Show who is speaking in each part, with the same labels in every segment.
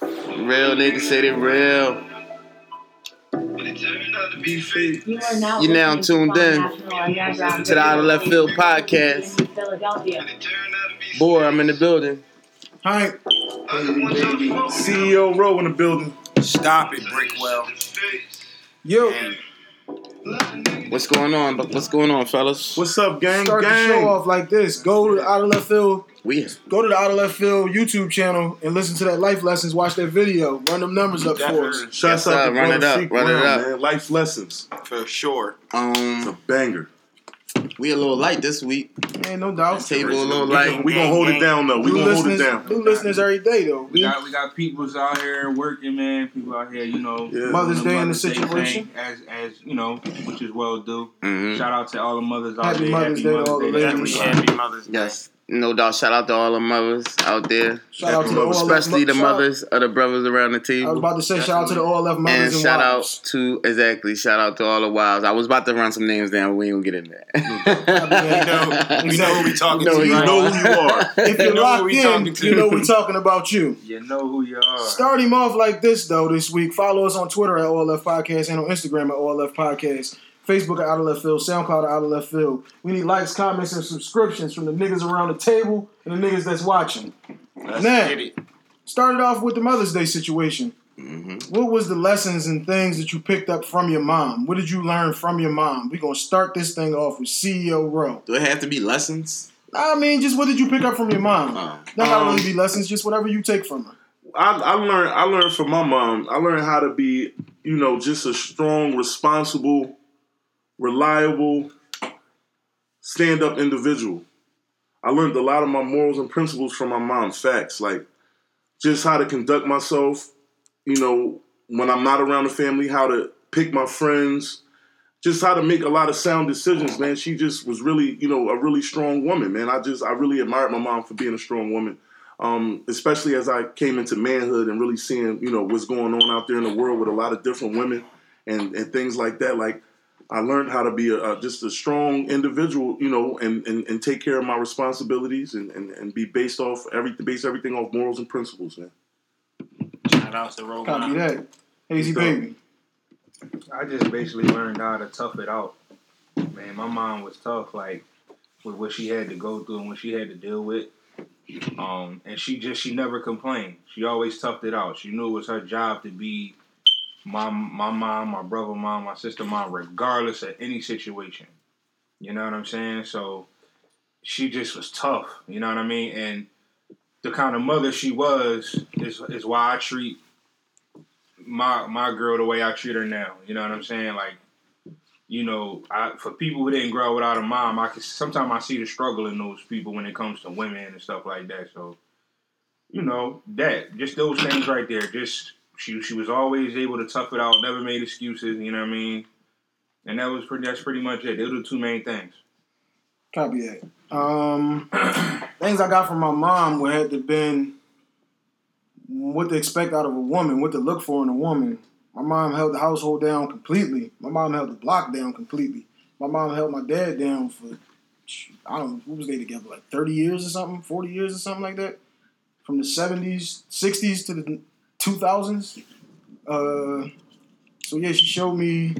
Speaker 1: Real niggas say they real.
Speaker 2: You are now,
Speaker 1: You're now
Speaker 2: listening
Speaker 1: tuned
Speaker 2: to
Speaker 1: in
Speaker 2: National
Speaker 1: to the Out of Left Field podcast.
Speaker 2: in Philadelphia.
Speaker 1: Boy, I'm in the building.
Speaker 3: All right. CEO Row E in the building.
Speaker 4: Stop it, Brickwell.
Speaker 3: Yo,
Speaker 1: What's going on? But What's going on, fellas?
Speaker 3: what's up, gang?
Speaker 5: Start
Speaker 3: gang.
Speaker 5: the show off like this. Go to Out of Left Field.
Speaker 1: We
Speaker 5: Go to the Out of Left Field YouTube channel and listen to that life lessons. Watch that video. Run them numbers up for us.
Speaker 3: Shouts
Speaker 1: Yes,
Speaker 3: out
Speaker 1: sir.
Speaker 3: to
Speaker 1: Run
Speaker 3: brother
Speaker 1: it up,
Speaker 3: Sheik
Speaker 1: run it
Speaker 3: Brown,
Speaker 1: up.
Speaker 3: man. Life lessons.
Speaker 4: For sure.
Speaker 3: It's a
Speaker 1: um
Speaker 3: banger.
Speaker 1: we a little light this week.
Speaker 5: Ain't no doubt.
Speaker 1: Table a little
Speaker 3: We gonna,
Speaker 1: light.
Speaker 3: we gonna hold it down though. We
Speaker 5: New
Speaker 3: gonna hold it
Speaker 5: listeners,
Speaker 3: down.
Speaker 5: new listeners every day though.
Speaker 6: We got we got peoples out here working, man. People out here, you know,
Speaker 3: Yeah.
Speaker 5: Mother's
Speaker 6: doing the
Speaker 5: Day in the
Speaker 6: Mother's Day
Speaker 5: situation.
Speaker 6: thing, as as you know, which is well due.
Speaker 5: Mm-hmm.
Speaker 1: hmm
Speaker 6: Shout out to all the mothers out
Speaker 5: Happy
Speaker 6: there.
Speaker 5: Mother's Day to all the
Speaker 6: to
Speaker 5: ladies.
Speaker 6: everybody.
Speaker 4: Happy Mother's Day.
Speaker 1: Yes. No doubt. Shout out to all the mothers out there,
Speaker 5: Shout out to the all left
Speaker 1: especially the
Speaker 5: Mo- shout-
Speaker 1: mothers of the brothers around the
Speaker 5: I was
Speaker 1: table.
Speaker 5: about to say shout out to the all left mothers
Speaker 1: And
Speaker 5: and,
Speaker 1: shout out
Speaker 5: wives.
Speaker 1: to exactly shout out to all the wives. I was about to run some names down, but we ain't gonna get in
Speaker 5: You
Speaker 1: that.
Speaker 4: You know who we talking
Speaker 1: No,
Speaker 4: to.
Speaker 1: you
Speaker 4: right?
Speaker 3: know who you are.
Speaker 5: If
Speaker 4: You
Speaker 5: you're
Speaker 4: know who
Speaker 5: locked
Speaker 4: we
Speaker 5: in,
Speaker 4: talking to.
Speaker 5: you know we're talking about you.
Speaker 6: You know who you are.
Speaker 5: Start him off like this though this week. Follow us on Twitter at OLF Podcast and on Instagram at OLF Podcast. Facebook at Out of Left Field, SoundCloud at Out of Left Field. We need likes, comments, and subscriptions from the niggas around the table and the niggas that's watching.
Speaker 4: Let's
Speaker 5: Now.
Speaker 4: get it.
Speaker 5: Started off with the Mother's Day situation.
Speaker 1: hmm
Speaker 4: Mm-hmm.
Speaker 5: What was the lessons and things that you picked up from your mom? What did you learn from your mom? We're gonna start this thing off with CEO Row.
Speaker 1: Do it have to be lessons?
Speaker 5: I mean, just what did you pick up from your mom?
Speaker 4: Uh,
Speaker 1: Um,
Speaker 5: Not gotta
Speaker 3: Um,
Speaker 5: really be lessons, just whatever you take from her.
Speaker 3: I, I learned I learned from my mom. I learned how to be, you know, just a strong, responsible, reliable, stand up individual. I learned a lot of my morals and principles from my mom. Facts like just how to conduct myself, you know, when I'm not around the family, how to pick my friends, just how to make a lot of sound decisions. Man, she just was really, you know, a really strong woman. Man, I just I really admired my mom for being a strong woman um, especially as I came into manhood and really seeing, you know, what's going on out there in the world with a lot of different women and, and things like that. Like, I learned how to be a, a, just a strong individual, you know, and, and, and take care of my responsibilities and, and, and be based off everything, base everything off morals and principles, man.
Speaker 4: Shout out to Roll
Speaker 5: Copy
Speaker 4: Mom.
Speaker 5: that. Hazy
Speaker 3: So-
Speaker 5: baby.
Speaker 6: I just basically learned how to tough it out. Man, my mom was tough, like with what she had to go through and what she had to deal with. Um, and she just she never complained. She always toughed it out. She knew it was her job to be my my mom, my brother, mom, my sister, mom, regardless of any situation. You know what I'm saying? So she just was tough. You know what I mean? And the kind of mother she was is is why I treat my my girl the way I treat her now. You know what I'm saying? Like, you know, I for people who didn't grow up without a mom, I can sometimes I see the struggle in those people when it comes to women and stuff like that. So, you know, that just those things right there. Just she she was always able to tough it out, never made excuses. You know what I mean? And that was pretty. That's pretty much it. Those are the two main things.
Speaker 5: Copy that. Um, things I got from my mom would had to been what to expect out of a woman, what to look for in a woman. My mom held the household down completely. My mom held the block down completely. My mom held my dad down for I don't know, what was they together like thirty years or something, forty years or something like that, from the seventies, sixties to the two thousands. Uh, so yeah, she showed me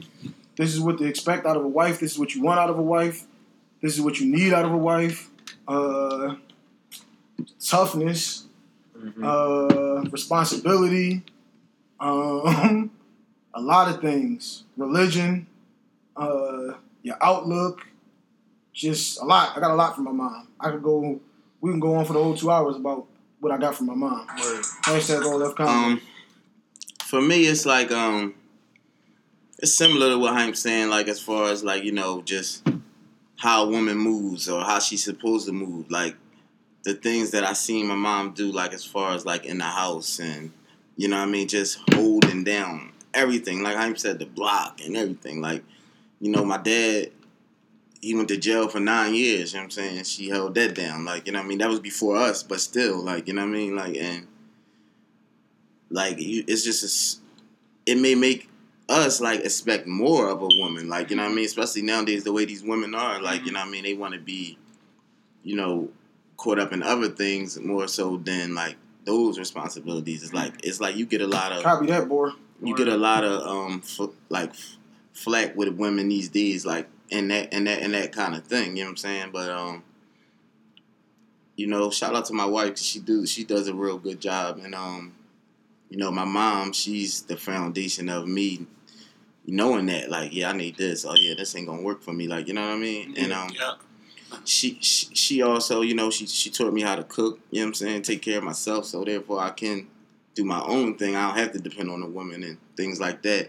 Speaker 5: this is what to expect out of a wife. This is what you want out of a wife this is what you need out of a wife uh, toughness uh, responsibility um, a lot of things religion uh, your outlook just a lot i got a lot from my mom i could go we can go on for the whole two hours about what i got from my mom hashtag all left
Speaker 1: Um,
Speaker 5: comment
Speaker 1: for me, it's like um, it's similar to what I'm saying. Like as far as like you know, just how a woman moves or how she's supposed to move. Like the things that I seen my mom do. Like as far as like in the house and you know what I mean, just holding down everything. Like I said, the block and everything. Like you know, my dad. He went to jail for nine years, you know what I'm saying? She held that down. Like, you know what I mean? That was before us, but still, like, you know what I mean? Like, and like you, it's just a s it may make us like expect more of a woman like you know what i mean especially nowadays the way these women are like you know what i mean they want to be you know caught up in other things more so than like those responsibilities. It's like it's like you get a lot of
Speaker 5: Copy that, boy.
Speaker 1: you get a lot of um f- like f- flack with women these days, like and that and that and that kind of thing. You know what I'm saying? But um, you know, shout out to my wife. 'cause She do she does a real good job, and um, you know, my mom. She's the foundation of me knowing that. Like, yeah, I need this. Oh yeah, this ain't gonna work for me. Like, you know what I mean? And um,
Speaker 4: Yeah.
Speaker 1: she, she she also, you know, she she taught me how to cook, you know what I'm saying, take care of myself so therefore I can do my own thing. I don't have to depend on a woman and things like that.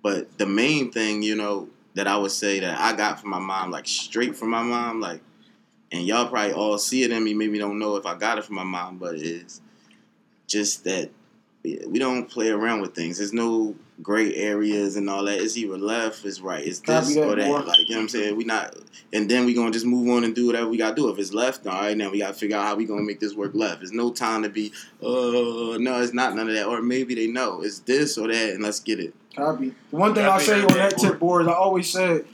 Speaker 1: But the main thing, you know, that I would say that I got from my mom, like straight from my mom, like and y'all probably all see it in me, maybe don't know if I got it from my mom, but it's just that we don't play around with things. There's no gray areas and all that. It's either left, it's right, it's this
Speaker 5: Copy that,
Speaker 1: or that.
Speaker 5: boy.
Speaker 1: Like you know what I'm saying? We not and then we gonna just move on and do whatever we gotta do. If it's left, all right, now we gotta figure out how we gonna make this work left. There's no time to be, uh, no, it's not none of that. Or maybe they know it's this or that, and let's get it.
Speaker 5: Copy. The one thing
Speaker 4: Copy
Speaker 5: I'll say
Speaker 4: that,
Speaker 5: on that
Speaker 4: boy.
Speaker 5: tip, boy, is I always said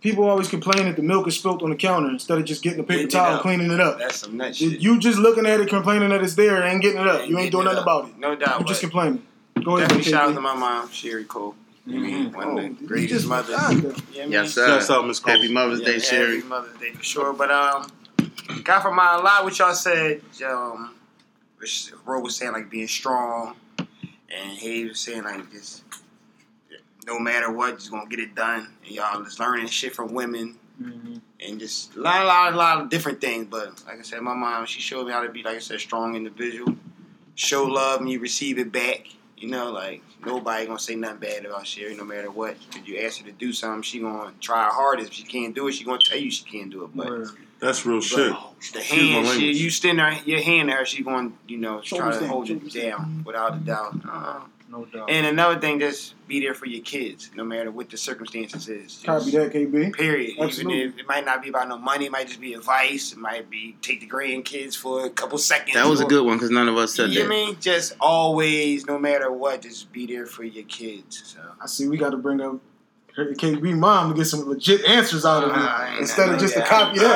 Speaker 5: people always complain that the milk is spilt on the counter instead of just getting a paper
Speaker 4: Getting it
Speaker 5: towel
Speaker 4: up.
Speaker 5: and cleaning it up.
Speaker 4: That's some nut shit.
Speaker 5: You just looking at it, complaining that it's there, ain't getting it up.
Speaker 4: Ain't
Speaker 5: you
Speaker 4: getting
Speaker 5: ain't doing nothing
Speaker 4: up.
Speaker 5: about it.
Speaker 4: No doubt.
Speaker 5: You just
Speaker 4: but
Speaker 5: complaining. Go ahead,
Speaker 4: Definitely
Speaker 5: KP.
Speaker 4: shout out to my mom, Sherry Cole.
Speaker 6: Mm-hmm.
Speaker 4: You mean one
Speaker 5: Oh,
Speaker 4: of the
Speaker 5: you
Speaker 4: greatest
Speaker 5: just-
Speaker 4: mothers.
Speaker 5: God damn.
Speaker 4: You know what I mean?
Speaker 3: Shouts out, Miss Cole.
Speaker 1: Happy Mother's
Speaker 4: Yeah,
Speaker 1: Day, Sherry.
Speaker 4: Happy Mother's Day for sure. But um, got from my a lot what y'all said. Um, which Ro was saying like being strong, and he was saying like just no matter what, just gonna get it done. And y'all just learning shit from women
Speaker 6: Mm-hmm.
Speaker 4: and just a lot, a lot, a lot of different things. But like I said, my mom, she showed me how to be, like I said, strong individual. Show love and you receive it back. You know, like nobody gonna say nothing bad about Sherry, no matter what. If you ask her to do something, she gonna try her hardest. If she can't do it, she gonna tell you she can't do it. But,
Speaker 6: Word.
Speaker 3: That's real
Speaker 4: but
Speaker 3: shit.
Speaker 4: the
Speaker 3: Excuse my
Speaker 4: hand, she,
Speaker 3: language.
Speaker 4: you extend her, your hand to her, she gonna, you know, try
Speaker 5: Shoulders
Speaker 4: to
Speaker 5: down,
Speaker 4: hold it
Speaker 5: shoulders down.
Speaker 4: down without a doubt. Uh,
Speaker 6: No doubt.
Speaker 4: and another thing, just be there for your kids, no matter what the circumstances is. Just-
Speaker 5: Copy that, KB.
Speaker 4: Period.
Speaker 5: Absolutely.
Speaker 4: Even if it might not be about no money, it might just be advice. It might be take the grandkids for a couple seconds.
Speaker 1: That was a
Speaker 4: or-
Speaker 1: good one because none of us
Speaker 4: You
Speaker 1: said
Speaker 4: know what I
Speaker 1: that.
Speaker 4: mean? Just always, no matter what, just be there for your kids. So.
Speaker 5: I see we got to bring up her- KB mom to get some legit answers
Speaker 3: Oh,
Speaker 5: out of
Speaker 4: Nah, I
Speaker 5: her
Speaker 4: ain't
Speaker 5: instead of
Speaker 4: not
Speaker 5: just to
Speaker 4: doing
Speaker 5: copy that.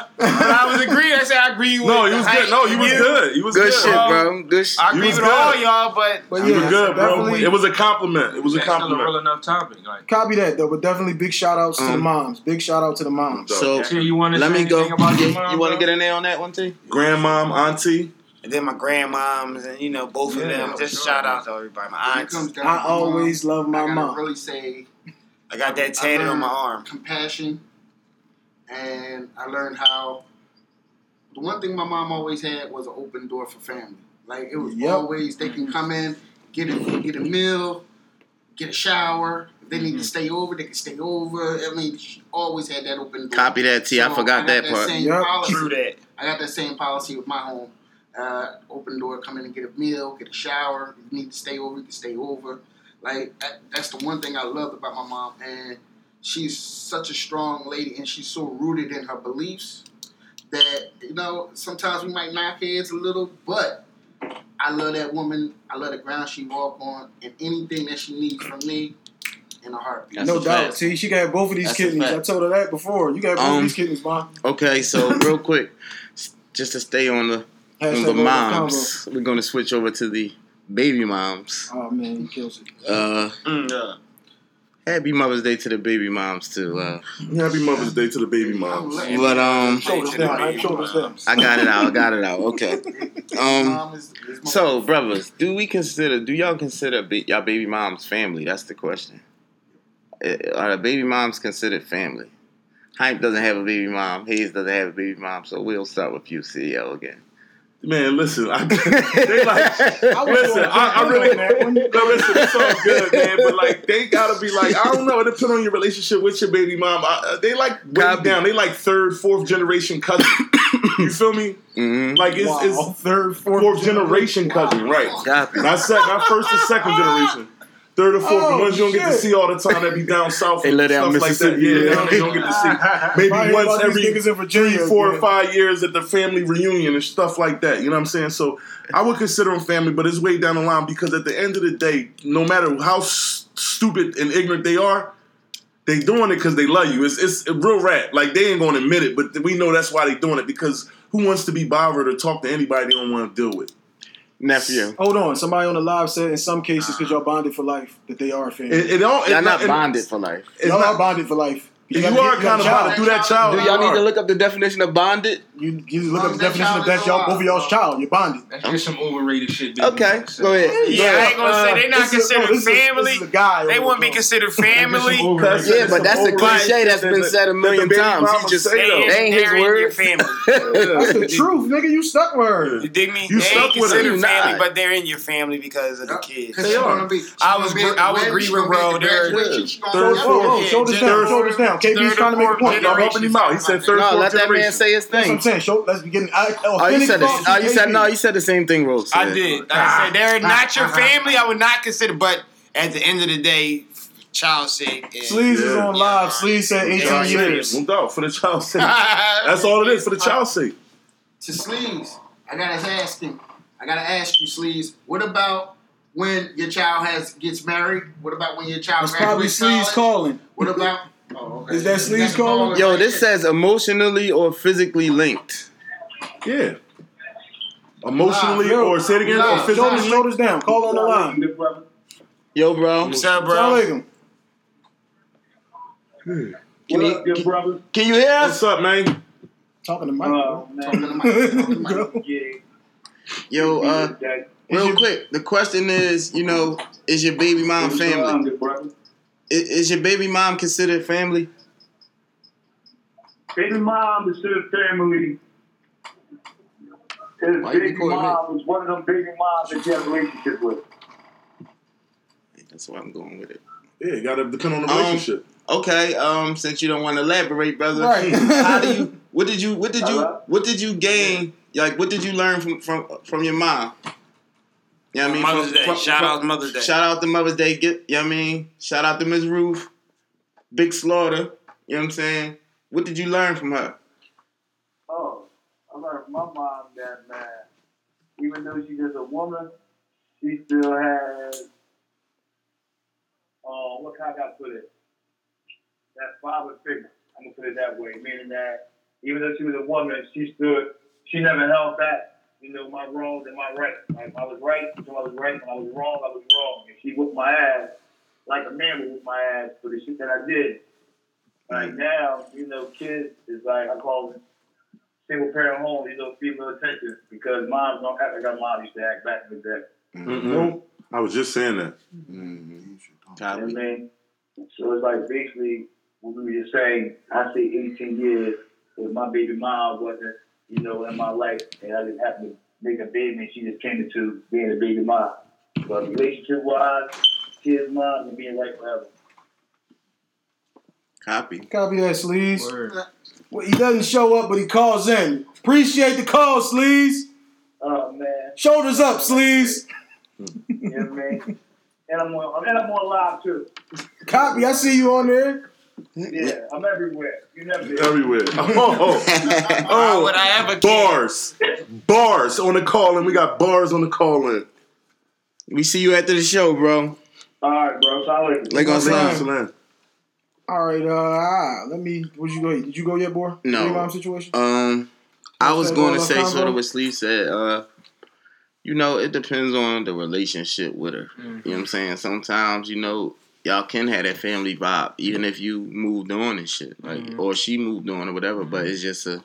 Speaker 3: Uh,
Speaker 4: But I was agreeing. I said I agree with.
Speaker 3: no,
Speaker 4: the
Speaker 3: you was
Speaker 4: height
Speaker 3: good. No, you was
Speaker 4: and
Speaker 3: good. You was good.
Speaker 1: Good shit, bro. Good shit.
Speaker 4: I
Speaker 3: You
Speaker 4: agree
Speaker 3: was
Speaker 4: with
Speaker 3: good.
Speaker 4: all y'all, but
Speaker 5: But
Speaker 3: You
Speaker 5: yeah,
Speaker 3: were good, bro.
Speaker 5: definitely-
Speaker 3: It was a compliment. It was a
Speaker 6: That's still a
Speaker 3: compliment.
Speaker 6: real enough topic. Like,
Speaker 5: Copy that though, but definitely big shout outs to the
Speaker 4: Mm.
Speaker 1: Um,
Speaker 5: moms. Big shout out to the moms.
Speaker 1: So
Speaker 6: shit, you want to
Speaker 1: let me
Speaker 6: say
Speaker 1: go.
Speaker 6: anything about your
Speaker 1: Yeah,
Speaker 6: mom?
Speaker 1: you want to
Speaker 6: bro?
Speaker 1: get in there on that one too?
Speaker 3: Grandmom, auntie.
Speaker 4: and then my grandmoms and you know both
Speaker 6: Yeah,
Speaker 4: of them. Just
Speaker 7: sure.
Speaker 4: shout out to everybody. My
Speaker 7: When it
Speaker 4: aunts.
Speaker 7: comes down
Speaker 1: um,
Speaker 5: I
Speaker 7: to my mom,
Speaker 5: always love
Speaker 7: I
Speaker 5: my
Speaker 7: gotta
Speaker 5: mom.
Speaker 7: really say
Speaker 4: I got that tatted on my arm.
Speaker 7: compassion, and I learned how. The one thing my mom always had was an open door for family. Like it was
Speaker 5: Yep.
Speaker 7: always they can come in, get a get a meal, get a shower. If they need to stay over, they can stay over. I mean, she always had that open door.
Speaker 1: Copy that, T. I
Speaker 7: So
Speaker 1: forgot
Speaker 7: got
Speaker 1: that part.
Speaker 7: Same
Speaker 5: Yep.
Speaker 7: policy.
Speaker 4: True that.
Speaker 7: I got that same policy with my home. Uh, open door, come in and get a meal, get a shower. If you need to stay over, you can stay over. Like that, that's the one thing I loved about my mom, and she's such a strong lady, and she's so rooted in her beliefs that you know sometimes we might knock heads a little, but I love that woman. I love the ground she walk on, and anything that she needs from me, in a heartbeat.
Speaker 1: That's
Speaker 5: no
Speaker 1: a
Speaker 5: doubt.
Speaker 1: fact.
Speaker 5: See, she got both of these
Speaker 1: That's a
Speaker 5: kidneys.
Speaker 1: fact.
Speaker 5: I told her that before. You got both
Speaker 1: Um,
Speaker 5: of these kidneys, mom.
Speaker 1: Okay, so real quick, s- just to stay on the on
Speaker 5: Hashtag
Speaker 1: the
Speaker 5: over
Speaker 1: moms, we're gonna switch over to the baby moms.
Speaker 5: combo. Oh man, he kills it.
Speaker 1: Uh,
Speaker 4: Mm, yeah.
Speaker 1: happy Mother's Day to the baby moms too. Uh,
Speaker 3: Happy Mother's Day to the baby moms.
Speaker 7: I'm
Speaker 1: but um,
Speaker 5: Shoulders down. right? Shoulders down.
Speaker 1: I got it out. I got it out. Okay. Um.
Speaker 7: Mom is- is my-
Speaker 1: So, brothers, do we consider? Do y'all consider ba- y'all baby moms family? That's the question. Uh, Are the baby moms considered family? Hype doesn't have a baby mom. Hayes doesn't have a baby mom. So we'll start with you, CEO, again.
Speaker 3: Man, listen. I, they like. Listen, I, I really. No, listen, it's all good, man. But like, they gotta be like, I don't know. It depends on your relationship with your baby mom. I, uh, they like way
Speaker 1: Copy.
Speaker 3: down. They like third, fourth generation cousin. you feel me?
Speaker 1: Mhm.
Speaker 3: Like it's,
Speaker 5: wow.
Speaker 3: it's
Speaker 5: third, fourth,
Speaker 3: fourth generation cousin, right?
Speaker 1: Copy.
Speaker 3: Not second, not first and second generation. Third or fourth,
Speaker 5: Oh,
Speaker 3: the ones you don't get to
Speaker 5: shit.
Speaker 3: see all the time that be down south.
Speaker 1: They
Speaker 3: and
Speaker 1: let out
Speaker 3: stuff like that.
Speaker 1: Mississippi,
Speaker 3: Yeah,
Speaker 1: yeah.
Speaker 3: down there you don't get to see. Maybe
Speaker 5: Probably
Speaker 3: once
Speaker 5: about these
Speaker 3: every
Speaker 5: niggas in Virginia
Speaker 3: three, four,
Speaker 5: again.
Speaker 3: or five years at the family reunion and stuff like that. You know what I'm saying? So I would consider them family, but it's way down the line because at the end of the day, no matter how s- stupid and ignorant they are, They doing it because they love you. It's it's a real rap. Like they ain't gonna admit it, but we know that's why they doing it because who wants to be bothered or talk to anybody they don't want to deal with?
Speaker 1: Nephew.
Speaker 5: Hold on. Somebody on the live said in some cases because y'all bonded for life that they are fans.
Speaker 3: Ah. It, it all,
Speaker 1: Y'all
Speaker 3: it-
Speaker 1: not
Speaker 3: it-
Speaker 1: bonded for life.
Speaker 3: It's
Speaker 5: y'all
Speaker 3: not-
Speaker 5: are bonded for life.
Speaker 3: You,
Speaker 5: gotta
Speaker 3: are
Speaker 5: get- got
Speaker 3: kind
Speaker 5: a
Speaker 3: of
Speaker 5: child.
Speaker 3: bonded. Do that
Speaker 1: Do
Speaker 3: child.
Speaker 1: y'all need to
Speaker 3: hard.
Speaker 1: look up the definition of bonded?
Speaker 5: You, you just look up the
Speaker 7: Um, that
Speaker 5: definition
Speaker 7: child
Speaker 5: of
Speaker 7: is
Speaker 5: that's y'all.
Speaker 7: alive,
Speaker 5: Both of y'all's
Speaker 7: bro.
Speaker 5: child. You're bonded.
Speaker 6: That's just some overrated shit. Baby
Speaker 1: Okay,
Speaker 6: Mac said.
Speaker 1: go ahead.
Speaker 4: Yeah, I ain't gonna say they
Speaker 5: uh,
Speaker 4: not
Speaker 5: This is- no,
Speaker 4: considered
Speaker 5: this is- this
Speaker 4: family.
Speaker 5: is a guy
Speaker 4: they
Speaker 5: over
Speaker 4: wouldn't be
Speaker 5: there.
Speaker 4: considered
Speaker 6: That's just some
Speaker 4: family.
Speaker 6: overrated
Speaker 1: Yeah,
Speaker 6: shit.
Speaker 1: but that's a cliche that's been said a million times. He just-
Speaker 4: They
Speaker 1: That ain't
Speaker 4: ain't,
Speaker 1: his
Speaker 4: they're in your
Speaker 1: words.
Speaker 4: family.
Speaker 5: That's the truth, nigga. You stuck with her.
Speaker 4: You dig me?
Speaker 3: You
Speaker 4: they
Speaker 3: stuck
Speaker 4: ain't
Speaker 3: with
Speaker 4: considered
Speaker 1: it.
Speaker 4: family,
Speaker 1: Nah.
Speaker 4: but they're in your family because of the kids.
Speaker 7: Because she's
Speaker 3: are.
Speaker 7: gonna be. She's
Speaker 4: I
Speaker 7: gonna
Speaker 4: was
Speaker 7: be
Speaker 4: gr-
Speaker 7: at the
Speaker 4: I was
Speaker 7: wedding,
Speaker 4: agree
Speaker 7: she's
Speaker 4: with
Speaker 7: gonna be at
Speaker 4: Bro,
Speaker 7: the
Speaker 4: they're-
Speaker 7: graduation, she's gonna
Speaker 3: Third,
Speaker 7: be
Speaker 5: Whoa,
Speaker 7: out
Speaker 5: whoa, whoa,
Speaker 7: there.
Speaker 5: shoulders down,
Speaker 3: third-
Speaker 5: shoulders down. KB's
Speaker 4: third
Speaker 5: trying to make a point. Y'all
Speaker 3: I'm
Speaker 5: bumping
Speaker 3: helping him out. He said third,
Speaker 1: No,
Speaker 3: fourth
Speaker 1: let that man
Speaker 3: generation.
Speaker 1: say his
Speaker 5: That's what
Speaker 1: thing.
Speaker 5: I'm saying. Show, let's get an authentic
Speaker 1: Oh, you said
Speaker 5: thoughts
Speaker 1: this.
Speaker 5: from
Speaker 1: Oh, you said
Speaker 5: KB.
Speaker 1: no. You said the same thing, Rose. Said.
Speaker 4: I did. Like I said, they're not your family. I would not consider, but at the end of the day, child sick. and-
Speaker 5: Sleaze is
Speaker 3: Yeah.
Speaker 5: on live. Sleaze said
Speaker 4: Yeah.
Speaker 5: 18 years.
Speaker 3: No doubt for the child's sake. That's all it is for the child's sake.
Speaker 7: to Sleeves. I gotta ask him. I gotta ask you, Sleeves. What about when your child has gets married? What about when your child
Speaker 5: It's probably
Speaker 7: graduates
Speaker 5: Sleaze
Speaker 7: college?
Speaker 5: calling.
Speaker 7: What about? Oh, okay.
Speaker 5: Is that Sleaze
Speaker 7: That's the ball
Speaker 5: calling?
Speaker 1: Yo,
Speaker 7: right
Speaker 1: this
Speaker 7: there.
Speaker 1: says emotionally or physically linked.
Speaker 3: Yeah. Emotionally
Speaker 5: Nah, yo,
Speaker 3: or say it again
Speaker 7: nah,
Speaker 3: or physically.
Speaker 5: Shoulders, shoulders down. Call on the line.
Speaker 1: Yo, bro,
Speaker 4: What's up, bro?
Speaker 5: Assalamualaikum.
Speaker 1: can you, can, brother? can you hear us?
Speaker 3: What's up, man?
Speaker 5: Talking to Mike.
Speaker 4: Uh,
Speaker 5: bro.
Speaker 7: Talking to Mike, talking to Mike.
Speaker 1: Yo, uh, real quick, the question is, you know, is your baby mom family? I- Is your baby mom considered family?
Speaker 8: Baby mom is to the family. His
Speaker 1: Why you
Speaker 8: baby
Speaker 1: recording
Speaker 8: mom was one of them baby moms that you have a relationship with.
Speaker 1: That's where I'm going with it.
Speaker 3: Yeah, you gotta depend on the
Speaker 1: Um,
Speaker 3: relationship.
Speaker 1: Okay, um, since you don't want to elaborate, brother,
Speaker 5: Right.
Speaker 1: how do you? What did you? What did you?
Speaker 8: Hello?
Speaker 1: What did you gain? Like, what did you learn from from from your mom? You know what I mean?
Speaker 4: Mother's
Speaker 1: From-
Speaker 4: Day.
Speaker 1: from-
Speaker 4: Shout
Speaker 1: from-
Speaker 4: out Mother's Day.
Speaker 1: Shout out to Mother's Day. Get you know what I mean? Shout out to Ms. Ruth, Big Slaughter. You know what I'm saying? What did you learn from her?
Speaker 8: Oh, I learned from my mom that, man, even though she's just a woman, she still has, uh, what how I got to put it? That father figure. I'm going to put it that way, meaning that even though she was a woman, she stood, she never held back. You know, my wrongs and my rights. Like, I was right, so I was right. When I was wrong, I was wrong. And she whooped my ass like a man would whoop my ass for the shit that I did. Like now, you know, kids is like, I call them single parent home, you know, female attention because moms don't act like our mom used to act back in the day.
Speaker 3: Mm-mm. I was just saying that.
Speaker 8: You know
Speaker 1: Copy.
Speaker 8: what I mean? So it's like basically what we were just saying, I say 18 years, if my baby mom wasn't, you know, in my life and I just happened to make a baby and she just came into being a baby mom. But relationship wise, kids mom and being right forever.
Speaker 1: Copy.
Speaker 5: Copy that, Sleaze.
Speaker 6: Word.
Speaker 5: Well, he doesn't show up, but he calls in. Appreciate the call, Sleaze.
Speaker 8: Oh man.
Speaker 5: Shoulders up, Sleaze.
Speaker 8: You know what I mean? And I'm on and I'm on live too.
Speaker 5: Copy. I see you on there.
Speaker 8: Yeah, I'm everywhere. You never
Speaker 3: Everywhere. Oh,
Speaker 4: Why
Speaker 3: oh.
Speaker 4: would I ever care?
Speaker 3: bars. Bars on the call in. We got bars on the call in.
Speaker 1: we see you after the show, bro.
Speaker 8: All right, bro. Solid.
Speaker 1: Like on
Speaker 3: Salam,
Speaker 1: slam.
Speaker 3: salam.
Speaker 5: All right. Uh, ah, let me. Would you go? Did you go yet, boy?
Speaker 1: No.
Speaker 5: Your mom situation.
Speaker 1: Um, I was
Speaker 5: Say
Speaker 1: going to
Speaker 5: all
Speaker 1: say
Speaker 5: the
Speaker 1: sort
Speaker 5: combo?
Speaker 1: of what Sleeve said. Uh, you know, it depends on the relationship with her. You know what I'm saying? Sometimes, you know, y'all can have that family vibe, even if you moved on and shit, like,
Speaker 6: Mm-hmm.
Speaker 1: or she moved on or whatever. But it's just a,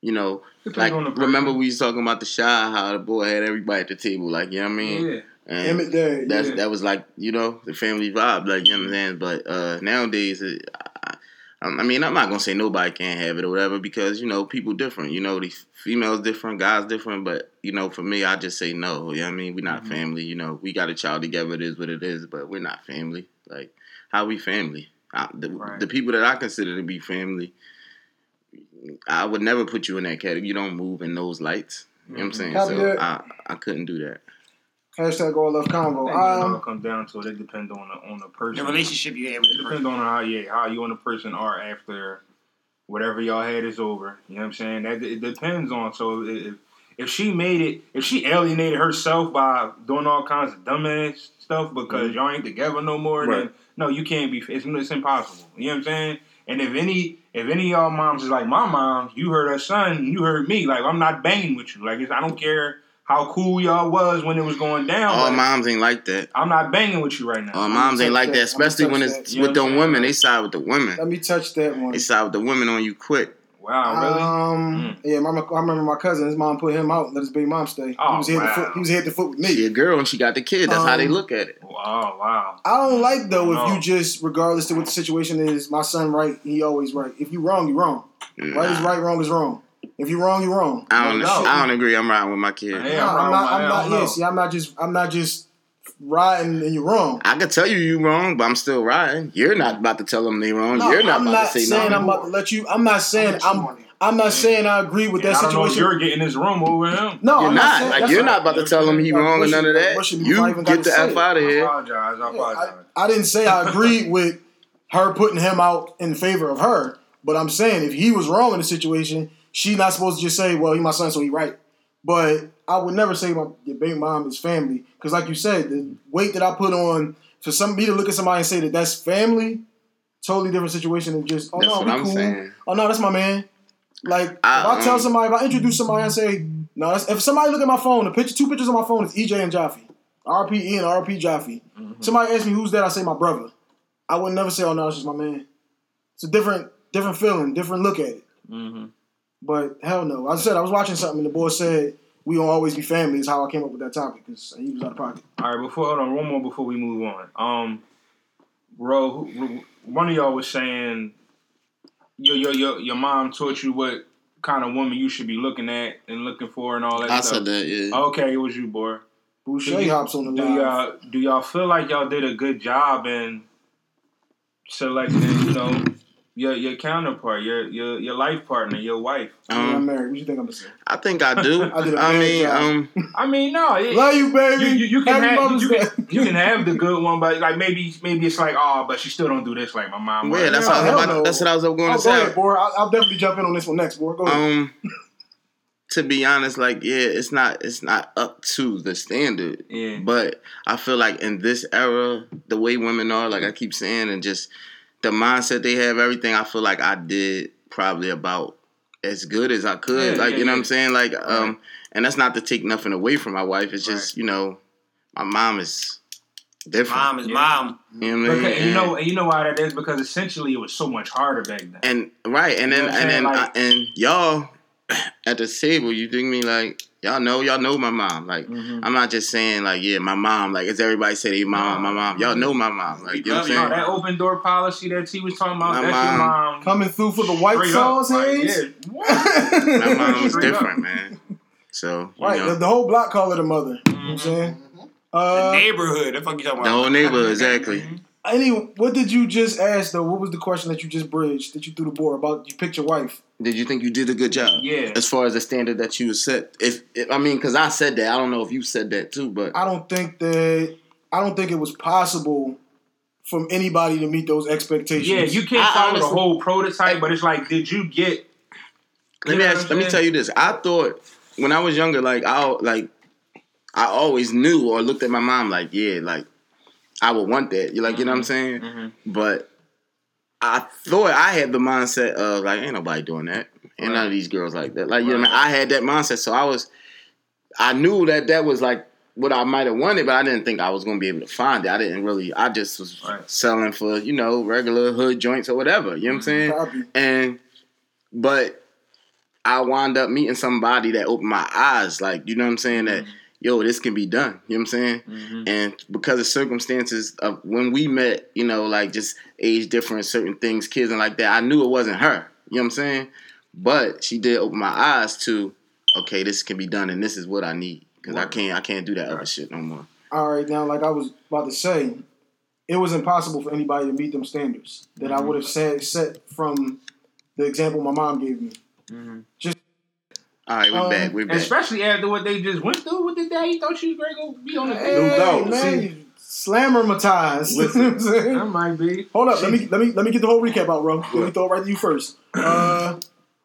Speaker 1: you know,
Speaker 6: Depends
Speaker 1: like
Speaker 6: on the person.
Speaker 1: remember we was talking about the shy, how the boy had everybody at the table, like, you know what I mean?
Speaker 6: Yeah.
Speaker 1: And
Speaker 5: Emmett Dad.
Speaker 1: that's
Speaker 6: Yeah.
Speaker 1: that was like you know the family vibe, like you know what I'm saying. But uh, nowadays, it, I, I I mean, I'm not gonna say nobody can't have it or whatever because you know people different. You know, these females different, guys different. But you know, for me, I just say no. You know what I mean? We're
Speaker 6: Mm-hmm.
Speaker 1: not family. You know, we got a child together. It is what it is. But we're not family. Like how we family? I, the,
Speaker 6: Right.
Speaker 1: the people that I consider to be family, I would never put you in that category. You don't move in those lights. You
Speaker 6: Mm-hmm.
Speaker 1: know what I'm saying?
Speaker 5: Copy
Speaker 1: so
Speaker 5: that.
Speaker 1: I I couldn't do that.
Speaker 5: Hashtag all love
Speaker 6: I
Speaker 5: convo.
Speaker 6: think what it all
Speaker 5: Um,
Speaker 6: comes down to it depends on the on the
Speaker 4: The
Speaker 6: person.
Speaker 4: relationship you have with
Speaker 6: It
Speaker 4: the person.
Speaker 6: depends on how yeah how you and the person are after whatever y'all had is over. You know what I'm saying? That it depends on. So if if she made it, if she alienated herself by doing all kinds of dumbass stuff because y'all ain't together no more,
Speaker 3: Right.
Speaker 6: then no, you can't be. It's, it's impossible. You know what I'm saying? And if any, if any of y'all moms is like my mom, you heard her son, you heard me. Like I'm not banging with you. Like it's, I don't care how cool y'all was when it was going down.
Speaker 1: All Um,
Speaker 6: like,
Speaker 1: moms ain't like that.
Speaker 6: I'm not banging with you right now.
Speaker 1: All moms ain't
Speaker 5: touch
Speaker 1: like
Speaker 5: that.
Speaker 1: that,
Speaker 5: I'ma
Speaker 1: especially
Speaker 5: touch
Speaker 1: when
Speaker 5: that.
Speaker 1: it's
Speaker 6: You know
Speaker 1: with
Speaker 6: what I'm
Speaker 1: them
Speaker 6: saying?
Speaker 1: women. They side with the women.
Speaker 5: Let me touch that one.
Speaker 1: They side with the women on you quick.
Speaker 6: wow, really? Mm.
Speaker 5: Um, yeah, my, I remember my cousin. His mom put him out. Let his big mom stay.
Speaker 6: Oh,
Speaker 5: he was head
Speaker 6: wow.
Speaker 5: to foot. He was head to foot with me.
Speaker 1: She a girl and she got the kid. That's how they
Speaker 5: Um,
Speaker 1: look at it.
Speaker 6: wow, wow.
Speaker 5: I don't like though if
Speaker 6: No.
Speaker 5: you just, regardless to what the situation is, my son right, he always right. If you wrong, you wrong. Right is
Speaker 1: Nah,
Speaker 5: right, wrong is wrong. If you wrong, you wrong.
Speaker 1: I don't.
Speaker 6: No, no.
Speaker 1: I don't agree. I'm riding with my kid.
Speaker 6: Yeah,
Speaker 5: Nah,
Speaker 6: I'm
Speaker 5: I'm
Speaker 6: riding
Speaker 5: not.
Speaker 6: with my-
Speaker 5: I'm
Speaker 6: I
Speaker 5: not.
Speaker 6: don't
Speaker 5: Yeah,
Speaker 6: know.
Speaker 5: see, I'm not just. I'm not just riding and you're wrong.
Speaker 1: I could tell you you wrong, but I'm still riding. You're not about to tell them they wrong.
Speaker 5: No,
Speaker 1: You're not
Speaker 5: I'm
Speaker 1: about
Speaker 5: not
Speaker 1: to say
Speaker 5: saying I'm
Speaker 1: nothing.
Speaker 5: about to let you. I'm not saying
Speaker 7: with you
Speaker 5: I'm.
Speaker 7: on it.
Speaker 5: I'm not saying I agree with
Speaker 6: And
Speaker 5: that
Speaker 6: I don't know if
Speaker 5: situation.
Speaker 6: you're getting this room over him.
Speaker 5: No,
Speaker 1: You're
Speaker 5: I'm
Speaker 1: not.
Speaker 5: saying,
Speaker 1: Like
Speaker 5: that's
Speaker 1: you're
Speaker 5: right.
Speaker 1: not about to tell them he
Speaker 5: You're
Speaker 1: wrong and
Speaker 5: pushing-
Speaker 1: none of
Speaker 5: you're
Speaker 1: that.
Speaker 5: pushing me before I
Speaker 1: You
Speaker 5: even gotta
Speaker 1: get the
Speaker 5: say
Speaker 1: f
Speaker 5: it.
Speaker 1: out of
Speaker 6: I
Speaker 1: here.
Speaker 6: apologize. I
Speaker 5: Yeah, I,
Speaker 6: apologize.
Speaker 5: I didn't say I agreed with her putting him out in favor of her, but I'm saying if he was wrong in the situation, she not supposed to just say, "Well, he my son, so he right." But I would never say my your baby mom is family because, like you said, the weight that I put on for some me to look at somebody and say that that's family, totally different situation than just, "Oh
Speaker 1: That's
Speaker 5: no,
Speaker 1: what
Speaker 5: we
Speaker 1: I'm
Speaker 5: cool."
Speaker 1: saying.
Speaker 5: Oh no, that's my man. Like
Speaker 1: I,
Speaker 5: if I tell
Speaker 1: um,
Speaker 5: somebody, if I introduce somebody, I say, no. That's, if somebody look at my phone, the picture, two pictures on my phone is EJ and Jaffe, RPE and RP Jaffe. Somebody asks me who's that, I say my brother. I would never say, oh no, it's just my man. It's a different, different feeling, different look at it.
Speaker 6: Mm-hmm.
Speaker 5: But hell no. I said I was watching something, and the boy said, "We don't always be family." Is how I came up with that topic because he was out of pocket.
Speaker 6: All right, before hold on, one more before we move on. Um, bro, who, who- one of y'all was saying your your your your mom taught you what kind of woman you should be looking at and looking for and all that
Speaker 1: I
Speaker 6: stuff.
Speaker 1: said that. Yeah.
Speaker 6: Okay, it was you, boy.
Speaker 5: Boucher hops on the
Speaker 6: do
Speaker 5: line.
Speaker 6: y'all do y'all feel like y'all did a good job in selecting, you know, your your counterpart, your your your life partner, your wife?
Speaker 5: Yeah, I'm
Speaker 1: Um,
Speaker 5: married. What you think I'm gonna say?
Speaker 1: I think I do.
Speaker 5: I did a
Speaker 1: I
Speaker 5: bad
Speaker 1: mean,
Speaker 5: job.
Speaker 1: um,
Speaker 6: I mean, no, it,
Speaker 5: Love you, baby.
Speaker 6: you, you, you can
Speaker 5: Happy
Speaker 6: have
Speaker 5: Mother's
Speaker 6: you
Speaker 5: Day.
Speaker 6: can, you can have the good one, but like maybe maybe it's like oh, but she still don't do this like my mom.
Speaker 1: yeah,
Speaker 6: was.
Speaker 1: that's
Speaker 5: No,
Speaker 1: what I was
Speaker 5: hell
Speaker 1: about.
Speaker 5: no.
Speaker 1: That's what I was going to
Speaker 5: Oh, go
Speaker 1: say.
Speaker 5: ahead, boy. I'll, I'll definitely jump in on this one next, boy. Go
Speaker 6: Oh.
Speaker 5: ahead.
Speaker 1: Um, to be honest, like yeah, it's not it's not up to the standard.
Speaker 6: Yeah.
Speaker 1: But I feel like in this era, the way women are, like I keep saying, and just the mindset they have, everything. I feel like I did probably about as good as I could.
Speaker 6: Yeah,
Speaker 1: like
Speaker 6: yeah,
Speaker 1: you know what
Speaker 6: yeah.
Speaker 1: I'm saying. Like um, and that's not to take nothing away from my wife. It's just you know, my mom is different.
Speaker 4: Mom is
Speaker 6: Yeah.
Speaker 4: mom.
Speaker 1: You know what I mean?
Speaker 6: Because, and you
Speaker 1: And-
Speaker 6: know, and you know why that is because essentially it was so much harder back then.
Speaker 1: and right, and
Speaker 6: You
Speaker 1: then
Speaker 6: know what I'm
Speaker 1: and then
Speaker 6: saying?
Speaker 1: I
Speaker 6: Like-
Speaker 1: and y'all at the table, you think me like y'all know y'all know my mom. Like
Speaker 5: Mm-hmm.
Speaker 6: Mhm.
Speaker 1: I'm not just saying like yeah, my mom. Like it's everybody say they mom, my mom. Y'all know my mom. Like you know what
Speaker 6: No,
Speaker 1: I'm saying?
Speaker 6: that open door policy that T was talking about,
Speaker 1: My
Speaker 6: that's
Speaker 1: mom-
Speaker 6: your mom.
Speaker 5: Coming through for the white
Speaker 6: straight up.
Speaker 5: sauce,
Speaker 6: Like,
Speaker 5: Hayes.
Speaker 6: yeah. What?
Speaker 1: My mom is
Speaker 6: Straight up.
Speaker 1: different, man. So you
Speaker 5: right,
Speaker 1: know
Speaker 5: the, the whole block call her the mother. You
Speaker 6: Mm-hmm.
Speaker 5: know what I'm saying?
Speaker 4: The
Speaker 5: Uh,
Speaker 4: neighborhood. The fuck you talking
Speaker 1: the
Speaker 4: about?
Speaker 1: whole neighborhood exactly.
Speaker 6: Mm-hmm.
Speaker 5: any, what did you just ask though? What was the question that you just bridged that you threw the board about? You picked your wife.
Speaker 1: Did you think you did a good job?
Speaker 6: Yeah.
Speaker 1: As far as the standard that you set, if, if I mean, because I said that, I don't know if you said that too, but
Speaker 5: I don't think that I don't think it was possible from anybody to meet those expectations.
Speaker 6: Yeah, you can't
Speaker 1: I
Speaker 6: follow
Speaker 1: honestly-
Speaker 6: the whole prototype, but it's like, did you get?
Speaker 1: Let me
Speaker 6: You know
Speaker 1: ask,
Speaker 6: what I'm
Speaker 1: let me
Speaker 6: saying?
Speaker 1: tell you this. I thought when I was younger, like I al- like I always knew or looked at my mom like, yeah, like I would want that. You like, you know what I'm
Speaker 6: Mm-hmm.
Speaker 1: saying?
Speaker 5: Mm-hmm.
Speaker 1: But I thought I had the mindset of like, ain't nobody doing that. Ain't none of these girls like that. Like, you know, what I, mean? I had that mindset, so I was, I knew that that was like what I might have wanted, but I didn't think I was gonna be able to find it. I didn't really. I just was
Speaker 6: Right. Mm-hmm.
Speaker 1: selling for you know regular hood joints or whatever. You know what I'm saying?
Speaker 5: Copy.
Speaker 1: And but I wound up meeting somebody that opened my eyes, like, you know what I'm saying? That yo, this can be done. You know what I'm saying?
Speaker 6: Mm-hmm.
Speaker 5: Mm-hmm.
Speaker 1: And because of circumstances of when we met, you know, like just age difference, certain things, kids and like that, I knew it wasn't her. You know what I'm saying? But she did open my eyes to, okay, this can be done and this is what I need. Cause I can't I can't do that other shit no more.
Speaker 5: All right, now, like I was about to say, it was impossible for anybody to meet them standards that I would have said set from the example my mom gave me. Mm-hmm.
Speaker 1: All right, we're
Speaker 5: Um,
Speaker 1: back. We're
Speaker 6: And
Speaker 1: back.
Speaker 6: Especially after what they just went through with the day, thought she was great gonna be on the
Speaker 5: Hey,
Speaker 6: day.
Speaker 3: No doubt.
Speaker 5: man,
Speaker 3: See-
Speaker 5: you slammermatized. You know what I'm saying?
Speaker 6: That might be.
Speaker 5: Hold up, let me let me let me get the whole recap out, bro. Let me throw it right to you first. Uh,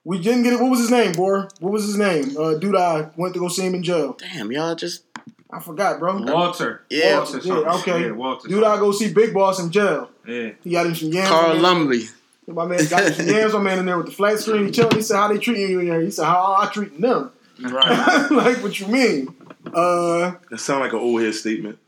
Speaker 5: We didn't get it. What was his name, boy? What was his name? Uh, dude, I went to go see him in jail.
Speaker 1: Damn, y'all just
Speaker 5: I forgot, bro.
Speaker 6: Walter.
Speaker 1: Yeah.
Speaker 6: Walter
Speaker 5: Yeah,
Speaker 6: something.
Speaker 5: okay.
Speaker 6: Yeah, Walter.
Speaker 5: Dude, I go see Big Boss in jail.
Speaker 6: Yeah.
Speaker 5: He got him some yams.
Speaker 1: Carl
Speaker 5: in there.
Speaker 1: Lumley.
Speaker 5: My man got him some yams. My man in there with the flat screen. He chilled. He said, "How they treating you in there?" He said, "How I treating them?"
Speaker 6: Right.
Speaker 5: like, what you mean? Uh,
Speaker 3: That sounds like an old head statement.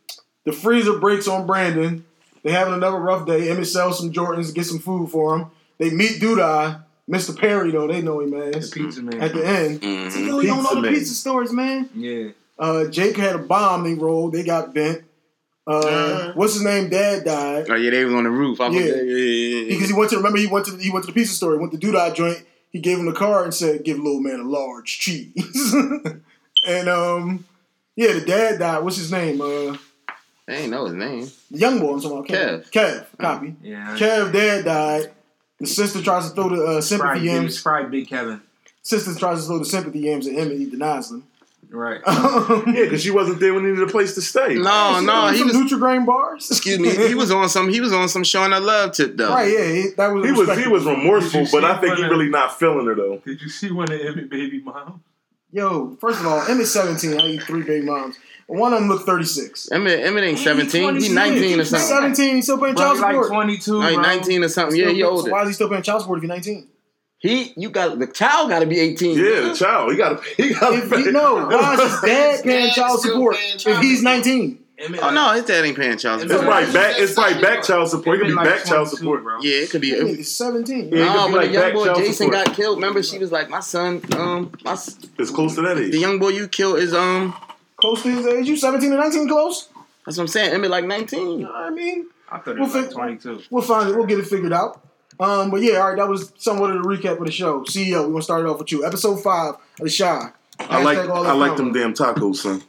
Speaker 5: The freezer breaks on Brandon. They having another rough day. Emmett sells some Jordans to get some food for him. They meet Dudai, Mr. Perry though they know him
Speaker 6: The
Speaker 5: man.
Speaker 6: pizza man.
Speaker 5: At the end,
Speaker 1: Mhm.
Speaker 5: you know he don't know
Speaker 3: Pizza
Speaker 5: the
Speaker 3: man.
Speaker 5: pizza stores, man.
Speaker 6: Yeah.
Speaker 5: Uh, Jake had a bomb they rolled. They got bent. Uh,
Speaker 1: Yeah.
Speaker 5: what's his name? Dad died
Speaker 1: Oh yeah, they was on the roof. I was,
Speaker 5: Yeah.
Speaker 1: yeah. Yeah, yeah, yeah.
Speaker 5: because he went to remember he went to he went to the pizza store. He went to Dudai joint. He gave him the card and said, "Give little man a large cheese." and um, yeah, the dad died. What's his name? Uh,
Speaker 1: They ain't know his name.
Speaker 5: the young boy. I'm talking about Kev. Kev, copy.
Speaker 6: Yeah.
Speaker 5: Kev dad died. The sister tries to throw the uh,
Speaker 6: It's probably,
Speaker 5: sympathy
Speaker 6: big,
Speaker 5: yams.
Speaker 6: it's probably Big Kevin.
Speaker 5: Sister tries to throw the sympathy yams at him, and he denies them.
Speaker 6: Right.
Speaker 5: Uh,
Speaker 3: Yeah, because she wasn't there when he needed a place to stay.
Speaker 1: No, Oh, no, he
Speaker 5: some
Speaker 1: was.
Speaker 5: Nutri-Grain bars.
Speaker 1: Excuse me. He was on some. He was on some showing that love tip though.
Speaker 5: right. Yeah, he, that was.
Speaker 3: He was he was remorseful,
Speaker 6: Did you
Speaker 3: but I
Speaker 6: see
Speaker 3: think he
Speaker 6: when, uh,
Speaker 3: really not feeling her though.
Speaker 6: Did you see one of Emmett baby mom?
Speaker 5: Yo, first of all, Emmett's seventeen. I eat three baby moms. One of them looked thirty-six.
Speaker 1: Emmett, Emmett ain't seventeen. He
Speaker 6: 26.
Speaker 1: nineteen or something.
Speaker 5: Seventeen. He still paying
Speaker 6: Bro,
Speaker 5: child
Speaker 6: he like
Speaker 5: support.
Speaker 6: 22.
Speaker 1: Like
Speaker 6: bro.
Speaker 1: nineteen or something. Yeah, he
Speaker 5: Still- So
Speaker 1: older.
Speaker 5: why is he still paying child support if he's nineteen?
Speaker 1: He, you got the child got to be eighteen.
Speaker 3: Yeah, the child. He got he got
Speaker 5: If he, no, why is his dad paying
Speaker 7: Dad
Speaker 5: child
Speaker 7: still
Speaker 5: support
Speaker 7: paying
Speaker 5: if
Speaker 7: child
Speaker 5: he's
Speaker 7: support.
Speaker 5: nineteen?
Speaker 6: Emmett
Speaker 1: Oh
Speaker 6: like-
Speaker 1: no, his dad ain't paying child
Speaker 6: It's
Speaker 3: It's
Speaker 1: support.
Speaker 3: probably back. It's probably back child support. It could
Speaker 6: Emmett
Speaker 3: be
Speaker 6: like
Speaker 3: back child
Speaker 6: 22,
Speaker 3: support.
Speaker 6: bro.
Speaker 1: Yeah, it could be.
Speaker 5: That
Speaker 1: It,
Speaker 5: nigga's seventeen.
Speaker 3: Yeah, it could
Speaker 1: no,
Speaker 3: be
Speaker 1: when
Speaker 3: like
Speaker 1: the young
Speaker 3: back
Speaker 1: boy
Speaker 3: child
Speaker 1: Jason
Speaker 3: support.
Speaker 1: got killed, remember she was like, my son, um, my s-
Speaker 3: It's close to that
Speaker 1: the
Speaker 3: age.
Speaker 1: young boy you killed is um.
Speaker 5: Close to his age. You seventeen and nineteen close.
Speaker 1: That's what I'm saying. Emmett like nineteen.
Speaker 5: I mean.
Speaker 6: I thought it
Speaker 5: Well,
Speaker 6: was like
Speaker 5: fi-
Speaker 6: 22.
Speaker 5: We'll find it. We'll get it figured out. Um, but yeah, all right. That was somewhat of the recap of the show. CEO, we gonna start it off with you. Episode five of the Shy.
Speaker 3: I like
Speaker 5: Hashtag all
Speaker 3: I like them
Speaker 5: drama.
Speaker 3: damn tacos, son.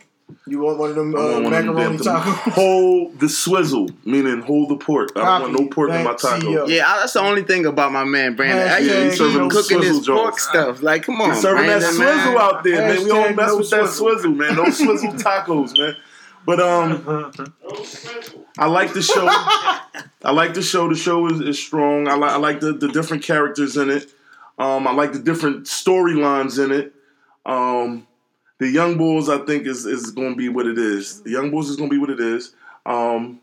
Speaker 5: You want one of them
Speaker 3: I
Speaker 5: uh,
Speaker 3: want one of them
Speaker 5: macaroni
Speaker 3: damn
Speaker 5: tacos?
Speaker 3: Hold the swizzle, meaning hold the pork. I don't want
Speaker 5: Copy E
Speaker 3: no pork in my
Speaker 5: that, CEO.
Speaker 3: taco.
Speaker 1: Yeah, I, that's the only thing about my man Brandon.
Speaker 5: Hashtag
Speaker 1: Actually,
Speaker 5: no
Speaker 1: serving cooking
Speaker 3: swizzle
Speaker 1: his pork
Speaker 3: joints.
Speaker 1: stuff. Like, come on,
Speaker 3: They serving that
Speaker 1: Brandon, man.
Speaker 3: swizzle out there, man. We
Speaker 5: Hashtag
Speaker 3: don't mess
Speaker 5: no
Speaker 3: with that
Speaker 5: swizzle.
Speaker 3: swizzle, man. No swizzle tacos, man. But um, I like the show. I like the show. The show is, is strong. I, li- I like the, the different characters in it. Um, I like the different storylines in it. Um, the Young Bulls, I think, is is going to be what it is. The Young Bulls is going to be what it is. Um,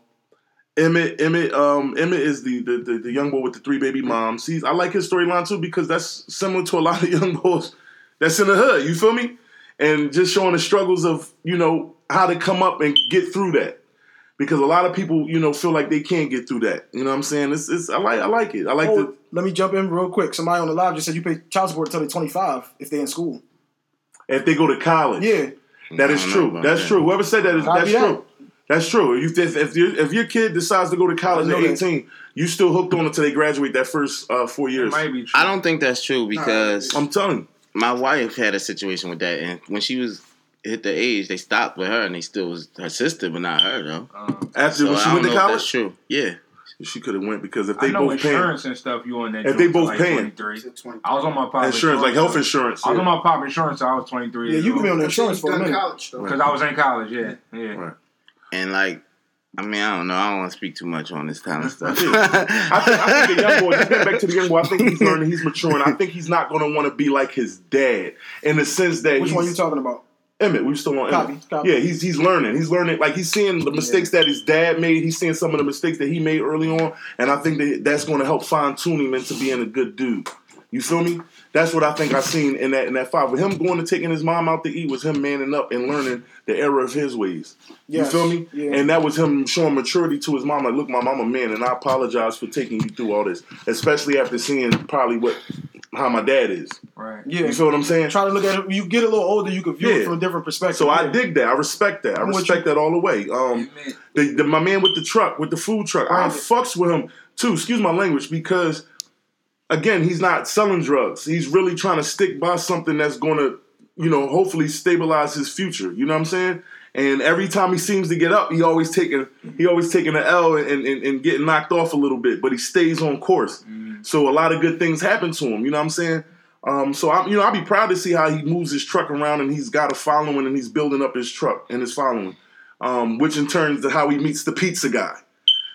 Speaker 3: Emmett, Emmett, um, Emmett is the, the the the young boy with the three baby moms. He's I like his storyline too because that's similar to a lot of young boys that's in the hood. You feel me? And just showing the struggles of you know how to come up and get through that because a lot of people you know feel like they can't get through that. You know what I'm saying? It's, it's I like I like it. I like
Speaker 5: Oh,
Speaker 3: the
Speaker 5: let me jump in real quick. Somebody on the live just said you pay child support until they're twenty five if they're in school.
Speaker 3: if they go to college.
Speaker 5: Yeah,
Speaker 3: That is
Speaker 1: I don't know
Speaker 3: true.
Speaker 1: about
Speaker 3: That's
Speaker 1: that.
Speaker 3: true. Whoever said that is
Speaker 5: Copy
Speaker 3: that's
Speaker 5: that.
Speaker 3: true. That's true. If if if, your if your kid decides to go to college
Speaker 5: I know
Speaker 3: at
Speaker 5: that.
Speaker 3: 18, you still hooked on until they graduate that first uh, four
Speaker 6: It
Speaker 3: years.
Speaker 6: might be true.
Speaker 1: I don't think that's true because
Speaker 3: I'm telling. you.
Speaker 1: my wife had a situation with that, and when she was hit the age, they stopped with her, and they still was her sister, but not her though.
Speaker 6: Um,
Speaker 3: After
Speaker 1: So
Speaker 3: when
Speaker 1: I
Speaker 3: she
Speaker 1: don't
Speaker 3: went to
Speaker 1: know if that's
Speaker 3: college,
Speaker 1: true. Yeah,
Speaker 3: she could have went because if
Speaker 6: I
Speaker 3: they
Speaker 6: know
Speaker 3: both paying
Speaker 6: insurance and stuff you on that.
Speaker 3: If they
Speaker 6: joint till,
Speaker 3: both
Speaker 6: like
Speaker 3: paying.
Speaker 6: 23.
Speaker 7: To
Speaker 5: Mm-hmm.
Speaker 7: 20.
Speaker 6: I was on my pop
Speaker 3: insurance, like health insurance,
Speaker 6: I was on
Speaker 3: yeah.
Speaker 6: my pop insurance. till I was 23.
Speaker 5: yeah. You can be on the insurance for a
Speaker 7: Done
Speaker 5: minute.
Speaker 7: college though.
Speaker 6: because I was in college. Yeah, yeah.
Speaker 3: Right.
Speaker 1: and like, I mean, I don't know. I don't want to speak too much on this kind of stuff.
Speaker 3: I think, I think the young boy, just get back to the young boy, I think he's learning, he's maturing. I think he's not going to want to be like his dad in the sense that
Speaker 5: Which
Speaker 3: he's,
Speaker 5: one you talking about?
Speaker 3: Emmett, we still on
Speaker 5: Copy,
Speaker 3: Emmett.
Speaker 5: copy.
Speaker 3: Yeah, he's he's learning. He's learning. Like he's seeing the mistakes that his dad made. He's seeing some of the mistakes that he made early on, and I think that that's going to help fine tune him into being a good dude. You feel me? That's what I think I seen in that in that five. With him going to taking his mom out to eat was him manning up and learning the error of his ways.
Speaker 5: Yes,
Speaker 3: You feel me?
Speaker 5: yeah.
Speaker 3: And that was him showing maturity to his mom. Like, look, mom, I'm a man, and I apologize for taking you through all this, especially after seeing probably what how my dad is.
Speaker 6: Right.
Speaker 5: Yeah,
Speaker 3: You feel what I'm saying?
Speaker 5: try to look at it. You get a little older, you can view it
Speaker 3: Yeah.
Speaker 5: from a different perspective.
Speaker 3: So I
Speaker 5: Yeah.
Speaker 3: dig that. I respect that. I
Speaker 5: I'm with
Speaker 3: respect that all the way. Um, the, the, my man with the truck, with the food truck, I
Speaker 5: Brandon.
Speaker 3: fucks with him too. Excuse my language, because again, he's not selling drugs. He's really trying to stick by something that's going to, you know, hopefully stabilize his future. You know what I'm saying? And every time he seems to get up, he always taking he always taking an L and, and, and getting knocked off a little bit, but he stays on course. So a lot of good things happen to him. You know what I'm saying? Um, so I'm, you know, I'd be proud to see how he moves his truck around and he's got a following and he's building up his truck and his following, um, which in turn is how he meets the pizza guy.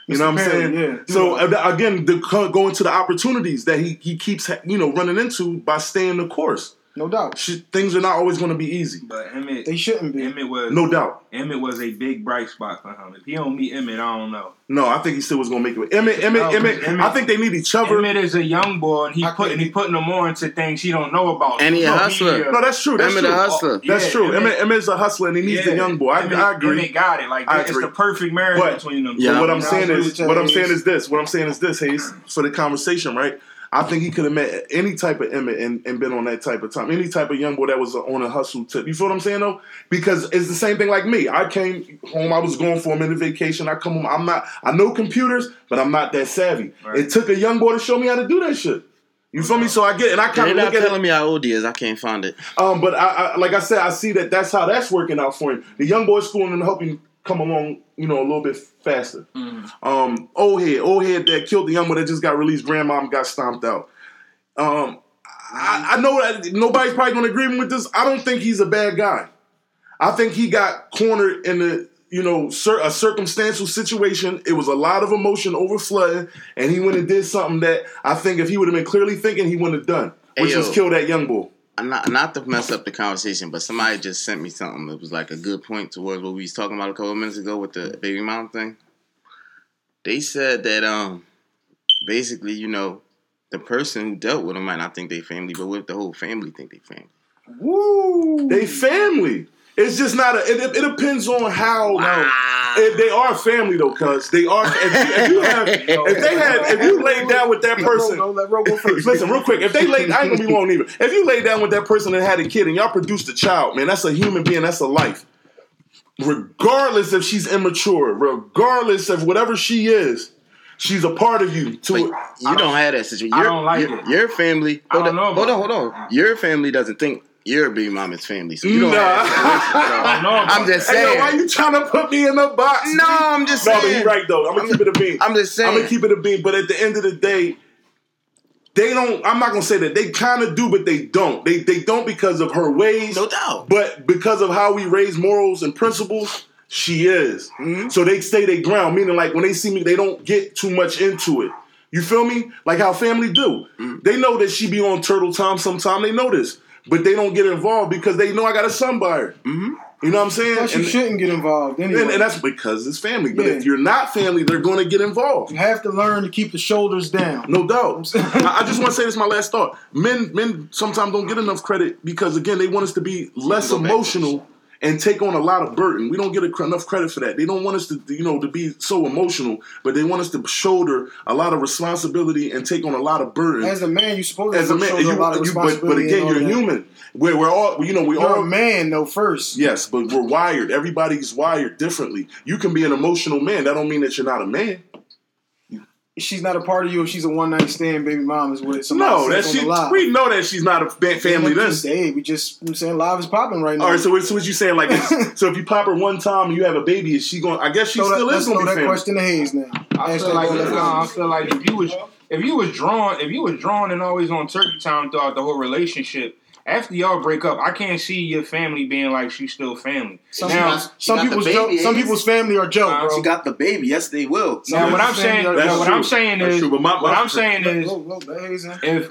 Speaker 3: You know what I'm
Speaker 5: Mr. Perry,
Speaker 3: saying?
Speaker 5: yeah.
Speaker 3: So uh, again, the, co- going to the opportunities that he, he keeps you know running into by staying the course.
Speaker 5: No doubt.
Speaker 3: Shit, things are not always going to be easy,
Speaker 6: But Emmett,
Speaker 5: They shouldn't be.
Speaker 6: Emmett was
Speaker 3: no doubt.
Speaker 6: Emmett was a big bright spot for him. If he don't meet Emmett, I don't know.
Speaker 3: No, I think he still was going to make it. Emmett, Emmett,
Speaker 6: No,
Speaker 3: Emmett,
Speaker 6: Emmett-
Speaker 3: I think they need each other.
Speaker 6: Emmett is a young boy, and he
Speaker 5: I
Speaker 6: putting he
Speaker 5: couldn't-
Speaker 6: putting them on to things he don't know about.
Speaker 1: And he a
Speaker 6: No,
Speaker 1: hustler.
Speaker 6: media.
Speaker 3: no, that's true. That's
Speaker 1: Emmett a
Speaker 3: true.
Speaker 1: hustler.
Speaker 3: That's
Speaker 6: Yeah,
Speaker 3: true.
Speaker 6: Emmett-
Speaker 3: Emmett, Emmett is a hustler and he needs the
Speaker 6: Yeah.
Speaker 3: young boy. I,
Speaker 6: Emmett-
Speaker 3: I agree.
Speaker 6: Emmett got it. Like
Speaker 3: I
Speaker 6: it's
Speaker 3: agree.
Speaker 6: the perfect marriage
Speaker 3: But-
Speaker 6: between them.
Speaker 1: Yeah.
Speaker 3: But what I'm
Speaker 5: Yeah,
Speaker 3: saying
Speaker 5: I
Speaker 3: is,
Speaker 5: agree with
Speaker 3: what I'm
Speaker 5: Hayes.
Speaker 3: saying is this. What I'm saying is this, Hayes, for the conversation, right? I think he could have met any type of Emmett and, and been on that type of time. Any type of young boy that was on a hustle tip. You feel what I'm saying though? Because it's the same thing like me. I came home, I was going for a minute vacation. I come home, I'm not, I know computers, but I'm not that savvy.
Speaker 6: Right.
Speaker 3: It took a young boy to show me how to do that shit. You feel me? So I get, and I kind
Speaker 1: They're
Speaker 3: of
Speaker 1: not
Speaker 3: look at it.
Speaker 1: telling me how old he is. I can't find it.
Speaker 3: Um, but I, I, like I said, I see that that's how that's working out for him. The young boy schooling and helping come along, you know, a little bit faster. Um, old head, old head that killed the young one that just got released. Grandmom got stomped out. Um, I, I know that nobody's probably going to agree with this. I don't think he's a bad guy. I think he got cornered in a you know cir- a circumstantial situation. It was a lot of emotion over flooding, and he went and did something that I think if he would have been clearly thinking, he wouldn't have done, which
Speaker 1: Ayo.
Speaker 3: was kill that young boy.
Speaker 1: I'm not not to mess up the conversation, but somebody just sent me something. It was like a good point towards what we was talking about a couple of minutes ago with the baby mom thing. They said that um basically, you know, the person who dealt with him might not think they family, but what if the whole family think they family?
Speaker 5: Woo!
Speaker 3: They family. It's just not a. It, it depends on how. If they are family though, cuz they are. If you, if you have, if they had, if you laid down with that person,
Speaker 5: Rogo, let Rogo go first.
Speaker 3: listen real quick. If they laid, I ain't gonna be long either. If you laid down with that person and had a kid and y'all produced a child, man, that's a human being. That's a life. Regardless if she's immature, regardless of whatever she is, she's a part of you. To
Speaker 1: But you don't have that situation.
Speaker 6: I
Speaker 1: Your,
Speaker 6: don't like
Speaker 1: your,
Speaker 6: it.
Speaker 1: Your family. Hold
Speaker 6: don't
Speaker 1: on,
Speaker 6: know
Speaker 1: hold on,
Speaker 6: about
Speaker 1: hold on. Your family doesn't think you're a baby mama's family, so you don't.
Speaker 3: nah.
Speaker 1: Have that situation,
Speaker 6: I don't know.
Speaker 1: bro. I'm just
Speaker 3: Hey, yo,
Speaker 1: saying.
Speaker 3: why you trying to put me in a box?
Speaker 1: no, I'm just
Speaker 3: No,
Speaker 1: saying.
Speaker 3: but he right though. I'm gonna keep it a bean.
Speaker 1: I'm just saying.
Speaker 3: I'm gonna keep it a bean. But at the end of the day, they don't. I'm not gonna say that they kind of do, but they don't. They they don't because of her ways,
Speaker 1: no doubt.
Speaker 3: but because of how we raise morals and principles. She is.
Speaker 1: Mm-hmm.
Speaker 3: So they stay their ground, meaning like when they see me, they don't get too much into it. You feel me? Like how family do.
Speaker 1: Mm-hmm.
Speaker 3: They know that she be on turtle time sometime. They know this, but they don't get involved because they know I got a son by her.
Speaker 1: Mm-hmm.
Speaker 3: You know what I'm saying?
Speaker 5: Plus, you
Speaker 3: And-
Speaker 5: shouldn't get involved anyway.
Speaker 3: and, and that's because it's family. But
Speaker 5: Yeah.
Speaker 3: if you're not family, they're going to get involved.
Speaker 5: you have to learn to keep the shoulders down.
Speaker 3: No doubt. I, I just want to say this. is My last thought: men, men sometimes don't get enough credit because again, they want us to be less
Speaker 1: go back to
Speaker 3: emotional and take on a lot of burden. We don't get a, enough credit for that. They don't want us to, you know, to be so emotional, but they want us to shoulder a lot of responsibility and take on a lot of burden.
Speaker 5: As a man, you're supposed to
Speaker 3: As a man,
Speaker 5: shoulder
Speaker 3: you,
Speaker 5: a lot of
Speaker 3: you- but, but
Speaker 5: responsibility
Speaker 3: again,
Speaker 5: and all
Speaker 3: you're
Speaker 5: that.
Speaker 3: human. We're, we're all, you know, we
Speaker 5: You're
Speaker 3: all
Speaker 5: a man though first.
Speaker 3: Yes, but we're wired. Everybody's wired differently. You can be an emotional man. That don't mean that you're not a man.
Speaker 5: She's not a part of you if she's a one night stand baby mom is what somebody
Speaker 3: No, that
Speaker 5: says on
Speaker 3: she.
Speaker 5: the live.
Speaker 3: We know that she's not a fa- family.
Speaker 5: At the end of
Speaker 3: This.
Speaker 5: the day, we just you know what I'm saying live is popping right now.
Speaker 3: All right. So, what- so what you saying? Like, it's- so if you pop her one time and you have a baby, is she going? to I guess she
Speaker 5: throw
Speaker 3: still
Speaker 5: that,
Speaker 3: is
Speaker 5: let's
Speaker 3: going
Speaker 5: throw
Speaker 3: to be
Speaker 5: that
Speaker 3: family.
Speaker 5: question to Hayes now.
Speaker 6: I
Speaker 5: Ask
Speaker 6: feel
Speaker 5: that
Speaker 6: like
Speaker 5: boy that
Speaker 1: uh,
Speaker 6: nah, I
Speaker 5: question.
Speaker 6: feel like if you was if you was drawn if you was drawn and always on turkey time throughout the whole relationship. After y'all break up, I can't see your family being like she's still family.
Speaker 5: Some,
Speaker 6: now,
Speaker 5: people's, some,
Speaker 1: got the
Speaker 5: people's
Speaker 1: baby,
Speaker 5: joke, some
Speaker 1: Hayes.
Speaker 5: people's family are joke,
Speaker 6: Nah,
Speaker 5: bro.
Speaker 1: She got the baby. Yes, they will.
Speaker 5: Some
Speaker 6: now what
Speaker 5: people's
Speaker 6: I'm saying,
Speaker 5: family are
Speaker 3: That's
Speaker 6: now
Speaker 5: joke.
Speaker 6: what
Speaker 3: true.
Speaker 6: I'm saying
Speaker 3: That's
Speaker 6: is,
Speaker 3: true, but my-
Speaker 6: what
Speaker 3: my-
Speaker 6: I'm saying is,
Speaker 5: Look, look, look, Hayes, huh?
Speaker 6: if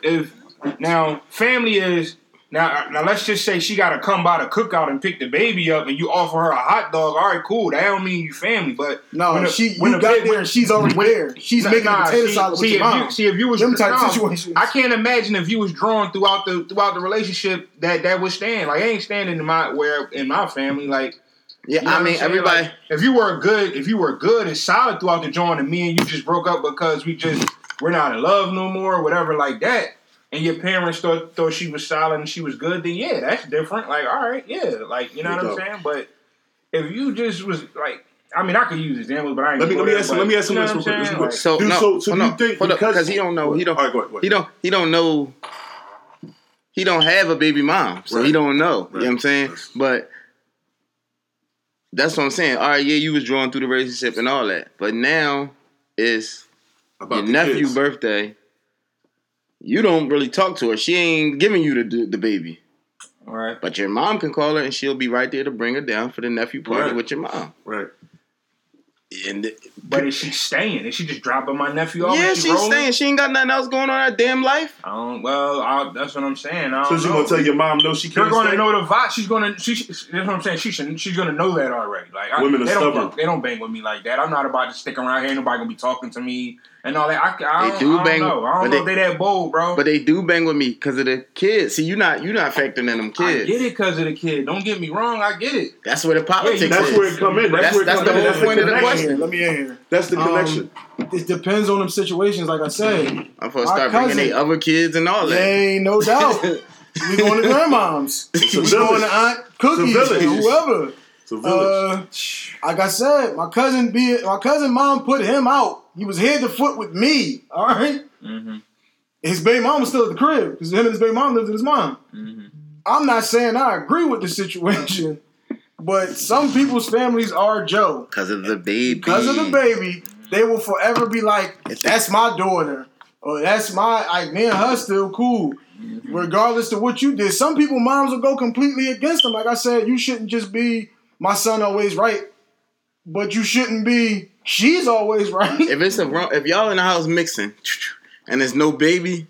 Speaker 6: if now family is now now let's just say she got to come by the cookout and pick the baby up, and you offer her a hot dog. All right, cool. That don't mean you family, but
Speaker 5: No,
Speaker 6: when a-
Speaker 5: she you
Speaker 6: when a
Speaker 5: got
Speaker 6: baby-
Speaker 5: there and she's already there. She's making
Speaker 6: Nah,
Speaker 5: a potato
Speaker 6: see-
Speaker 5: salad
Speaker 6: see,
Speaker 5: with your
Speaker 6: if you-
Speaker 5: mom.
Speaker 6: see if you was
Speaker 5: Them type
Speaker 6: nah,
Speaker 5: situations.
Speaker 6: I can't imagine if you was drawn throughout the throughout the relationship that that would stand. Like I ain't standing in my where in my family. Like
Speaker 1: Yeah,
Speaker 6: you know
Speaker 1: I
Speaker 6: what I'm
Speaker 1: mean
Speaker 6: saying?
Speaker 1: everybody.
Speaker 6: Like, if you were good, if you were good and solid throughout the joint, and me and you just broke up because we just we're not in love no more, or whatever like that, and your parents thought thought she was solid and she was good, then yeah, that's different. Like all right, yeah, like you know what I'm
Speaker 3: Yeah.
Speaker 6: saying. But if you just was like, I mean, I could use examples, but I ain't
Speaker 3: Let me
Speaker 6: gonna
Speaker 3: let me
Speaker 6: go
Speaker 3: ask
Speaker 6: there,
Speaker 3: him. Let
Speaker 6: but
Speaker 3: me ask him
Speaker 6: you know
Speaker 3: this real
Speaker 6: what I'm
Speaker 3: quick. this
Speaker 1: So
Speaker 3: real quick.
Speaker 6: saying? Like,
Speaker 3: Dude,
Speaker 1: no,
Speaker 3: so so
Speaker 1: hold
Speaker 3: you
Speaker 1: on,
Speaker 3: think
Speaker 1: hold up,
Speaker 3: because
Speaker 1: 'cause he don't know, he don't-
Speaker 3: All right, go ahead. Go ahead.
Speaker 1: he don't he don't know he don't have a baby mom so he
Speaker 3: Right.
Speaker 1: don't know you know what i'm
Speaker 3: Right.
Speaker 1: saying but that's what i'm saying all right yeah you was drawn through the relationship and all that but now it's
Speaker 3: About
Speaker 1: your
Speaker 3: the
Speaker 1: nephew
Speaker 3: kids.
Speaker 1: birthday you don't really talk to her she ain't giving you the, the baby
Speaker 6: all right.
Speaker 1: but your mom can call her and she'll be right there to bring her down for the nephew party
Speaker 3: Right.
Speaker 1: with your mom
Speaker 3: Right.
Speaker 1: And th-
Speaker 6: But is she staying? Is she just dropping my nephew off?
Speaker 1: yeah,
Speaker 6: and she
Speaker 1: she's
Speaker 6: rolling?
Speaker 1: staying. She ain't got nothing else going on in her damn life.
Speaker 6: I don't, well, I, that's what I'm saying. I
Speaker 3: So
Speaker 6: don't
Speaker 3: she
Speaker 6: know.
Speaker 3: gonna tell your mom no, she
Speaker 6: You're
Speaker 3: can't
Speaker 6: going
Speaker 3: stay?
Speaker 6: to know the vibe. She's going to. She, she- that's what I'm saying. She should. She's going to know that already. Like I,
Speaker 3: Women are
Speaker 6: they don't
Speaker 3: stubborn.
Speaker 6: fuck- they don't bang with me like that. I'm not about to stick around here. Ain't nobody gonna be talking to me and all that. I, I,
Speaker 1: They
Speaker 6: don't,
Speaker 1: do
Speaker 6: I don't
Speaker 1: bang-
Speaker 6: know. I
Speaker 1: but
Speaker 6: don't know
Speaker 1: they-
Speaker 6: if they that bold, bro.
Speaker 1: But they do bang with me because of the kids. See, you not you not factoring in them
Speaker 6: I
Speaker 1: kids.
Speaker 6: get it because of the kid. Don't get me wrong. I get it.
Speaker 1: That's where the politics
Speaker 6: Yeah, you-
Speaker 3: That's
Speaker 1: is.
Speaker 3: where it come in. That's,
Speaker 1: That's-
Speaker 3: where it
Speaker 1: that's
Speaker 3: come
Speaker 1: the
Speaker 3: in.
Speaker 1: whole point of the
Speaker 5: Let me in
Speaker 3: connection.
Speaker 5: here, Let me in here.
Speaker 3: That's the
Speaker 5: Um,
Speaker 3: connection.
Speaker 5: It depends on them situations, like I said.
Speaker 1: I'm gonna
Speaker 5: My
Speaker 1: start bringing
Speaker 5: cousin-
Speaker 1: they other kids and all that.
Speaker 5: Hey, no doubt. we going to grandmoms.
Speaker 3: It's a
Speaker 5: we going
Speaker 3: village.
Speaker 5: to Aunt Cookies
Speaker 3: It's a
Speaker 5: or
Speaker 3: village.
Speaker 5: whoever.
Speaker 3: It's a village.
Speaker 5: Uh, like I said, my cousin be my cousin mom put him out. He was head to foot with me. All right.
Speaker 6: Mm-hmm.
Speaker 5: His baby mom was still at the crib because him and his baby mom lived with his mom.
Speaker 6: Mm-hmm.
Speaker 5: I'm not saying I agree with the situation, but some people's families are Joe.
Speaker 1: Because of the baby.
Speaker 5: Because of the baby, they will forever be like, that's my daughter. Or that's my, like, me and her still cool.
Speaker 1: Mm-hmm.
Speaker 5: Regardless of what you did. Some people, moms will go completely against them. Like I said, you shouldn't just be, my son always right. But you shouldn't be, she's always right.
Speaker 1: If it's a wrong, if y'all in the house mixing and there's no baby,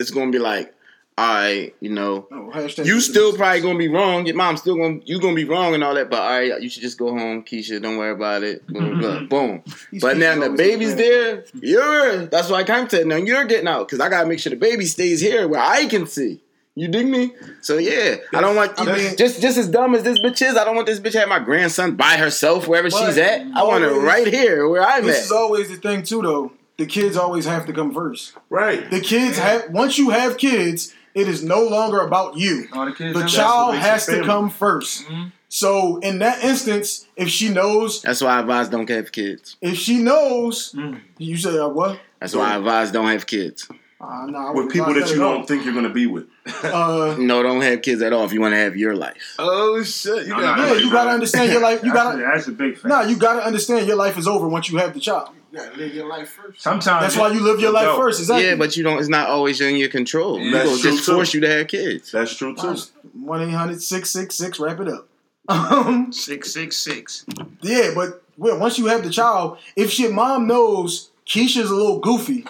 Speaker 1: it's gonna be like, all right, you know,
Speaker 5: Oh, hashtag-
Speaker 1: you still probably gonna be wrong. Your mom's still gonna you gonna be wrong and all that. But all right, you should just go home, Keisha. Don't worry about it. Blah, blah, blah.
Speaker 5: Mm-hmm.
Speaker 1: Boom.
Speaker 5: These
Speaker 1: But
Speaker 5: kids
Speaker 1: now the
Speaker 5: always get
Speaker 1: baby's
Speaker 5: mad.
Speaker 1: there. You're that's why I came to. Now you're getting out because I gotta make sure the baby stays here where I can see. You dig me? So yeah, I don't want
Speaker 5: I mean-
Speaker 1: just just as dumb as this bitch is. I don't want this bitch to have my grandson by herself wherever
Speaker 5: But
Speaker 1: she's at. I want her
Speaker 5: always-
Speaker 1: right here where I'm
Speaker 5: This is
Speaker 1: at.
Speaker 5: always the thing, too, though. The kids always have to come first.
Speaker 3: right.
Speaker 5: The kids have, once you have kids, it is no longer about you.
Speaker 6: All the kids.
Speaker 5: the
Speaker 6: have-
Speaker 5: child
Speaker 3: makes it
Speaker 5: has to
Speaker 3: family.
Speaker 5: come 1st
Speaker 6: Mhm.
Speaker 5: So in that instance, if she knows,
Speaker 1: That's why I advise don't have kids.
Speaker 5: if she knows,
Speaker 6: Mm.
Speaker 5: you say uh, what?
Speaker 1: That's why I advise don't have kids.
Speaker 5: Uh, no, I
Speaker 3: With
Speaker 5: wouldn't
Speaker 3: people
Speaker 5: advise
Speaker 3: that you
Speaker 5: at all.
Speaker 3: don't think you're gonna be with.
Speaker 5: Uh,
Speaker 1: No, don't have kids at all if you want to have your life.
Speaker 3: Oh shit! You
Speaker 6: I'm not-
Speaker 5: yeah, you gotta understand your life. You
Speaker 6: That's, a,
Speaker 5: gotta
Speaker 6: that's a big thing.
Speaker 5: no, you gotta understand your life is over once you have the child.
Speaker 7: You gotta live your life first.
Speaker 6: Sometimes
Speaker 5: That's why you live your life
Speaker 6: Yo,
Speaker 5: first. Exactly.
Speaker 1: Yeah, but you don't. It's not always in your control. You
Speaker 3: That's
Speaker 1: go
Speaker 3: true,
Speaker 1: just
Speaker 3: too.
Speaker 1: force you to have kids.
Speaker 3: That's true too.
Speaker 5: one 666 Wrap it up. Um,
Speaker 4: Six six six.
Speaker 5: yeah, but well, once you have the child, if your mom knows Keisha's a little goofy,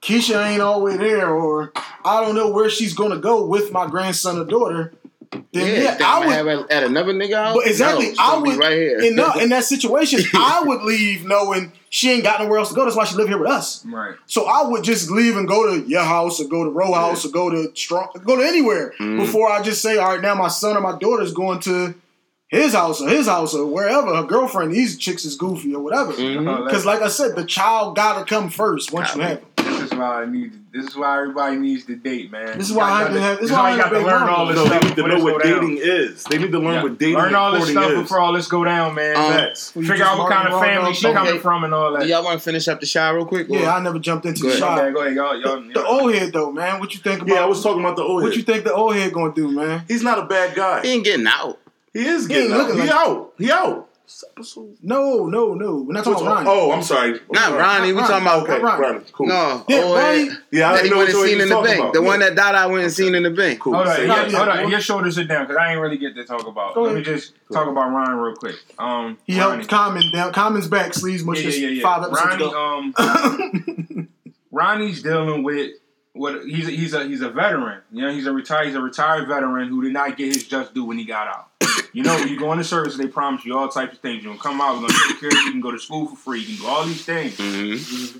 Speaker 5: Keisha ain't always there, or I don't know where she's gonna go with my grandson or daughter,
Speaker 1: Yeah,
Speaker 5: then
Speaker 1: you
Speaker 5: yeah,
Speaker 1: think
Speaker 5: I
Speaker 1: I'm
Speaker 5: would
Speaker 1: gonna have at, at another nigga house.
Speaker 5: But exactly,
Speaker 1: No, she's
Speaker 5: I
Speaker 1: gonna be
Speaker 5: would
Speaker 1: right here.
Speaker 5: in, that- in that situation, I would leave knowing she ain't got nowhere else to go. That's why she live here with us.
Speaker 6: Right.
Speaker 5: So I would just leave and go to your house or go to row house or go to strong, go to anywhere
Speaker 3: Mm-hmm.
Speaker 5: before I just say, all right, now my son or my daughter's going to his house or his house or wherever her girlfriend. These chicks is goofy or whatever.
Speaker 3: Mm-hmm.
Speaker 1: Mm-hmm.
Speaker 6: All that-
Speaker 5: Because Mm-hmm, like I said, the child gotta come first once you
Speaker 1: Copy.
Speaker 5: have. It.
Speaker 6: This is why I need. This is why everybody needs to date, man.
Speaker 5: This is why I
Speaker 6: Y'all
Speaker 5: have to
Speaker 6: gotta-
Speaker 5: have- this is
Speaker 6: is
Speaker 5: why I
Speaker 6: you
Speaker 5: have
Speaker 6: got
Speaker 5: to
Speaker 6: to
Speaker 5: date
Speaker 6: learn
Speaker 5: mama.
Speaker 6: all this
Speaker 3: No, they
Speaker 6: stuff.
Speaker 3: need to
Speaker 6: before
Speaker 3: know
Speaker 6: this
Speaker 3: what
Speaker 6: go down.
Speaker 3: dating is. They need to learn
Speaker 6: Yeah.
Speaker 3: what dating
Speaker 6: Learn
Speaker 3: and
Speaker 6: all this
Speaker 3: courting
Speaker 6: stuff
Speaker 3: is.
Speaker 6: before all this go down, man.
Speaker 1: Um,
Speaker 3: Facts.
Speaker 5: You
Speaker 6: Figure
Speaker 5: just
Speaker 6: out what kind of
Speaker 5: marking
Speaker 6: family
Speaker 5: wrong
Speaker 6: she
Speaker 5: numbers.
Speaker 6: coming
Speaker 1: Okay.
Speaker 6: from and all
Speaker 1: Do
Speaker 6: that.
Speaker 1: y'all want to finish up the shower real quick? or-
Speaker 5: Yeah, I never jumped into
Speaker 1: Go
Speaker 5: the
Speaker 1: ahead.
Speaker 6: My bad,
Speaker 5: shop.
Speaker 6: go ahead, y'all. y'all,
Speaker 5: The old head though, man. What you think about?
Speaker 3: Yeah, I was talking about the old
Speaker 5: what you
Speaker 3: head.
Speaker 5: think the old head gonna do, man?
Speaker 3: He's not a bad
Speaker 1: he
Speaker 3: guy.
Speaker 1: ain't getting out.
Speaker 3: He is
Speaker 5: He ain't
Speaker 3: getting out.
Speaker 5: looking
Speaker 3: He
Speaker 5: like-
Speaker 3: out. He out. This episode-
Speaker 5: No, no, no. We're not talking about Ronnie.
Speaker 3: Oh, I'm sorry.
Speaker 1: Not
Speaker 3: Okay.
Speaker 1: Ronnie. We
Speaker 5: Not
Speaker 1: talking about
Speaker 5: Ronnie.
Speaker 3: Okay,
Speaker 5: Ronnie.
Speaker 3: Ronnie. Cool.
Speaker 1: no.
Speaker 5: Yeah,
Speaker 1: oh,
Speaker 5: Ronnie-
Speaker 1: that-
Speaker 3: Yeah, I
Speaker 1: that
Speaker 3: didn't
Speaker 1: he
Speaker 3: know what
Speaker 1: wasn't
Speaker 3: you
Speaker 1: seen
Speaker 3: were
Speaker 1: in the
Speaker 3: talking
Speaker 1: bank.
Speaker 3: about.
Speaker 1: The one that died, I wasn't seen in the bank.
Speaker 3: Cool.
Speaker 6: Hold on,
Speaker 3: Say
Speaker 6: yeah,
Speaker 3: yes.
Speaker 6: hold
Speaker 5: Yeah.
Speaker 6: on. Your shoulders are down because I ain't really get to talk about.
Speaker 5: Go
Speaker 6: Let me
Speaker 5: ahead.
Speaker 6: just talk about Ryan real quick. Um,
Speaker 5: He
Speaker 6: Ronnie.
Speaker 5: helped Common down. Common's back, sleeves much
Speaker 6: yeah,
Speaker 5: as
Speaker 6: yeah, yeah, yeah.
Speaker 5: five episodes
Speaker 6: Ronnie,
Speaker 5: ago.
Speaker 6: um, Ronnie's dealing with what he's a, he's a he's a veteran. You know, he's a retired he's a retired veteran who did not get his just due when he got out. You know, when you go into service, they promise you all types of things. You're gonna come out, we're gonna take care of you, you can go to school for free, you can do all these things.
Speaker 1: Mm-hmm.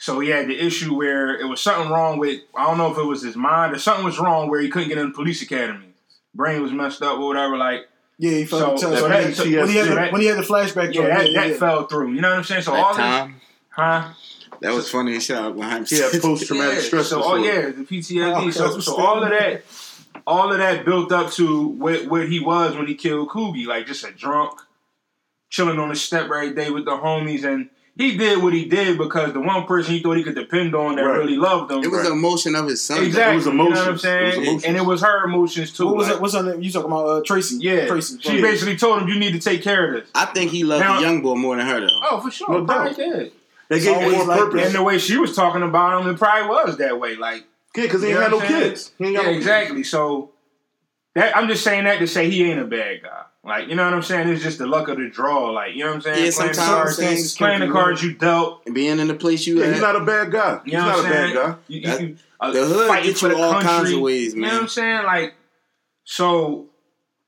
Speaker 6: So he had the issue where it was something wrong with I don't know if it was his mind or something was wrong where he couldn't get in the police academy. Brain was messed up or whatever, like
Speaker 5: yeah, he felt
Speaker 6: So-
Speaker 5: the
Speaker 6: so
Speaker 5: touch. when,
Speaker 6: that-
Speaker 5: he had
Speaker 6: so
Speaker 5: the,
Speaker 6: that-
Speaker 5: when he had the flashback,
Speaker 6: yeah,
Speaker 5: joint,
Speaker 6: that,
Speaker 5: yeah,
Speaker 6: that
Speaker 5: yeah.
Speaker 6: fell through. You know what I'm saying? So all
Speaker 1: That
Speaker 6: this
Speaker 1: time,
Speaker 6: huh?
Speaker 1: that was funny as shit when Hype
Speaker 3: Yeah,
Speaker 1: said-
Speaker 3: post traumatic
Speaker 6: Yeah,
Speaker 3: stress
Speaker 6: So, oh
Speaker 3: disorder.
Speaker 6: yeah, the PTSD.
Speaker 5: Oh,
Speaker 6: so,
Speaker 5: okay.
Speaker 6: so all of that, all of that built up to what, what he was when he killed Coogie, like just a drunk, chilling on the step every day with the homies, and he did what he did because the one person he thought he could depend on that
Speaker 3: Right.
Speaker 6: really loved him.
Speaker 1: It was the emotion of his son.
Speaker 6: exactly.
Speaker 3: It was
Speaker 6: You know what
Speaker 3: emotions.
Speaker 6: I'm
Speaker 3: It was
Speaker 6: saying?
Speaker 3: emotions.
Speaker 6: and it was her emotions too.
Speaker 5: What was
Speaker 6: like,
Speaker 5: it? What's her name? You talking about uh, Tracy?
Speaker 6: Yeah,
Speaker 5: Tracy.
Speaker 6: she
Speaker 5: right.
Speaker 6: basically told him, "You need to take care of this."
Speaker 1: I think he loved
Speaker 6: Now-
Speaker 1: the young boy more than her though.
Speaker 6: Oh, for sure,
Speaker 3: No
Speaker 6: probably
Speaker 3: doubt.
Speaker 6: did.
Speaker 3: They gave him
Speaker 5: always
Speaker 3: more
Speaker 5: like
Speaker 3: purpose.
Speaker 6: And the way she was talking about him, it probably was that way. Like.
Speaker 3: Yeah, because he ain't
Speaker 6: You
Speaker 3: got
Speaker 6: know
Speaker 3: no
Speaker 6: what I'm saying?
Speaker 3: kids. He ain't got
Speaker 6: Yeah,
Speaker 3: no kids.
Speaker 6: exactly. So that I'm just saying that to say he ain't a bad guy. Like, you know what I'm saying? It's just the luck of the draw. Like, you know what I'm saying?
Speaker 1: Yeah,
Speaker 6: playing the
Speaker 1: sometimes
Speaker 6: cards,
Speaker 1: things
Speaker 6: playing the cards you dealt.
Speaker 1: being in the place you
Speaker 3: Yeah,
Speaker 1: at.
Speaker 3: he's not a bad guy.
Speaker 6: You
Speaker 3: he's
Speaker 6: know
Speaker 3: not
Speaker 6: what
Speaker 3: a
Speaker 6: I'm saying?
Speaker 3: bad guy.
Speaker 6: You,
Speaker 1: That-
Speaker 6: you, uh,
Speaker 1: the hood
Speaker 6: fighting
Speaker 1: gets
Speaker 6: for
Speaker 1: you
Speaker 6: the
Speaker 1: all
Speaker 6: country.
Speaker 1: kinds of ways,
Speaker 6: You know what
Speaker 1: man.
Speaker 6: I'm saying? Like, so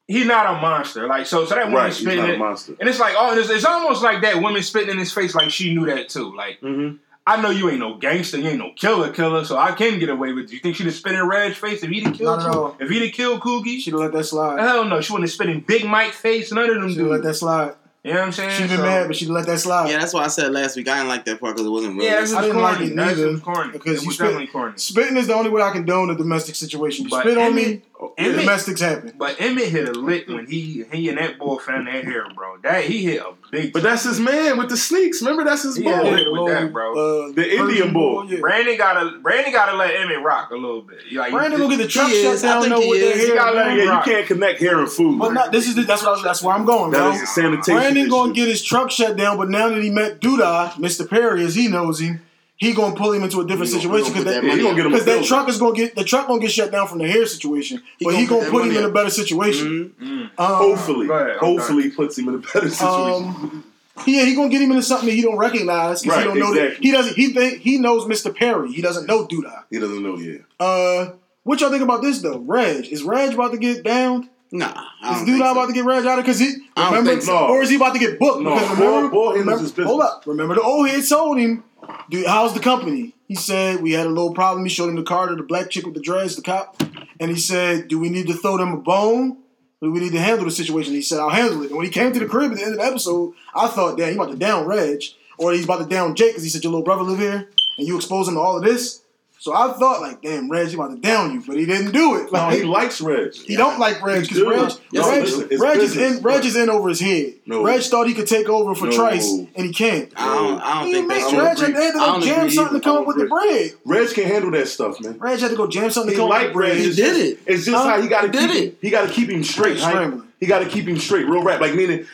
Speaker 6: he's not a monster. Like, so so that woman
Speaker 3: Right, he's
Speaker 6: spitting
Speaker 3: not a
Speaker 6: it,
Speaker 3: monster.
Speaker 6: and it's like, oh, it's, it's almost like that woman spitting in his face, like she knew that too. Like,
Speaker 3: Mm-hmm.
Speaker 6: I know you ain't no gangster, you ain't no killer, killer, so I can get away with. it. You think she'd have spit in Red's face if he'd have killed?
Speaker 5: Not at
Speaker 6: Coog-
Speaker 5: all.
Speaker 6: If he'd have killed Cookie,
Speaker 5: She'd have let that slide.
Speaker 6: hell no, she wouldn't have spit in Big Mike face. None of them
Speaker 5: She'd have let
Speaker 6: dudes.
Speaker 5: that slide.
Speaker 6: You know what I'm saying?
Speaker 5: She'd been
Speaker 6: So-
Speaker 5: mad, but she'd have let that slide.
Speaker 1: Yeah, that's why I said last week I didn't like that part because it wasn't real.
Speaker 6: yeah, it was
Speaker 5: I didn't
Speaker 6: corny.
Speaker 5: like it
Speaker 6: That shit
Speaker 5: neither,
Speaker 6: was corny.
Speaker 5: because
Speaker 6: it
Speaker 5: you
Speaker 6: was
Speaker 5: spit-
Speaker 6: definitely corny.
Speaker 5: Spitting is the only way I condone a domestic situation. You
Speaker 6: But
Speaker 5: spit on me,
Speaker 6: Emmett-
Speaker 5: the
Speaker 6: Emmett-
Speaker 5: domestics happen.
Speaker 6: But Emmett hit a lick when he he and that boy found that hair, bro. That he hit a big.
Speaker 3: But that's his man with the sneaks. Remember, that's his
Speaker 6: he
Speaker 3: boy.
Speaker 6: hit a lick
Speaker 5: Yeah,
Speaker 6: with that, bro.
Speaker 5: Uh,
Speaker 3: The Indian
Speaker 5: Persian
Speaker 3: bull.
Speaker 5: Yeah.
Speaker 6: Brandon gotta Brandon gotta let Emmett rock a little bit. Like,
Speaker 5: Brandon gonna get the truck
Speaker 1: He is.
Speaker 5: shut
Speaker 1: I
Speaker 5: down
Speaker 1: think
Speaker 5: though
Speaker 1: he
Speaker 5: with
Speaker 1: is.
Speaker 5: their
Speaker 1: He
Speaker 5: hair.
Speaker 6: gotta let
Speaker 5: man.
Speaker 6: him
Speaker 3: yeah,
Speaker 6: Right.
Speaker 3: you can't connect hair and food.
Speaker 5: But not, this is the, that's what I, was- that's where I'm going,
Speaker 3: That
Speaker 5: bro.
Speaker 3: is a sanitation
Speaker 5: Brandon
Speaker 3: issue.
Speaker 5: gonna get his truck shut down, but now that he met Duda, Mr. Perry, as he knows him, he gonna pull him into a different
Speaker 1: He gonna-
Speaker 5: situation
Speaker 1: he gonna put
Speaker 5: because that
Speaker 1: that
Speaker 3: Yeah, you gonna get him a
Speaker 5: because that
Speaker 3: building.
Speaker 5: truck is gonna get the truck gonna get shut down from the hair situation,
Speaker 1: He
Speaker 5: but
Speaker 1: gonna
Speaker 5: he
Speaker 1: put
Speaker 5: gonna
Speaker 1: that
Speaker 5: put him
Speaker 1: money
Speaker 5: in a
Speaker 1: up.
Speaker 5: better situation.
Speaker 1: Mhm.
Speaker 6: mm,
Speaker 5: Um,
Speaker 3: Hopefully,
Speaker 6: Go ahead, okay.
Speaker 3: hopefully, he puts him in a better situation.
Speaker 5: Um, yeah, he gonna get him into something that he don't recognize because
Speaker 3: Right,
Speaker 5: he don't know that
Speaker 3: exactly.
Speaker 5: he doesn't. He think he knows Mr. Perry. He doesn't know Duda.
Speaker 3: he doesn't know yet.
Speaker 5: Uh, what y'all think about this though? Reg is Reg about to get downed?
Speaker 1: Nah, I
Speaker 5: Is
Speaker 1: don't
Speaker 5: Duda
Speaker 1: think so.
Speaker 5: about to get Reg out of because he
Speaker 1: I don't
Speaker 5: remember,
Speaker 1: think so.
Speaker 5: or is he about to get booked?
Speaker 3: No,
Speaker 5: because
Speaker 3: Boy-
Speaker 5: remember,
Speaker 3: Boy handles
Speaker 5: remember-
Speaker 3: his business.
Speaker 5: hold up. Remember the old head told him, "Dude, how's the company?" He said we had a little problem. He showed him the card of the black chick with the dreads, the cop, and he said, "Do we need to throw them a bone?" Do We need to handle the situation. He said, I'll handle it. And when he came to the crib at the end of the episode, I thought, damn, he about to down Reg, or he's about to down Jake because he said, Your little brother live here, and you expose him to all of this. So I thought, like, damn, Reg, he about to down you, but he didn't do it.
Speaker 3: No,
Speaker 5: Like,
Speaker 3: he likes Reg.
Speaker 5: he don't like Reg because
Speaker 3: do.
Speaker 5: Reg,
Speaker 3: No,
Speaker 5: Reg,
Speaker 3: listen, it's
Speaker 5: Reg is
Speaker 3: business.
Speaker 5: in Reg is in over his head.
Speaker 3: No.
Speaker 5: Reg thought he could take over for
Speaker 3: No.
Speaker 5: Trice, and he can't.
Speaker 1: I don't, I don't
Speaker 5: He
Speaker 1: think that's
Speaker 5: makes
Speaker 1: true.
Speaker 5: Reg at the end
Speaker 1: I
Speaker 5: of
Speaker 1: don't
Speaker 5: the jam
Speaker 1: agree
Speaker 5: something to
Speaker 1: either.
Speaker 5: come up with the bread.
Speaker 3: Reg can handle that stuff, man.
Speaker 5: Reg had to go jam something
Speaker 3: He
Speaker 5: to come up
Speaker 3: like
Speaker 5: with the
Speaker 3: Reg.
Speaker 5: bread.
Speaker 1: He
Speaker 3: It's
Speaker 1: did
Speaker 3: just-
Speaker 1: it.
Speaker 3: It's just
Speaker 5: Huh?
Speaker 3: how he got to
Speaker 1: He did
Speaker 3: keep
Speaker 1: it.
Speaker 3: He got to keep him straight.
Speaker 5: He's
Speaker 3: Hype.
Speaker 5: scrambling.
Speaker 3: He got to keep him straight, real rap. Like meaning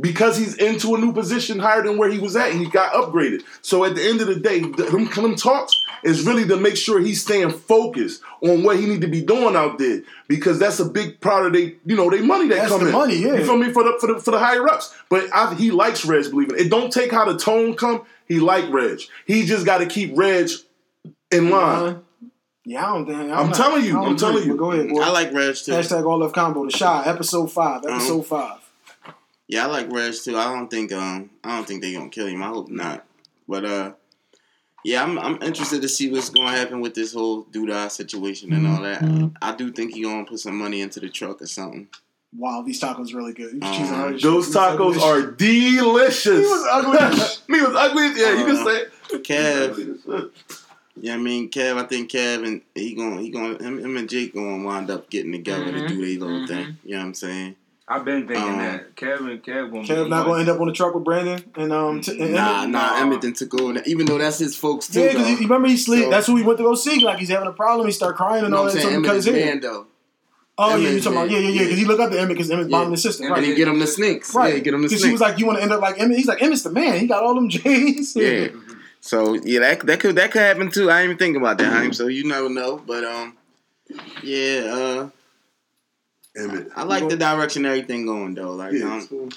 Speaker 3: because he's into a new position higher than where he was at, he got upgraded. So at the end of the day, th- them, them talks is really to make sure he's staying focused on what he need to be doing out there because that's a big part of they you know they money that
Speaker 5: That's
Speaker 3: come
Speaker 5: the
Speaker 3: in.
Speaker 5: money, yeah.
Speaker 3: You feel me for the for the, for the higher ups. But I, he likes Reg, believe it. It don't take how the tone come. He like Reg. He just got to keep Reg in line.
Speaker 5: Yeah, I don't think. I'm,
Speaker 3: I'm
Speaker 5: not-
Speaker 3: telling you,
Speaker 5: I don't
Speaker 3: I'm telling
Speaker 5: agree,
Speaker 3: you.
Speaker 5: but Go ahead, boy.
Speaker 1: I like Reg too.
Speaker 5: Hashtag all left combo. The shy episode five.
Speaker 3: Uh-huh.
Speaker 5: Episode five.
Speaker 1: Yeah, I like Reg too. I don't think um I don't think they gonna kill him. I hope not. But uh yeah, I'm I'm interested to see what's gonna happen with this whole Duda situation and all that. I do think he gonna put some money into the truck or something.
Speaker 5: Wow, these tacos really good. These cheese
Speaker 1: Um,
Speaker 5: and onion
Speaker 3: Uh-huh. Those
Speaker 5: shit. These
Speaker 3: tacos
Speaker 5: ugly
Speaker 3: are
Speaker 5: shit.
Speaker 3: delicious.
Speaker 5: He was ugly as shit.
Speaker 3: Me was ugly. Yeah, you
Speaker 1: Uh,
Speaker 3: can say. it.
Speaker 1: Kev, yeah, I mean Kev, I think Kev and he gonna he gonna him, him and Jake gonna wind up getting together to
Speaker 6: Mhm.
Speaker 1: do their little
Speaker 6: Mhm.
Speaker 1: thing. You know what I'm saying?
Speaker 6: I've been thinking
Speaker 1: Um,
Speaker 6: that Kevin Kev won't
Speaker 5: Kev
Speaker 6: be
Speaker 5: not
Speaker 6: one.
Speaker 5: gonna end up on the truck with Brandon and um. T- and
Speaker 1: Nah,
Speaker 5: Emmett.
Speaker 1: nah, Emmett then took over. that- Even though that's his folks too.
Speaker 5: Yeah, because
Speaker 1: though.
Speaker 5: you remember he slid.
Speaker 1: So-
Speaker 5: that's who he went to go see. Like he's having a problem. He start crying
Speaker 1: you
Speaker 5: and
Speaker 1: know
Speaker 5: all
Speaker 1: what
Speaker 5: that.
Speaker 1: I'm
Speaker 5: So
Speaker 1: saying?
Speaker 5: he cut his
Speaker 1: Emmett's
Speaker 5: hair.
Speaker 1: man though.
Speaker 5: Oh yeah, you
Speaker 1: Emmett's
Speaker 5: talking about yeah,
Speaker 1: man.
Speaker 5: yeah, yeah? Because he looked up to Emmett because Emmett's
Speaker 1: Yeah.
Speaker 5: bombing his system,
Speaker 6: And
Speaker 1: And
Speaker 5: right?
Speaker 1: he get him the snakes. Yeah, he
Speaker 5: Right.
Speaker 1: get him the
Speaker 5: Because
Speaker 1: snakes.
Speaker 5: he was like, "You want to end up like Emmett?" He's like, "Emmett's the man. He got all them J's."
Speaker 1: Yeah. So yeah, that that could that could happen too. I didn't even think about that, Haim. So you never know. But um, yeah, uh,
Speaker 3: Emmett.
Speaker 1: I like the direction everything going though. Like
Speaker 3: Yeah.
Speaker 1: um,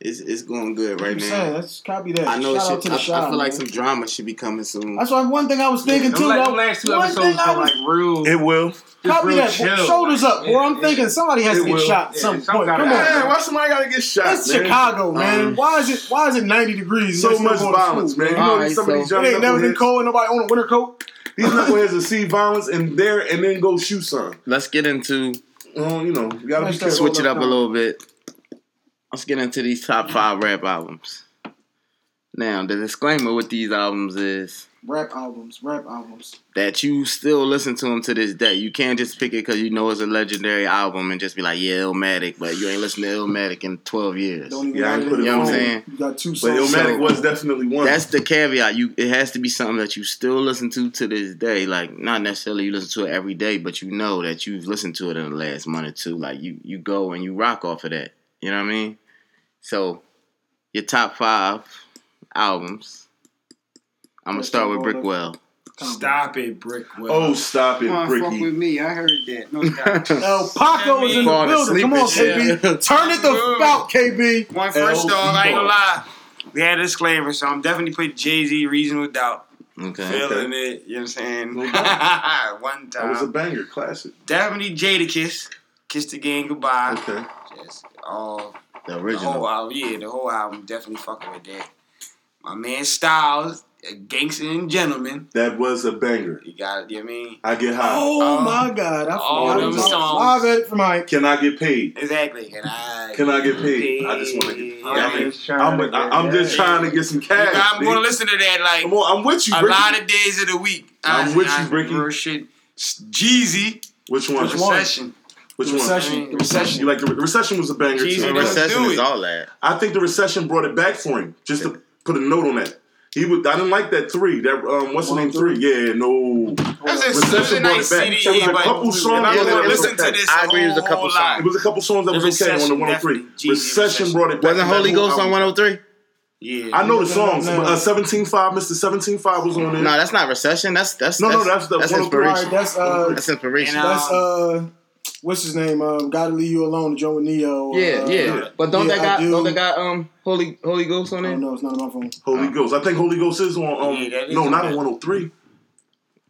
Speaker 1: it's it's going good right
Speaker 5: I'm
Speaker 1: now.
Speaker 5: saying, let's copy that.
Speaker 1: I know
Speaker 5: Shout
Speaker 1: shit.
Speaker 5: out to
Speaker 1: I,
Speaker 5: the
Speaker 1: I
Speaker 5: shop,
Speaker 1: feel like
Speaker 5: man.
Speaker 1: some drama should be coming soon.
Speaker 5: That's why one thing I was thinking
Speaker 6: Them
Speaker 5: too.
Speaker 6: la-
Speaker 5: though.
Speaker 6: them last two
Speaker 5: one
Speaker 6: episodes
Speaker 5: thing I
Speaker 6: been
Speaker 5: was
Speaker 6: like real.
Speaker 3: It will.
Speaker 6: just
Speaker 5: copy
Speaker 6: real
Speaker 5: that.
Speaker 6: chill.
Speaker 5: Shoulders up, boy.
Speaker 6: Yeah,
Speaker 5: I'm
Speaker 6: yeah.
Speaker 5: thinking somebody has
Speaker 6: It
Speaker 5: to get
Speaker 6: will.
Speaker 5: shot at
Speaker 6: Yeah,
Speaker 5: some
Speaker 6: something
Speaker 5: point.
Speaker 6: gotta
Speaker 5: Come
Speaker 6: happen.
Speaker 5: on.
Speaker 3: Man, why somebody gotta get shot?
Speaker 5: It's
Speaker 3: man?
Speaker 5: Chicago, man.
Speaker 1: Um,
Speaker 5: why is it why is it 90 degrees? and
Speaker 3: So
Speaker 5: they still
Speaker 3: much
Speaker 5: going to school,
Speaker 3: violence, man. You
Speaker 1: man.
Speaker 3: know
Speaker 1: Alright,
Speaker 3: some of these
Speaker 1: so-
Speaker 3: young
Speaker 5: It ain't never been
Speaker 3: knuckleheads.
Speaker 5: cold. Nobody on a winter coat.
Speaker 3: These knuckleheads will see violence and there and then go shoot some.
Speaker 1: Let's get into
Speaker 3: Um, you know, you gotta be
Speaker 5: Hashtag
Speaker 3: careful.
Speaker 1: switch it
Speaker 5: all
Speaker 1: up a
Speaker 5: left
Speaker 1: little bit. Let's get into these top five rap albums. Now, the disclaimer with these albums is
Speaker 5: Rap albums, rap albums.
Speaker 1: that you still listen to him to this day. You can't just pick it because you know it's a legendary album and just be like, yeah, Illmatic, but you ain't listened to Illmatic in 12 years.
Speaker 5: Don't even
Speaker 3: Yeah, I
Speaker 5: have
Speaker 3: ain't
Speaker 5: it
Speaker 3: put
Speaker 5: in
Speaker 1: it
Speaker 5: your
Speaker 1: on.
Speaker 5: phone.
Speaker 1: saying?
Speaker 5: You got two
Speaker 3: But
Speaker 5: songs.
Speaker 3: Illmatic
Speaker 1: So-
Speaker 3: was definitely one.
Speaker 1: That's the caveat. You it has to be something that you still listen to to this day. Like not necessarily you listen to it every day, but you know that you've listened to it in the last month or two. Like you you go and you rock off of that. You know what I mean? So your top five albums. I'm gonna
Speaker 5: Let's
Speaker 1: start
Speaker 5: talk
Speaker 1: with
Speaker 5: about
Speaker 1: Brickwell.
Speaker 9: Stop it, Brickwell.
Speaker 3: Oh, stop it,
Speaker 7: Come on, fuck
Speaker 3: Bricky.
Speaker 7: with me. I heard that. No doubt.
Speaker 5: El Paco is in the
Speaker 1: Falling
Speaker 5: building.
Speaker 1: asleep
Speaker 5: Come on,
Speaker 1: and shit.
Speaker 5: KB. Turn it the out, KB.
Speaker 4: One first
Speaker 3: L- E
Speaker 4: dog, I ain't gonna lie. We had a disclaimer, so I'm definitely putting Jay Z reasonable doubt.
Speaker 1: Okay.
Speaker 4: Feeling it, you know what I'm saying?
Speaker 3: No
Speaker 4: One
Speaker 3: That was a
Speaker 4: time.
Speaker 3: banger, classic.
Speaker 4: Definitely Jadakiss. Kiss the game goodbye.
Speaker 3: Okay.
Speaker 4: Just all
Speaker 1: The
Speaker 4: the whole
Speaker 1: original.
Speaker 4: album. Yeah, the whole album definitely fucking with that. My man Styles, a gangster and gentleman.
Speaker 3: That was a banger.
Speaker 4: You got it, you know what I mean?
Speaker 3: I get high.
Speaker 5: Oh
Speaker 4: Um,
Speaker 5: my God! I
Speaker 4: all
Speaker 5: forgot
Speaker 4: them
Speaker 5: about
Speaker 4: songs.
Speaker 5: Live at Mike.
Speaker 3: Can I get paid?
Speaker 4: Exactly. Can I
Speaker 3: Can I get paid? I just want to get.
Speaker 4: Yeah.
Speaker 3: I mean,
Speaker 6: trying
Speaker 3: I'm,
Speaker 6: to get
Speaker 3: I'm just
Speaker 6: that.
Speaker 3: trying to get some cash.
Speaker 4: I'm gonna
Speaker 3: nigga.
Speaker 4: listen to that like
Speaker 3: Come on, I'm with you,
Speaker 4: a
Speaker 3: Bricky.
Speaker 4: lot of days of the week.
Speaker 3: I'm
Speaker 4: I-
Speaker 3: with you,
Speaker 4: I-
Speaker 3: Ricky.
Speaker 4: real shit. Jeezy,
Speaker 3: Which one?
Speaker 4: the
Speaker 3: Which one?
Speaker 4: recession.
Speaker 3: Which one?
Speaker 5: Recession.
Speaker 4: The recession.
Speaker 3: You like the the recession was a banger
Speaker 4: Jesus.
Speaker 3: too.
Speaker 1: The
Speaker 4: Let's
Speaker 1: recession
Speaker 4: do
Speaker 1: is
Speaker 4: it.
Speaker 1: all that.
Speaker 3: I think the recession brought it back for him. Just to put a note on that. He would. I didn't like that three. That um, what's the name three? Yeah, no.
Speaker 4: That's a,
Speaker 3: Recession
Speaker 4: that's a
Speaker 3: brought it
Speaker 4: nice
Speaker 3: back.
Speaker 4: CD,
Speaker 3: There was a
Speaker 4: but
Speaker 3: couple songs
Speaker 4: if
Speaker 3: on
Speaker 4: I'm
Speaker 3: there
Speaker 4: gonna
Speaker 3: that was
Speaker 4: listen to
Speaker 3: okay.
Speaker 4: this.
Speaker 1: I agree, it was a
Speaker 4: whole
Speaker 1: couple
Speaker 4: lot.
Speaker 3: It was a couple songs that
Speaker 4: The
Speaker 3: was okay on the
Speaker 4: Recession,
Speaker 3: 103.
Speaker 4: definitely.
Speaker 3: Recession,
Speaker 4: Jesus, Recession.
Speaker 3: brought it back.
Speaker 1: Wasn't
Speaker 3: to that
Speaker 1: Holy
Speaker 3: whole
Speaker 1: Ghost on
Speaker 3: album.
Speaker 1: 103?
Speaker 4: Yeah,
Speaker 3: I know the songs.
Speaker 5: No, no,
Speaker 3: But,
Speaker 5: no.
Speaker 3: uh, 17.5, Mr. 17.5 was on there.
Speaker 1: No, that's not recession. That's that's
Speaker 3: No, no,
Speaker 1: that's, oh
Speaker 3: that's the one-
Speaker 5: All right,
Speaker 1: inspiration.
Speaker 5: that's uh,
Speaker 1: That's inspiration.
Speaker 4: And, uh,
Speaker 5: that's uh, what's his name? Um, gotta leave you alone. The joint with Neo.
Speaker 1: yeah,
Speaker 5: uh,
Speaker 1: yeah. But don't
Speaker 5: yeah,
Speaker 1: that
Speaker 5: I
Speaker 1: got
Speaker 5: do.
Speaker 1: don't that got um Holy Holy Ghost
Speaker 5: I
Speaker 1: on
Speaker 5: don't
Speaker 1: it?
Speaker 5: know. It's not on my phone.
Speaker 3: Holy Ghost. I think Holy Ghost is on. Um,
Speaker 4: Yeah, that is
Speaker 3: no,
Speaker 4: on
Speaker 3: not
Speaker 4: that.
Speaker 3: on 103.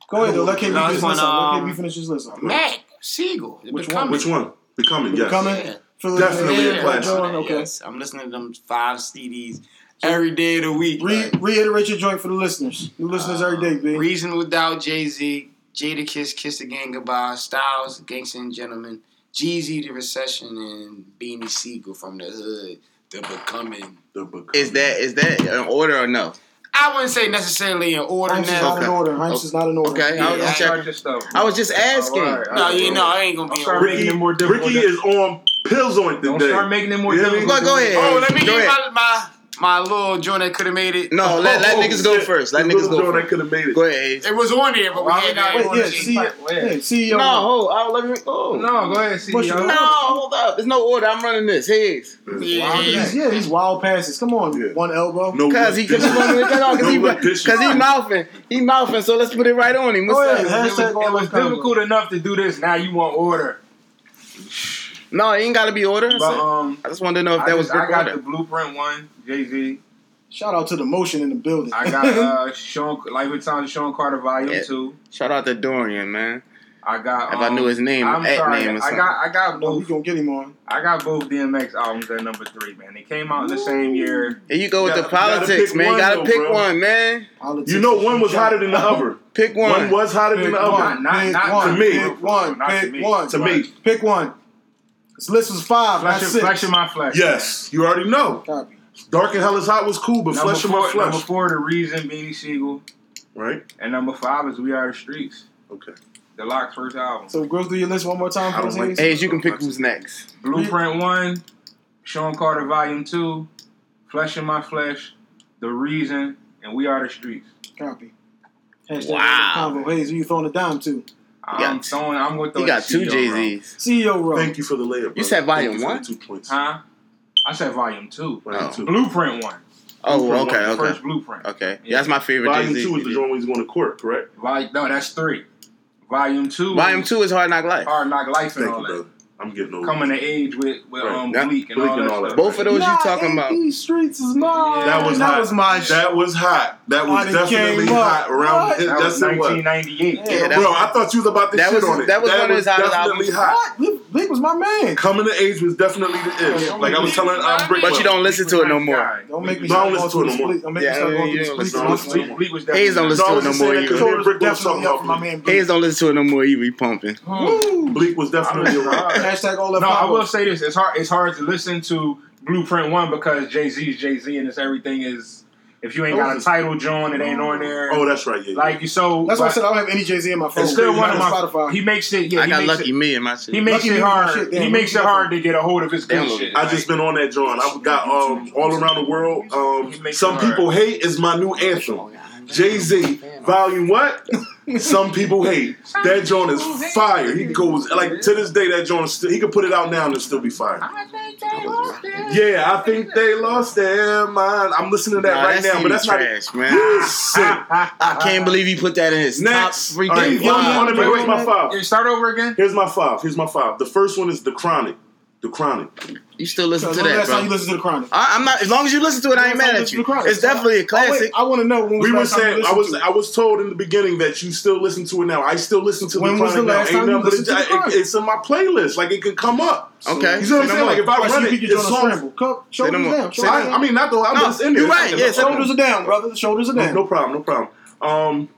Speaker 5: Go ahead. though. Let KB
Speaker 4: Last
Speaker 5: finish
Speaker 4: one,
Speaker 5: this up. Let
Speaker 4: um,
Speaker 5: KB finish his list up.
Speaker 4: Mac Siegel. The
Speaker 5: Which one?
Speaker 4: Becoming.
Speaker 3: Which one? Becoming, yes.
Speaker 5: Becoming.
Speaker 4: Yeah.
Speaker 5: Philadelphia.
Speaker 3: Definitely a
Speaker 5: Yeah,
Speaker 3: classic.
Speaker 5: John, Okay.
Speaker 4: Yes, I'm listening to them five CDs every day of the week.
Speaker 5: Re- reiterate your joint for the listeners. New listeners every day, B.
Speaker 4: Reason Without Jay Z, Jada Kiss, Kiss the Gang Goodbye, Styles, Gangsta and Gentlemen, Jeezy, The Recession, and Beanie Siegel from the Hood, The Becoming.
Speaker 3: The Becoming.
Speaker 1: Is that is that in order or no?
Speaker 4: I wouldn't say necessarily in order
Speaker 5: Heinz is not
Speaker 4: now.
Speaker 5: in order. Heinz is not in order.
Speaker 1: Okay, I was
Speaker 4: Yeah,
Speaker 1: just checking. I was just asking.
Speaker 4: No, you know, I ain't gonna be in
Speaker 6: Sorry.
Speaker 4: order.
Speaker 3: Ricky,
Speaker 6: Making it more difficult.
Speaker 3: Ricky is on pills on it
Speaker 6: Don't
Speaker 3: today.
Speaker 6: start making it more
Speaker 3: Yeah, I mean-
Speaker 6: difficult.
Speaker 1: Go- go ahead.
Speaker 4: Oh, let me
Speaker 1: Go
Speaker 4: give
Speaker 1: ahead.
Speaker 4: my, my my little joint that could have made it.
Speaker 1: No, Oh, let, let niggas go first. Let niggas go
Speaker 3: That
Speaker 1: first.
Speaker 3: could have made it.
Speaker 1: Go ahead. Hayes.
Speaker 4: It was on there, but we had that
Speaker 5: Wait,
Speaker 4: on
Speaker 5: yeah,
Speaker 4: the-
Speaker 5: see,
Speaker 6: Wait,
Speaker 5: yeah,
Speaker 6: wait.
Speaker 5: CEO.
Speaker 1: No, hold. I'll let me. Oh
Speaker 6: No, go ahead,
Speaker 5: Push
Speaker 6: CEO.
Speaker 5: it.
Speaker 1: No, hold up. There's no order. I'm running this. Heads.
Speaker 4: Yeah,
Speaker 5: He's, yeah, these wild passes. Come on,
Speaker 3: Yeah.
Speaker 5: one elbow.
Speaker 3: No,
Speaker 1: Cause he, cause he,
Speaker 3: no, what
Speaker 1: cause
Speaker 3: dishes.
Speaker 1: he, cause he mouthing, he mouthing. So let's put it right on him.
Speaker 5: Go
Speaker 1: What's
Speaker 5: ahead.
Speaker 1: up?
Speaker 5: Hashtag
Speaker 6: It
Speaker 5: all
Speaker 6: was
Speaker 5: of Congo.
Speaker 6: difficult enough to do this. Now you want order.
Speaker 1: No, it ain't gotta be order.
Speaker 6: But um,
Speaker 1: I just wanted to know if
Speaker 6: I,
Speaker 1: that was
Speaker 6: just, I
Speaker 1: brick
Speaker 6: got
Speaker 1: order.
Speaker 6: the blueprint one, Jay Z.
Speaker 5: Shout out to the motion in the building.
Speaker 6: I got uh, Sean Life and Times of Sean Carter Volume
Speaker 1: Yeah.
Speaker 6: Two.
Speaker 1: Shout out to Dorian, man.
Speaker 6: I got.
Speaker 1: If
Speaker 6: Um,
Speaker 1: I knew his name,
Speaker 6: I'm
Speaker 1: at
Speaker 6: sorry.
Speaker 1: name or
Speaker 6: I
Speaker 1: something.
Speaker 6: got. I got
Speaker 5: Oh, we
Speaker 6: both.
Speaker 5: gonna get him on.
Speaker 6: I got both DMX albums at number three. Man, they came out in the same year.
Speaker 1: Here you go with
Speaker 3: You
Speaker 1: the
Speaker 3: gotta- you gotta
Speaker 1: politics,
Speaker 3: pick
Speaker 1: man.
Speaker 3: one,
Speaker 1: you gotta
Speaker 3: though,
Speaker 1: pick
Speaker 3: bro.
Speaker 1: one, man.
Speaker 5: Politics
Speaker 3: You know,
Speaker 5: is
Speaker 3: one was
Speaker 5: shot.
Speaker 3: hotter than the other.
Speaker 1: Pick one.
Speaker 3: One was hotter than
Speaker 5: Pick
Speaker 3: the
Speaker 5: one.
Speaker 3: other.
Speaker 6: Not-
Speaker 5: Pick
Speaker 6: not-
Speaker 5: one.
Speaker 3: to me.
Speaker 5: Pick one.
Speaker 6: Not to
Speaker 5: Pick
Speaker 6: me.
Speaker 5: one.
Speaker 3: To me,
Speaker 5: Pick one. This list was five,
Speaker 6: Flesh,
Speaker 5: not
Speaker 6: of-
Speaker 5: six.
Speaker 6: flesh in my flesh.
Speaker 3: yes, you already know.
Speaker 5: Copy. Number
Speaker 3: Dark and Hell is Hot was cool, but
Speaker 6: Man. Number
Speaker 3: Flesh of
Speaker 6: four,
Speaker 3: My Flesh,
Speaker 6: Number four, the reason Beanie Siegel,
Speaker 3: right?
Speaker 6: and number five is We Are the Streets.
Speaker 3: Okay.
Speaker 6: The Lock's first album.
Speaker 5: So go through your list one more time
Speaker 3: I
Speaker 5: for
Speaker 3: don't
Speaker 5: us,
Speaker 3: like
Speaker 5: Hayes.
Speaker 1: Hayes, you can pick who's next.
Speaker 6: Blueprint One, Sean Carter Volume Two, Flesh in My Flesh, The Reason, and We Are the Streets.
Speaker 5: Copy. Hashtag
Speaker 1: Wow.
Speaker 5: Convo. Hayes, who you throwing a dime to?
Speaker 6: I'm
Speaker 1: got-
Speaker 6: throwing. I'm going to throw.
Speaker 1: He got
Speaker 6: the
Speaker 1: two
Speaker 6: CEO,
Speaker 1: Jay
Speaker 6: bro.
Speaker 1: Z's.
Speaker 5: CEO row.
Speaker 3: Thank you for the layup. bro.
Speaker 1: said volume
Speaker 3: Thank you for
Speaker 1: one?
Speaker 3: the two points.
Speaker 6: Huh? I said Volume Two.
Speaker 3: Volume
Speaker 1: Oh.
Speaker 3: two.
Speaker 6: Blueprint One.
Speaker 1: Oh,
Speaker 3: Blueprint
Speaker 1: okay,
Speaker 6: The
Speaker 1: okay,
Speaker 6: First Blueprint.
Speaker 1: okay. Yeah, that's my favorite
Speaker 3: Volume
Speaker 1: Jay
Speaker 3: two is the
Speaker 1: Z.
Speaker 3: joint when he's going to court, correct?
Speaker 6: Volume no, that's three. Volume two.
Speaker 1: Volume
Speaker 6: is
Speaker 1: two is Hard Knock Life.
Speaker 6: Hard Knock Life and
Speaker 3: Thank
Speaker 6: all
Speaker 3: you,
Speaker 6: that.
Speaker 3: brother. I'm getting old.
Speaker 6: Coming to age with with
Speaker 3: Right.
Speaker 6: um
Speaker 1: Yeah.
Speaker 6: Bleak and
Speaker 3: Bleak
Speaker 6: all
Speaker 3: and
Speaker 6: that.
Speaker 3: all that.
Speaker 6: stuff.
Speaker 1: Both of those you
Speaker 5: Nah,
Speaker 1: talking about?
Speaker 5: These streets is mine.
Speaker 6: Yeah.
Speaker 3: That was
Speaker 5: that
Speaker 3: hot.
Speaker 5: was my shit.
Speaker 3: That was hot. That was
Speaker 5: Why they
Speaker 3: definitely
Speaker 5: came
Speaker 3: hot
Speaker 5: up?
Speaker 3: around.
Speaker 5: What?
Speaker 3: It,
Speaker 6: That was
Speaker 3: that's it was.
Speaker 6: 1998.
Speaker 5: Yeah,
Speaker 1: Yeah, that-
Speaker 3: Bro, I thought you was about to
Speaker 1: that
Speaker 3: shit
Speaker 1: was-
Speaker 3: on it.
Speaker 1: that was one of his hottest
Speaker 3: definitely
Speaker 1: albums.
Speaker 3: hot.
Speaker 5: What? Bleak- Bleak was my man.
Speaker 3: Coming to age was definitely the ish.
Speaker 5: Yeah,
Speaker 3: like I was telling um, Brick,
Speaker 1: But you don't listen to it no more.
Speaker 5: Don't make me
Speaker 3: No, I don't
Speaker 5: start going
Speaker 3: listen
Speaker 5: through
Speaker 3: to
Speaker 5: this
Speaker 3: it no more.
Speaker 5: Bleak. Don't make
Speaker 1: Yeah,
Speaker 5: me start going
Speaker 1: yeah,
Speaker 5: through
Speaker 1: yeah,
Speaker 5: this
Speaker 1: I
Speaker 5: Bleak.
Speaker 1: don't listen to
Speaker 5: stuff.
Speaker 1: it.
Speaker 6: Bleak was
Speaker 1: Hayes don't listen
Speaker 3: No, I
Speaker 1: to it
Speaker 3: was
Speaker 1: no
Speaker 3: just
Speaker 1: more
Speaker 3: saying that
Speaker 1: either.
Speaker 3: 'cause he-
Speaker 5: Total
Speaker 3: Bleak was
Speaker 5: definitely
Speaker 3: talking
Speaker 5: up for my
Speaker 3: about
Speaker 5: man Bleak.
Speaker 1: Hayes don't listen to it no more either. He pumping.
Speaker 5: Woo!
Speaker 3: Bleak was definitely around.
Speaker 5: Hashtag all that
Speaker 6: No, I
Speaker 5: power.
Speaker 6: will say this: it's hard. It's hard to listen to Blueprint One because Jay Z is Jay Z, and it's everything is. If you ain't got a title, John, it ain't on there.
Speaker 3: Oh, that's right. Yeah, yeah.
Speaker 6: like you so.
Speaker 5: That's why I
Speaker 6: but
Speaker 5: said I don't have any Jay Z in my phone.
Speaker 6: It's still
Speaker 5: Not
Speaker 6: one of my.
Speaker 5: on Spotify.
Speaker 6: He makes it. Yeah,
Speaker 1: I
Speaker 6: he
Speaker 1: got
Speaker 6: makes
Speaker 1: lucky
Speaker 6: It,
Speaker 1: me and my
Speaker 6: he
Speaker 1: shit.
Speaker 6: makes
Speaker 5: Lucky
Speaker 6: it
Speaker 5: me, my
Speaker 6: hard.
Speaker 5: shit, damn,
Speaker 6: he makes it
Speaker 5: lucky me.
Speaker 6: hard to get a hold of his good
Speaker 1: Download
Speaker 6: shit.
Speaker 3: I just been on that joint. I've got um all around the world. Um,
Speaker 6: He makes
Speaker 3: some
Speaker 6: it hard.
Speaker 3: people hate is my new anthem. Jay Z, volume what? Some people hate. That joint is fire. He goes like to this day. That joint is still, he could put it out now and it'll still be fire. Yeah, I think they lost their mind. I'm listening to that
Speaker 1: Nah,
Speaker 3: right
Speaker 1: that
Speaker 3: now, but that's
Speaker 1: CD trash,
Speaker 3: not.
Speaker 1: man.
Speaker 3: You sick.
Speaker 1: I can't believe he put that in his
Speaker 3: Next,
Speaker 1: top freaking
Speaker 3: All right,
Speaker 1: five.
Speaker 3: one more,
Speaker 6: Wait,
Speaker 3: here's
Speaker 6: wait,
Speaker 3: my
Speaker 6: wait.
Speaker 3: five.
Speaker 6: Start over again.
Speaker 3: Here's my five. Here's my five. The first one is the chronic. The chronic.
Speaker 1: You still listen
Speaker 5: So
Speaker 1: to
Speaker 5: last
Speaker 1: that,
Speaker 5: time you
Speaker 1: bro?
Speaker 5: listen to the Chronic.
Speaker 1: I, I'm not. As long as you listen to it, I ain't mad at you. It's
Speaker 5: Oh,
Speaker 1: definitely a classic.
Speaker 5: I, want to know when was
Speaker 3: We
Speaker 5: the
Speaker 3: were
Speaker 5: last time you
Speaker 3: saying I
Speaker 5: listened
Speaker 3: was
Speaker 5: to it?
Speaker 3: I was told in the beginning that you still listen to it now. I still listen to
Speaker 5: When
Speaker 3: the
Speaker 5: was the
Speaker 3: chronic now.
Speaker 5: last time
Speaker 3: Ain't
Speaker 5: you
Speaker 3: nothing but
Speaker 5: listened to The
Speaker 3: it-
Speaker 5: Chronic?
Speaker 3: it's in my playlist. Like it can come up.
Speaker 1: Okay.
Speaker 3: You see what
Speaker 1: Say no
Speaker 3: I'm saying?
Speaker 1: more.
Speaker 3: Like if I
Speaker 5: Alright, so
Speaker 3: run
Speaker 5: you
Speaker 3: it,
Speaker 5: think you're doing
Speaker 3: it's
Speaker 5: a
Speaker 3: songs.
Speaker 5: scramble. Co-
Speaker 1: Say no
Speaker 5: Shoulders
Speaker 1: more.
Speaker 5: down.
Speaker 1: Say
Speaker 3: So
Speaker 5: Shoulders
Speaker 3: I,
Speaker 5: down.
Speaker 3: I mean, not the whole album.
Speaker 1: No,
Speaker 3: it's in there.
Speaker 1: you're right.
Speaker 3: It's in there.
Speaker 1: Yeah, say
Speaker 5: shoulders are down, brother. The shoulders are
Speaker 3: no,
Speaker 5: down.
Speaker 3: no problem. No problem. Um,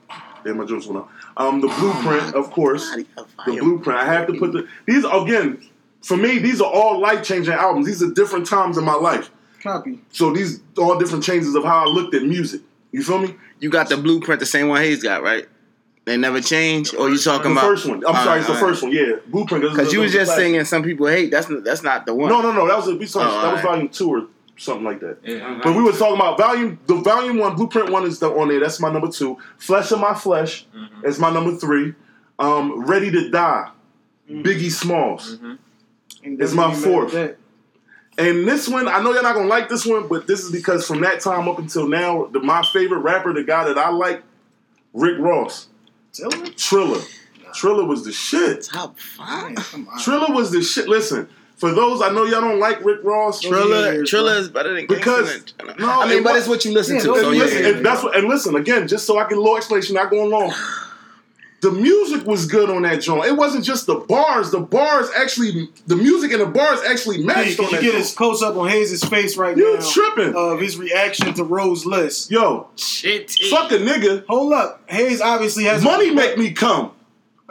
Speaker 3: damn, my jokes went out. Um, the blueprint, of course. The blueprint. I have to put the these again. For me, these are all life changing albums. These are different times in my life.
Speaker 5: Copy.
Speaker 3: So these all different changes of how I looked at music. You feel me?
Speaker 1: You got the blueprint, the same one Hayes got, right? They never change, or you talking
Speaker 3: The
Speaker 1: about
Speaker 3: first one.
Speaker 1: All
Speaker 3: I'm sorry,
Speaker 1: right,
Speaker 3: it's the
Speaker 1: all right.
Speaker 3: first one. Yeah, blueprint.
Speaker 1: Because you was just
Speaker 3: saying.
Speaker 1: singing some people hate. That's n- that's not the one.
Speaker 3: No, no, no. That was a, we saw,
Speaker 1: Oh,
Speaker 3: that was
Speaker 1: alright.
Speaker 3: volume two or something like that.
Speaker 6: Yeah,
Speaker 3: But we were talking about volume. The volume one, blueprint one is the on there. That's my number two. Flesh of my flesh
Speaker 1: Mm-hmm.
Speaker 3: is my number three. Um, Ready to die,
Speaker 1: Mm-hmm.
Speaker 3: Biggie Smalls,
Speaker 6: Mm-hmm.
Speaker 5: And
Speaker 3: It's
Speaker 5: doesn't
Speaker 3: my
Speaker 5: even
Speaker 3: fourth.
Speaker 5: matter
Speaker 3: and this one. I know you're not gonna like this one, but this is because from that time up until now, the, my favorite rapper, the guy that I like, Rick Ross,
Speaker 5: that. Tell me.
Speaker 3: Triller. Triller was the shit.
Speaker 1: Top
Speaker 5: Man,
Speaker 1: five.
Speaker 5: come on.
Speaker 3: Triller was the shit. Listen, for those I know y'all don't like Rick Ross.
Speaker 1: Triller,
Speaker 5: years,
Speaker 1: Triller is better than
Speaker 3: Because-
Speaker 1: Gangsta than-
Speaker 3: no,
Speaker 1: I mean,
Speaker 3: it
Speaker 1: but
Speaker 3: wa-
Speaker 1: it's what you listen
Speaker 5: Yeah,
Speaker 1: to.
Speaker 5: those-
Speaker 1: So
Speaker 3: and
Speaker 1: yeah,
Speaker 3: listen,
Speaker 1: yeah,
Speaker 3: and that's what, and listen again, just so I can low explanation, not going long. The music was good on that joint. It wasn't just the bars. The bars actually, the music and the bars actually
Speaker 5: Hey,
Speaker 3: matched
Speaker 5: can
Speaker 3: on
Speaker 5: you
Speaker 3: that
Speaker 5: get
Speaker 3: joint.
Speaker 5: his close up on Hayes' face right
Speaker 3: You
Speaker 5: now Uh,
Speaker 3: tripping?
Speaker 5: of his reaction to Rose List?
Speaker 3: Yo,
Speaker 4: Shit.
Speaker 3: fuck a nigga.
Speaker 5: Hold up, Hayes obviously has
Speaker 3: Money make me come.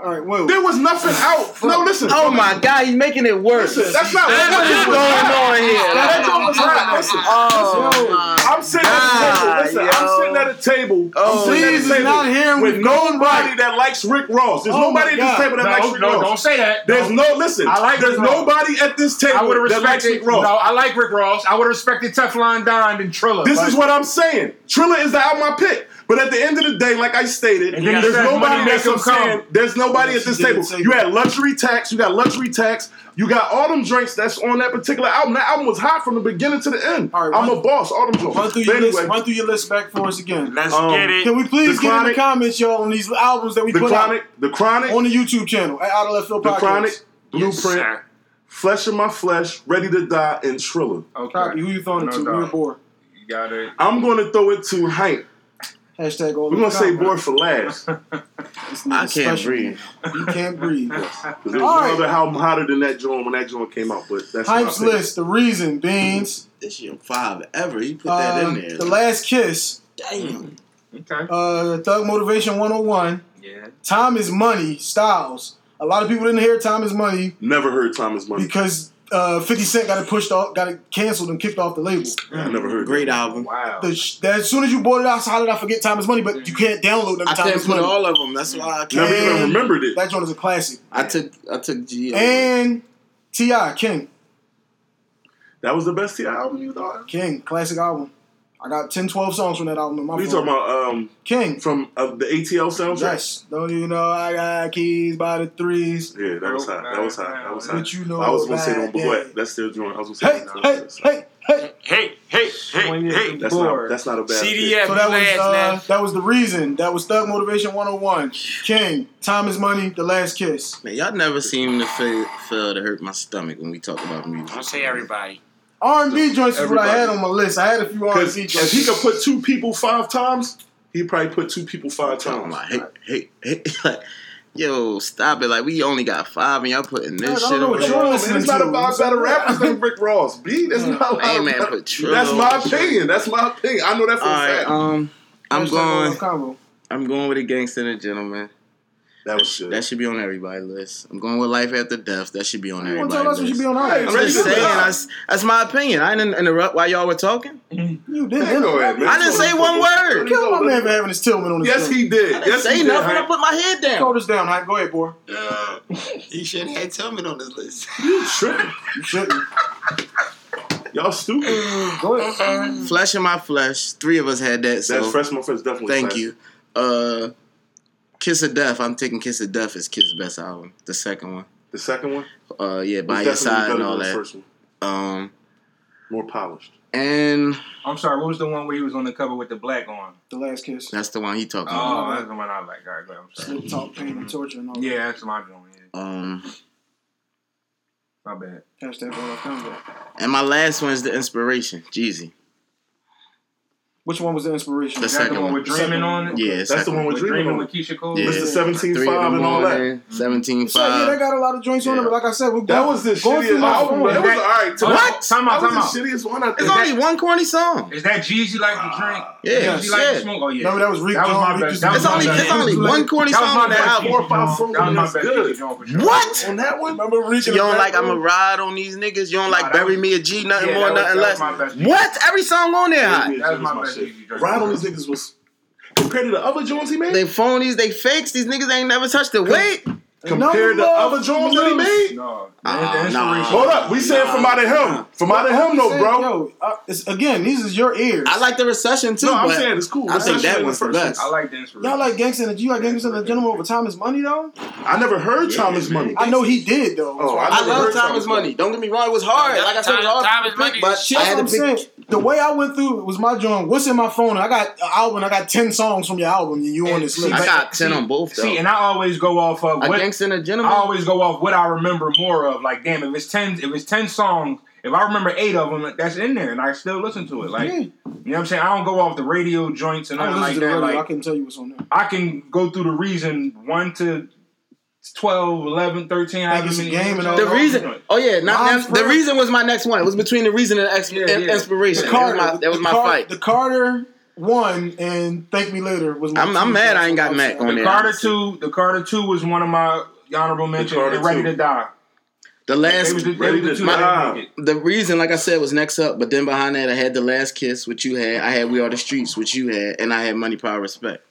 Speaker 5: All right, wait.
Speaker 3: There was nothing out. No, listen.
Speaker 1: Oh my God, he's making it worse.
Speaker 3: Listen, that's not
Speaker 1: what is going on here?
Speaker 3: That joint was hot. Listen,
Speaker 1: oh my
Speaker 3: I'm sitting at a table. Listen,
Speaker 1: yo.
Speaker 3: I'm sitting at a table.
Speaker 1: Oh,
Speaker 3: I'm sitting
Speaker 5: please,
Speaker 3: at
Speaker 5: it's
Speaker 3: a table
Speaker 5: not him.
Speaker 3: with
Speaker 5: We're going
Speaker 3: nobody
Speaker 5: right.
Speaker 3: that likes Rick Ross. There's
Speaker 5: Oh my
Speaker 3: nobody at this
Speaker 5: God.
Speaker 3: table that likes Rick
Speaker 6: no,
Speaker 3: Ross.
Speaker 6: don't say that.
Speaker 3: There's no listen.
Speaker 6: I like
Speaker 3: there's
Speaker 6: Rick Ross.
Speaker 3: nobody at this table
Speaker 6: I would have
Speaker 3: that likes
Speaker 6: respected.
Speaker 3: Rick Ross.
Speaker 6: No, I like Rick Ross. I would have respected Teflon Don and Trilla.
Speaker 3: This
Speaker 6: Like,
Speaker 3: is what I'm saying. Triller is the album I picked. But at the end of the day, like I stated,
Speaker 6: And then he
Speaker 3: there's
Speaker 6: says,
Speaker 3: nobody
Speaker 6: "Money make
Speaker 3: that's I'm
Speaker 6: 'em come."
Speaker 3: saying. There's nobody at
Speaker 5: Yes,
Speaker 3: this
Speaker 5: he did
Speaker 3: table.
Speaker 5: say
Speaker 3: You
Speaker 5: that.
Speaker 3: had luxury tax. You got luxury tax. You got all them drinks that's on that particular album. That album was hot from the beginning to the end.
Speaker 5: All right,
Speaker 3: I'm
Speaker 5: run-
Speaker 3: a boss. All them
Speaker 5: Run
Speaker 3: joints.
Speaker 5: through
Speaker 3: But
Speaker 5: your
Speaker 3: anyway,
Speaker 5: list. Run through your list back for us again.
Speaker 4: Let's
Speaker 3: Um,
Speaker 4: get it.
Speaker 5: Can we please
Speaker 3: The
Speaker 5: get in the
Speaker 3: Chronic-
Speaker 5: comments, y'all, on these albums that we
Speaker 3: the
Speaker 5: put
Speaker 3: chronic, the
Speaker 5: out on
Speaker 3: chronic,
Speaker 5: the YouTube channel at Out of Left Field
Speaker 3: the
Speaker 5: Podcast.
Speaker 3: chronic,
Speaker 4: Yes,
Speaker 3: blueprint,
Speaker 4: sir.
Speaker 3: flesh of my flesh, ready to die, and Triller.
Speaker 5: Copy.
Speaker 6: okay,
Speaker 5: Who you throwing it
Speaker 6: No
Speaker 5: to?
Speaker 6: doubt.
Speaker 5: We're bored.
Speaker 6: you got it.
Speaker 3: I'm gonna throw it to Hank.
Speaker 5: Hashtag all
Speaker 3: We're gonna say
Speaker 5: boy.
Speaker 3: board for last.
Speaker 1: I can't breathe.
Speaker 5: You can't breathe.
Speaker 3: Because there was
Speaker 5: All
Speaker 3: no
Speaker 5: right.
Speaker 3: other album hotter than that joint when that joint came out. But that's my
Speaker 5: Hype's
Speaker 3: pick.
Speaker 5: list. The reason. Beans.
Speaker 1: This your five ever. You put that
Speaker 5: Uh,
Speaker 1: in there.
Speaker 5: the last kiss.
Speaker 1: Damn.
Speaker 6: Okay.
Speaker 5: Uh, Thug Motivation 101.
Speaker 6: Yeah.
Speaker 5: Time is money. Styles. A lot of people didn't hear Time is money
Speaker 3: Never heard Thomas Money.
Speaker 5: because uh, 50 Cent got it pushed off, got it canceled and kicked off the label.
Speaker 3: I never heard.
Speaker 1: Great album.
Speaker 6: Wow.
Speaker 5: The sh- that, as soon as you bought it out, so how did I forget Time is money? But you can't download them.
Speaker 1: I
Speaker 5: Time
Speaker 1: can't
Speaker 5: is
Speaker 1: put
Speaker 5: money.
Speaker 1: all of them. That's why I
Speaker 3: that. Never
Speaker 1: can't.
Speaker 5: And-
Speaker 3: even remembered it.
Speaker 5: That joint is a classic.
Speaker 1: I took I took G.
Speaker 5: And T.I. King.
Speaker 3: That was the best T.I. album you thought.
Speaker 5: King. Classic album. I got 10, 12 songs from that album. in my
Speaker 3: What are you
Speaker 5: phone.
Speaker 3: talking about? Um,
Speaker 5: King.
Speaker 3: from uh, the ATL soundtrack.
Speaker 5: Yes. Don't you know I got keys by the threes?
Speaker 3: Yeah, that was hot. That was hot. That was hot.
Speaker 5: But you know
Speaker 3: I was gonna say no,
Speaker 5: that
Speaker 3: but what? That's their joint. I was gonna
Speaker 5: Hey,
Speaker 3: say
Speaker 5: hey, hey, hey.
Speaker 4: Hey, hey, hey,
Speaker 6: When you-
Speaker 4: hey.
Speaker 3: That's not.
Speaker 6: Bored.
Speaker 3: That's not a bad. pick.
Speaker 4: CDF
Speaker 5: So that was
Speaker 4: last
Speaker 5: uh,
Speaker 4: now.
Speaker 5: that was the reason. That was Thug Motivation 101. King, Time is Money, The Last Kiss.
Speaker 1: Man, y'all never seem to fail, fail to hurt my stomach when we talk about music.
Speaker 4: Don't say everybody.
Speaker 5: R&B joints is what I
Speaker 3: Everybody.
Speaker 5: had on my list. I had a few
Speaker 3: Because
Speaker 5: R&B
Speaker 3: if he
Speaker 5: joints.
Speaker 3: could put two people five times, he probably put two people five
Speaker 1: Talking
Speaker 3: times.
Speaker 1: about hey, hey, hey, like, yo, stop it! Like we only got five, and y'all putting
Speaker 5: Dog,
Speaker 1: this
Speaker 5: I
Speaker 1: shit.
Speaker 5: don't know
Speaker 1: on
Speaker 5: what
Speaker 1: there.
Speaker 5: you're
Speaker 3: Man,
Speaker 5: listening
Speaker 3: it's not
Speaker 5: to.
Speaker 3: about better rappers than Rick Ross. B, there's not a
Speaker 1: Mm.
Speaker 3: lot
Speaker 1: Hey,
Speaker 3: of
Speaker 1: man,
Speaker 3: rap-
Speaker 1: put Trillo
Speaker 3: That's my
Speaker 1: on the show.
Speaker 3: opinion. That's my opinion. I know that for
Speaker 1: All
Speaker 3: a
Speaker 1: right,
Speaker 3: fact.
Speaker 1: um, I'm
Speaker 5: Hashtag all
Speaker 1: going.
Speaker 5: love combo.
Speaker 1: I'm going with a gangster and a gentleman.
Speaker 3: That was good.
Speaker 1: That should be on everybody's list. I'm going with life after death. That should be on
Speaker 5: You want to tell us
Speaker 1: everybody's
Speaker 5: what you be
Speaker 1: list.
Speaker 5: on our
Speaker 3: Hey,
Speaker 1: I'm
Speaker 5: list?
Speaker 3: Ready to
Speaker 1: just saying.
Speaker 3: die.
Speaker 1: That's, that's my opinion. I didn't interrupt while y'all were talking.
Speaker 5: You did.
Speaker 3: Hey, go ahead, man.
Speaker 1: I didn't say one word.
Speaker 5: Kill my man for having his Tillman on his
Speaker 3: Yes,
Speaker 5: thing.
Speaker 3: he did.
Speaker 1: I didn't
Speaker 3: Yes,
Speaker 1: say
Speaker 3: he did.
Speaker 1: nothing. I
Speaker 3: Hank.
Speaker 1: put my head down.
Speaker 5: Hold us down, Hype. Go ahead, boy.
Speaker 4: You should have had Tillman on this list.
Speaker 3: You tripping?
Speaker 5: You shouldn't.
Speaker 3: Y'all
Speaker 1: Mm.
Speaker 3: stupid.
Speaker 5: Go ahead.
Speaker 1: Flesh in my flesh. Three of us had that. So
Speaker 3: That's fresh. My friends definitely.
Speaker 1: thank
Speaker 3: classic.
Speaker 1: you. Uh, Kiss of Death. I'm taking Kiss of Death as Kid's best album. The second one.
Speaker 3: The second one
Speaker 1: Uh, yeah, by
Speaker 3: was
Speaker 1: your
Speaker 3: definitely
Speaker 1: side
Speaker 3: better
Speaker 1: and
Speaker 3: than
Speaker 1: all
Speaker 3: the
Speaker 1: that.
Speaker 3: first one.
Speaker 1: Um,
Speaker 3: More polished.
Speaker 1: and
Speaker 6: I'm sorry. What was the one where he was on the cover with the black on?
Speaker 5: The last kiss.
Speaker 1: that's the one he talking about.
Speaker 6: Oh, that's the one I was like. All right, go ahead. I'm sorry.
Speaker 5: Snoop talk, pain, and torture, and all
Speaker 6: Yeah, that's my joint. Yeah.
Speaker 1: Um,
Speaker 6: My bad.
Speaker 5: that. Hashtag all that combo.
Speaker 1: and my last one is the inspiration. Jeezy.
Speaker 5: Which one was the inspiration?
Speaker 1: The
Speaker 6: That's
Speaker 1: second
Speaker 6: the one
Speaker 1: one.
Speaker 6: with dreaming
Speaker 5: Second
Speaker 6: on it.
Speaker 1: Yeah,
Speaker 3: That's the one with
Speaker 6: With
Speaker 3: Dreaming.
Speaker 6: dreaming
Speaker 3: on
Speaker 6: with
Speaker 3: it.
Speaker 6: Keisha Cole.
Speaker 1: Yeah.
Speaker 3: Mr. Seventeen
Speaker 1: Three in
Speaker 3: Five
Speaker 1: the
Speaker 3: and all that.
Speaker 1: morning. Seventeen
Speaker 5: So, yeah, they
Speaker 1: five.
Speaker 5: got a lot of joints on it,
Speaker 1: Yeah.
Speaker 5: but like I said, we're
Speaker 3: That
Speaker 5: going,
Speaker 3: was the
Speaker 5: going through
Speaker 3: shittiest
Speaker 5: my
Speaker 3: album.
Speaker 5: phone.
Speaker 3: It was all right.
Speaker 6: Hold on.
Speaker 1: What?
Speaker 6: Time
Speaker 3: That
Speaker 6: out.
Speaker 3: was
Speaker 6: Time out.
Speaker 3: the shittiest one. I
Speaker 1: There's
Speaker 3: think.
Speaker 1: only one corny song.
Speaker 6: Is that Jeezy like to drink?
Speaker 1: Yeah,
Speaker 6: Jeezy like to
Speaker 1: shit.
Speaker 6: smoke? Oh yeah.
Speaker 5: Remember that was Rick
Speaker 6: That was my
Speaker 5: James,
Speaker 6: best.
Speaker 5: Rick
Speaker 6: That was
Speaker 1: It's
Speaker 6: my
Speaker 1: only
Speaker 6: best.
Speaker 1: it's only one corny
Speaker 6: That was
Speaker 1: song
Speaker 6: my
Speaker 1: on that
Speaker 6: best.
Speaker 1: album.
Speaker 3: Four or five
Speaker 6: That
Speaker 3: songs
Speaker 6: was
Speaker 3: and
Speaker 6: my
Speaker 3: it's
Speaker 6: best.
Speaker 3: good.
Speaker 6: Jeezy joint for sure.
Speaker 1: What?
Speaker 3: On that one,
Speaker 5: Remember Rick
Speaker 1: You
Speaker 5: in the
Speaker 1: don't like
Speaker 5: back
Speaker 1: I'ma
Speaker 5: room?
Speaker 1: ride on these niggas. You don't
Speaker 6: Nah,
Speaker 1: like
Speaker 6: that
Speaker 1: bury
Speaker 6: was-
Speaker 1: me a G, nothing
Speaker 6: yeah,
Speaker 1: more,
Speaker 6: that was-
Speaker 1: nothing
Speaker 6: that
Speaker 1: less.
Speaker 6: was my best Jeezy.
Speaker 1: What? Every song on there hot.
Speaker 6: That was my
Speaker 3: Jeezy's
Speaker 6: best
Speaker 3: shit.
Speaker 6: Jeezy joint.
Speaker 3: Ride on these niggas was compared to the other joints he made.
Speaker 1: They phonies, they fakes. These niggas ain't never touched the weight.
Speaker 3: compared to
Speaker 5: love
Speaker 3: other joints that he made.
Speaker 6: No.
Speaker 1: Ah,
Speaker 6: the inspiration.
Speaker 1: nah.
Speaker 3: Hold up, we said
Speaker 1: Nah.
Speaker 3: from out of him, from out of him,
Speaker 5: Like I
Speaker 3: though,
Speaker 5: said,
Speaker 3: bro.
Speaker 5: Yo, uh, it's, again, these is your ears.
Speaker 1: I like the recession too.
Speaker 3: no, I'm
Speaker 1: but
Speaker 3: saying it's cool.
Speaker 1: I think
Speaker 3: Especially
Speaker 1: that
Speaker 3: in
Speaker 1: one's the
Speaker 3: first
Speaker 1: best.
Speaker 6: I like the inspiration.
Speaker 5: Y'all like Gangsta and you like Gangsta and the Gentleman over Thomas Money though?
Speaker 3: one. I never heard
Speaker 1: Yeah,
Speaker 3: Thomas
Speaker 1: man.
Speaker 3: Money.
Speaker 5: I know he did though.
Speaker 3: Oh, I
Speaker 1: I
Speaker 3: never
Speaker 1: love
Speaker 3: heard
Speaker 1: time
Speaker 3: Thomas
Speaker 1: is money.
Speaker 3: Money.
Speaker 1: Don't get me wrong, it was hard.
Speaker 4: No,
Speaker 1: like I said, it was
Speaker 4: Time- Time
Speaker 1: hard.
Speaker 4: is
Speaker 1: to
Speaker 4: Money
Speaker 1: pick,
Speaker 4: is
Speaker 1: But
Speaker 5: Shit,
Speaker 1: I
Speaker 5: that's
Speaker 1: had
Speaker 5: what
Speaker 1: to
Speaker 5: I'm
Speaker 1: pick.
Speaker 5: saying. The way I went through it was my joint. What's in my phone? I got an album. I got ten songs from your album, and you on
Speaker 6: And
Speaker 5: this
Speaker 6: see,
Speaker 5: list.
Speaker 1: I
Speaker 6: but-
Speaker 1: got 10
Speaker 6: see-
Speaker 1: on both, though.
Speaker 6: See, and I always go off of
Speaker 1: A
Speaker 6: what
Speaker 1: gangster and a
Speaker 6: I
Speaker 1: gentleman.
Speaker 6: always go off what I remember more of. Like, damn, if it's ten, if it's ten songs, if I remember eight of them, that's in there, and I still listen to it. Like,
Speaker 5: Yeah.
Speaker 6: you know what I'm saying? I don't go off the radio joints and
Speaker 5: I
Speaker 6: nothing
Speaker 5: don't
Speaker 6: like
Speaker 5: listen to the
Speaker 6: that.
Speaker 5: radio. I
Speaker 6: Like,
Speaker 5: can tell you what's on there.
Speaker 6: I can go through the reason one to 12, 11, 13,
Speaker 5: Like
Speaker 6: however
Speaker 5: it's a
Speaker 6: many.
Speaker 5: game and all
Speaker 1: the
Speaker 5: Oh,
Speaker 1: reason, oh yeah, not,
Speaker 5: Mine's
Speaker 1: not- the
Speaker 5: first.
Speaker 1: reason was my next one. It was between the reason and ex-
Speaker 6: Yeah, yeah.
Speaker 1: and inspiration.
Speaker 5: The
Speaker 1: That was
Speaker 5: Carter,
Speaker 1: my, that was
Speaker 5: the
Speaker 1: my
Speaker 5: Car-
Speaker 1: fight.
Speaker 5: The Carter one and Thank Me Later was. My
Speaker 1: I'm- I'm
Speaker 5: two
Speaker 1: mad
Speaker 5: songs
Speaker 1: I ain't got
Speaker 5: from
Speaker 1: Mac
Speaker 5: outside.
Speaker 1: on
Speaker 6: The
Speaker 1: Yeah,
Speaker 6: Carter
Speaker 1: honestly.
Speaker 6: two, the Carter two was one of my honorable mentions.
Speaker 3: Carter
Speaker 6: And Ready
Speaker 3: Two.
Speaker 6: to Die.
Speaker 1: The
Speaker 6: They
Speaker 1: last,
Speaker 6: was the, they
Speaker 3: Ready
Speaker 6: was the
Speaker 3: to
Speaker 6: two that
Speaker 3: Die.
Speaker 6: didn't make it.
Speaker 1: the reason, like I said, was next up. But then behind that, I had the last kiss, which you had. I had We Are the Streets, which you had, and I had Money, Power, Respect.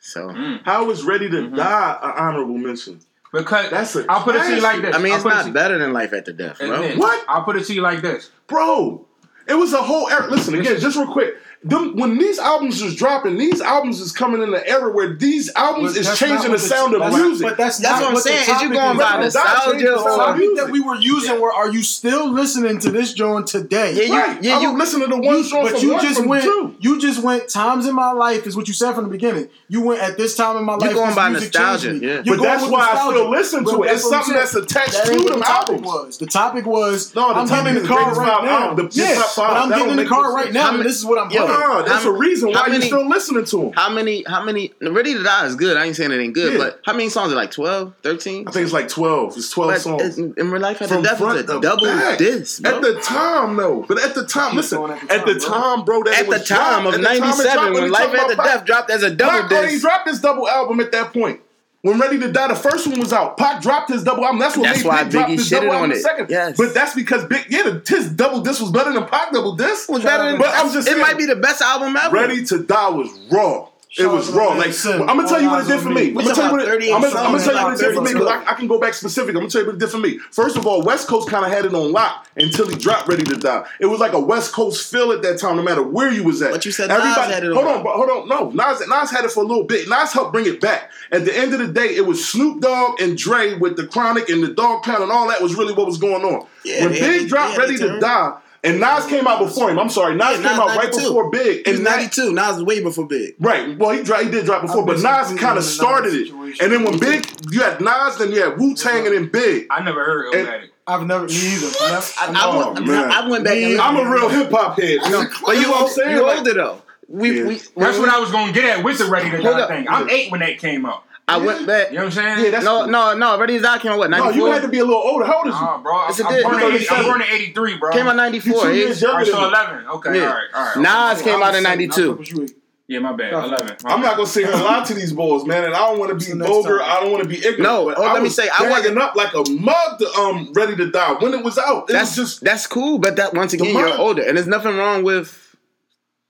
Speaker 1: So
Speaker 3: How is Ready to
Speaker 5: Mm-hmm.
Speaker 3: Die an honorable mention?
Speaker 6: Because
Speaker 3: That's a
Speaker 6: I'll put it to you like
Speaker 3: classic.
Speaker 6: this.
Speaker 1: I mean,
Speaker 6: I'll
Speaker 1: it's
Speaker 6: put it
Speaker 1: not
Speaker 6: to-
Speaker 1: better than Life After Death,
Speaker 6: and
Speaker 1: bro.
Speaker 6: then-
Speaker 3: What?
Speaker 6: I'll put it to you like this.
Speaker 3: Bro, it was a whole era. Listen again, just real quick. Them, when these albums was dropping, these albums is coming in the era where these albums
Speaker 5: But
Speaker 3: is
Speaker 5: that's not
Speaker 3: changing
Speaker 5: what
Speaker 3: the sound of
Speaker 5: that's-
Speaker 3: music.
Speaker 5: But that's,
Speaker 1: That's
Speaker 5: not
Speaker 1: what I'm
Speaker 5: the
Speaker 1: saying. Is you
Speaker 5: topic
Speaker 1: going
Speaker 5: is.
Speaker 1: by
Speaker 3: Ready to Die changed
Speaker 1: nostalgia
Speaker 3: the
Speaker 5: The
Speaker 3: sound
Speaker 1: or
Speaker 3: of
Speaker 5: topic that we were using
Speaker 6: Yeah.
Speaker 5: were are you still listening to this joint today?
Speaker 1: Yeah, you-
Speaker 3: right.
Speaker 1: yeah,
Speaker 3: I
Speaker 1: you-
Speaker 3: don't listen to the one song
Speaker 5: but
Speaker 3: from
Speaker 5: you
Speaker 3: one
Speaker 5: just
Speaker 3: from
Speaker 5: went.
Speaker 3: two.
Speaker 5: You just went. Times in my life is what you said from the beginning. You went at this time in my life.
Speaker 1: going
Speaker 5: this
Speaker 1: by
Speaker 5: music
Speaker 1: nostalgia,
Speaker 5: changed me.
Speaker 1: yeah.
Speaker 3: But
Speaker 5: You're going
Speaker 3: that's
Speaker 5: with
Speaker 3: why I
Speaker 5: nostalgia.
Speaker 3: still listen to it.
Speaker 5: But
Speaker 3: It's
Speaker 5: what I'm
Speaker 3: something
Speaker 5: saying.
Speaker 3: that's attached
Speaker 5: That
Speaker 3: to
Speaker 5: ain't what
Speaker 3: them
Speaker 5: the topic
Speaker 3: albums.
Speaker 5: Was the topic was?
Speaker 3: No, the
Speaker 5: I'm
Speaker 3: topic
Speaker 5: getting in
Speaker 3: is
Speaker 5: the
Speaker 3: the
Speaker 5: car
Speaker 3: biggest
Speaker 5: right
Speaker 3: five
Speaker 5: now.
Speaker 3: album, the
Speaker 5: yes,
Speaker 3: top five.
Speaker 5: but I'm
Speaker 3: That
Speaker 5: getting in
Speaker 3: don't
Speaker 5: the
Speaker 3: make
Speaker 5: car
Speaker 3: no
Speaker 5: right
Speaker 3: sense.
Speaker 5: now,
Speaker 1: How
Speaker 5: and
Speaker 1: many-
Speaker 5: this is what I'm
Speaker 1: Yo,
Speaker 5: playing.
Speaker 3: Nah, that's
Speaker 1: How
Speaker 3: a reason
Speaker 1: how
Speaker 3: why you're
Speaker 1: many-
Speaker 3: still listening to them.
Speaker 1: How many? How many? Ready to Die is good. I ain't saying it ain't good,
Speaker 3: Yeah.
Speaker 1: but how many songs are like 12, 13?
Speaker 3: I think it's like twelve. It's twelve
Speaker 1: But
Speaker 3: songs.
Speaker 1: in, in real life, had
Speaker 3: From
Speaker 1: the death
Speaker 3: front
Speaker 1: is a
Speaker 3: to
Speaker 1: double
Speaker 3: back.
Speaker 1: disc. Bro.
Speaker 3: At the time, though, but at the time,
Speaker 5: Keep
Speaker 3: listen.
Speaker 5: going
Speaker 3: At the time, bro, that
Speaker 1: At
Speaker 3: it
Speaker 1: the
Speaker 3: was
Speaker 1: time
Speaker 3: dropped,
Speaker 1: of
Speaker 3: at the time it dropped,
Speaker 1: '97,
Speaker 3: we
Speaker 1: when Life
Speaker 3: talking
Speaker 1: After
Speaker 3: about
Speaker 1: Death dropped as a double
Speaker 3: Pac already
Speaker 1: disc,
Speaker 3: dropped his double album at that point. When Ready to Die, the first one was out. Pac dropped his double album. That's what
Speaker 1: That's
Speaker 3: made
Speaker 1: why
Speaker 3: Big drop
Speaker 1: Biggie
Speaker 3: his
Speaker 1: shitted
Speaker 3: double
Speaker 1: on
Speaker 3: album
Speaker 1: it.
Speaker 3: second.
Speaker 1: Yes.
Speaker 3: But that's because Big, yeah, the, his double disc was better than Pac double disc.
Speaker 1: was better than.
Speaker 3: But I'm just
Speaker 1: it
Speaker 3: saying,
Speaker 1: might be the best album ever.
Speaker 3: Ready to Die was raw. It
Speaker 5: Shout
Speaker 3: was
Speaker 5: out to
Speaker 3: raw.
Speaker 5: my man
Speaker 3: Like
Speaker 5: Sin.
Speaker 3: I'm gonna tell you what it did for me. I'm
Speaker 1: We
Speaker 3: gonna tell you what
Speaker 1: talking about
Speaker 3: it. I'm
Speaker 1: 38
Speaker 3: gonna I'm gonna tell you what it did for me
Speaker 1: songs.
Speaker 3: because I, I can go back specific. I'm gonna tell you what it did for me. First of all, West Coast kind of had it on lock until he dropped Ready to Die. It was like a West Coast feel at that time, no matter where you was at.
Speaker 1: But you said Nas had it on
Speaker 3: Hold
Speaker 1: lock.
Speaker 3: on, but hold on. No, Nas Nas had it for a little bit. Nas helped bring it back. At the end of the day, it was Snoop Dogg and Dre with the Chronic and the Dog Pound and all that was really what was going on.
Speaker 1: Yeah,
Speaker 3: when
Speaker 1: they-
Speaker 3: Big
Speaker 1: they-
Speaker 3: dropped
Speaker 1: yeah, they
Speaker 3: Ready to
Speaker 1: turned-
Speaker 3: Die. And Nas came out before him. I'm sorry, Nas
Speaker 1: Yeah,
Speaker 3: came
Speaker 1: Nas
Speaker 3: out right
Speaker 1: 92.
Speaker 3: before Big.
Speaker 1: He was
Speaker 3: And that-
Speaker 1: 92. Nas was way before Big.
Speaker 3: Right. Well, he, dro- he did drop before, but
Speaker 5: basically
Speaker 3: Nas
Speaker 5: believe in
Speaker 3: kind
Speaker 5: the
Speaker 3: of
Speaker 5: Nas
Speaker 3: started it.
Speaker 5: situation.
Speaker 3: And then when Big, you had Nas, then you had Wu Tang, and then Big.
Speaker 6: I never heard
Speaker 3: And-
Speaker 6: Illmatic.
Speaker 5: I've never me either. Never-
Speaker 1: I,
Speaker 5: never-
Speaker 1: I, went,
Speaker 3: Oh, man.
Speaker 1: I went back. and
Speaker 3: I'm a real hip hop head.
Speaker 1: No,
Speaker 3: That's
Speaker 1: but you,
Speaker 3: what I'm
Speaker 1: old,
Speaker 3: saying,
Speaker 1: you
Speaker 3: like-
Speaker 1: older though. We,
Speaker 3: Yeah.
Speaker 1: we,
Speaker 6: That's what I was gonna get at with the Ready to
Speaker 1: Hold
Speaker 6: Die
Speaker 1: up.
Speaker 6: thing. I'm eight when that came out.
Speaker 1: I went back.
Speaker 6: You know what I'm saying?
Speaker 3: Yeah, that's
Speaker 1: No, no, no. Ready to Die came out what?
Speaker 3: No,
Speaker 1: 94?
Speaker 3: you had to be a little older. How old is you?
Speaker 6: Nah, bro. I'm,
Speaker 1: Yes, it
Speaker 6: I'm
Speaker 1: did.
Speaker 6: born in 80, I'm
Speaker 3: 37.
Speaker 6: born in 83, bro.
Speaker 1: came out
Speaker 3: You two
Speaker 1: 94. eh?
Speaker 3: years
Speaker 6: All
Speaker 3: younger
Speaker 6: right,
Speaker 3: than
Speaker 6: so
Speaker 3: me.
Speaker 6: 11. Okay,
Speaker 1: Yeah.
Speaker 6: all right, all right.
Speaker 1: Nas came out in
Speaker 5: I fuck
Speaker 1: 92.
Speaker 5: with you.
Speaker 6: Yeah, my bad. 11. My
Speaker 3: I'm
Speaker 6: bad.
Speaker 3: not gonna sit here and lie to these boys, man. And I don't want to
Speaker 5: Till
Speaker 3: be
Speaker 5: next
Speaker 3: vulgar.
Speaker 5: time.
Speaker 3: I don't want to be ignorant.
Speaker 1: No,
Speaker 3: but
Speaker 1: oh,
Speaker 3: I
Speaker 1: let me
Speaker 3: was
Speaker 1: say, I
Speaker 3: gagging
Speaker 1: wasn't-
Speaker 3: up like a mug. To, um, ready to die when it was out. It
Speaker 1: That's
Speaker 3: was just
Speaker 1: that's cool, but that once again, you're
Speaker 3: mind.
Speaker 1: older, and there's nothing wrong with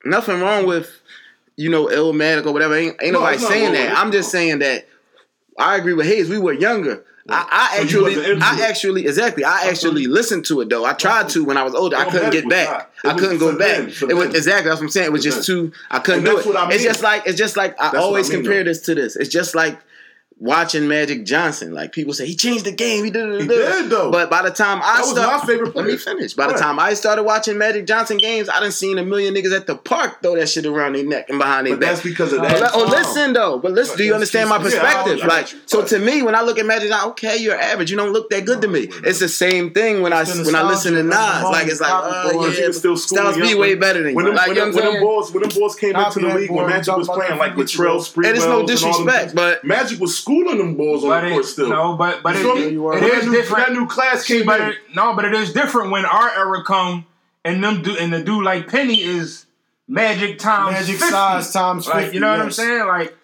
Speaker 1: nothing wrong with you know illmatic or whatever. Ain't, ain't
Speaker 3: No,
Speaker 1: nobody
Speaker 3: it's not
Speaker 1: saying
Speaker 3: wrong with
Speaker 1: that.
Speaker 3: it.
Speaker 1: I'm just saying that I agree with Hayes. We were younger. I, I
Speaker 3: So you
Speaker 1: actually,
Speaker 3: wasn't into
Speaker 1: I
Speaker 3: it.
Speaker 1: actually, exactly. I actually listened to it though. I tried to when I was older. I
Speaker 3: Your
Speaker 1: couldn't
Speaker 3: head
Speaker 1: get
Speaker 3: was
Speaker 1: back.
Speaker 3: shot. It
Speaker 1: I
Speaker 3: was
Speaker 1: couldn't
Speaker 3: for
Speaker 1: go back.
Speaker 3: them, for
Speaker 1: It was
Speaker 3: them.
Speaker 1: exactly that's what I'm saying. It was
Speaker 3: For
Speaker 1: just
Speaker 3: them.
Speaker 1: too. I couldn't
Speaker 3: And
Speaker 1: do
Speaker 3: that's
Speaker 1: it.
Speaker 3: what I
Speaker 1: It's
Speaker 3: mean.
Speaker 1: just like it's just like I
Speaker 3: what I
Speaker 1: always
Speaker 3: mean,
Speaker 1: compare
Speaker 3: though.
Speaker 1: this to this. It's just like watching Magic Johnson. Like people say he changed the game. He did it.
Speaker 3: He did, though.
Speaker 1: But by the time I
Speaker 3: That was
Speaker 1: started,
Speaker 3: my favorite
Speaker 1: let me
Speaker 3: player.
Speaker 1: finish. By the
Speaker 3: Right.
Speaker 1: time I started watching Magic Johnson games, I done seen a million niggas at the park throw that shit around their neck and behind their
Speaker 3: But
Speaker 1: back.
Speaker 3: that's because of
Speaker 1: But
Speaker 3: that.
Speaker 1: li- oh,
Speaker 3: time.
Speaker 1: listen though. But listen, do you
Speaker 3: that's
Speaker 1: understand my
Speaker 3: just- yeah, I
Speaker 1: perspective?
Speaker 3: got
Speaker 1: like,
Speaker 3: you.
Speaker 1: so to me, when I look at Magic, like, okay, you're average. You don't look that good to me. It's the same thing when I
Speaker 5: It's the
Speaker 1: when I listen to Nas.
Speaker 5: nostalgia, that's
Speaker 1: Like, it's like,
Speaker 5: Bobby Boy,
Speaker 1: oh
Speaker 3: Because he
Speaker 1: yeah,
Speaker 3: was still schooling
Speaker 1: Styles P
Speaker 3: young.
Speaker 1: way better than
Speaker 3: when
Speaker 1: you.
Speaker 3: them,
Speaker 1: Like, you know
Speaker 3: when,
Speaker 1: what
Speaker 3: them- when
Speaker 1: I'm
Speaker 3: them
Speaker 1: saying?
Speaker 3: boys when them boys came
Speaker 5: Copy
Speaker 3: into the
Speaker 5: that
Speaker 3: league when
Speaker 5: boy.
Speaker 3: Magic
Speaker 5: Talk
Speaker 3: was
Speaker 5: about
Speaker 3: playing
Speaker 5: that
Speaker 3: like
Speaker 5: from
Speaker 3: with Trail
Speaker 5: Detroit.
Speaker 3: Sprewell
Speaker 1: And it's no disrespect,
Speaker 3: disrespect,
Speaker 1: but-
Speaker 3: Magic was schooling them boys on
Speaker 6: But
Speaker 3: the court
Speaker 6: it,
Speaker 3: still.
Speaker 6: no, but but
Speaker 3: You
Speaker 6: it,
Speaker 3: feel me?
Speaker 5: Yeah, you are.
Speaker 6: it
Speaker 3: When
Speaker 6: is
Speaker 3: that new,
Speaker 6: different.
Speaker 3: That new class
Speaker 6: See,
Speaker 3: came
Speaker 6: but
Speaker 3: in.
Speaker 6: it, no, but it is different when our era come and them do and the dude like Penny is magic times
Speaker 5: Magic
Speaker 6: 50.
Speaker 5: size times
Speaker 6: like
Speaker 5: 50,
Speaker 6: you know what I'm
Speaker 5: yes.
Speaker 6: saying like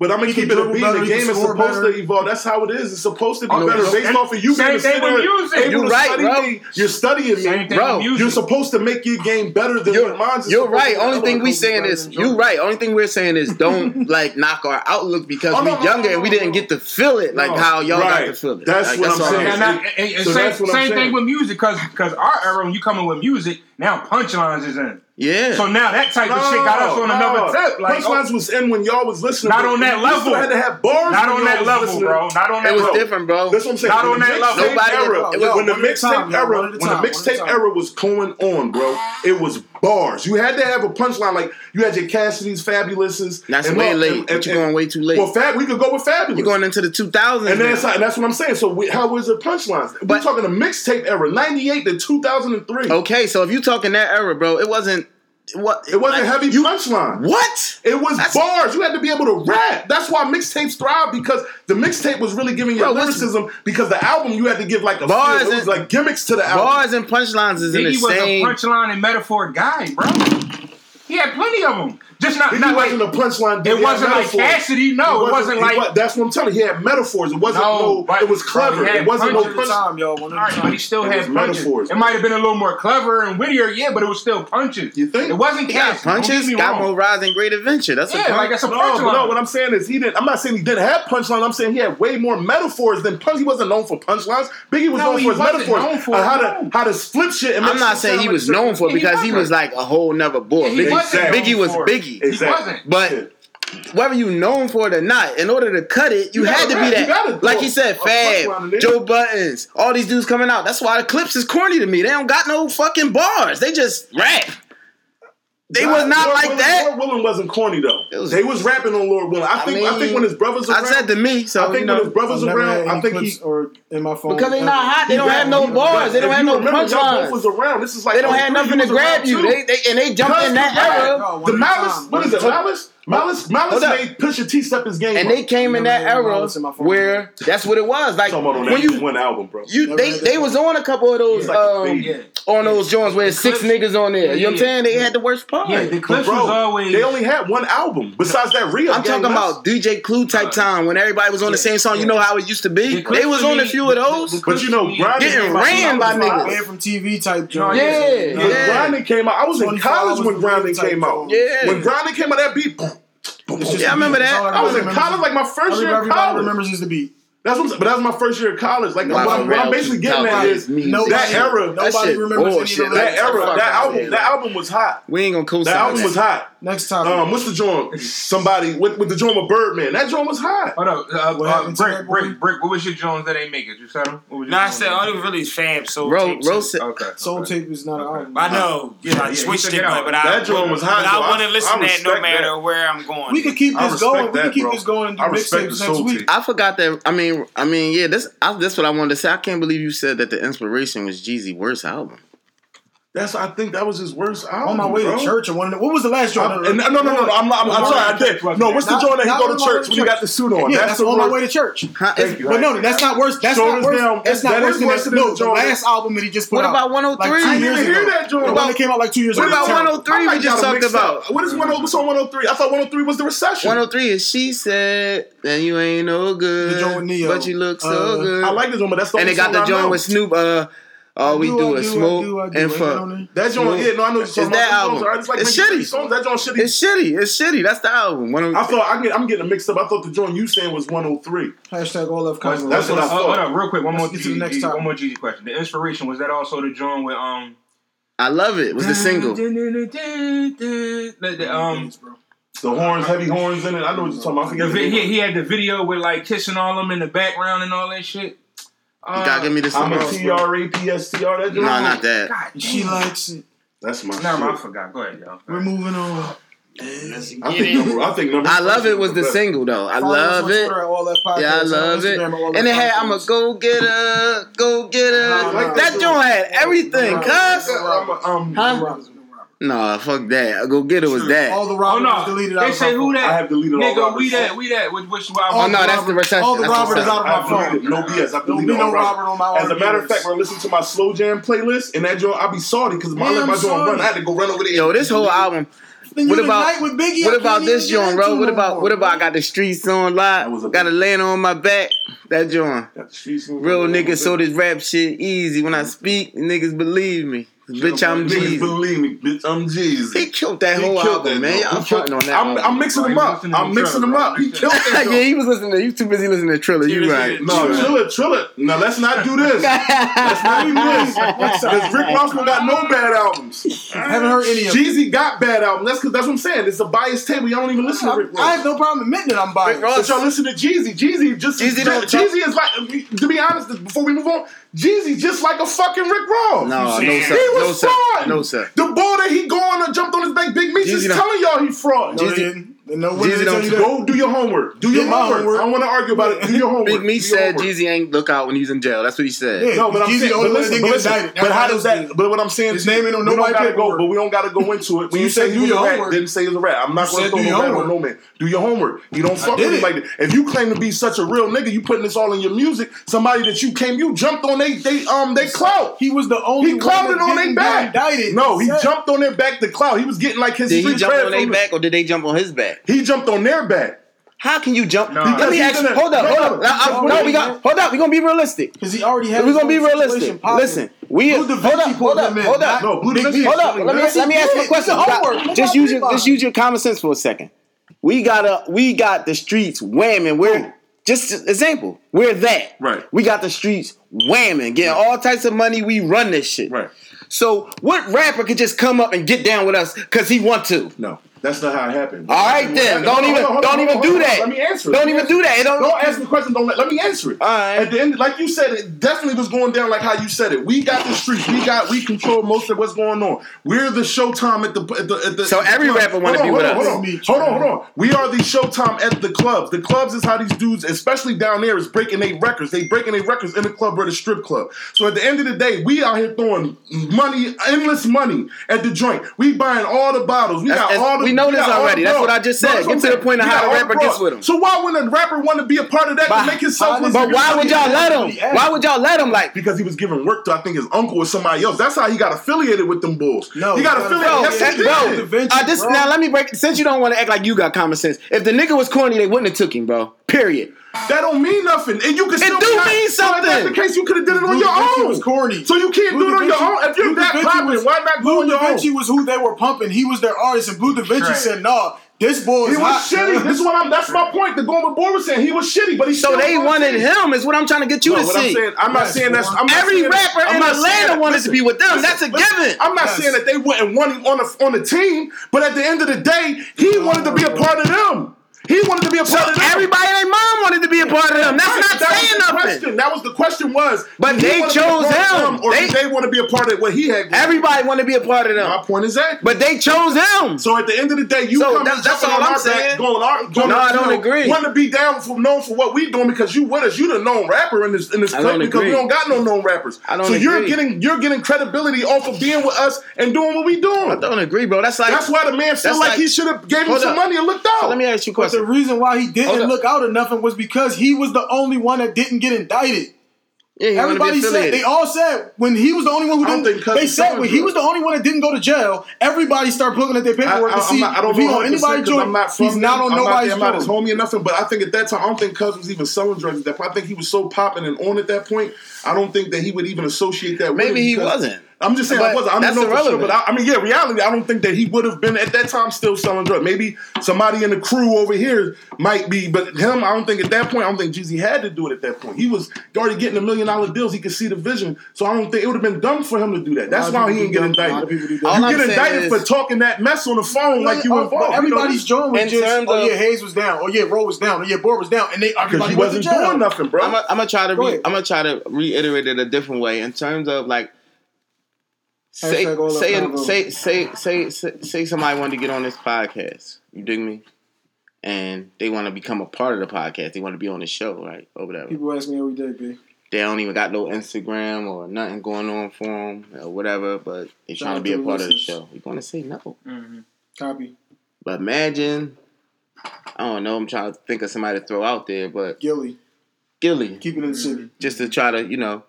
Speaker 3: But I'm gonna
Speaker 5: can
Speaker 3: keep it a
Speaker 5: dribble
Speaker 3: beat.
Speaker 5: better,
Speaker 3: The
Speaker 5: he can
Speaker 3: game is
Speaker 5: score
Speaker 3: supposed
Speaker 5: better.
Speaker 3: to evolve. That's how it is. It's supposed to be
Speaker 6: Oh,
Speaker 3: better
Speaker 6: no,
Speaker 3: based
Speaker 6: and
Speaker 3: off of you
Speaker 6: same
Speaker 3: being a
Speaker 6: thing with
Speaker 3: sitter,
Speaker 6: music.
Speaker 3: able
Speaker 1: You
Speaker 3: to
Speaker 1: right,
Speaker 3: study
Speaker 1: bro.
Speaker 3: me. You're studying
Speaker 6: same
Speaker 3: me.
Speaker 6: thing
Speaker 1: Bro,
Speaker 6: with
Speaker 3: You're
Speaker 6: music.
Speaker 3: supposed to make your game better than
Speaker 1: You're,
Speaker 3: what mine's is
Speaker 1: you're
Speaker 3: supposed
Speaker 1: right.
Speaker 3: to be.
Speaker 1: Only thing we saying is you're right. Only thing we're saying is don't like knock our outlook because
Speaker 3: Oh, no,
Speaker 1: we
Speaker 3: no,
Speaker 1: younger
Speaker 3: no,
Speaker 1: and we
Speaker 3: no,
Speaker 1: didn't
Speaker 3: no.
Speaker 1: get to feel it like
Speaker 6: No.
Speaker 1: how y'all got
Speaker 3: Right.
Speaker 1: to feel it.
Speaker 3: That's
Speaker 1: Like,
Speaker 3: what I'm
Speaker 1: all
Speaker 3: saying.
Speaker 1: I'm
Speaker 6: And, I, and, and
Speaker 3: So
Speaker 6: same,
Speaker 3: that's what I'm
Speaker 6: same
Speaker 3: saying.
Speaker 6: thing with music, cause cause our era when you coming with music now punchlines is in.
Speaker 1: Yeah.
Speaker 6: So now that type of shit got us on another tip. Like oh.
Speaker 3: punchlines was in when y'all was listening.
Speaker 6: Not
Speaker 3: but
Speaker 6: on that
Speaker 3: you still
Speaker 6: level.
Speaker 3: had to have bars.
Speaker 6: not
Speaker 3: when
Speaker 6: on
Speaker 3: y'all
Speaker 6: that
Speaker 3: was
Speaker 6: level,
Speaker 3: listening.
Speaker 6: bro. Not on that
Speaker 1: it was
Speaker 6: level.
Speaker 1: different, bro.
Speaker 3: That's what I'm saying.
Speaker 6: Not
Speaker 3: When
Speaker 6: on
Speaker 3: the mixtape
Speaker 6: that level.
Speaker 1: Nobody-
Speaker 3: Era,
Speaker 1: it was-
Speaker 3: when the
Speaker 5: one at a time,
Speaker 3: mixtape era,
Speaker 5: y'all, one at a
Speaker 3: when the
Speaker 5: time, one at a
Speaker 3: mixtape
Speaker 5: time.
Speaker 3: era was going on, bro, it was bars. You had to have a punchline. Like you had your Cassidy's Fabulouses.
Speaker 1: That's
Speaker 3: and
Speaker 1: way
Speaker 3: look,
Speaker 1: late,
Speaker 3: and-
Speaker 1: but
Speaker 3: and-
Speaker 1: you're going way too late.
Speaker 3: Well, Fab, we could go with Fabulous.
Speaker 1: You're going into the 2000s.
Speaker 3: and
Speaker 1: now.
Speaker 3: that's and that's what I'm saying. So we, how is the punchlines? We're
Speaker 1: But-
Speaker 3: talking the mixtape era, '98 to 2003.
Speaker 1: Okay, so if you talking that era, bro, it wasn't what
Speaker 3: It wasn't heavy punchline.
Speaker 1: What?
Speaker 3: It was
Speaker 1: That's-
Speaker 3: bars. You had to be able to rap. That's why mixtapes thrive because the mixtape was really giving your
Speaker 1: Bro, what's-
Speaker 3: lyricism. Because the album, you had to give like a
Speaker 1: Bars
Speaker 3: feel. It
Speaker 1: and-
Speaker 3: was like gimmicks to the album.
Speaker 1: Bars and punchlines is in the
Speaker 6: Biggie was
Speaker 1: same.
Speaker 6: a punchline and metaphor guy, bro. He had plenty of them. Just not,
Speaker 3: Biggie
Speaker 6: not like
Speaker 3: wasn't a punchline.
Speaker 6: it
Speaker 3: Biggie had
Speaker 6: wasn't like
Speaker 3: metaphors.
Speaker 6: Cassidy. No,
Speaker 3: He
Speaker 6: it wasn't,
Speaker 3: he
Speaker 6: like.
Speaker 3: wa- that's what I'm telling you. He had metaphors. It wasn't
Speaker 6: No,
Speaker 3: no.
Speaker 6: but-
Speaker 3: it was clever.
Speaker 6: bro, he
Speaker 3: It
Speaker 6: had
Speaker 3: wasn't
Speaker 5: One
Speaker 3: no
Speaker 5: at a
Speaker 6: punches.
Speaker 3: punch.
Speaker 5: time, y'all, one at
Speaker 6: all
Speaker 5: a
Speaker 6: right, but
Speaker 5: time.
Speaker 6: he still
Speaker 3: It
Speaker 6: had
Speaker 3: was
Speaker 6: punches.
Speaker 3: metaphors.
Speaker 6: It might have been a little more clever and wittier, yeah, but it was still punches.
Speaker 3: You think?
Speaker 6: it wasn't
Speaker 1: He got
Speaker 6: Cassidy? Don't get
Speaker 1: punches,
Speaker 6: me
Speaker 1: got
Speaker 6: wrong.
Speaker 1: more rise and great adventure. That's a
Speaker 6: Yeah,
Speaker 1: punch.
Speaker 6: like that's a
Speaker 3: No,
Speaker 6: punchline.
Speaker 3: but no, what I'm saying is he didn't. I'm not saying he didn't have punchlines. I'm saying he had way more metaphors than punch. He wasn't known for punchlines. Biggie was
Speaker 6: No,
Speaker 3: known
Speaker 6: he
Speaker 3: for his
Speaker 6: wasn't
Speaker 3: metaphors.
Speaker 6: known for
Speaker 3: uh,
Speaker 6: it,
Speaker 3: how
Speaker 6: no.
Speaker 3: to how to flip shit. And
Speaker 1: I'm not saying he was known for it
Speaker 6: He
Speaker 1: because he
Speaker 6: wasn't.
Speaker 1: was like a whole nother boy.
Speaker 6: He
Speaker 1: Biggie,
Speaker 6: wasn't known
Speaker 1: Biggie was
Speaker 6: for it.
Speaker 1: Biggie.
Speaker 6: He wasn't.
Speaker 1: But whether you known for it or not, in order to cut it, you,
Speaker 3: You
Speaker 1: had
Speaker 3: gotta
Speaker 1: to
Speaker 3: rap.
Speaker 1: be
Speaker 3: You gotta
Speaker 1: that.
Speaker 3: do
Speaker 1: Like
Speaker 3: a-
Speaker 1: he said,
Speaker 3: a punchline in
Speaker 1: Fab,
Speaker 3: there.
Speaker 1: Joe Buttons, all these dudes coming out. That's why the clips is corny to me. They don't got no fucking bars. They just rap. They was not
Speaker 3: Lord
Speaker 1: like
Speaker 3: Willing,
Speaker 1: that.
Speaker 3: Lord Willing wasn't corny though.
Speaker 1: It was-
Speaker 3: they was rapping on Lord Willing. I think. I,
Speaker 1: mean,
Speaker 3: think when his brothers
Speaker 1: I
Speaker 3: around,
Speaker 1: said to me, so
Speaker 3: I think
Speaker 1: you know,
Speaker 3: when his brothers
Speaker 5: I've never had
Speaker 3: around,
Speaker 5: any
Speaker 3: I think
Speaker 5: clips
Speaker 3: he.
Speaker 5: or in my phone.
Speaker 1: because they
Speaker 5: ever.
Speaker 1: not hot. They don't
Speaker 3: rap-
Speaker 1: have no
Speaker 3: he-
Speaker 1: bars. They
Speaker 3: if
Speaker 1: don't have
Speaker 3: you
Speaker 1: no
Speaker 3: remember, y'all both
Speaker 1: punchlines.
Speaker 3: was around. This is like
Speaker 1: They don't
Speaker 3: oh,
Speaker 1: have nothing
Speaker 3: three, you
Speaker 1: to
Speaker 3: was around
Speaker 1: grab you.
Speaker 3: too.
Speaker 1: They, they and they jumped
Speaker 3: Cuz
Speaker 1: in
Speaker 3: the
Speaker 1: that
Speaker 3: rap.
Speaker 1: era.
Speaker 5: No, one
Speaker 3: the
Speaker 5: at a
Speaker 3: malice.
Speaker 5: time,
Speaker 3: What
Speaker 5: one
Speaker 3: is it?
Speaker 5: at a time.
Speaker 3: Malice. Malice.
Speaker 1: Hold
Speaker 3: Malice
Speaker 1: up.
Speaker 3: made Pusha T step his game.
Speaker 1: And
Speaker 3: up.
Speaker 1: they came in
Speaker 5: Never
Speaker 1: that
Speaker 5: had one
Speaker 1: era
Speaker 5: else in my phone.
Speaker 1: where that's what it was. Like
Speaker 3: Talking about on
Speaker 1: when
Speaker 3: that
Speaker 1: you
Speaker 3: one album, bro.
Speaker 1: you
Speaker 5: Never
Speaker 1: they
Speaker 5: had
Speaker 1: they
Speaker 5: that
Speaker 1: was on a couple of those
Speaker 3: It's like a
Speaker 1: um,
Speaker 3: baby.
Speaker 6: yeah,
Speaker 1: on those joints where it's six
Speaker 6: clips-
Speaker 1: niggas on there. You know what I'm
Speaker 6: yeah,
Speaker 1: saying? They had the worst part.
Speaker 6: yeah. The
Speaker 3: But
Speaker 6: clips
Speaker 3: bro,
Speaker 6: was always.
Speaker 3: they only had one album besides that real.
Speaker 1: I'm talking about DJ Clue type
Speaker 6: Uh,
Speaker 1: time when everybody was on the
Speaker 6: yeah,
Speaker 1: same song. You
Speaker 6: yeah.
Speaker 1: know how it used to
Speaker 6: the
Speaker 1: be.
Speaker 6: clips
Speaker 1: They was
Speaker 6: to
Speaker 1: on a
Speaker 6: me-
Speaker 1: few of
Speaker 6: the-
Speaker 1: those.
Speaker 6: the
Speaker 3: But
Speaker 6: clips
Speaker 3: you know,
Speaker 6: to me-
Speaker 3: Grindr
Speaker 1: Getting
Speaker 3: came out-
Speaker 1: ran by
Speaker 5: It was like
Speaker 1: niggas.
Speaker 5: away from TV type
Speaker 6: You know,
Speaker 5: joint.
Speaker 1: Yeah,
Speaker 3: When
Speaker 1: yeah.
Speaker 3: Grindr came out, I was in
Speaker 5: 24
Speaker 3: college when
Speaker 5: hours
Speaker 3: Grindr
Speaker 5: with the
Speaker 3: came out.
Speaker 5: tape
Speaker 1: Yeah.
Speaker 3: When Grindr came out, that beat. Boom, boom,
Speaker 5: It's
Speaker 3: boom.
Speaker 5: just
Speaker 1: Yeah, I
Speaker 5: a beat.
Speaker 1: remember
Speaker 5: That's
Speaker 1: that.
Speaker 5: all
Speaker 3: I was in
Speaker 5: remember.
Speaker 3: college, like my first year
Speaker 5: Everybody
Speaker 3: in college.
Speaker 5: remembers is the beat.
Speaker 3: That's what I'm, but that was my first year in college. Like
Speaker 1: Wow,
Speaker 3: what, I'm, what I'm
Speaker 1: Ralph,
Speaker 3: basically
Speaker 1: you
Speaker 3: getting at
Speaker 1: talking
Speaker 3: is
Speaker 1: about
Speaker 5: Nobody,
Speaker 3: that era,
Speaker 5: nobody
Speaker 1: that shit
Speaker 5: remembers
Speaker 1: bullshit.
Speaker 5: any of those.
Speaker 3: that era,
Speaker 1: Fuck out of
Speaker 3: that album,
Speaker 1: here.
Speaker 3: that album was hot.
Speaker 1: We ain't gonna co-sign
Speaker 3: That album
Speaker 1: that.
Speaker 3: was hot.
Speaker 5: Next topic.
Speaker 3: Um, what's the joint? Somebody with, with the joint with Birdman. That joint was hot.
Speaker 6: Hold up, uh,
Speaker 5: What
Speaker 6: uh,
Speaker 5: happened to
Speaker 6: brick,
Speaker 5: that
Speaker 6: brick,
Speaker 5: movie?
Speaker 6: brick. What was your Jones that ain't make it? You said him. What was your
Speaker 4: No, I
Speaker 6: Jones
Speaker 4: said
Speaker 6: that
Speaker 4: all
Speaker 6: ain't
Speaker 4: it was really is fab. So
Speaker 1: Ro- Ro said-
Speaker 6: make it? Okay.
Speaker 5: Soul
Speaker 6: okay.
Speaker 5: Tape is not an album.
Speaker 4: I know. Yeah, I
Speaker 6: yeah,
Speaker 4: switched
Speaker 6: check
Speaker 4: it,
Speaker 6: it out.
Speaker 4: but I
Speaker 3: That joint was hot,
Speaker 4: But
Speaker 3: though.
Speaker 4: I want
Speaker 3: I-
Speaker 4: to listen
Speaker 3: I
Speaker 4: to that no
Speaker 3: respect
Speaker 4: matter
Speaker 3: that.
Speaker 4: where I'm going.
Speaker 5: We could keep
Speaker 3: I
Speaker 5: this
Speaker 3: respect
Speaker 5: going. we
Speaker 3: that,
Speaker 5: could keep
Speaker 3: bro.
Speaker 5: this going and do
Speaker 3: I respect the
Speaker 5: mixtapes next
Speaker 3: Soul
Speaker 5: week.
Speaker 3: Tape.
Speaker 1: I forgot that. I mean, I mean, yeah. This I, that's what I wanted to say. I can't believe you said that the inspiration was Jeezy worst album.
Speaker 3: That's I think that was his worst album.
Speaker 5: On my way
Speaker 3: bro.
Speaker 5: to church, and one. Of the, what was the last joint?
Speaker 3: I'm, and, no, no, no, no. I'm, I'm, I'm sorry. I did. No, what's the
Speaker 5: Not-
Speaker 3: joint that he
Speaker 5: not
Speaker 3: go
Speaker 5: on
Speaker 3: to
Speaker 5: my way
Speaker 3: church
Speaker 5: to
Speaker 3: when he got the suit on?
Speaker 5: Yeah, that's, on my
Speaker 3: worst-
Speaker 5: way to church.
Speaker 1: Huh? It's-
Speaker 3: Thank you.
Speaker 5: But no, that's not worse. That's
Speaker 3: Shoulders
Speaker 5: not worse.
Speaker 3: down.
Speaker 5: That's
Speaker 3: That
Speaker 5: not
Speaker 3: is
Speaker 5: worse than
Speaker 3: worse
Speaker 5: that.
Speaker 3: than the
Speaker 5: No, the
Speaker 3: joint.
Speaker 5: last album that he just put
Speaker 1: What
Speaker 5: out.
Speaker 1: about 103?
Speaker 5: Like two
Speaker 3: I didn't
Speaker 5: years
Speaker 3: hear
Speaker 5: ago.
Speaker 3: that joint.
Speaker 5: The one that came out like two years
Speaker 1: What
Speaker 5: ago.
Speaker 1: about
Speaker 5: Terrible.
Speaker 1: 103 we
Speaker 3: I
Speaker 1: just
Speaker 3: might got them
Speaker 1: talked
Speaker 3: mixed up.
Speaker 1: about?
Speaker 3: What is 103? What's on 103? I thought 103 was the recession.
Speaker 1: 103 is she said, and you ain't no good,
Speaker 5: The joint with Neo.
Speaker 1: but you look so
Speaker 5: Uh,
Speaker 1: good.
Speaker 3: I like this one, but that's the
Speaker 1: and
Speaker 3: only
Speaker 1: they got
Speaker 3: song
Speaker 1: the
Speaker 3: I know.
Speaker 1: joint with Snoop. Uh, All we
Speaker 5: do,
Speaker 1: do
Speaker 5: I
Speaker 1: is
Speaker 5: do, I do, I
Speaker 1: smoke
Speaker 5: do.
Speaker 1: and
Speaker 5: Ain't that on
Speaker 1: fuck.
Speaker 5: there?
Speaker 3: That joint,
Speaker 1: Well,
Speaker 3: yeah, no, I know what
Speaker 1: it's
Speaker 3: you're talking about.
Speaker 1: that
Speaker 3: Them
Speaker 1: album.
Speaker 3: songs- I just like
Speaker 1: It's
Speaker 3: making
Speaker 1: shitty.
Speaker 3: Songs, that joint shitty.
Speaker 1: It's shitty. It's shitty. That's the album. One of
Speaker 3: I thought I get, I'm getting it mixed up. I thought the joint you saying was 103.
Speaker 5: Hashtag all left
Speaker 6: That's
Speaker 5: Congo.
Speaker 3: that's what I
Speaker 6: Oh, hold
Speaker 3: thought.
Speaker 6: up, real quick. One
Speaker 5: Let's
Speaker 6: more,
Speaker 5: get to the
Speaker 6: Gigi,
Speaker 5: next
Speaker 6: Gigi,
Speaker 5: topic.
Speaker 6: one more Gigi question. The inspiration was that also the drawing with um.
Speaker 1: I love it.
Speaker 6: Mm-hmm.
Speaker 1: Was the single.
Speaker 6: The, the, um,
Speaker 3: The horns, heavy horns in it. I know what you're talking about. I forget
Speaker 6: the
Speaker 3: the
Speaker 6: vi-
Speaker 3: name
Speaker 6: yeah,
Speaker 3: of it.
Speaker 6: he had the video with like kissing all them in the background and all that shit. Uh,
Speaker 1: you gotta give me the
Speaker 3: I'm
Speaker 1: song.
Speaker 3: a
Speaker 1: No,
Speaker 3: T-R-A-P-S-T-R. That joint.
Speaker 1: not that.
Speaker 6: God damn.
Speaker 5: She likes it.
Speaker 3: That's my
Speaker 6: Never mind, I
Speaker 3: shit.
Speaker 6: forgot. Go ahead, y'all.
Speaker 5: We're moving on.
Speaker 4: Let's get
Speaker 3: I think
Speaker 4: it.
Speaker 3: number, I think number
Speaker 1: I love it. Was
Speaker 3: the
Speaker 1: the
Speaker 3: best.
Speaker 1: single though. I
Speaker 5: Follow us
Speaker 1: love
Speaker 5: on
Speaker 1: it.
Speaker 5: Twitter at all left podcast.
Speaker 1: Yeah, I love it.
Speaker 5: Instagram at all left
Speaker 1: And it had I'm a
Speaker 5: podcast.
Speaker 1: go getter, go
Speaker 5: Nah,
Speaker 1: getter.
Speaker 5: nah,
Speaker 1: That
Speaker 5: nah.
Speaker 1: joint had everything,
Speaker 5: Nah,
Speaker 1: cuz.
Speaker 3: I'm a- um,
Speaker 1: Huh?
Speaker 5: No Robinson, no Robinson.
Speaker 1: Nah, fuck that. Go getter was
Speaker 5: All
Speaker 1: that.
Speaker 5: the
Speaker 6: Oh
Speaker 5: Robert was
Speaker 6: no,
Speaker 5: deleted.
Speaker 6: they say who
Speaker 5: that?
Speaker 3: I
Speaker 6: that?
Speaker 3: have deleted all
Speaker 6: Nigga,
Speaker 3: Robert's
Speaker 6: we that,
Speaker 3: songs.
Speaker 6: we that. Which which wild?
Speaker 5: All
Speaker 1: Oh, no,
Speaker 5: the
Speaker 1: that's the
Speaker 5: Robert-
Speaker 1: recession.
Speaker 5: All the
Speaker 1: That's the
Speaker 5: Robert is out of
Speaker 1: recession.
Speaker 5: my
Speaker 3: I've
Speaker 5: phone.
Speaker 3: deleted no BS. I've
Speaker 5: Don't be
Speaker 3: deleted
Speaker 5: no
Speaker 3: all Robert.
Speaker 5: Robert on my
Speaker 3: As a matter of
Speaker 5: RBS.
Speaker 3: fact, when I listen to my slow jam playlist and that joint, I'll be salty because I
Speaker 5: Yeah,
Speaker 3: let my
Speaker 5: I'm
Speaker 3: joint run.
Speaker 5: sorry.
Speaker 3: I had to go run over there.
Speaker 1: Yo, this whole album.
Speaker 5: Then
Speaker 1: What
Speaker 5: you
Speaker 1: about-
Speaker 5: tonight with Biggie?
Speaker 1: What
Speaker 5: I
Speaker 1: about
Speaker 5: can't
Speaker 1: this
Speaker 5: even get
Speaker 1: joint, bro?
Speaker 5: into
Speaker 1: What
Speaker 5: no
Speaker 1: about
Speaker 5: more,
Speaker 1: what about I
Speaker 5: bro.
Speaker 1: got the streets on lock?
Speaker 3: That was a
Speaker 1: Got a land on my back. That joint. Real niggas, so this rap shit easy. When I speak, niggas believe me. Bitch, I'm
Speaker 3: Niggas
Speaker 1: Jeezy.
Speaker 3: believe me, bitch. I'm
Speaker 1: He
Speaker 3: Jeezy.
Speaker 1: killed that
Speaker 3: He
Speaker 1: whole
Speaker 3: killed
Speaker 1: album,
Speaker 3: that,
Speaker 1: man.
Speaker 3: bro.
Speaker 1: Y'all
Speaker 3: He killed-
Speaker 1: fronting on that
Speaker 3: I'm,
Speaker 1: album.
Speaker 3: I'm mixing
Speaker 6: Bro,
Speaker 3: them
Speaker 6: he's
Speaker 3: up.
Speaker 6: listening to
Speaker 3: I'm
Speaker 6: the
Speaker 3: mixing
Speaker 6: Triller,
Speaker 3: them
Speaker 6: bro.
Speaker 3: up. He killed that.
Speaker 1: yeah, he was listening to you too busy listening to Triller. You right.
Speaker 3: joint. No, Triller, Triller. Now let's not do this. Let's not do this. Because Rick Ross got no bad albums.
Speaker 5: haven't heard any of.
Speaker 3: Jeezy got bad albums. That's because that's what I'm saying. It's a biased table. Y'all don't even listen to Rick
Speaker 5: I,
Speaker 3: Ross.
Speaker 5: I have no problem admitting that I'm biased.
Speaker 1: Rick Ross-
Speaker 3: But y'all listen to Jeezy. Jeezy just
Speaker 1: Jeezy
Speaker 3: Jeezy,
Speaker 1: don't-
Speaker 3: is like to be honest. Before we move on, Jeezy just like a fucking Rick Ross.
Speaker 1: No,
Speaker 4: He
Speaker 1: no sir,
Speaker 3: he
Speaker 1: no
Speaker 3: was
Speaker 1: sir,
Speaker 3: fraud.
Speaker 1: no sir.
Speaker 3: The ball that he going and jumped on his back, Big Meech is
Speaker 1: Jeezy don't-
Speaker 3: telling y'all he fraud.
Speaker 5: No, they
Speaker 1: Jeezy-
Speaker 5: didn't. They know what
Speaker 1: Jeezy
Speaker 5: they
Speaker 1: don't-
Speaker 5: tell you that.
Speaker 3: Go do your homework. Do your
Speaker 5: Did my
Speaker 3: homework.
Speaker 5: homework.
Speaker 3: I don't want to argue about it. Do your homework.
Speaker 1: Big
Speaker 3: Do
Speaker 1: Me
Speaker 3: your
Speaker 1: said
Speaker 3: homework.
Speaker 1: Jeezy ain't look out when he's in jail. That's what he said.
Speaker 5: Yeah.
Speaker 3: No, but I'm
Speaker 5: Jeezy
Speaker 3: saying,
Speaker 5: the only
Speaker 3: but
Speaker 5: one that
Speaker 3: listen,
Speaker 5: didn't
Speaker 3: but,
Speaker 5: get
Speaker 3: listen,
Speaker 5: indicted.
Speaker 3: but how
Speaker 5: Everybody
Speaker 3: does
Speaker 5: else
Speaker 3: that?
Speaker 5: did.
Speaker 3: But what I'm saying,
Speaker 5: His
Speaker 3: too,
Speaker 5: name ain't on
Speaker 3: we don't
Speaker 5: nobody's
Speaker 3: gotta go.
Speaker 5: paperwork.
Speaker 3: But we don't gotta go into it. When you,
Speaker 5: You
Speaker 3: say
Speaker 5: said
Speaker 3: he
Speaker 5: do
Speaker 3: was a
Speaker 5: your
Speaker 3: rat,
Speaker 5: homework.
Speaker 3: didn't say he was a rat. I'm not
Speaker 5: You
Speaker 3: gonna
Speaker 5: said
Speaker 3: throw
Speaker 5: do
Speaker 3: no
Speaker 5: your
Speaker 3: rat on no
Speaker 5: homework.
Speaker 3: man. Do your homework. You don't fuck
Speaker 5: did
Speaker 3: with me
Speaker 5: it.
Speaker 3: like that. If you claim to be such a real nigga, you putting this all in your music. Somebody that you came, you jumped on they they um they clout.
Speaker 5: He was the only
Speaker 3: He
Speaker 5: one
Speaker 3: clouded
Speaker 5: that
Speaker 3: on their
Speaker 5: didn't
Speaker 3: back.
Speaker 5: get indicted.
Speaker 3: No, he
Speaker 5: Said-
Speaker 3: jumped on their back. The cloud. He was getting like his
Speaker 1: Did he
Speaker 3: street
Speaker 1: jump
Speaker 3: cred
Speaker 1: on their
Speaker 3: from-
Speaker 1: back or did they jump on his back?
Speaker 3: He jumped on their back.
Speaker 1: How can you jump?
Speaker 6: Nah.
Speaker 1: Let
Speaker 3: Because
Speaker 1: me
Speaker 3: he
Speaker 1: ask you.
Speaker 3: didn't-
Speaker 1: Hold up,
Speaker 3: no,
Speaker 1: hold
Speaker 3: no,
Speaker 1: up. Now,
Speaker 3: he
Speaker 1: I'm-
Speaker 3: jumped
Speaker 1: No,
Speaker 3: on
Speaker 1: we
Speaker 3: their
Speaker 1: got. Hold up. We gonna be realistic.
Speaker 5: Cause he already had.
Speaker 1: We're
Speaker 5: his
Speaker 1: gonna be
Speaker 5: own situation
Speaker 1: realistic.
Speaker 5: popping.
Speaker 1: Listen, we
Speaker 5: Blue Da
Speaker 1: hold up,
Speaker 5: Vinci
Speaker 1: hold
Speaker 5: pulled
Speaker 1: up,
Speaker 5: him in,
Speaker 1: hold up.
Speaker 5: not-
Speaker 3: No, Blue Da
Speaker 5: Big
Speaker 3: Vinci
Speaker 5: Meech
Speaker 1: Hold up.
Speaker 5: pulled him
Speaker 1: Let
Speaker 5: in.
Speaker 1: me
Speaker 5: Yes,
Speaker 1: let me
Speaker 5: he
Speaker 1: ask you
Speaker 5: did.
Speaker 1: a
Speaker 5: It's
Speaker 1: question.
Speaker 5: the homework.
Speaker 1: Now, Just
Speaker 5: Nobody
Speaker 1: use your
Speaker 5: lied.
Speaker 1: just use your common sense for a second. We got a we got the streets whamming. We're just an example. We're that.
Speaker 3: Right.
Speaker 1: We got the streets whamming, getting all types of money. We run this shit.
Speaker 3: Right.
Speaker 1: So what rapper could just come up and get down with us because he want to?
Speaker 3: No, that's not how it happened.
Speaker 1: All right then. Don't
Speaker 3: Hold on,
Speaker 1: even
Speaker 3: hold on,
Speaker 1: don't
Speaker 3: hold on,
Speaker 1: even
Speaker 3: hold on,
Speaker 1: do
Speaker 3: hold on.
Speaker 1: that.
Speaker 3: Let me answer.
Speaker 1: Don't
Speaker 3: it. Let me
Speaker 1: even
Speaker 3: answer
Speaker 1: do
Speaker 3: it.
Speaker 1: that. It don't,
Speaker 3: Don't ask the question. Don't let, let me answer it.
Speaker 1: All right.
Speaker 3: At the end, like you said, it definitely was going down like how you said it. We got the streets. We got. We control most of what's going on. We're the Showtime at the at the. At the
Speaker 1: So every
Speaker 3: club.
Speaker 1: rapper wanna
Speaker 3: Hold on,
Speaker 1: be
Speaker 3: hold
Speaker 1: with
Speaker 3: on,
Speaker 1: us.
Speaker 3: Hold on, hold on, hold on. We are the Showtime at the clubs. The clubs is how these dudes, especially down there, is breaking their records. They breaking their records in the club or the strip club. So at the end of the day, we out here throwing money, endless money at the joint. We buying all the bottles. We
Speaker 1: That's-
Speaker 3: got
Speaker 1: that's-
Speaker 3: all the.
Speaker 1: we know this
Speaker 3: got all
Speaker 1: already.
Speaker 3: the
Speaker 1: That's
Speaker 3: drugs.
Speaker 1: what I just said.
Speaker 3: that's what
Speaker 1: Get
Speaker 3: I'm
Speaker 1: to the
Speaker 3: saying.
Speaker 1: point of
Speaker 3: We
Speaker 1: how
Speaker 3: got
Speaker 1: the
Speaker 3: all
Speaker 1: rapper
Speaker 3: drugs.
Speaker 1: gets with 'em.
Speaker 3: So why wouldn't a rapper want to be a part of that
Speaker 1: But-
Speaker 3: to make himself? look
Speaker 1: But
Speaker 3: good?
Speaker 1: why would y'all let him? Why would y'all let him? Like,
Speaker 3: Because he was giving work to I think his uncle or somebody else. That's how he got affiliated with them bulls.
Speaker 5: No,
Speaker 3: he got
Speaker 5: no,
Speaker 3: affiliated.
Speaker 1: bro,
Speaker 5: Yeah,
Speaker 3: Yes,
Speaker 5: yeah,
Speaker 1: that-
Speaker 3: he
Speaker 5: yeah.
Speaker 1: bro.
Speaker 5: Da
Speaker 3: did.
Speaker 5: Vinci,
Speaker 1: I just
Speaker 5: bro.
Speaker 1: now let me break. Since you don't want to act like you got common sense, if the nigga was corny, they wouldn't have took him, bro. Period.
Speaker 3: That don't mean nothing, and you can still
Speaker 1: do
Speaker 3: be hot.
Speaker 1: mean
Speaker 3: So if that's the
Speaker 1: something.
Speaker 3: case, you could have did it on
Speaker 5: Blue
Speaker 3: your
Speaker 5: Da Vinci
Speaker 3: own.
Speaker 5: was corny.
Speaker 3: So you can't do
Speaker 5: Blue
Speaker 3: it
Speaker 5: Da
Speaker 3: on your
Speaker 5: Vinci-
Speaker 3: own. If
Speaker 5: Blue
Speaker 3: you're
Speaker 5: Da
Speaker 3: that
Speaker 5: Vinci
Speaker 3: popping,
Speaker 5: was-
Speaker 3: why not do it
Speaker 5: Blue
Speaker 3: on
Speaker 5: Da
Speaker 3: your
Speaker 5: Vinci
Speaker 3: own?
Speaker 5: was who they were pumping. He was their artist, and Blue Da Vinci
Speaker 6: Right.
Speaker 5: said, "Nah, this boy
Speaker 3: He
Speaker 5: is
Speaker 3: was
Speaker 5: hot."
Speaker 3: shitty. This is what I'm. That's my point. The going with Boy was saying he was shitty, but he
Speaker 1: So
Speaker 3: still
Speaker 1: they
Speaker 3: won.
Speaker 1: wanted him. Is what I'm trying to get you
Speaker 3: No,
Speaker 1: to
Speaker 3: what
Speaker 1: see.
Speaker 3: I'm saying, I'm not
Speaker 5: Yes,
Speaker 3: saying that's. I'm not
Speaker 1: Every
Speaker 3: saying that-
Speaker 1: rapper
Speaker 3: I'm
Speaker 1: in
Speaker 3: not saying
Speaker 1: Atlanta
Speaker 3: that-
Speaker 1: wanted to
Speaker 3: listen,
Speaker 1: be with them. That's a given.
Speaker 3: I'm not
Speaker 5: Yes.
Speaker 3: saying that they wouldn't want him on the on the team, but at the end of the day, he wanted to be a part of them. He wanted to be a part
Speaker 1: So
Speaker 3: of them.
Speaker 1: everybody, their mom wanted to be a part of them. That's
Speaker 3: Right,
Speaker 1: not
Speaker 3: that was
Speaker 1: saying
Speaker 3: the
Speaker 1: nothing.
Speaker 3: Question. That was the question was.
Speaker 1: But
Speaker 3: did he
Speaker 1: they
Speaker 3: wanna be a
Speaker 1: chose
Speaker 3: part of
Speaker 1: him.
Speaker 3: them or did
Speaker 1: They-
Speaker 3: they want to be a part of what he had. going on?
Speaker 1: Everybody wanted to be a part of them,
Speaker 3: My point is that.
Speaker 1: but they chose him.
Speaker 3: So at the end of the day, you
Speaker 1: So
Speaker 3: come
Speaker 1: that-
Speaker 3: and
Speaker 1: that's
Speaker 3: jumping
Speaker 1: all
Speaker 3: on
Speaker 1: I'm
Speaker 3: our
Speaker 1: saying.
Speaker 3: back, going our, going
Speaker 1: No,
Speaker 3: our-
Speaker 1: I
Speaker 3: you
Speaker 1: don't
Speaker 3: know,
Speaker 1: agree.
Speaker 3: Want to be down for known for what we doing because you with us. You the known rapper in this in this
Speaker 1: I
Speaker 3: clip
Speaker 1: don't
Speaker 3: because we
Speaker 1: agree.
Speaker 3: don't got no known rappers.
Speaker 1: I don't
Speaker 3: so you're
Speaker 1: agree.
Speaker 3: getting you're getting credibility off of being with us and doing what we doing.
Speaker 1: I don't agree, bro. That's like
Speaker 3: that's why the man
Speaker 1: that's
Speaker 3: feel like,
Speaker 1: like-
Speaker 3: he should have gave him
Speaker 1: Hold
Speaker 3: some
Speaker 1: up.
Speaker 3: money and looked out.
Speaker 1: So let me ask you a
Speaker 5: But the
Speaker 1: question.
Speaker 5: reason why he
Speaker 1: Hold
Speaker 5: didn't
Speaker 1: up.
Speaker 5: look out or nothing was because he was the only one that didn't get indicted.
Speaker 1: Yeah, he wanna be
Speaker 5: Everybody said
Speaker 1: affiliated.
Speaker 5: they all said when he was the only one who
Speaker 3: I don't
Speaker 5: didn't.
Speaker 3: think Cousin
Speaker 5: They said
Speaker 3: Summer
Speaker 5: when he
Speaker 3: drove.
Speaker 5: was the only one that didn't go to jail. Everybody started looking at their
Speaker 3: I,
Speaker 5: paperwork
Speaker 3: I,
Speaker 5: to see
Speaker 3: I'm not, I don't
Speaker 5: if he
Speaker 3: know 100%
Speaker 5: on
Speaker 3: 'cause
Speaker 5: anybody's joint.
Speaker 3: I'm not from
Speaker 5: He's not
Speaker 3: there.
Speaker 5: on
Speaker 3: I'm
Speaker 5: nobody's
Speaker 3: not, there. I'm not his
Speaker 5: joint.
Speaker 3: homie or nothing. But I think at that time, I don't think Cuz was even selling drugs. At that point. I think he was so popping and on at that point. I don't think that he would even associate that. with
Speaker 1: Maybe
Speaker 3: it
Speaker 1: he
Speaker 3: because-
Speaker 1: wasn't.
Speaker 3: I'm just saying I
Speaker 1: But
Speaker 3: wasn't. I don't
Speaker 1: that's
Speaker 3: know for sure,
Speaker 1: irrelevant.
Speaker 3: but I, I mean, yeah, reality. I don't think that he would have been at that time still selling drugs. Maybe somebody in the crew over here might be, but him, I don't think at that point. I don't think Jeezy had to do it at that point. He was already getting a million dollar deals. He could see the vision, so I don't think it would have been dumb for him to do that. That's
Speaker 5: lot of
Speaker 3: why he
Speaker 5: people
Speaker 3: didn't get
Speaker 5: do that. A lot of
Speaker 3: indicted. You
Speaker 5: people do that.
Speaker 1: All I'm
Speaker 3: get
Speaker 1: saying
Speaker 3: indicted
Speaker 1: is-
Speaker 3: for talking that mess on the phone like you
Speaker 5: Oh, but
Speaker 3: involved.
Speaker 5: everybody's
Speaker 3: you know?
Speaker 5: joint was
Speaker 1: In
Speaker 5: just,
Speaker 1: terms
Speaker 5: oh
Speaker 1: of-
Speaker 5: yeah, Hayes was down. Oh yeah, Rowe was down. Oh yeah, Bohr was down. And they
Speaker 3: because
Speaker 5: everybody
Speaker 3: he
Speaker 5: went
Speaker 3: wasn't
Speaker 5: to jail.
Speaker 3: doing nothing, bro.
Speaker 1: I'm gonna try to
Speaker 5: Go
Speaker 1: re,
Speaker 5: ahead.
Speaker 1: I'm gonna try to reiterate it a different way in terms of like say
Speaker 5: Hashtag all up
Speaker 1: say,
Speaker 5: Convo.
Speaker 1: say say say say say somebody wanted to get on this podcast. You dig me? And they want to become a part of the podcast. They want to be on the show, right? Or whatever.
Speaker 5: People ask me every day, B.
Speaker 1: They don't even got no Instagram or nothing going on for them or whatever, but they
Speaker 5: Shout
Speaker 1: trying to
Speaker 5: out
Speaker 1: be
Speaker 5: to
Speaker 1: a
Speaker 5: the
Speaker 1: part of the
Speaker 5: listeners.
Speaker 1: show. You're gonna say no.
Speaker 6: Mm-hmm,
Speaker 5: Copy.
Speaker 1: But imagine, I don't know. I'm trying to think of somebody to throw out there, but
Speaker 5: Gilly.
Speaker 1: Gilly,
Speaker 5: Keep it in the city.
Speaker 1: just to try to, you know,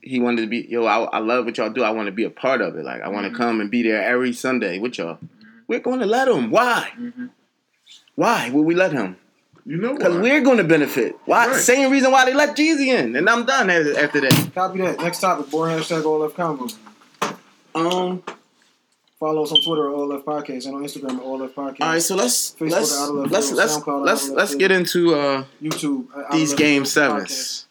Speaker 1: he wanted to be, yo, I, I love what y'all do. I want to be a part of it. Like, I want to come and be there every Sunday with y'all. We're going to let him. Why? Why would we let him?
Speaker 3: You know
Speaker 1: Because
Speaker 3: what?
Speaker 1: we're going to benefit. Why?
Speaker 3: Right.
Speaker 1: Same reason why they let Jeezy in. And I'm done after, after that.
Speaker 5: Copy that. Next topic, Bohr. Hashtag all left Convo.
Speaker 1: Um.
Speaker 5: Follow us on Twitter at all left podcast and on Instagram at all left podcast.
Speaker 1: All right. So let's
Speaker 5: Facebook,
Speaker 1: let's
Speaker 5: Outer Left
Speaker 1: let's
Speaker 5: Field,
Speaker 1: let's
Speaker 5: SoundCloud,
Speaker 1: let's
Speaker 5: Outer Left
Speaker 1: let's
Speaker 5: Field.
Speaker 1: get into uh,
Speaker 5: YouTube. at Outer
Speaker 1: these
Speaker 5: Left
Speaker 1: game
Speaker 5: Field
Speaker 1: sevens.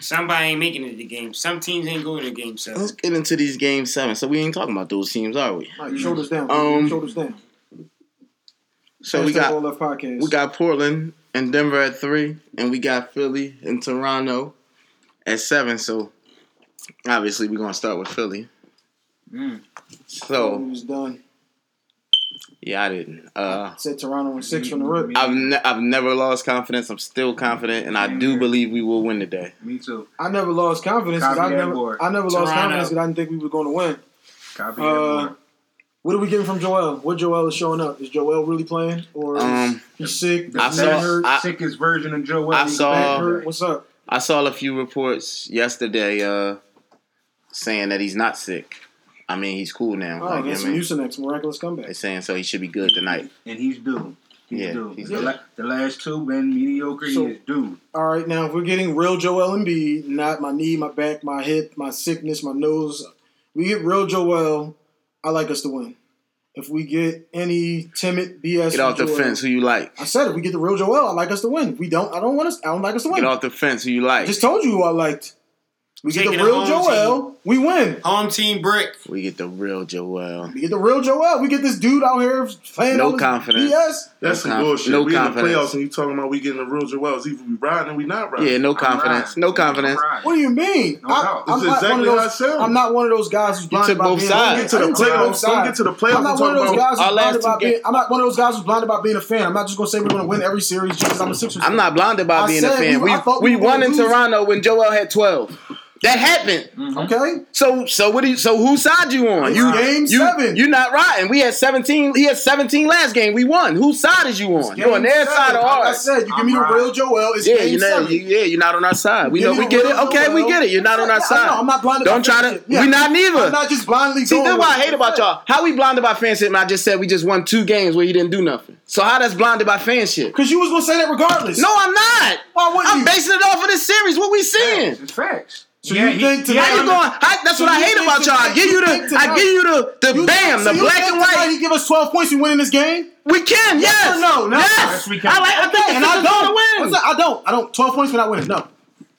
Speaker 4: Somebody ain't making it to the game. Some teams ain't going to the game seven.
Speaker 1: Let's get into these game sevens. So we ain't talking about those teams, are we?
Speaker 5: Podcast. All right, shoulders down.
Speaker 1: Um,
Speaker 5: shoulders down.
Speaker 1: So we
Speaker 5: Hashtag
Speaker 1: got
Speaker 5: all left podcast.
Speaker 1: We got Portland and Denver at three, and we got Philly and Toronto at seven. So obviously, we're gonna start with Philly.
Speaker 6: Mm.
Speaker 5: He
Speaker 1: So
Speaker 5: was done.
Speaker 1: yeah, I didn't. Uh,
Speaker 5: Said Toronto and six from the rip.
Speaker 1: I've ne- I've never lost confidence. I'm still confident, and I do believe we will win today.
Speaker 6: Me too.
Speaker 5: I never lost confidence. 'cause
Speaker 6: Copy
Speaker 5: I
Speaker 6: that,
Speaker 5: never,
Speaker 6: Bohr.
Speaker 5: I never lost
Speaker 4: Toronto.
Speaker 5: confidence because I didn't think we were going to win.
Speaker 6: Copy
Speaker 5: Uh,
Speaker 6: that. Boy.
Speaker 5: What are we getting from Joel? What Joel is showing up? Is Joel really playing or is
Speaker 1: Um,
Speaker 5: he sick?
Speaker 6: The
Speaker 1: I
Speaker 6: best,
Speaker 1: saw- um, I-
Speaker 6: sickest version of Joel.
Speaker 1: I
Speaker 6: He's
Speaker 1: saw-
Speaker 6: back.
Speaker 5: Back hurt? What's up?
Speaker 1: I saw a few reports yesterday uh, saying that he's not sick. I mean, he's cool now.
Speaker 5: Oh,
Speaker 1: like, you know
Speaker 5: that's
Speaker 1: what I mean?
Speaker 5: some Mucinex. Miraculous comeback.
Speaker 1: They're saying so he should be good tonight.
Speaker 6: and he's due. He's
Speaker 1: Yeah,
Speaker 6: due.
Speaker 1: he's
Speaker 6: the,
Speaker 1: due.
Speaker 6: la- the last two been mediocre.
Speaker 5: So-
Speaker 6: he is due.
Speaker 5: All right, now if we're getting real Joel Embiid, not my knee, my back, my hip, my sickness, my nose, we get real Joel. I like us to win. If we get any timid BS,
Speaker 1: Get off the
Speaker 5: from Joel-
Speaker 1: fence. Who you like?
Speaker 5: I said if we get the real Joel, I like us to win. If we don't, I don't want us. I don't like us to win.
Speaker 1: Get off the fence. Who you
Speaker 5: I
Speaker 1: like?
Speaker 5: just told you who I liked. We get
Speaker 4: Taking
Speaker 5: the
Speaker 4: it
Speaker 5: real
Speaker 4: home,
Speaker 5: Joel, we win.
Speaker 4: Home team brick.
Speaker 1: We get the real Joel.
Speaker 5: We get the real Joel. We get this dude out here playing
Speaker 1: No
Speaker 5: all this
Speaker 1: confidence.
Speaker 5: BS.
Speaker 3: That's
Speaker 1: No
Speaker 3: some
Speaker 1: conf-
Speaker 3: bullshit.
Speaker 1: no
Speaker 3: we in the
Speaker 1: confidence.
Speaker 3: playoffs and you talking about we getting the real Joel's. Either we riding or we not riding.
Speaker 1: Yeah, no
Speaker 6: I'm
Speaker 1: confidence.
Speaker 6: riding.
Speaker 1: No confidence.
Speaker 6: I'm riding.
Speaker 5: What do you mean?
Speaker 6: No doubt.
Speaker 5: I'm,
Speaker 3: It's
Speaker 5: not
Speaker 3: exactly
Speaker 5: one of
Speaker 3: how
Speaker 5: those,
Speaker 3: it sounds.
Speaker 5: I'm not one one of those guys who's blinded
Speaker 1: took
Speaker 5: by
Speaker 1: both
Speaker 5: being.
Speaker 1: sides.
Speaker 5: I didn't
Speaker 3: Get to the
Speaker 5: take both
Speaker 3: playoffs. Don't
Speaker 5: sides.
Speaker 3: get to the playoffs
Speaker 5: I'm not
Speaker 3: and
Speaker 5: one of
Speaker 3: talk
Speaker 5: those
Speaker 3: about-
Speaker 5: guys
Speaker 1: Our
Speaker 5: who's blinded
Speaker 1: last
Speaker 5: by
Speaker 1: two ga-
Speaker 5: being. I'm not one of those guys who's blinded by being a fan. I'm not just gonna say we're gonna win every series just because I'm a Sixers.
Speaker 1: I'm
Speaker 5: fan.
Speaker 1: not blinded by
Speaker 5: I
Speaker 1: being
Speaker 5: said
Speaker 1: a fan.
Speaker 5: we-
Speaker 1: We,
Speaker 5: I thought
Speaker 1: we,
Speaker 5: we were
Speaker 1: won
Speaker 5: gonna
Speaker 1: in
Speaker 5: lose.
Speaker 1: Toronto when Joel had 12. That happened.
Speaker 5: Okay,
Speaker 1: So so what do you, so whose side you on?
Speaker 5: It's
Speaker 1: You
Speaker 5: game
Speaker 1: you,
Speaker 5: seven.
Speaker 1: You're not riding. We had 17. He had 17 last game. We won. Whose side is you on? You on
Speaker 5: Game
Speaker 1: their
Speaker 5: seven.
Speaker 1: side or
Speaker 5: Like I
Speaker 1: ours?
Speaker 5: said, you give me the
Speaker 6: I'm
Speaker 5: real Joel. It's
Speaker 1: Yeah,
Speaker 5: game
Speaker 1: you're not,
Speaker 5: seven.
Speaker 1: you, yeah, you're not on our side. We
Speaker 5: Give
Speaker 1: know
Speaker 5: me
Speaker 1: we
Speaker 5: the
Speaker 1: get
Speaker 5: real
Speaker 1: it. Okay, we
Speaker 5: Joel.
Speaker 1: get it. You're not on
Speaker 5: Yeah,
Speaker 1: our
Speaker 5: I
Speaker 1: side.
Speaker 5: know. I'm not blinded.
Speaker 1: Don't
Speaker 5: by
Speaker 1: try to.
Speaker 5: fanship. Yeah.
Speaker 1: We not neither.
Speaker 5: I'm not just blindly
Speaker 1: See,
Speaker 5: going.
Speaker 1: that's why I
Speaker 5: with it.
Speaker 1: hate about y'all. How we blinded by fanship? And I just said we just won two games where he didn't do nothing. So how that's blinded by fanship?
Speaker 5: Because you was gonna say that regardless.
Speaker 1: No, I'm not.
Speaker 5: Why wouldn't
Speaker 1: I'm
Speaker 5: you?
Speaker 1: basing it off of this series. What we seeing?
Speaker 6: It's facts.
Speaker 5: So you think tonight-
Speaker 1: How you going? How, that's
Speaker 5: So
Speaker 1: what I
Speaker 5: you
Speaker 1: hate
Speaker 5: think
Speaker 1: about y'all. I
Speaker 5: tonight-
Speaker 1: give
Speaker 5: you
Speaker 1: you the.
Speaker 5: think
Speaker 1: I
Speaker 5: tonight-
Speaker 1: give you the. The
Speaker 5: You-
Speaker 1: bam.
Speaker 5: so
Speaker 1: the
Speaker 5: you
Speaker 1: black
Speaker 5: think
Speaker 1: and
Speaker 5: tonight He
Speaker 1: white.
Speaker 5: give us twelve points. We winning this game.
Speaker 1: We can.
Speaker 5: Yes
Speaker 1: Yes.
Speaker 5: or no? No.
Speaker 1: Yes.
Speaker 6: we can.
Speaker 1: I like. I think
Speaker 5: And
Speaker 1: and
Speaker 5: I
Speaker 1: I
Speaker 5: don't
Speaker 1: going
Speaker 5: What's
Speaker 1: to win.
Speaker 5: that? I don't. I don't. Twelve points we not winning. No.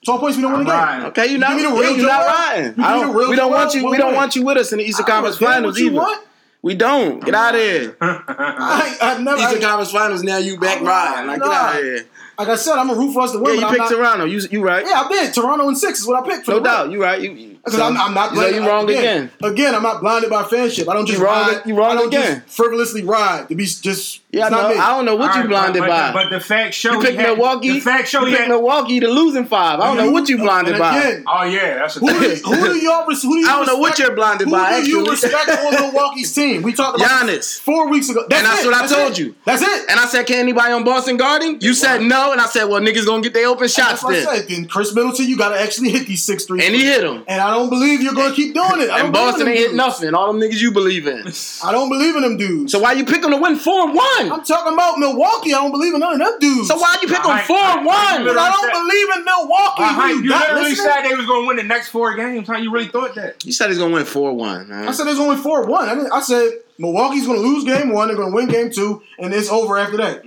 Speaker 5: Twelve points we don't win the game.
Speaker 6: riding.
Speaker 1: Okay, you not.
Speaker 5: me the
Speaker 1: yeah,
Speaker 5: real
Speaker 1: you not
Speaker 5: Joel?
Speaker 1: riding. I
Speaker 5: You give me
Speaker 1: don't-
Speaker 5: the real
Speaker 1: we don't want
Speaker 5: Joel?
Speaker 1: you. We
Speaker 5: We'll
Speaker 1: don't
Speaker 5: win.
Speaker 1: want you with us in the Eastern
Speaker 5: I don't
Speaker 1: Conference
Speaker 5: give a damn
Speaker 1: Finals
Speaker 5: what you
Speaker 1: either.
Speaker 5: want.
Speaker 1: We don't. Get out of here.
Speaker 5: I, I never.
Speaker 1: Eastern
Speaker 5: I,
Speaker 1: Conference Finals. Now you back
Speaker 5: I'm
Speaker 1: riding.
Speaker 5: not.
Speaker 1: Like get out of here.
Speaker 5: like I said, I'm a root for us to
Speaker 1: Yeah,
Speaker 5: win.
Speaker 1: you
Speaker 5: but
Speaker 1: picked
Speaker 5: I'm not,
Speaker 1: Toronto. You you right.
Speaker 5: Yeah, I did. Toronto and six is what I picked. For
Speaker 1: No
Speaker 5: the win.
Speaker 1: doubt, you're right. You, you,
Speaker 5: Because I'm, I'm not.
Speaker 1: So
Speaker 5: blinded-
Speaker 1: you wrong again.
Speaker 5: Again, I'm not blinded by fanship. I don't just
Speaker 1: You wrong-
Speaker 5: ride.
Speaker 1: you wrong
Speaker 5: I don't
Speaker 1: again.
Speaker 5: Just frivolously ride to be s- just
Speaker 1: Yeah, I,
Speaker 5: It's not
Speaker 1: know,
Speaker 5: me.
Speaker 1: I don't know what
Speaker 6: All
Speaker 1: you
Speaker 6: right,
Speaker 1: blinded
Speaker 6: but, but
Speaker 1: by.
Speaker 6: The, but the fact show
Speaker 1: you
Speaker 6: he
Speaker 1: picked
Speaker 6: had-
Speaker 1: Milwaukee.
Speaker 6: The fact show
Speaker 1: you
Speaker 6: he
Speaker 1: picked
Speaker 6: had,
Speaker 1: Milwaukee to losing five. I don't know what you blinded
Speaker 5: and
Speaker 1: by.
Speaker 5: again,
Speaker 6: Oh yeah, that's a
Speaker 5: Who do, who do y'all res- who do you
Speaker 1: I don't know what
Speaker 5: respect-
Speaker 1: you're blinded
Speaker 5: who
Speaker 1: by,
Speaker 5: do you
Speaker 1: actually.
Speaker 5: respect on Milwaukee's team? We talked about this
Speaker 1: Giannis.
Speaker 5: four weeks ago. That's
Speaker 1: And that's
Speaker 5: it.
Speaker 1: what I told
Speaker 5: it.
Speaker 1: you.
Speaker 5: That's it.
Speaker 1: And I said, can anybody on Boston guarding? You said no, and I said, well, niggas gonna get their open shots
Speaker 5: That's what I
Speaker 1: then.
Speaker 5: said. Then Chris Middleton, you got to actually hit these six three.
Speaker 1: And he hit them.
Speaker 5: And I don't believe you're going to keep doing it. I
Speaker 1: And
Speaker 5: don't believe in
Speaker 1: Boston
Speaker 5: them
Speaker 1: ain't hit
Speaker 5: dudes.
Speaker 1: nothing. All them niggas you believe in.
Speaker 5: I don't believe in them dudes.
Speaker 1: So why you pick them to win four one?
Speaker 5: I'm talking about Milwaukee. I don't believe in none of them dudes.
Speaker 1: So why you pick them
Speaker 6: I-
Speaker 1: four
Speaker 6: I-
Speaker 1: one?
Speaker 5: Because I don't believe in Milwaukee.
Speaker 6: Uh-huh,
Speaker 5: What, you
Speaker 6: you
Speaker 5: not
Speaker 6: literally
Speaker 5: listening?
Speaker 6: said they was gonna win the next four games. How you really thought that?
Speaker 1: You said he's gonna win four one.
Speaker 5: I said there's only four one. I, didn't, I said Milwaukee's going to lose game one. They're going to win game two, and it's over after that.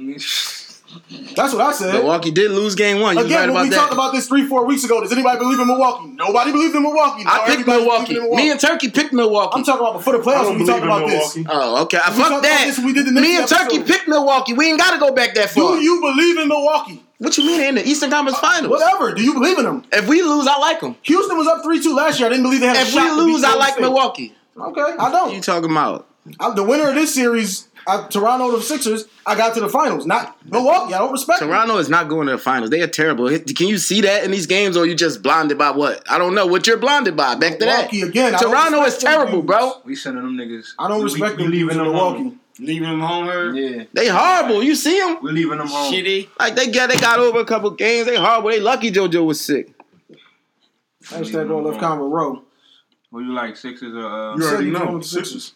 Speaker 5: That's what I said.
Speaker 1: Milwaukee did lose game one. You right
Speaker 5: Again, when
Speaker 1: about
Speaker 5: we talked
Speaker 1: that.
Speaker 5: about this three, four weeks ago, does anybody believe in Milwaukee? Nobody believes in Milwaukee. Now
Speaker 1: I picked
Speaker 5: everybody's
Speaker 1: Milwaukee.
Speaker 5: believing in
Speaker 1: Me and Turkey picked Milwaukee.
Speaker 5: I'm talking about before the
Speaker 3: I
Speaker 5: playoffs.
Speaker 3: don't
Speaker 5: When we
Speaker 3: believe
Speaker 5: talked
Speaker 3: in
Speaker 5: about
Speaker 3: Milwaukee.
Speaker 5: this.
Speaker 1: Oh, okay. I
Speaker 5: We talked
Speaker 1: fuck
Speaker 5: about
Speaker 1: that.
Speaker 5: this when we did the
Speaker 1: Me and
Speaker 5: next
Speaker 1: Turkey
Speaker 5: episode.
Speaker 1: picked Milwaukee. We ain't gotta go back that far.
Speaker 5: Do you Uh, believe in Milwaukee?
Speaker 1: what you mean in the Eastern Conference Finals?
Speaker 5: Whatever. Do you believe in them?
Speaker 1: If we lose, I like them.
Speaker 5: Houston was up three two last year. I didn't believe they had a
Speaker 1: If
Speaker 5: shot.
Speaker 1: we
Speaker 5: to
Speaker 1: lose,
Speaker 5: beat
Speaker 1: I
Speaker 5: Golden
Speaker 1: like
Speaker 5: State. Oh.
Speaker 1: Milwaukee.
Speaker 5: Okay, I
Speaker 1: What you
Speaker 5: don't.
Speaker 1: talking about?
Speaker 5: I, the winner of this series, I, Toronto the Sixers. I got to the finals, not Milwaukee. I don't respect them.
Speaker 1: Toronto is not going to the finals. They are terrible. Can you see that in these games, or you just blinded by what? I don't know what you're blinded by. Back to that.
Speaker 5: Milwaukee again. I don't
Speaker 1: Toronto is
Speaker 5: respect them
Speaker 1: terrible,
Speaker 5: dudes.
Speaker 1: bro.
Speaker 6: We sending them niggas.
Speaker 5: I don't
Speaker 6: we-
Speaker 5: respect
Speaker 6: we,
Speaker 5: them.
Speaker 6: leaving
Speaker 5: dudes in
Speaker 6: them
Speaker 5: Milwaukee.
Speaker 7: Leaving them home,
Speaker 6: home.
Speaker 7: her.
Speaker 6: Yeah,
Speaker 1: They horrible. You see them?
Speaker 6: we leaving them home.
Speaker 7: Shitty.
Speaker 1: Like they got they got over a couple games. They horrible. They lucky JoJo was sick.
Speaker 5: Hashtag going left Conroe row.
Speaker 6: Who you like Sixers or? Uh,
Speaker 3: You already
Speaker 5: Sixers
Speaker 3: know.
Speaker 5: going with the Sixers.
Speaker 3: Sixers.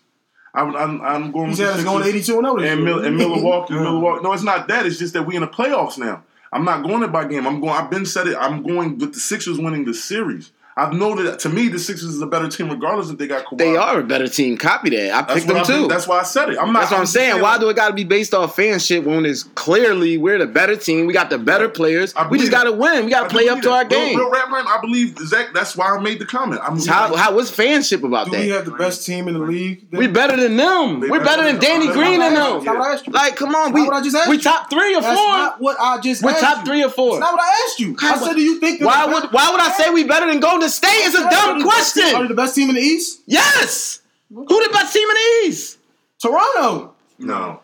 Speaker 3: I'm, I'm, I'm going
Speaker 5: He
Speaker 3: with
Speaker 5: said
Speaker 3: the
Speaker 5: it's going
Speaker 3: Sixers.
Speaker 5: 82 and 0 this
Speaker 3: And,
Speaker 5: year.
Speaker 3: Mil- and Milwaukee, Milwaukee. No, it's not that. It's just that we in the playoffs now. I'm not going it by game. I'm going. I've been said it. I'm going with the Sixers winning the series. I've noted. To me, the Sixers is a better team, regardless if they got Kawhi.
Speaker 1: They are a better team. Copy that. I
Speaker 3: That's
Speaker 1: picked
Speaker 3: what
Speaker 1: them
Speaker 3: I've been-
Speaker 1: too.
Speaker 3: That's why I said it. I'm not.
Speaker 1: That's what I'm
Speaker 3: just
Speaker 1: saying. Why do it got to be based off fan shit when it's clearly we're the better team? We got the better players.
Speaker 3: I
Speaker 1: We just got
Speaker 3: believe
Speaker 1: to win. We got
Speaker 3: I
Speaker 1: to play up
Speaker 3: believe
Speaker 1: to our
Speaker 3: that. Real-
Speaker 1: game.
Speaker 3: Real, rap line, I believe Zach. That's why I made the comment. I'm
Speaker 1: How, how what's fanship about
Speaker 5: Do
Speaker 1: that?
Speaker 5: we have the best team in the league?
Speaker 1: We better than them.
Speaker 3: They
Speaker 1: We're
Speaker 3: better
Speaker 1: better than
Speaker 3: than
Speaker 1: Danny
Speaker 3: them.
Speaker 1: Green and
Speaker 5: That's not
Speaker 1: them.
Speaker 5: what I asked you.
Speaker 1: Like, come on,
Speaker 5: That's
Speaker 1: we
Speaker 5: not what I just asked
Speaker 1: we
Speaker 5: you.
Speaker 1: top three or
Speaker 5: That's
Speaker 1: four.
Speaker 5: not what I just
Speaker 1: We're
Speaker 5: asked
Speaker 1: top
Speaker 5: you.
Speaker 1: three or four.
Speaker 5: That's not what I asked you. I
Speaker 1: God,
Speaker 5: said, do you think they're
Speaker 1: Why
Speaker 5: the
Speaker 1: would
Speaker 5: best-
Speaker 1: why would I say we better than Golden State? It's a dumb
Speaker 5: Are they
Speaker 1: question.
Speaker 5: the best team in the East?
Speaker 1: Yes. Who the best team in the East?
Speaker 5: Toronto.
Speaker 3: No,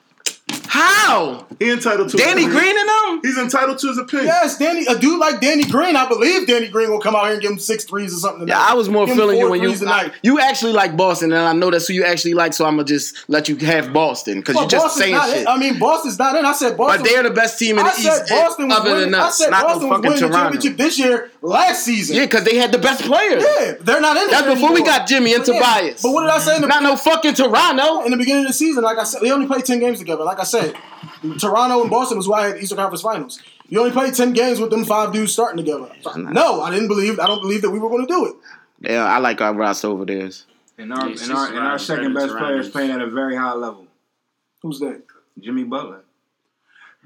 Speaker 1: How?
Speaker 3: he entitled to. his
Speaker 1: Danny
Speaker 3: opinion.
Speaker 1: Green and them?
Speaker 3: He's entitled to his opinion.
Speaker 5: Yes, Danny. A dude like Danny Green. I believe Danny Green will come out here and give him six threes or something.
Speaker 1: Yeah,
Speaker 5: tonight.
Speaker 1: I was more
Speaker 5: Give him
Speaker 1: feeling you
Speaker 5: four
Speaker 1: when you
Speaker 5: threes tonight.
Speaker 1: you actually like Boston, and I know that's who you actually like. So I'm gonna just let you have Boston because
Speaker 5: Well,
Speaker 1: you're just
Speaker 5: Boston's
Speaker 1: saying
Speaker 5: not
Speaker 1: shit.
Speaker 5: in. I mean, Boston's not in. I said Boston.
Speaker 1: but they're the best team in the
Speaker 5: I said
Speaker 1: East, eh,
Speaker 5: Boston was
Speaker 1: other
Speaker 5: winning.
Speaker 1: than
Speaker 5: I
Speaker 1: us,
Speaker 5: said
Speaker 1: not
Speaker 5: Boston
Speaker 1: no
Speaker 5: was
Speaker 1: fucking
Speaker 5: winning the
Speaker 1: Toronto.
Speaker 5: championship this year, last season.
Speaker 1: Yeah, because they had the best players.
Speaker 5: Yeah, they're not in.
Speaker 1: That's
Speaker 5: there
Speaker 1: before we
Speaker 5: anymore.
Speaker 1: got Jimmy and
Speaker 5: But yeah,
Speaker 1: Tobias.
Speaker 5: But what did I say in the
Speaker 1: Not no fucking Toronto.
Speaker 5: in the beginning of the season, like I said, they only played ten games together. Like I said, Toronto and Boston was why I had the Eastern Conference Finals. You only played ten games with them five dudes starting together. No, I didn't believe. I don't believe that we were going to do it.
Speaker 1: Yeah, I like our Ross over theirs.
Speaker 6: And our
Speaker 4: Yeah, she's
Speaker 6: and our and our
Speaker 4: surrounded,
Speaker 6: second
Speaker 4: better
Speaker 6: best player is
Speaker 4: surroundings.
Speaker 6: playing at a very high level.
Speaker 5: Who's that?
Speaker 6: Jimmy Butler.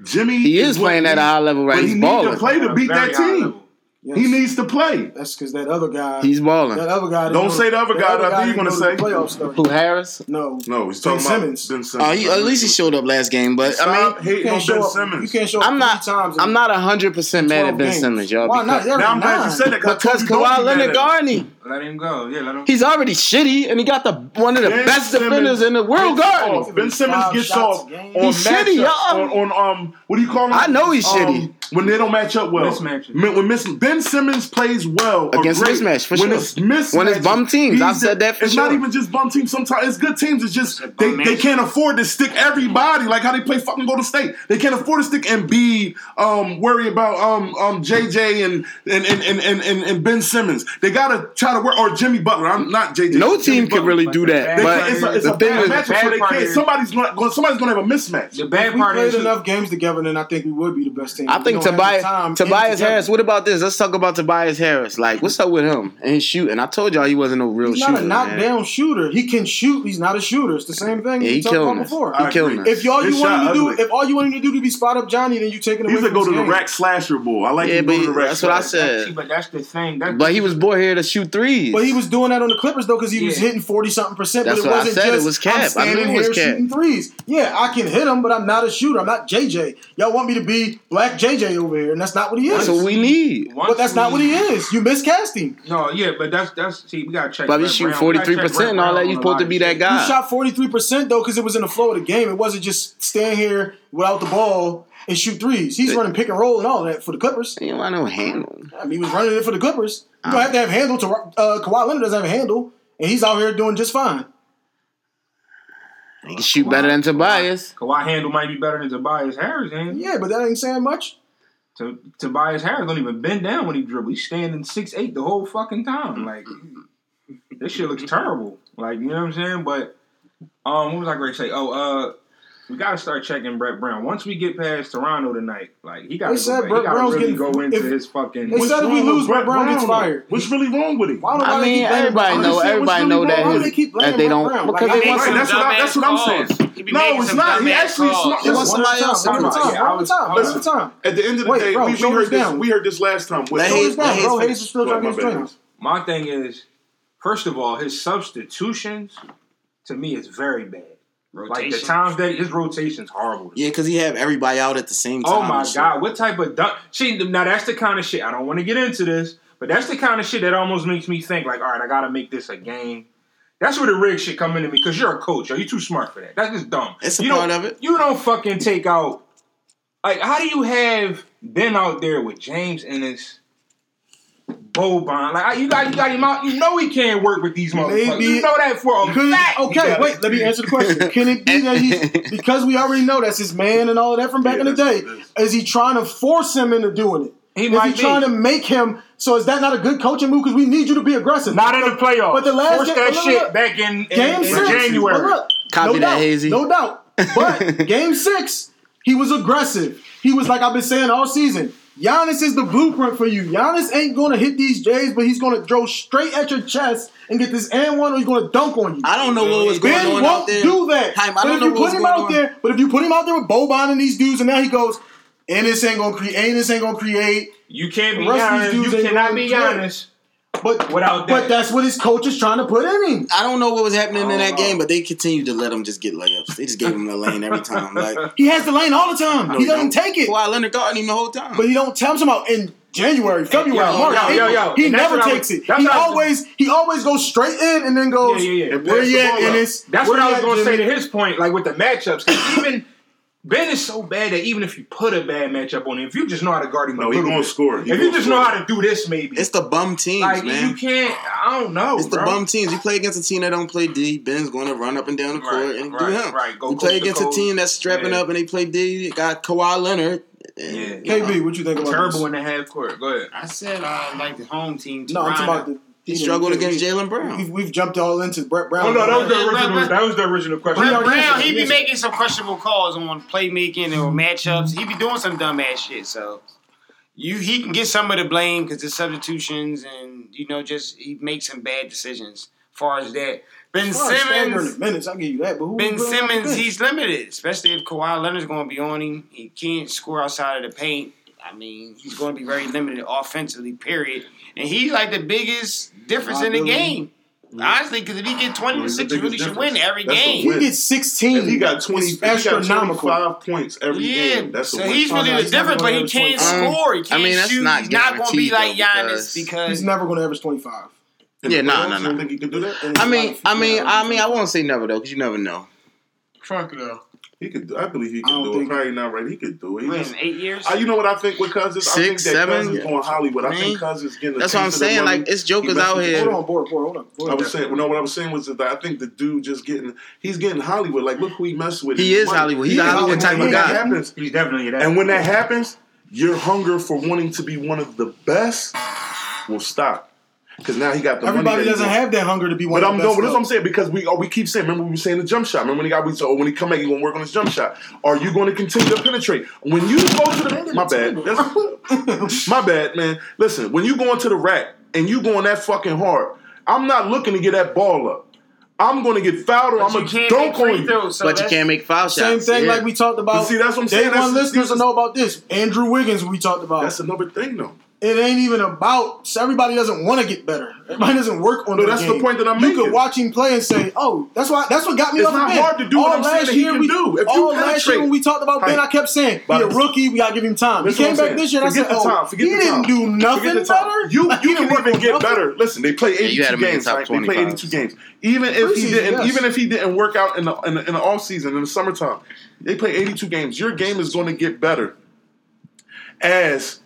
Speaker 3: Jimmy.
Speaker 1: He is
Speaker 3: what
Speaker 1: playing
Speaker 3: he-
Speaker 1: at a high level, right?
Speaker 3: But he
Speaker 1: He's
Speaker 3: needs to
Speaker 1: balling.
Speaker 3: play
Speaker 6: At
Speaker 3: to
Speaker 6: a
Speaker 3: beat
Speaker 6: very
Speaker 3: that
Speaker 6: high
Speaker 5: Hmm.
Speaker 3: team.
Speaker 6: level.
Speaker 5: Yes.
Speaker 3: He needs to play.
Speaker 5: That's because that other guy.
Speaker 1: He's
Speaker 5: that
Speaker 1: balling.
Speaker 5: other guy. didn't
Speaker 3: Don't
Speaker 5: know-
Speaker 3: say the other
Speaker 5: that
Speaker 3: guy that I think
Speaker 5: didn't
Speaker 3: you
Speaker 5: know
Speaker 3: wanna
Speaker 5: the
Speaker 3: say.
Speaker 5: Playoff stuff.
Speaker 1: Who Harris?
Speaker 5: No.
Speaker 3: No, he's
Speaker 5: Ben
Speaker 3: talking about
Speaker 5: Simmons.
Speaker 3: Ben Simmons.
Speaker 1: Oh, he, at least he showed up last game, but I mean,
Speaker 3: Stop hating
Speaker 5: can't
Speaker 3: on
Speaker 5: show
Speaker 3: Ben
Speaker 5: up-
Speaker 3: Simmons.
Speaker 5: You can't show up
Speaker 1: I'm not.
Speaker 5: three times. in-
Speaker 1: I'm not hundred percent mad at Ben
Speaker 5: 12 games.
Speaker 1: Simmons, y'all.
Speaker 5: Why not?
Speaker 1: because-
Speaker 5: They're
Speaker 3: Now I'm glad you
Speaker 5: nine.
Speaker 3: said that
Speaker 1: Because
Speaker 3: I told you
Speaker 1: Kawhi
Speaker 3: don't be mad
Speaker 1: Leonard
Speaker 3: at him.
Speaker 1: Garney,
Speaker 6: Let him go. Yeah, let him.
Speaker 1: he's already shitty, and he got the one of the
Speaker 3: Ben
Speaker 1: best
Speaker 3: Simmons
Speaker 1: defenders in the world
Speaker 3: gets
Speaker 1: guarding.
Speaker 3: off. Ben Simmons
Speaker 5: Five
Speaker 3: gets
Speaker 5: shots
Speaker 3: off
Speaker 5: a
Speaker 3: on
Speaker 5: game.
Speaker 1: He's shitty,
Speaker 3: matchups
Speaker 1: y'all.
Speaker 3: on, on um what do you call him?
Speaker 1: I know he's
Speaker 3: Um,
Speaker 1: shitty.
Speaker 3: When they don't match up well.
Speaker 6: Mismatches.
Speaker 3: When, when miss, ben Simmons plays well or
Speaker 1: Against
Speaker 3: great,
Speaker 1: mismatch, for
Speaker 3: when
Speaker 1: sure.
Speaker 3: It's mismatches,
Speaker 1: When it's bum teams,
Speaker 3: he's
Speaker 1: I've said that for
Speaker 3: It's not
Speaker 1: sure.
Speaker 3: even just bum teams. Sometimes it's good teams. It's just
Speaker 4: a
Speaker 3: they,
Speaker 4: bum
Speaker 3: they
Speaker 4: matchup.
Speaker 3: can't afford to stick everybody like how they play fucking Golden State. They can't afford to stick Embiid, um, worry about um um JJ and and and and and, and, and Ben Simmons. They gotta try to work or Jimmy Butler. I'm not JJ.
Speaker 1: No
Speaker 3: Jimmy
Speaker 1: team could
Speaker 3: Butler.
Speaker 1: really do that,
Speaker 3: They
Speaker 1: but
Speaker 3: can't- it's a, it's
Speaker 1: the
Speaker 3: a
Speaker 1: thing
Speaker 3: bad
Speaker 1: is,
Speaker 3: matchup, so they
Speaker 6: bad part
Speaker 3: can't.
Speaker 6: is-
Speaker 3: Somebody's gonna somebody's gonna have a mismatch.
Speaker 6: The bad
Speaker 5: We
Speaker 6: part
Speaker 5: played
Speaker 6: is
Speaker 5: enough games together, then I think we would be the best team.
Speaker 1: I
Speaker 5: We
Speaker 1: think
Speaker 5: don't have the time
Speaker 1: Tobias
Speaker 5: in
Speaker 1: Tobias
Speaker 5: together.
Speaker 1: Harris. What about this? Let's talk about Tobias Harris. Like, what's up with him and his shooting? I told y'all he wasn't no real
Speaker 5: He's
Speaker 1: shooter.
Speaker 5: not a knockdown
Speaker 1: man.
Speaker 5: shooter. He can shoot. He's not a shooter. It's the same thing
Speaker 1: Yeah,
Speaker 5: we
Speaker 1: he
Speaker 5: talked about
Speaker 1: killing us.
Speaker 5: before.
Speaker 1: He
Speaker 3: I
Speaker 1: killing us.
Speaker 3: agree.
Speaker 5: if you all
Speaker 3: His
Speaker 5: you wanted
Speaker 3: shot
Speaker 5: to do,
Speaker 3: ugly.
Speaker 5: if all you wanted to do to be spot up Johnny, then you taking away
Speaker 3: He's a
Speaker 5: from
Speaker 3: go
Speaker 5: his
Speaker 3: to the
Speaker 5: game.
Speaker 3: rack slasher ball. I like
Speaker 1: Yeah,
Speaker 3: him
Speaker 1: but
Speaker 3: go to the rack.
Speaker 1: that's what I
Speaker 3: slasher.
Speaker 1: said.
Speaker 6: See, but that's the thing. That,
Speaker 1: But he was born here to shoot threes.
Speaker 5: But he was doing that on the Clippers though, because he was
Speaker 6: Yeah.
Speaker 5: hitting forty something percent.
Speaker 1: That's
Speaker 5: but it
Speaker 1: what I
Speaker 5: wasn't
Speaker 1: said. It
Speaker 5: just
Speaker 1: was cap.
Speaker 5: I'm
Speaker 1: I knew
Speaker 5: standing
Speaker 1: it was
Speaker 5: here
Speaker 1: cap.
Speaker 5: shooting threes. Yeah, I can hit him, but I'm not a shooter. I'm not JJ. Y'all want me to be black JJ over here, and that's not what he is.
Speaker 1: That's what we need.
Speaker 6: Once
Speaker 5: but that's not
Speaker 6: we-
Speaker 5: what he is. You miscast him.
Speaker 6: No, yeah, but that's that's see, we gotta check.
Speaker 1: But you
Speaker 6: Brett
Speaker 1: shoot
Speaker 6: Brown. We
Speaker 1: forty
Speaker 6: gotta
Speaker 1: three
Speaker 6: check Brett
Speaker 1: percent and all
Speaker 6: Brown
Speaker 1: that.
Speaker 6: on
Speaker 1: You
Speaker 6: a
Speaker 1: supposed
Speaker 6: lot
Speaker 1: to
Speaker 6: of
Speaker 1: be that
Speaker 6: shit.
Speaker 5: He
Speaker 1: guy.
Speaker 5: shot 43% though because it was in the flow of the game. It wasn't just stand here without the ball and shoot threes. He's running pick and roll and all that for the Clippers.
Speaker 1: You don't want no handle.
Speaker 5: I mean, he was running it for the Clippers. You
Speaker 1: Uh-huh.
Speaker 5: don't have to have handle to uh, Kawhi Leonard doesn't have a handle, and he's out here doing just fine.
Speaker 1: He can shoot better than Tobias.
Speaker 6: Kawhi handle might be better than Tobias Harris. Then
Speaker 5: Yeah, but that ain't saying much.
Speaker 6: to, Tobias Harris don't even bend down when he dribble. He's standing six eight the whole fucking time. Like this shit looks terrible. Like you know what I'm saying? But um, what was I going to say? Oh, uh, we gotta start checking Brett Brown. Once we get past Toronto tonight, like he gotta,
Speaker 5: They said Brett
Speaker 6: go back. he gotta
Speaker 5: Brown's
Speaker 6: really
Speaker 5: getting-
Speaker 6: go into
Speaker 5: if-
Speaker 6: his fucking.
Speaker 5: They said if we
Speaker 3: wrong
Speaker 5: lose,
Speaker 3: with
Speaker 5: Brett Brown gets
Speaker 3: though?
Speaker 5: fired.
Speaker 3: What's really wrong with him?
Speaker 5: Why don't
Speaker 1: I
Speaker 5: they
Speaker 1: mean,
Speaker 5: keep blaming
Speaker 1: everybody
Speaker 5: Brown?
Speaker 1: know.
Speaker 3: understand what's
Speaker 1: Everybody
Speaker 3: really
Speaker 1: know
Speaker 3: wrong. Why
Speaker 1: that
Speaker 5: Why
Speaker 3: is-
Speaker 5: do they
Speaker 1: his,
Speaker 5: keep blaming
Speaker 1: that they
Speaker 5: Brett
Speaker 1: don't
Speaker 5: Brown?
Speaker 1: because
Speaker 5: Like,
Speaker 1: they
Speaker 5: I
Speaker 1: want
Speaker 3: Hey,
Speaker 1: some.
Speaker 3: that's what, I, that's what I'm saying. No, it's not. He actually is smart.
Speaker 5: Just
Speaker 3: Listen,
Speaker 5: one
Speaker 1: somebody
Speaker 5: at a time.
Speaker 1: else
Speaker 5: One at a
Speaker 1: talking
Speaker 5: time.
Speaker 1: about
Speaker 6: it.
Speaker 5: One at a time. One at a
Speaker 3: Listen.
Speaker 5: time.
Speaker 3: at the end of the
Speaker 5: Wait,
Speaker 3: day,
Speaker 5: bro,
Speaker 3: we, we
Speaker 5: shoulders
Speaker 3: heard this.
Speaker 5: down.
Speaker 3: We heard this last time. With
Speaker 1: Let
Speaker 5: Shoulders
Speaker 1: Hayes-
Speaker 5: down,
Speaker 1: let
Speaker 5: bro.
Speaker 1: Hayes
Speaker 5: Hayes is still
Speaker 3: Go
Speaker 5: trying
Speaker 3: ahead,
Speaker 5: to get
Speaker 3: my bad,
Speaker 5: his trainer.
Speaker 3: Hayes.
Speaker 6: My thing is, first of all, his substitutions to me is very bad. Like the
Speaker 4: Rotation.
Speaker 6: times that his rotation's horrible.
Speaker 1: Yeah, because he have everybody out at the same time.
Speaker 6: Oh my
Speaker 1: and shit.
Speaker 6: god, what type of dumb? See, now that's the kind of shit I don't want to get into this, but that's the kind of shit that almost makes me think like, all right, I gotta make this a game. That's where the rig shit come into me because you're a coach. Are you too smart for that? That's just dumb.
Speaker 1: It's a
Speaker 6: you
Speaker 1: part
Speaker 6: don't,
Speaker 1: of it.
Speaker 6: You don't fucking take out. Like, how do you have Ben out there with James Ennis, Bobon? Like, you got you got him out. You know he can't work with these motherfuckers.
Speaker 5: Maybe-
Speaker 6: you know that for a
Speaker 5: Could-
Speaker 6: fact.
Speaker 5: okay, wait, let me answer the question. Can it be that he's because we already know that's his man and all of that from back
Speaker 3: Yeah,
Speaker 5: in the
Speaker 3: that's-
Speaker 5: day? Is he trying to force him into doing it?
Speaker 6: He
Speaker 5: is
Speaker 6: might
Speaker 5: he
Speaker 6: be.
Speaker 5: trying to make him? So is that not a good coaching move? Because we need you to be aggressive.
Speaker 6: Not in the playoffs.
Speaker 5: But the last
Speaker 6: Force
Speaker 5: game-
Speaker 6: that
Speaker 5: but look,
Speaker 6: shit
Speaker 5: look.
Speaker 6: back in, in,
Speaker 5: game
Speaker 6: in
Speaker 5: six.
Speaker 6: January.
Speaker 5: But look,
Speaker 1: Copy
Speaker 5: no
Speaker 1: that,
Speaker 5: doubt,
Speaker 1: Hazy.
Speaker 5: No doubt. But game six, he was aggressive. He was like I've been saying all season. Giannis is the blueprint for you. Giannis ain't gonna hit these J's, but he's gonna throw straight at your chest and get this and one, or he's gonna dunk on you.
Speaker 1: I don't know what was going
Speaker 5: Ben
Speaker 1: on
Speaker 5: won't
Speaker 1: out there.
Speaker 5: do that.
Speaker 1: Haim, I
Speaker 5: but
Speaker 1: don't
Speaker 5: if
Speaker 1: know
Speaker 5: you
Speaker 1: what was
Speaker 5: put him
Speaker 1: going
Speaker 5: out
Speaker 1: on.
Speaker 5: there, but if you put him out there with Boban and these dudes, and now he goes, and this ain't gonna create, and this ain't gonna create.
Speaker 6: You can't be
Speaker 5: The rest of these
Speaker 6: honest.
Speaker 5: dudes
Speaker 6: You
Speaker 5: ain't
Speaker 6: cannot
Speaker 5: going to
Speaker 6: be
Speaker 5: jail.
Speaker 6: honest
Speaker 5: But
Speaker 6: without that.
Speaker 5: but that's what his coach is trying to put in him.
Speaker 1: I don't know what was happening in
Speaker 6: I don't
Speaker 1: that
Speaker 6: know.
Speaker 1: game, but they continued to let him just get layups. They just gave him the lane every time. Like
Speaker 5: He has the lane all the time. he doesn't take it.
Speaker 1: Kawhi Leonard guarding him the whole time.
Speaker 5: But he don't tell him about in January, February,
Speaker 6: yo,
Speaker 5: March,
Speaker 6: yo, yo,
Speaker 5: April.
Speaker 6: yo.
Speaker 5: He
Speaker 6: And that's
Speaker 5: never
Speaker 6: what I
Speaker 5: takes
Speaker 6: was-
Speaker 5: it.
Speaker 6: that's
Speaker 5: He
Speaker 6: what I was-
Speaker 5: always he always goes straight in and then goes.
Speaker 6: Yeah, yeah, yeah.
Speaker 5: Where you at, Ennis?
Speaker 6: That's
Speaker 5: Where
Speaker 6: what I
Speaker 5: you
Speaker 6: was
Speaker 5: at,
Speaker 6: going to say
Speaker 5: Jimmy?
Speaker 6: to his point, like with the matchups. 'cause even Ben is so bad that even if you put a bad matchup on him, if you just know how to guard him, a
Speaker 3: No, he
Speaker 6: little
Speaker 3: gonna
Speaker 6: bit,
Speaker 3: score. He
Speaker 6: If you
Speaker 3: gonna
Speaker 6: just
Speaker 3: score.
Speaker 6: know how to do this, maybe
Speaker 1: it's the bum teams,
Speaker 6: like
Speaker 1: man.
Speaker 6: you can't. I don't know.
Speaker 1: It's the
Speaker 6: bro.
Speaker 1: bum teams. You play against a team that don't play D. Ben's going to run up and down the court
Speaker 6: Right,
Speaker 1: and do
Speaker 6: right,
Speaker 1: him.
Speaker 6: right. Go
Speaker 1: you
Speaker 6: coast
Speaker 1: play
Speaker 6: to
Speaker 1: against a
Speaker 6: coast.
Speaker 1: team that's strapping
Speaker 6: Yeah.
Speaker 1: up and they play D. Got Kawhi Leonard. And,
Speaker 6: Yeah.
Speaker 1: you know,
Speaker 5: KB, what you think about
Speaker 6: Terrible
Speaker 5: this?
Speaker 6: in the half court. Go ahead.
Speaker 4: I said uh, like the home team.
Speaker 5: No, I'm
Speaker 4: Toronto.
Speaker 5: talking about the.
Speaker 1: He struggled against
Speaker 5: we-
Speaker 1: Jalen
Speaker 5: We've,
Speaker 1: Brown.
Speaker 5: we've jumped all into Brett Brown.
Speaker 6: Oh no, that was
Speaker 4: Yeah,
Speaker 6: the
Speaker 4: but-
Speaker 6: original. That was the original question.
Speaker 5: We
Speaker 4: Brett
Speaker 5: are-
Speaker 4: Brown, he be
Speaker 5: yes.
Speaker 4: making some questionable calls on playmaking or matchups. He be doing some dumbass shit. So you, he can get some of the blame because the substitutions and you know just he makes some bad decisions. As far as that,
Speaker 5: Well,
Speaker 4: Ben
Speaker 5: it's staggering in
Speaker 4: Simmons,
Speaker 5: minutes. I'll give you that. But who
Speaker 4: Ben
Speaker 5: who-
Speaker 4: Simmons, he's limited, especially if Kawhi Leonard's going to be on him. He can't score outside of the paint. I mean, he's going to be very limited offensively. Period. And he's like the biggest difference in the game. Honestly, because if he get twenty to
Speaker 3: He's the
Speaker 4: six, you really
Speaker 3: biggest
Speaker 4: should win
Speaker 3: difference.
Speaker 4: every
Speaker 3: That's the
Speaker 4: game.
Speaker 5: he gets sixteen.
Speaker 3: If he got twenty,
Speaker 5: It's
Speaker 3: if he got
Speaker 5: astronomical.
Speaker 3: twenty-five points every
Speaker 4: Yeah,
Speaker 3: game. That's a
Speaker 4: so
Speaker 3: win.
Speaker 4: he's really
Speaker 5: Oh, no,
Speaker 4: the
Speaker 5: he's never
Speaker 4: difference, but
Speaker 5: gonna
Speaker 4: he
Speaker 5: average
Speaker 4: can't
Speaker 5: 25.
Speaker 1: Um,
Speaker 4: score. He can't
Speaker 1: I mean, that's
Speaker 4: shoot.
Speaker 1: not
Speaker 4: He's not going to be
Speaker 1: guaranteed,
Speaker 4: like
Speaker 1: though,
Speaker 4: Giannis
Speaker 1: because-
Speaker 4: because
Speaker 5: He's never going to average twenty five.
Speaker 3: In the
Speaker 1: Yeah, nah,
Speaker 3: playoffs,
Speaker 1: nah,
Speaker 3: you
Speaker 1: nah.
Speaker 3: Think he can do that?
Speaker 5: And
Speaker 1: I mean,
Speaker 5: it's not
Speaker 1: I
Speaker 5: a
Speaker 1: mean,
Speaker 5: future
Speaker 1: I mean, I
Speaker 5: average.
Speaker 1: won't say never though, because you never know.
Speaker 4: fuck no.
Speaker 3: He could. do- I believe he
Speaker 5: I
Speaker 3: can
Speaker 5: don't
Speaker 3: do it.
Speaker 5: think-
Speaker 3: Probably not right. He could do it. He
Speaker 4: Wait,
Speaker 3: just-
Speaker 4: in eight years.
Speaker 3: I, you know what I think with Cousins? I think
Speaker 1: Six,
Speaker 3: that
Speaker 1: seven,
Speaker 3: Cousins
Speaker 1: yeah.
Speaker 3: on Hollywood. I
Speaker 1: Man,
Speaker 3: think Cousins getting. A
Speaker 1: That's what I'm
Speaker 3: piece of the
Speaker 1: saying.
Speaker 3: money.
Speaker 1: Like it's jokers
Speaker 3: He messed
Speaker 1: out
Speaker 3: with-
Speaker 1: here.
Speaker 5: Hold on, board, board, hold on.
Speaker 3: I
Speaker 5: Board.
Speaker 3: was saying, no, what I was saying was that I think the dude just getting, he's getting Hollywood. Like, look who he messed with.
Speaker 1: He
Speaker 3: His
Speaker 1: is
Speaker 3: money.
Speaker 1: Hollywood. He's
Speaker 5: He
Speaker 1: a
Speaker 5: is
Speaker 1: Hollywood type
Speaker 3: When
Speaker 1: of
Speaker 5: Hollywood.
Speaker 3: that
Speaker 1: guy.
Speaker 3: happens,
Speaker 6: He's definitely that.
Speaker 3: and when that happens, your hunger for wanting to be one of the best will stop. Because now he got the
Speaker 5: Everybody
Speaker 3: money. that he
Speaker 5: doesn't
Speaker 3: wants.
Speaker 5: have that hunger to be one.
Speaker 3: But
Speaker 5: of
Speaker 3: I'm
Speaker 5: the
Speaker 3: no,
Speaker 5: best
Speaker 3: but that's what I'm
Speaker 5: though.
Speaker 3: saying because we oh, we keep saying. Remember, we were saying the jump shot. Remember when he got we said, oh, when he come back, he gonna work on his jump shot. Are you going to continue to penetrate? When you go to the my bad, That's- my bad, man. Listen, when you going to the rack and you going that fucking hard, I'm not looking to get that ball up. I'm going to get fouled or I'm
Speaker 4: you
Speaker 3: going to
Speaker 4: can't
Speaker 3: dunk
Speaker 4: make free
Speaker 3: on you.
Speaker 4: throws, so
Speaker 1: But you
Speaker 4: that's-
Speaker 1: can't make foul
Speaker 5: Same
Speaker 1: shots.
Speaker 5: thing
Speaker 1: yeah.
Speaker 5: like we talked about.
Speaker 3: But see, that's what I'm saying.
Speaker 5: Day one
Speaker 3: That's-
Speaker 5: listeners
Speaker 3: that's-
Speaker 5: to know about this. Andrew Wiggins, we talked about.
Speaker 3: That's another thing, though.
Speaker 5: it ain't even about. So everybody doesn't want to get better. Everybody doesn't work on.
Speaker 3: No,
Speaker 5: their
Speaker 3: that's the
Speaker 5: game.
Speaker 3: point that I'm
Speaker 5: you
Speaker 3: making.
Speaker 5: could watch him play and say, "Oh, that's why. That's what got me
Speaker 3: It's
Speaker 5: off of
Speaker 3: not
Speaker 5: Ben."
Speaker 3: hard to do what
Speaker 5: all
Speaker 3: I'm saying
Speaker 5: last
Speaker 3: that he
Speaker 5: year
Speaker 3: can
Speaker 5: we,
Speaker 3: do. If you
Speaker 5: all last year
Speaker 3: penetrate-
Speaker 5: when we talked about Ben,
Speaker 3: Hey,
Speaker 5: I kept saying, "He a
Speaker 3: Butters.
Speaker 5: rookie. We gotta give him time."
Speaker 3: Listen
Speaker 5: he
Speaker 3: what I'm
Speaker 5: came back
Speaker 3: saying.
Speaker 5: this year. and I said,
Speaker 3: Forget the
Speaker 5: "Oh,
Speaker 3: time. Forget
Speaker 5: he
Speaker 3: the
Speaker 5: didn't
Speaker 3: time.
Speaker 5: do nothing
Speaker 3: Forget the time.
Speaker 5: better."
Speaker 3: You
Speaker 5: Like, he
Speaker 3: you
Speaker 5: didn't
Speaker 3: can
Speaker 5: work
Speaker 3: even
Speaker 5: on
Speaker 3: get
Speaker 5: nothing.
Speaker 3: better. Listen, they play
Speaker 1: you had
Speaker 3: 82
Speaker 1: him in the
Speaker 3: games,
Speaker 1: top
Speaker 3: right? They play
Speaker 1: 25.
Speaker 3: 82 games. Even if he
Speaker 5: Preseason,
Speaker 3: didn't,
Speaker 5: yes.
Speaker 3: even if he didn't work out in the in the, in the off season in the summertime, they play 82 games. Your game is going to get better as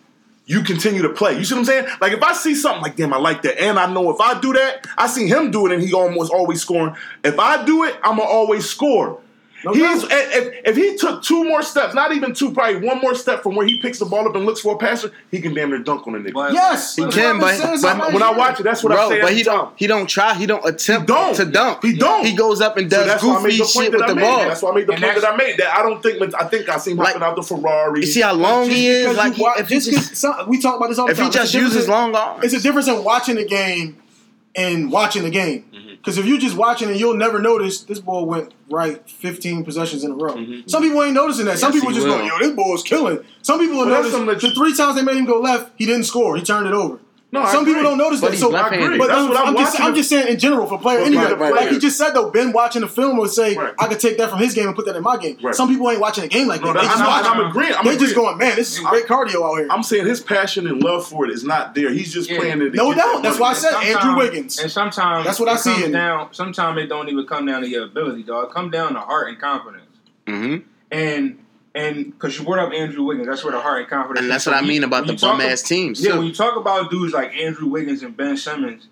Speaker 3: you continue to play. You see what I'm saying? Like if I see something like, damn, I like that, and I know if I do that, I see him do it, and he almost always scoring. If I do it, I'ma always score.
Speaker 5: No
Speaker 3: He's
Speaker 5: doubt.
Speaker 3: if, if- if he took two more steps, not even two, probably one more step from where he picks the ball up and looks for a passer, he can damn near dunk on a nigga.
Speaker 6: But,
Speaker 5: Yes,
Speaker 6: but-
Speaker 5: that's
Speaker 1: can,
Speaker 5: what I've been
Speaker 1: but-
Speaker 5: saying
Speaker 1: but
Speaker 5: since
Speaker 3: when I
Speaker 5: last
Speaker 3: watch
Speaker 5: year.
Speaker 3: it, that's what I
Speaker 1: Bro,
Speaker 3: say
Speaker 1: but
Speaker 3: every
Speaker 1: he
Speaker 3: time.
Speaker 1: don't he don't try, he don't attempt
Speaker 3: don't.
Speaker 1: to dunk.
Speaker 3: He don't.
Speaker 1: He goes up and
Speaker 3: So
Speaker 1: does
Speaker 3: that's why I
Speaker 1: goofy
Speaker 3: made the point
Speaker 1: shit
Speaker 3: that
Speaker 1: with
Speaker 3: I
Speaker 1: the
Speaker 3: made.
Speaker 1: ball.
Speaker 3: That's why I made the
Speaker 6: And
Speaker 3: point that
Speaker 6: that's-
Speaker 3: I made. That I don't think. I think I seen him
Speaker 1: Like-
Speaker 3: hopping out the Ferrari.
Speaker 1: You see how long
Speaker 5: Just
Speaker 1: he is?
Speaker 5: because
Speaker 1: Like
Speaker 5: you
Speaker 1: he,
Speaker 5: wa-
Speaker 1: if he
Speaker 5: just 'cause-
Speaker 1: just
Speaker 5: some- we talk about this all the
Speaker 1: if
Speaker 5: time.
Speaker 1: he
Speaker 5: It's a
Speaker 1: just uses
Speaker 5: difference in-
Speaker 1: long arms.
Speaker 5: it's a difference in watching a game and watching a game.
Speaker 3: Mm-hmm.
Speaker 5: Because if you're just watching and you'll never notice this ball went right 15 possessions in a row.
Speaker 3: Mm-hmm.
Speaker 5: Some people ain't noticing that. Some
Speaker 1: Yes,
Speaker 5: people
Speaker 1: he
Speaker 5: just
Speaker 1: will.
Speaker 5: go, "Yo, this ball is killing." Some people will
Speaker 3: Well, that's
Speaker 5: notice
Speaker 3: something that
Speaker 5: the
Speaker 3: you-
Speaker 5: three times they made him go left, he didn't score. He turned it over.
Speaker 3: No, I
Speaker 5: Some people
Speaker 3: agree.
Speaker 5: don't notice
Speaker 1: But
Speaker 5: that.
Speaker 1: he's
Speaker 5: So
Speaker 1: left-handed.
Speaker 5: But
Speaker 3: That's
Speaker 5: I'm,
Speaker 3: what I'm
Speaker 5: I'm just,
Speaker 3: watching
Speaker 5: I'm
Speaker 3: the-
Speaker 5: just saying in general for player.
Speaker 3: Right,
Speaker 5: Anyway,
Speaker 3: right.
Speaker 5: like he just said though, Ben watching the film would say,
Speaker 3: Right.
Speaker 5: "I could take that from his game and put that in my game."
Speaker 3: Right.
Speaker 5: Some people ain't watching a game like
Speaker 3: No,
Speaker 5: that. They
Speaker 3: that's,
Speaker 5: just
Speaker 3: I'm,
Speaker 5: watching.
Speaker 3: I'm agreeing. I'm
Speaker 5: They
Speaker 3: agreeing.
Speaker 5: just going, man, this is some great cardio out here.
Speaker 3: I'm saying his passion and love for it is not there. He's just
Speaker 6: Yeah.
Speaker 3: playing it. to
Speaker 5: No
Speaker 3: get that
Speaker 5: doubt. That's
Speaker 3: money.
Speaker 5: why I said
Speaker 6: sometimes-
Speaker 5: Andrew Wiggins.
Speaker 6: And sometimes
Speaker 5: That's what I
Speaker 6: it
Speaker 5: see
Speaker 6: comes
Speaker 5: in-
Speaker 6: down. Sometimes it don't even come down to your ability, dog. It come down to heart and confidence.
Speaker 1: hmm
Speaker 6: And and because you brought up Andrew Wiggins, that's where the heart and confidence.
Speaker 1: And
Speaker 6: is.
Speaker 1: that's
Speaker 6: So
Speaker 1: what I
Speaker 6: when
Speaker 1: mean
Speaker 6: you-
Speaker 1: about
Speaker 6: when
Speaker 1: the
Speaker 6: you talk
Speaker 1: bum ass teams.
Speaker 6: Yeah,
Speaker 1: too.
Speaker 6: when you talk about dudes like Andrew Wiggins and Ben Simmons,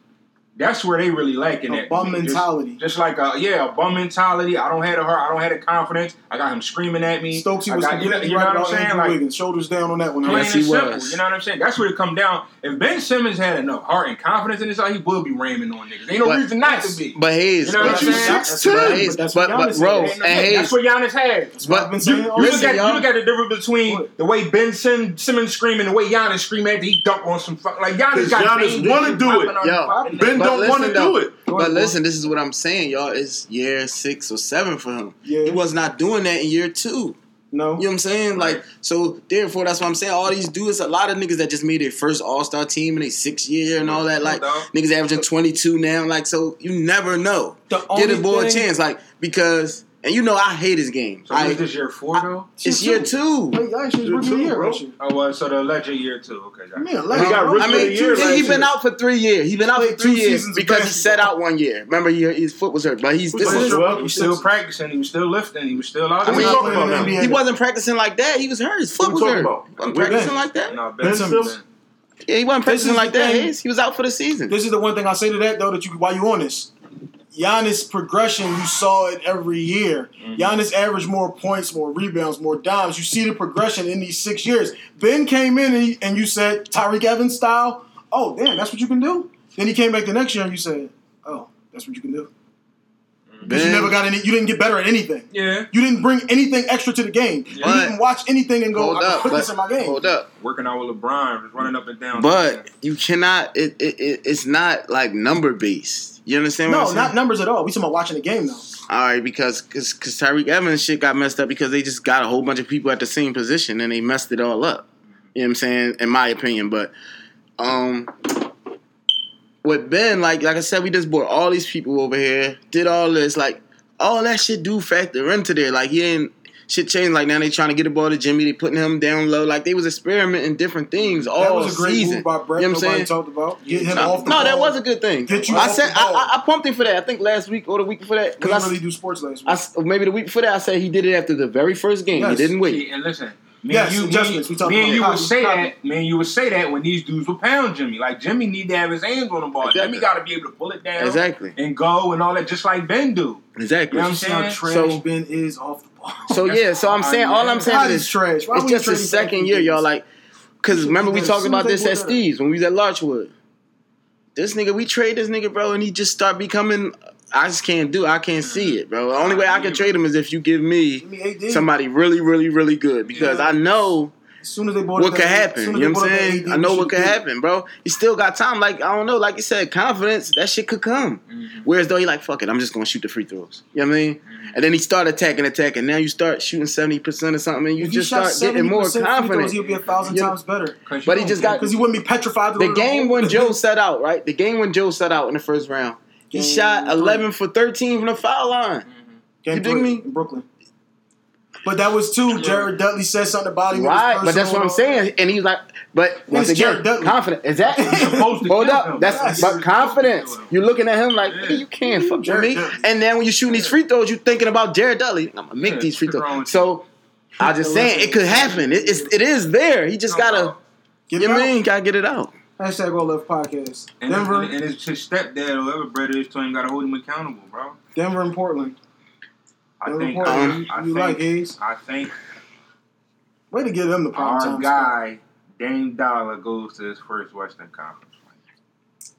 Speaker 6: that's where they really lacking
Speaker 5: A
Speaker 6: at.
Speaker 5: bum
Speaker 6: I mean, just-
Speaker 5: mentality.
Speaker 6: Just, like a yeah, a bum mentality. I don't have the heart. I don't have the confidence. I got him screaming at me.
Speaker 5: Stokesy
Speaker 6: I
Speaker 5: was
Speaker 6: got, you know,
Speaker 5: completely
Speaker 6: you know
Speaker 5: right
Speaker 6: what I'm
Speaker 5: about
Speaker 6: saying?
Speaker 5: Andrew
Speaker 6: Like
Speaker 5: Wiggins. Shoulders down on that one.
Speaker 6: plain
Speaker 1: Yes,
Speaker 6: and
Speaker 1: he
Speaker 6: simple.
Speaker 1: was.
Speaker 6: You know what I'm saying? That's where it come down. If Ben Simmons had enough heart and confidence in his life, he would be ramming on niggas. Ain't no
Speaker 1: But-
Speaker 6: reason not to be.
Speaker 1: But Hayes,
Speaker 6: You know what
Speaker 1: but,
Speaker 6: I'm
Speaker 1: you-
Speaker 6: saying?
Speaker 5: That's-
Speaker 1: but
Speaker 5: but
Speaker 1: Hayes,
Speaker 5: that's
Speaker 1: but
Speaker 5: what Giannis
Speaker 1: but
Speaker 5: said.
Speaker 1: bro,
Speaker 5: Ain't
Speaker 1: and
Speaker 5: no-
Speaker 6: Hey,
Speaker 1: Hayes,
Speaker 6: that's what Giannis had.
Speaker 5: That's what I've
Speaker 1: but
Speaker 5: been
Speaker 1: you,
Speaker 5: saying all
Speaker 6: You
Speaker 5: season.
Speaker 6: look,
Speaker 1: listen,
Speaker 6: at, you
Speaker 1: y'all.
Speaker 6: look at the difference between
Speaker 5: What?
Speaker 6: the way Ben Sim, Simmons screaming, the way Giannis scream after he dunked on some fuck. Like Giannis
Speaker 3: 'Cause
Speaker 6: got
Speaker 3: Giannis
Speaker 6: Dame
Speaker 3: wanna
Speaker 6: Dame
Speaker 3: do
Speaker 6: popping
Speaker 3: it.
Speaker 6: on his
Speaker 1: Yo,
Speaker 6: fucking
Speaker 3: Ben
Speaker 6: neck.
Speaker 1: But
Speaker 3: don't
Speaker 1: listen,
Speaker 3: want to
Speaker 1: though.
Speaker 3: do it.
Speaker 1: But listen, this is what I'm saying, y'all. It's year six or seven for him.
Speaker 5: Yeah.
Speaker 1: He was not doing that in year two. You
Speaker 5: No.
Speaker 1: know what I'm saying? Like, so therefore, that's what I'm saying. All these dudes, a lot of niggas that just made their first All Star team in their sixth year and all that. Like,
Speaker 6: No doubt.
Speaker 1: niggas averaging 22 now. Like, so you never know.
Speaker 5: The
Speaker 1: Get a
Speaker 5: only
Speaker 1: boy a
Speaker 5: thing-
Speaker 1: chance, like because, and you know I hate his game.
Speaker 6: So
Speaker 1: I,
Speaker 6: was this year four though?
Speaker 1: it's year two.
Speaker 5: Hey, y'all actually
Speaker 3: Year
Speaker 5: rookie of the
Speaker 3: two,
Speaker 5: year,
Speaker 3: bro.
Speaker 5: bro.
Speaker 6: Oh, well, so the legend year two. Okay, got it.
Speaker 5: Man,
Speaker 3: He got rookie
Speaker 1: I
Speaker 3: of the
Speaker 1: mean,
Speaker 3: year
Speaker 1: he-
Speaker 3: last
Speaker 1: he been
Speaker 3: year.
Speaker 1: out for three years. He been out for
Speaker 5: Played two
Speaker 1: three years
Speaker 5: seasons of
Speaker 1: because he
Speaker 5: basketball.
Speaker 1: set out one year. Remember, he, his foot was hurt, but he's
Speaker 3: Who's
Speaker 1: this
Speaker 3: that?
Speaker 1: is
Speaker 3: Joel?
Speaker 6: He was still practicing. He was still lifting. He was still out
Speaker 1: I
Speaker 6: there.
Speaker 1: mean,
Speaker 5: Not playing
Speaker 3: talking
Speaker 5: in the
Speaker 3: about now?
Speaker 5: NBA.
Speaker 1: He wasn't practicing like that. He was hurt. His foot
Speaker 3: we
Speaker 1: was
Speaker 3: talking
Speaker 1: hurt.
Speaker 3: about?
Speaker 1: He wasn't
Speaker 3: Wait,
Speaker 1: practicing
Speaker 5: Ben.
Speaker 1: like that.
Speaker 6: no, Ben,
Speaker 3: Ben
Speaker 6: Simmons.
Speaker 3: Simmons.
Speaker 1: Yeah, he wasn't
Speaker 5: This is
Speaker 1: practicing like
Speaker 5: the
Speaker 1: that.
Speaker 5: thing.
Speaker 1: Hayes. He was out for the season.
Speaker 5: This is the one thing I say to that though that you while you on this. Giannis progression, you saw it every year. Giannis averaged more points, more rebounds, more dimes. You see the progression in these six years. Ben came in and, he, and you said Tyreek Evans style. Oh damn, that's what you can do. Then he came back the next year and you said, oh, that's what you can do. Because you
Speaker 1: Ben-
Speaker 5: never got any. You didn't get better at anything.
Speaker 6: Yeah,
Speaker 5: You didn't bring anything extra to the game. You
Speaker 1: But-
Speaker 5: didn't watch anything and go,
Speaker 1: hold
Speaker 5: I can
Speaker 1: up,
Speaker 5: put
Speaker 1: but-
Speaker 5: this in my game.
Speaker 1: hold up.
Speaker 6: working out with LeBron, just running up and down.
Speaker 1: But you cannot. It, it, it it's not like number based. You understand what I'm
Speaker 5: No,
Speaker 1: saying?
Speaker 5: not numbers at all. We talking about watching the game though.
Speaker 1: All right, because because Tyreek Evans shit got messed up because they just got a whole bunch of people at the same position and they messed it all up. You know what I'm saying? In my opinion, but um, with Ben, like like I said, we just brought all these people over here, did all this, like all that shit do factor into there. Like he ain't shit changed. Like now they trying to get the ball to Jimmy, they putting him down low. Like they was experimenting different things all
Speaker 5: That was a great
Speaker 1: season.
Speaker 5: move by Brett.
Speaker 1: you know what I'm
Speaker 5: Nobody
Speaker 1: saying?
Speaker 5: talked about get him
Speaker 1: no,
Speaker 5: off the
Speaker 1: no,
Speaker 5: ball.
Speaker 1: that was a good thing.
Speaker 5: Get you
Speaker 1: I
Speaker 5: off
Speaker 1: said
Speaker 5: the
Speaker 1: I,
Speaker 5: ball.
Speaker 1: I, I pumped him for that. I think last week or the week before that.
Speaker 5: We
Speaker 1: Cause I,
Speaker 5: didn't
Speaker 1: s-
Speaker 5: really do sports last
Speaker 1: I
Speaker 5: week.
Speaker 1: s- maybe the week before that I said he did it after the very first game.
Speaker 5: Yes.
Speaker 1: He didn't wait.
Speaker 6: See, and listen, me
Speaker 5: Yes,
Speaker 6: and you,
Speaker 5: adjustments.
Speaker 6: Me,
Speaker 5: We talking
Speaker 6: me and
Speaker 5: about
Speaker 6: you would
Speaker 5: copy,
Speaker 6: say
Speaker 5: copy.
Speaker 6: that. Me and you would say that when these dudes would pound Jimmy. Like Jimmy need to have his hands on the ball.
Speaker 1: Exactly.
Speaker 6: Jimmy got to be able to pull it down
Speaker 1: Exactly.
Speaker 6: and go and all that, just like Ben do.
Speaker 1: Exactly.
Speaker 6: You know what I'm
Speaker 5: See how
Speaker 6: saying?
Speaker 5: trash
Speaker 1: So-
Speaker 5: Ben is off the ball.
Speaker 1: So
Speaker 6: That's
Speaker 1: yeah, so I'm
Speaker 5: Uh,
Speaker 6: fine,
Speaker 1: saying all
Speaker 6: man.
Speaker 1: I'm
Speaker 5: God
Speaker 1: saying
Speaker 5: is
Speaker 1: is
Speaker 5: trash. Why
Speaker 1: it's
Speaker 5: would you
Speaker 1: just his
Speaker 5: trade him
Speaker 1: second
Speaker 5: back
Speaker 1: year,
Speaker 5: to
Speaker 1: y'all.
Speaker 5: Giannis?
Speaker 1: Like, cause remember we
Speaker 5: As
Speaker 1: talked
Speaker 5: soon
Speaker 1: about
Speaker 5: as
Speaker 1: this
Speaker 5: they
Speaker 1: at
Speaker 5: pulled that up.
Speaker 1: Steve's when we was at Larchwood. This nigga, we trade this nigga, bro, and he just start becoming. I just can't do. I can't see it, bro. The only way I can trade him is if you give me
Speaker 5: Give me AD.
Speaker 1: somebody really, really, really good because
Speaker 5: Yeah.
Speaker 1: I know
Speaker 5: As soon as they bought
Speaker 1: what could happen?
Speaker 5: soon
Speaker 1: You know what
Speaker 5: as they
Speaker 1: I'm
Speaker 5: bought up that
Speaker 1: saying?
Speaker 5: AD,
Speaker 1: I know
Speaker 5: we
Speaker 1: what
Speaker 5: should
Speaker 1: could
Speaker 5: do.
Speaker 1: happen, bro. You still got time. Like I don't know. Like you said, confidence. That shit could come.
Speaker 5: Mm-hmm.
Speaker 1: Whereas though, he like fuck it. I'm just gonna shoot the free throws. You know what I mean? And then he start attacking, attacking. Now you start shooting seventy percent or something, and you
Speaker 5: If
Speaker 1: just
Speaker 5: he shot
Speaker 1: start getting more
Speaker 5: 70% free throws, He'll
Speaker 1: confident.
Speaker 5: be a thousand
Speaker 1: Yeah.
Speaker 5: times better
Speaker 1: But he just got
Speaker 5: because he wouldn't be petrified. To go
Speaker 1: the
Speaker 5: to
Speaker 1: game
Speaker 5: hole.
Speaker 1: when Joe set out, right? The game when Joe set out in the first round, he
Speaker 5: Game
Speaker 1: shot
Speaker 5: three.
Speaker 1: eleven for thirteen from the foul line.
Speaker 5: Game
Speaker 1: You dig
Speaker 5: three
Speaker 1: me?
Speaker 5: in Brooklyn. But that was too. Jared Dudley said something about him. It was
Speaker 1: Right, but that's
Speaker 5: personal
Speaker 1: what I'm
Speaker 5: and all that.
Speaker 1: saying. And he's like, but once
Speaker 5: It's
Speaker 1: again,
Speaker 5: Jared Dudley.
Speaker 1: confident. Is that
Speaker 6: supposed to
Speaker 1: hold
Speaker 6: kill
Speaker 1: up?
Speaker 6: him.
Speaker 1: That's
Speaker 5: Yes.
Speaker 1: but confidence. You're looking at him like,
Speaker 6: Yeah.
Speaker 1: hey, you can't fuck with
Speaker 5: Jared
Speaker 1: me.
Speaker 5: Dudley.
Speaker 1: And then when you're shooting these free throws, you're thinking about Jared Dudley. I'm gonna make
Speaker 6: Yeah,
Speaker 1: these free
Speaker 6: what's wrong
Speaker 1: throws.
Speaker 6: with
Speaker 1: So I just saying it could happen. It, it's it is there. He just gotta.
Speaker 5: Get
Speaker 1: You
Speaker 5: him out.
Speaker 1: mean gotta get it out?
Speaker 5: Hashtag All Love Podcast.
Speaker 6: And,
Speaker 5: Denver,
Speaker 6: and, and it's his stepdad or whoever brother is to him got to hold him accountable, bro.
Speaker 5: Denver, and Portland.
Speaker 6: I
Speaker 5: Denver, and
Speaker 6: think,
Speaker 5: Portland.
Speaker 6: um,
Speaker 5: you
Speaker 6: I
Speaker 5: you like
Speaker 6: think,
Speaker 5: Hayes?
Speaker 6: I think
Speaker 5: Way to give them the prime
Speaker 6: our
Speaker 5: time.
Speaker 6: guy Dame Dollar goes to his first Western Conference. Finals.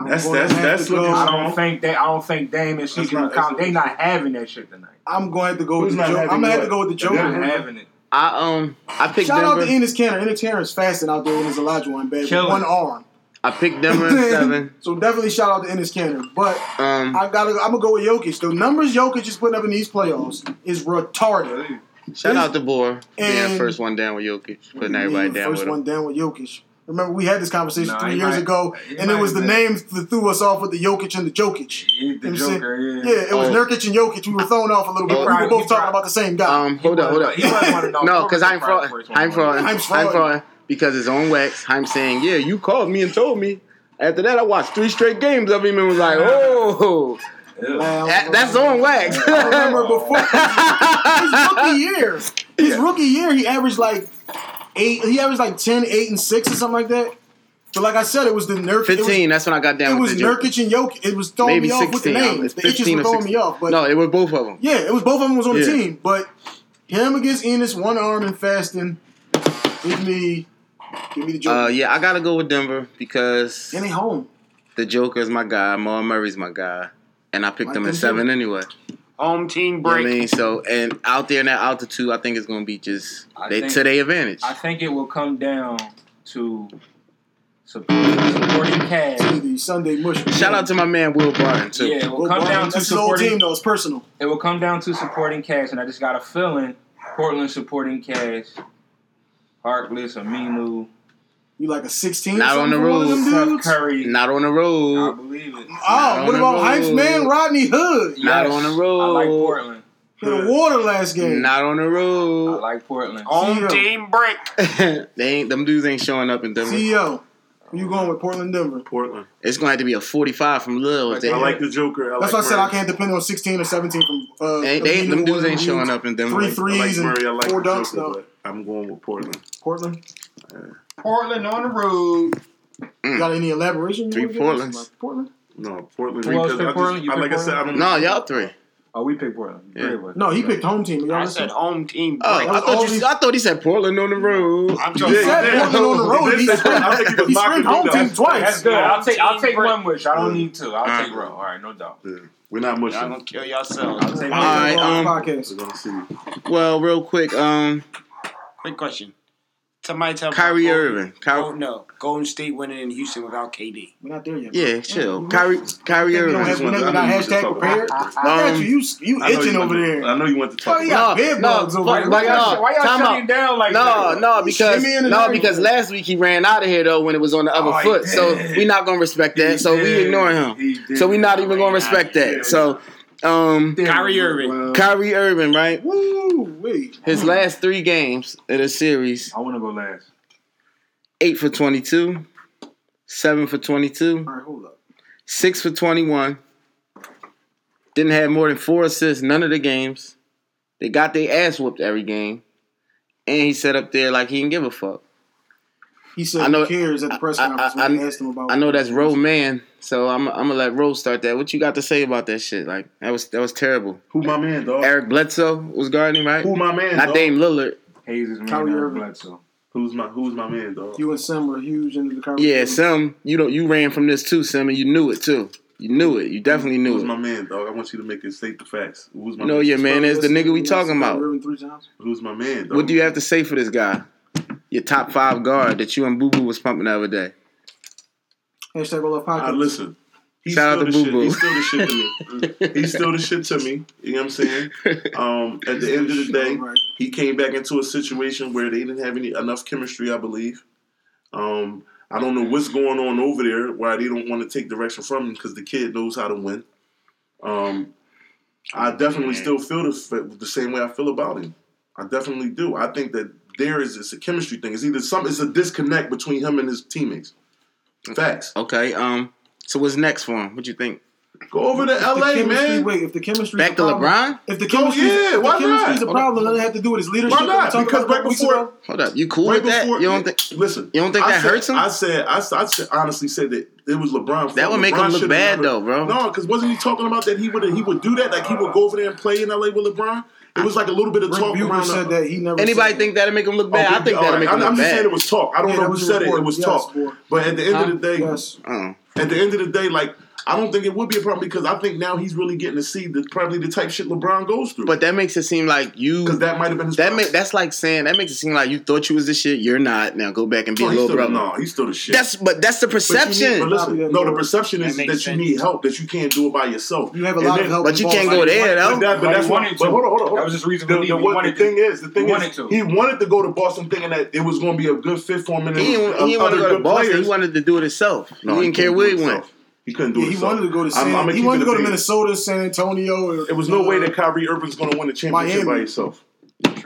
Speaker 5: I'm
Speaker 3: That's-
Speaker 5: gonna
Speaker 3: that's-
Speaker 5: have to
Speaker 3: that's looking
Speaker 5: go-
Speaker 6: I
Speaker 3: Um,
Speaker 6: don't think they. I don't think Dame and she
Speaker 3: that's
Speaker 6: can
Speaker 3: not-
Speaker 6: account.
Speaker 3: that's-
Speaker 6: They not having that shit tonight.
Speaker 5: I'm going to have to go
Speaker 3: Who's
Speaker 5: with the
Speaker 3: not
Speaker 5: Joker. I'm
Speaker 3: having
Speaker 5: going to have
Speaker 3: what?
Speaker 5: to go with the
Speaker 3: They're
Speaker 6: They're
Speaker 5: Joker.
Speaker 6: not having it.
Speaker 1: I um I picked
Speaker 5: Shout out
Speaker 1: Denver.
Speaker 5: to Enos Canner. Enos Terrence fasting out there with his Elijah one, baby.
Speaker 6: Killing.
Speaker 5: One arm.
Speaker 1: I picked Denver in seven.
Speaker 5: so definitely shout out to Enos Canner. But
Speaker 1: Um,
Speaker 5: I gotta, I'm going to go with Jokic. The numbers Jokic is putting up in these playoffs is retarded.
Speaker 1: shout out to Boar being
Speaker 5: And-
Speaker 1: first one down with Jokic, putting everybody
Speaker 5: the
Speaker 1: down
Speaker 5: first
Speaker 1: with him.
Speaker 5: one down with Jokic. Remember, we had this conversation
Speaker 6: Nah,
Speaker 5: three
Speaker 6: he
Speaker 5: years
Speaker 6: might-
Speaker 5: ago,
Speaker 6: he
Speaker 5: and it
Speaker 6: might
Speaker 5: was the
Speaker 6: be.
Speaker 5: names that threw us off with the Jokic and the Jokic.
Speaker 6: He's the
Speaker 5: You know what I'm
Speaker 6: Joker.
Speaker 5: saying?
Speaker 6: Yeah.
Speaker 5: Yeah, it was
Speaker 1: Oh.
Speaker 5: Nurkic and Jokic. We were thrown off a little bit.
Speaker 1: Oh.
Speaker 5: we
Speaker 6: He
Speaker 5: were both
Speaker 6: probably-
Speaker 5: talking about the same guy.
Speaker 1: Um, hold up, hold up.
Speaker 6: He wasn't one of those.
Speaker 1: No, because I'm fraud.
Speaker 6: Probably the first one.
Speaker 1: I'm fraud. I'm
Speaker 5: Heim's fraud.
Speaker 1: fraud because it's on wax. I'm saying, yeah, you called me and told me. After that, I watched three straight games of him and was like, oh,
Speaker 6: Yeah.
Speaker 1: that- that's on wax.
Speaker 5: I remember before his rookie year. His
Speaker 1: Yeah.
Speaker 5: rookie year, he averaged like eight. He averaged like 10, 8, and six or something like that. But like I said, it was the Nurkic.
Speaker 1: Fifteen. That's when I got
Speaker 5: It
Speaker 1: down
Speaker 5: was,
Speaker 1: with
Speaker 5: it was
Speaker 1: the joke.
Speaker 5: Nurkic and Jokic. It was throwing
Speaker 1: Maybe
Speaker 5: me off with the
Speaker 1: sixteen. I-
Speaker 5: names.
Speaker 1: It's
Speaker 5: The itches were
Speaker 1: fifteen or
Speaker 5: throwing
Speaker 1: sixteen.
Speaker 5: me off. But
Speaker 1: No, it was both of them.
Speaker 5: Yeah, it was both of them was on
Speaker 1: Yeah.
Speaker 5: the team, but him against Enos, one arm and fasting. Give me, give me the Joker.
Speaker 1: Uh, yeah, I gotta go with Denver because
Speaker 5: and they home.
Speaker 1: the Joker is my guy. Maul Murray's my guy, and I picked
Speaker 5: Like
Speaker 1: him
Speaker 5: them
Speaker 1: at seven anyway.
Speaker 4: Home team
Speaker 1: You know what I
Speaker 4: break.
Speaker 1: mean, so and out there in that altitude, I think it's gonna be just
Speaker 6: I
Speaker 1: they
Speaker 6: think-
Speaker 1: to their advantage.
Speaker 6: I think it will come down to supporting, supporting
Speaker 5: To
Speaker 6: cast.
Speaker 5: the Sunday mush.
Speaker 1: Shout out to my man Will Barton too.
Speaker 6: Yeah, it will
Speaker 5: Will
Speaker 6: come
Speaker 5: Barton.
Speaker 6: down to
Speaker 5: That's his old team
Speaker 6: supporting.
Speaker 5: though. It's personal.
Speaker 6: It will come down to supporting cast, and I just got a feeling Portland supporting cast, Harkless, Aminu,
Speaker 5: You like a sixteen?
Speaker 1: Not
Speaker 5: or
Speaker 1: on the
Speaker 5: something for one of them
Speaker 6: Seth
Speaker 5: dudes?
Speaker 6: Curry.
Speaker 1: Not on the
Speaker 6: I
Speaker 1: road.
Speaker 6: believe it.
Speaker 1: Not
Speaker 5: Oh,
Speaker 1: on
Speaker 5: what
Speaker 1: the
Speaker 5: about
Speaker 1: road.
Speaker 5: Hype's man Rodney Hood?
Speaker 1: Not on the
Speaker 6: I like
Speaker 1: road.
Speaker 6: Portland.
Speaker 5: Hit a water last game.
Speaker 1: Not on the
Speaker 6: I
Speaker 1: road.
Speaker 6: like Portland.
Speaker 1: Oh,
Speaker 4: Home
Speaker 5: Yeah.
Speaker 4: team break.
Speaker 1: they ain't them dudes ain't showing up in Denver.
Speaker 5: CEO, E who you going with Portland, Denver?
Speaker 3: Portland.
Speaker 1: It's gonna have to be a forty five from Lil if they
Speaker 3: I like the Joker. I
Speaker 5: That's why I
Speaker 3: like
Speaker 5: said I
Speaker 3: Murray.
Speaker 5: can't depend on sixteen or seventeen from. Uh,
Speaker 1: They- they-
Speaker 5: Aminu,
Speaker 1: them dudes
Speaker 5: one of
Speaker 1: ain't showing up in Denver.
Speaker 3: I
Speaker 5: Three
Speaker 3: like
Speaker 5: threes and
Speaker 3: Murray. I like
Speaker 5: four
Speaker 3: the
Speaker 5: dunks
Speaker 3: Joker,
Speaker 5: though.
Speaker 3: but I'm going with Portland.
Speaker 5: Portland.
Speaker 4: Portland on the road.
Speaker 5: You got any elaboration?
Speaker 1: Hmm.
Speaker 5: you
Speaker 1: Three
Speaker 5: wanna
Speaker 1: Portlands.
Speaker 5: give us? Like Portland.
Speaker 3: No, Portland.
Speaker 6: Who else
Speaker 3: Because
Speaker 6: picked
Speaker 3: I just,
Speaker 6: Portland? You
Speaker 3: I,
Speaker 6: picked
Speaker 3: like I said, I don't.
Speaker 1: No, y'all three.
Speaker 6: Oh, we picked Portland.
Speaker 1: Yeah.
Speaker 6: Three of us.
Speaker 5: No, he picked home team. Y'all
Speaker 4: I
Speaker 5: listen.
Speaker 4: said home team
Speaker 1: Oh,
Speaker 4: break.
Speaker 1: I
Speaker 5: all
Speaker 1: thought you.
Speaker 5: these-
Speaker 1: I thought he said Portland on the road.
Speaker 4: I'm
Speaker 5: He
Speaker 4: talking
Speaker 5: said
Speaker 4: about
Speaker 1: Yeah.
Speaker 5: Portland on the road. He
Speaker 3: This- I think
Speaker 5: screamed,
Speaker 3: it was
Speaker 5: he screamed
Speaker 3: Michael
Speaker 5: home
Speaker 3: Jordan.
Speaker 5: team twice.
Speaker 6: That's good. I'll take. I'll take
Speaker 4: Break.
Speaker 6: one wish. I don't need two. I'll
Speaker 1: Alright.
Speaker 6: take row. All right, no doubt.
Speaker 3: Yeah, we're not much.
Speaker 4: Y'all
Speaker 3: We're
Speaker 4: gonna kill yourselves.
Speaker 6: I'll take
Speaker 1: All
Speaker 6: row.
Speaker 1: right. Um.
Speaker 5: podcast.
Speaker 3: gonna see.
Speaker 1: Well, real quick. Um.
Speaker 4: Quick question. Somebody tell me.
Speaker 1: Kyrie
Speaker 4: Golden-
Speaker 1: Irving.
Speaker 4: Oh
Speaker 1: Kyrie.
Speaker 4: no, Golden State winning in Houston without KD.
Speaker 5: We're not there yet. bro.
Speaker 1: Yeah, chill. Kyrie. Kyrie
Speaker 5: We don't
Speaker 1: Irving.
Speaker 5: have,
Speaker 3: just
Speaker 5: we're
Speaker 3: wanted-
Speaker 5: not,
Speaker 3: I
Speaker 5: we're not
Speaker 3: know you just
Speaker 5: hashtag
Speaker 3: talking
Speaker 5: prepared.
Speaker 3: about
Speaker 5: Look at
Speaker 1: Um,
Speaker 5: you. You, you
Speaker 3: I know
Speaker 5: itching
Speaker 3: you Uh,
Speaker 5: over
Speaker 3: wanted- I
Speaker 5: there.
Speaker 3: know you want to
Speaker 5: Oh,
Speaker 3: talk.
Speaker 5: you
Speaker 3: about
Speaker 5: got bed bugs over there.
Speaker 1: but
Speaker 5: Why y'all-
Speaker 1: no,
Speaker 6: Why y'all
Speaker 1: time
Speaker 6: shutting
Speaker 1: out.
Speaker 6: him down like
Speaker 1: No,
Speaker 6: that?
Speaker 1: no,
Speaker 5: He
Speaker 1: because
Speaker 5: shimmy in the
Speaker 1: no,
Speaker 5: night.
Speaker 1: because last week he ran out of here though when it was on the other
Speaker 6: Oh, he
Speaker 1: foot. So
Speaker 6: did.
Speaker 1: we not gonna respect
Speaker 6: He
Speaker 1: that. So we
Speaker 6: did.
Speaker 1: ignoring him.
Speaker 6: He did.
Speaker 1: So we not even
Speaker 4: Right
Speaker 1: gonna
Speaker 4: now,
Speaker 1: respect
Speaker 4: yeah.
Speaker 1: that. So, um,
Speaker 6: Damn,
Speaker 4: Kyrie Irving.
Speaker 6: well,
Speaker 1: Kyrie Irving, right?
Speaker 5: Woo, wait.
Speaker 1: His
Speaker 6: Mm-hmm.
Speaker 1: last three games in a series,
Speaker 6: I want to go last.
Speaker 1: eight for twenty-two, seven for twenty-two,
Speaker 5: All right, hold up.
Speaker 1: six for twenty-one. Didn't have more than four assists none of the games. They got their ass whooped every game, and he sat up there like he didn't give a fuck.
Speaker 5: He said
Speaker 1: I know-
Speaker 5: he cares at the press
Speaker 1: I- I-
Speaker 5: conference
Speaker 1: I-
Speaker 5: when they asked him about.
Speaker 1: I know that's Roe man, so I'm I'm gonna let Roe start that. What you got to say about that shit? Like that was that was terrible.
Speaker 3: Who my man, dog?
Speaker 1: Eric Bledsoe was guarding him, right.
Speaker 3: Who my man?
Speaker 1: Not
Speaker 3: dog?
Speaker 1: Dame Lillard.
Speaker 6: Hayes is man
Speaker 5: Kyrie
Speaker 6: or
Speaker 5: Irving.
Speaker 6: Bledsoe.
Speaker 3: Who's my Who's my man, dog?
Speaker 5: You and Sim were huge into the conversation.
Speaker 1: Yeah, Sim, you don't you ran from this too, Sim, and you knew it too. You knew it. You definitely knew
Speaker 3: Who's
Speaker 1: it.
Speaker 3: my man, dog? I want you to make it state the facts. Who's my
Speaker 1: You know
Speaker 3: man?
Speaker 1: your man is the nigga we talking about.
Speaker 5: Three times.
Speaker 3: Who's my man, dog?
Speaker 1: What do you have to say for this guy? Your top five guard that you and Boo Boo was pumping the other day.
Speaker 5: Hashtag all love
Speaker 3: I
Speaker 5: podcast.
Speaker 3: listen. He's
Speaker 1: Shout out
Speaker 3: still
Speaker 1: to
Speaker 3: the
Speaker 1: Boo
Speaker 3: shit. He's still the shit to me. He's still the shit to me. You know what I'm saying? Um, at the end of the day,
Speaker 5: Right.
Speaker 3: he came back into a situation where they didn't have any enough chemistry, I believe. Um, I don't know what's going on over there why they don't want to take direction from him because the kid knows how to win. Um, I definitely still feel the, the same way I feel about him. I definitely do. I think that there is it's a chemistry thing. It's either some it's a disconnect between him and his teammates. Facts.
Speaker 1: Okay. Um. So what's next for him? What you think?
Speaker 3: Go over to
Speaker 5: If the
Speaker 3: LA,
Speaker 5: chemistry-
Speaker 3: man.
Speaker 5: Wait, if the chemistry
Speaker 1: Back to LeBron?
Speaker 5: if the
Speaker 3: Go-
Speaker 5: chemistry,
Speaker 3: yeah,
Speaker 5: if
Speaker 3: why
Speaker 5: the chemistry's
Speaker 3: not?
Speaker 5: a problem, nothing had to do with his leadership.
Speaker 3: Why not?
Speaker 5: that we talked
Speaker 3: Because
Speaker 5: about a
Speaker 3: right
Speaker 5: couple weeks
Speaker 3: before-
Speaker 5: ago.
Speaker 1: Hold up. You cool
Speaker 3: Right
Speaker 1: with that?
Speaker 3: before-
Speaker 1: You don't think
Speaker 3: Listen,
Speaker 1: you don't think
Speaker 3: I
Speaker 1: that
Speaker 3: said-
Speaker 1: hurts him?
Speaker 3: I said, I, s- I s- honestly said that it was LeBron.
Speaker 1: That would make him look bad, though, bro.
Speaker 3: No, because wasn't he talking about that he would he would do that? Like he would go over there and play in LA with LeBron. It was like a little bit of
Speaker 5: Rick
Speaker 3: talk
Speaker 5: Bucher
Speaker 3: around.
Speaker 5: said that he never.
Speaker 1: Anybody
Speaker 5: said
Speaker 1: think that'll make him look
Speaker 3: Okay,
Speaker 1: bad? I think
Speaker 3: all
Speaker 1: that'll
Speaker 3: right,
Speaker 1: make
Speaker 3: I'm,
Speaker 1: him look
Speaker 3: I'm just saying
Speaker 1: bad.
Speaker 3: it was talk. I don't
Speaker 5: Yeah,
Speaker 3: know
Speaker 5: that
Speaker 3: who
Speaker 5: was a
Speaker 3: said it. It
Speaker 5: report.
Speaker 3: was
Speaker 5: Yes,
Speaker 3: talk.
Speaker 5: boy.
Speaker 3: But at the end of the day,
Speaker 5: that. Yes.
Speaker 1: Uh-uh.
Speaker 3: at the end of the day, like I don't think it would be a problem because I think now he's really getting to see the probably the type shit LeBron goes through.
Speaker 1: But that makes it seem like you
Speaker 3: because that might have been his
Speaker 1: that
Speaker 3: problem.
Speaker 1: make that's like saying that makes it seem like you thought you was this shit. You're not. Now go back and be
Speaker 3: no,
Speaker 1: a
Speaker 3: he's
Speaker 1: little
Speaker 3: still,
Speaker 1: brother.
Speaker 3: no, he's still the shit.
Speaker 1: That's but that's the
Speaker 3: But you need-
Speaker 1: perception.
Speaker 3: But listen, no, the perception
Speaker 4: That
Speaker 3: is that,
Speaker 4: makes
Speaker 3: you
Speaker 4: sense.
Speaker 3: need help, that you can't do it by yourself.
Speaker 5: You have a
Speaker 3: And
Speaker 5: lot
Speaker 3: then-
Speaker 5: of help.
Speaker 1: But you
Speaker 5: involved.
Speaker 1: can't go there
Speaker 3: But,
Speaker 1: though.
Speaker 3: that, but
Speaker 6: But he
Speaker 3: that's why.
Speaker 6: wanted
Speaker 3: But
Speaker 6: to.
Speaker 3: hold on, hold on, hold on.
Speaker 6: That was his reason
Speaker 3: The,
Speaker 6: for leaving.
Speaker 3: the,
Speaker 6: He
Speaker 3: what- the
Speaker 6: wanted
Speaker 3: thing
Speaker 6: to.
Speaker 3: is, the thing
Speaker 6: He
Speaker 3: is,
Speaker 6: wanted to.
Speaker 3: he wanted to go to Boston thinking that it was going to be a good fit for him and
Speaker 1: He
Speaker 3: it was
Speaker 1: didn't, he didn't
Speaker 3: other
Speaker 1: want to go
Speaker 3: good
Speaker 1: to Boston.
Speaker 3: players.
Speaker 1: He wanted to do it himself.
Speaker 3: No,
Speaker 1: he didn't care
Speaker 3: couldn't
Speaker 1: where
Speaker 3: do
Speaker 1: he
Speaker 3: it
Speaker 1: went.
Speaker 3: himself. He couldn't do
Speaker 5: Yeah,
Speaker 3: it.
Speaker 5: he
Speaker 3: himself.
Speaker 5: wanted to go to
Speaker 3: I'm-
Speaker 5: San,
Speaker 3: I'ma
Speaker 5: he
Speaker 3: keep
Speaker 5: wanted
Speaker 3: it
Speaker 5: to go to
Speaker 3: a bean.
Speaker 5: Minnesota, San Antonio. Or,
Speaker 3: There was no way
Speaker 5: uh,
Speaker 3: that Kyrie Irving's going to win a championship by
Speaker 5: Miami.
Speaker 3: himself.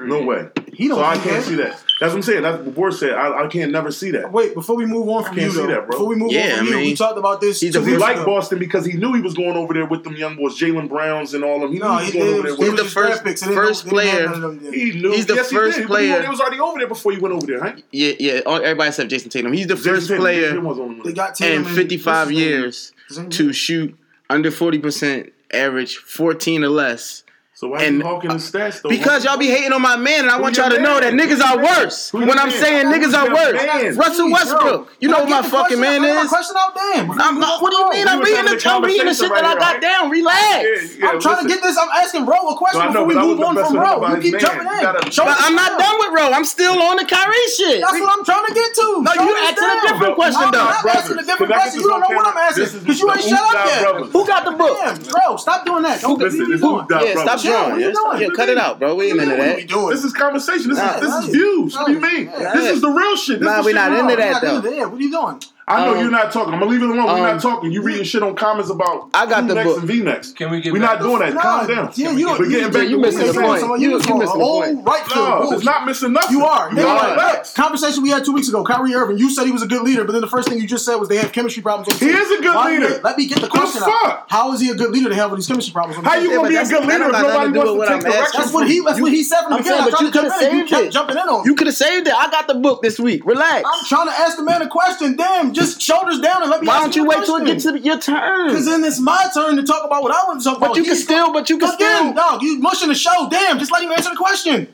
Speaker 3: No way.
Speaker 5: he don't.
Speaker 3: So I
Speaker 5: think
Speaker 3: can't
Speaker 5: that.
Speaker 3: see that. That's what I'm saying. That's what Boer said. I, I can't never see that.
Speaker 5: Wait, before we move on
Speaker 3: I
Speaker 5: from
Speaker 3: can't
Speaker 5: you,
Speaker 3: see
Speaker 5: though,
Speaker 3: that, bro.
Speaker 5: before we move
Speaker 1: Yeah,
Speaker 5: on from
Speaker 1: I
Speaker 5: you, we
Speaker 1: mean,
Speaker 5: talked about this.
Speaker 1: he's
Speaker 5: two
Speaker 1: a-
Speaker 3: He
Speaker 5: weeks
Speaker 3: liked
Speaker 5: ago.
Speaker 3: Boston because he knew he was going over there with them young boys, Jalen Browns and all of them. He
Speaker 5: No,
Speaker 3: knew
Speaker 5: he
Speaker 3: he was going
Speaker 5: did.
Speaker 3: over there
Speaker 5: They
Speaker 3: with
Speaker 5: were
Speaker 1: the
Speaker 5: just
Speaker 1: first-
Speaker 5: draft picks. They didn't
Speaker 1: first
Speaker 5: know- they didn't have
Speaker 1: player-
Speaker 5: none of them then.
Speaker 3: He knew.
Speaker 1: He's the
Speaker 3: yes,
Speaker 1: first
Speaker 3: he did. But He,
Speaker 1: player-
Speaker 3: wa- he was already over there before he went over there, right?
Speaker 1: Yeah, yeah. all- Everybody except Jason Tatum. He's the first
Speaker 3: Jason Tatum, Jason
Speaker 1: player
Speaker 3: Tatum was the only one.
Speaker 5: They got Tatum
Speaker 1: in 55
Speaker 5: what's his name?
Speaker 1: years
Speaker 5: His name-
Speaker 1: to shoot under 40% average, 14 or less.
Speaker 3: So why
Speaker 1: And-
Speaker 3: you hawking his stats though?
Speaker 1: Because y'all be hating on my man, and I
Speaker 3: Who
Speaker 1: want
Speaker 3: your
Speaker 1: y'all to know that
Speaker 3: man?
Speaker 1: niggas
Speaker 3: Who
Speaker 1: are
Speaker 3: your man?
Speaker 1: worse.
Speaker 3: Who your
Speaker 1: When I'm
Speaker 3: man?
Speaker 1: saying niggas
Speaker 3: Who's
Speaker 1: are
Speaker 3: your
Speaker 1: worse,
Speaker 3: man?
Speaker 1: Russell
Speaker 5: Jeez,
Speaker 1: Wesbrook.
Speaker 5: bro.
Speaker 1: You
Speaker 5: Can
Speaker 1: know
Speaker 5: I
Speaker 1: what
Speaker 5: get
Speaker 1: my
Speaker 5: the
Speaker 1: fucking
Speaker 5: question out?
Speaker 1: man
Speaker 5: Get my
Speaker 1: is?
Speaker 5: question out, damn.
Speaker 1: I'm not. What do you mean?
Speaker 3: We
Speaker 1: I'm
Speaker 3: was
Speaker 1: reading the,
Speaker 3: having a
Speaker 1: I'm reading the shit that
Speaker 3: conversation
Speaker 1: I
Speaker 3: right
Speaker 1: got
Speaker 3: here,
Speaker 1: down. Relax.
Speaker 3: Yeah,
Speaker 5: I'm trying to
Speaker 3: listen.
Speaker 5: get this. I'm asking Ro a
Speaker 3: No,
Speaker 5: question
Speaker 3: I know,
Speaker 5: before we
Speaker 3: but I was
Speaker 5: move on
Speaker 3: the best
Speaker 5: from
Speaker 3: thing
Speaker 5: Ro.
Speaker 3: about
Speaker 5: You
Speaker 3: his
Speaker 5: keep
Speaker 3: man.
Speaker 5: jumping in.
Speaker 3: You gotta-
Speaker 5: Show
Speaker 1: But
Speaker 5: us
Speaker 1: I'm not
Speaker 5: down.
Speaker 1: done with Ro. I'm still on the Kyrie shit.
Speaker 5: That's what I'm trying to get
Speaker 1: No,
Speaker 5: to. Show
Speaker 1: you asking a
Speaker 5: us down.
Speaker 1: different
Speaker 3: No,
Speaker 1: question
Speaker 5: I'm
Speaker 3: no,
Speaker 1: though.
Speaker 5: not
Speaker 3: Brothers.
Speaker 5: asking a different
Speaker 3: Can I get
Speaker 5: question.
Speaker 3: this
Speaker 5: You
Speaker 3: on
Speaker 5: don't know what I'm
Speaker 3: camera? This is
Speaker 5: asking because you
Speaker 3: the
Speaker 5: ain't shut
Speaker 3: Oozai
Speaker 5: up yet.
Speaker 3: brothers.
Speaker 1: Who got the book?
Speaker 5: Damn, bro, stop doing that. Don't
Speaker 3: Listen,
Speaker 5: leave me
Speaker 3: this Oozai
Speaker 5: alone.
Speaker 1: Yeah, stop
Speaker 3: brothers.
Speaker 5: Yeah,
Speaker 1: drawing.
Speaker 5: what are
Speaker 1: Yeah,
Speaker 5: you
Speaker 1: stop-
Speaker 5: doing?
Speaker 1: yeah, cut it out, bro. We ain't into
Speaker 5: What are
Speaker 1: that.
Speaker 5: we doing?
Speaker 3: This is conversation. This
Speaker 1: Nah.
Speaker 3: is this is views. What do you mean?
Speaker 5: Nah.
Speaker 3: This is the real shit. This
Speaker 1: Nah,
Speaker 3: is
Speaker 1: we
Speaker 3: shit
Speaker 1: not
Speaker 3: wrong.
Speaker 1: into that.
Speaker 5: Not
Speaker 1: though.
Speaker 5: into that. What are you doing?
Speaker 3: I know
Speaker 1: Um,
Speaker 3: you're not talking. I'm gonna leave it alone. We're
Speaker 1: um,
Speaker 3: not talking. You reading shit on comments about
Speaker 1: I got the
Speaker 3: crew necks
Speaker 1: book.
Speaker 3: and V necks.
Speaker 6: Can we get
Speaker 3: We're
Speaker 6: back
Speaker 3: not
Speaker 6: to-
Speaker 3: doing that.
Speaker 5: Nah,
Speaker 3: Calm down.
Speaker 5: Yeah, you don't.
Speaker 3: We're getting back
Speaker 1: you
Speaker 3: to
Speaker 1: missing
Speaker 3: what
Speaker 1: the
Speaker 3: we're
Speaker 1: point.
Speaker 3: saying.
Speaker 1: You-
Speaker 5: You
Speaker 1: you missing the point.
Speaker 5: Right field
Speaker 3: No, it's
Speaker 5: bullshit.
Speaker 3: not missing nothing.
Speaker 5: You are.
Speaker 3: You
Speaker 5: They
Speaker 3: are.
Speaker 5: are.
Speaker 3: Relax.
Speaker 5: Conversation we had two weeks ago. Kyrie Irving, you said he was a good leader, but then the first thing you just said was they have chemistry problems. On the
Speaker 3: He
Speaker 5: team.
Speaker 3: is a good
Speaker 5: Why
Speaker 3: leader.
Speaker 5: did- Let me get the
Speaker 3: The
Speaker 5: question
Speaker 3: fuck?
Speaker 5: out. How is he a good leader to have all these chemistry problems? On the
Speaker 3: How
Speaker 5: team?
Speaker 3: you
Speaker 1: Yeah, but
Speaker 3: gonna be a
Speaker 1: that's-
Speaker 3: good
Speaker 1: that
Speaker 3: leader
Speaker 1: don't
Speaker 3: if
Speaker 1: got nothing to
Speaker 3: nobody
Speaker 1: do with
Speaker 3: wants
Speaker 1: what
Speaker 3: to
Speaker 1: I'm
Speaker 3: take direction?
Speaker 1: asking.
Speaker 5: That's what he. That's
Speaker 1: You-
Speaker 5: what he said from the
Speaker 1: I'm
Speaker 5: beginning.
Speaker 1: saying,
Speaker 5: I
Speaker 1: but
Speaker 5: tried
Speaker 1: you
Speaker 5: to jump
Speaker 1: could've
Speaker 5: in. You
Speaker 1: saved it.
Speaker 5: kept jumping in on.
Speaker 1: You
Speaker 5: me.
Speaker 1: could have saved it. I got the book this week. Relax.
Speaker 5: I'm trying to ask the man a question. Damn, just shoulders down and let me.
Speaker 1: Why
Speaker 5: ask
Speaker 1: don't you
Speaker 5: him the
Speaker 1: wait till it
Speaker 5: question.
Speaker 1: gets to your
Speaker 5: Because
Speaker 1: turn?
Speaker 5: then it's my turn to talk about what I want to talk
Speaker 1: But
Speaker 5: about.
Speaker 1: you can
Speaker 5: He's-
Speaker 1: still. But you can
Speaker 5: Again,
Speaker 1: still.
Speaker 5: dog, you mushing the show. Damn, just let him answer the question.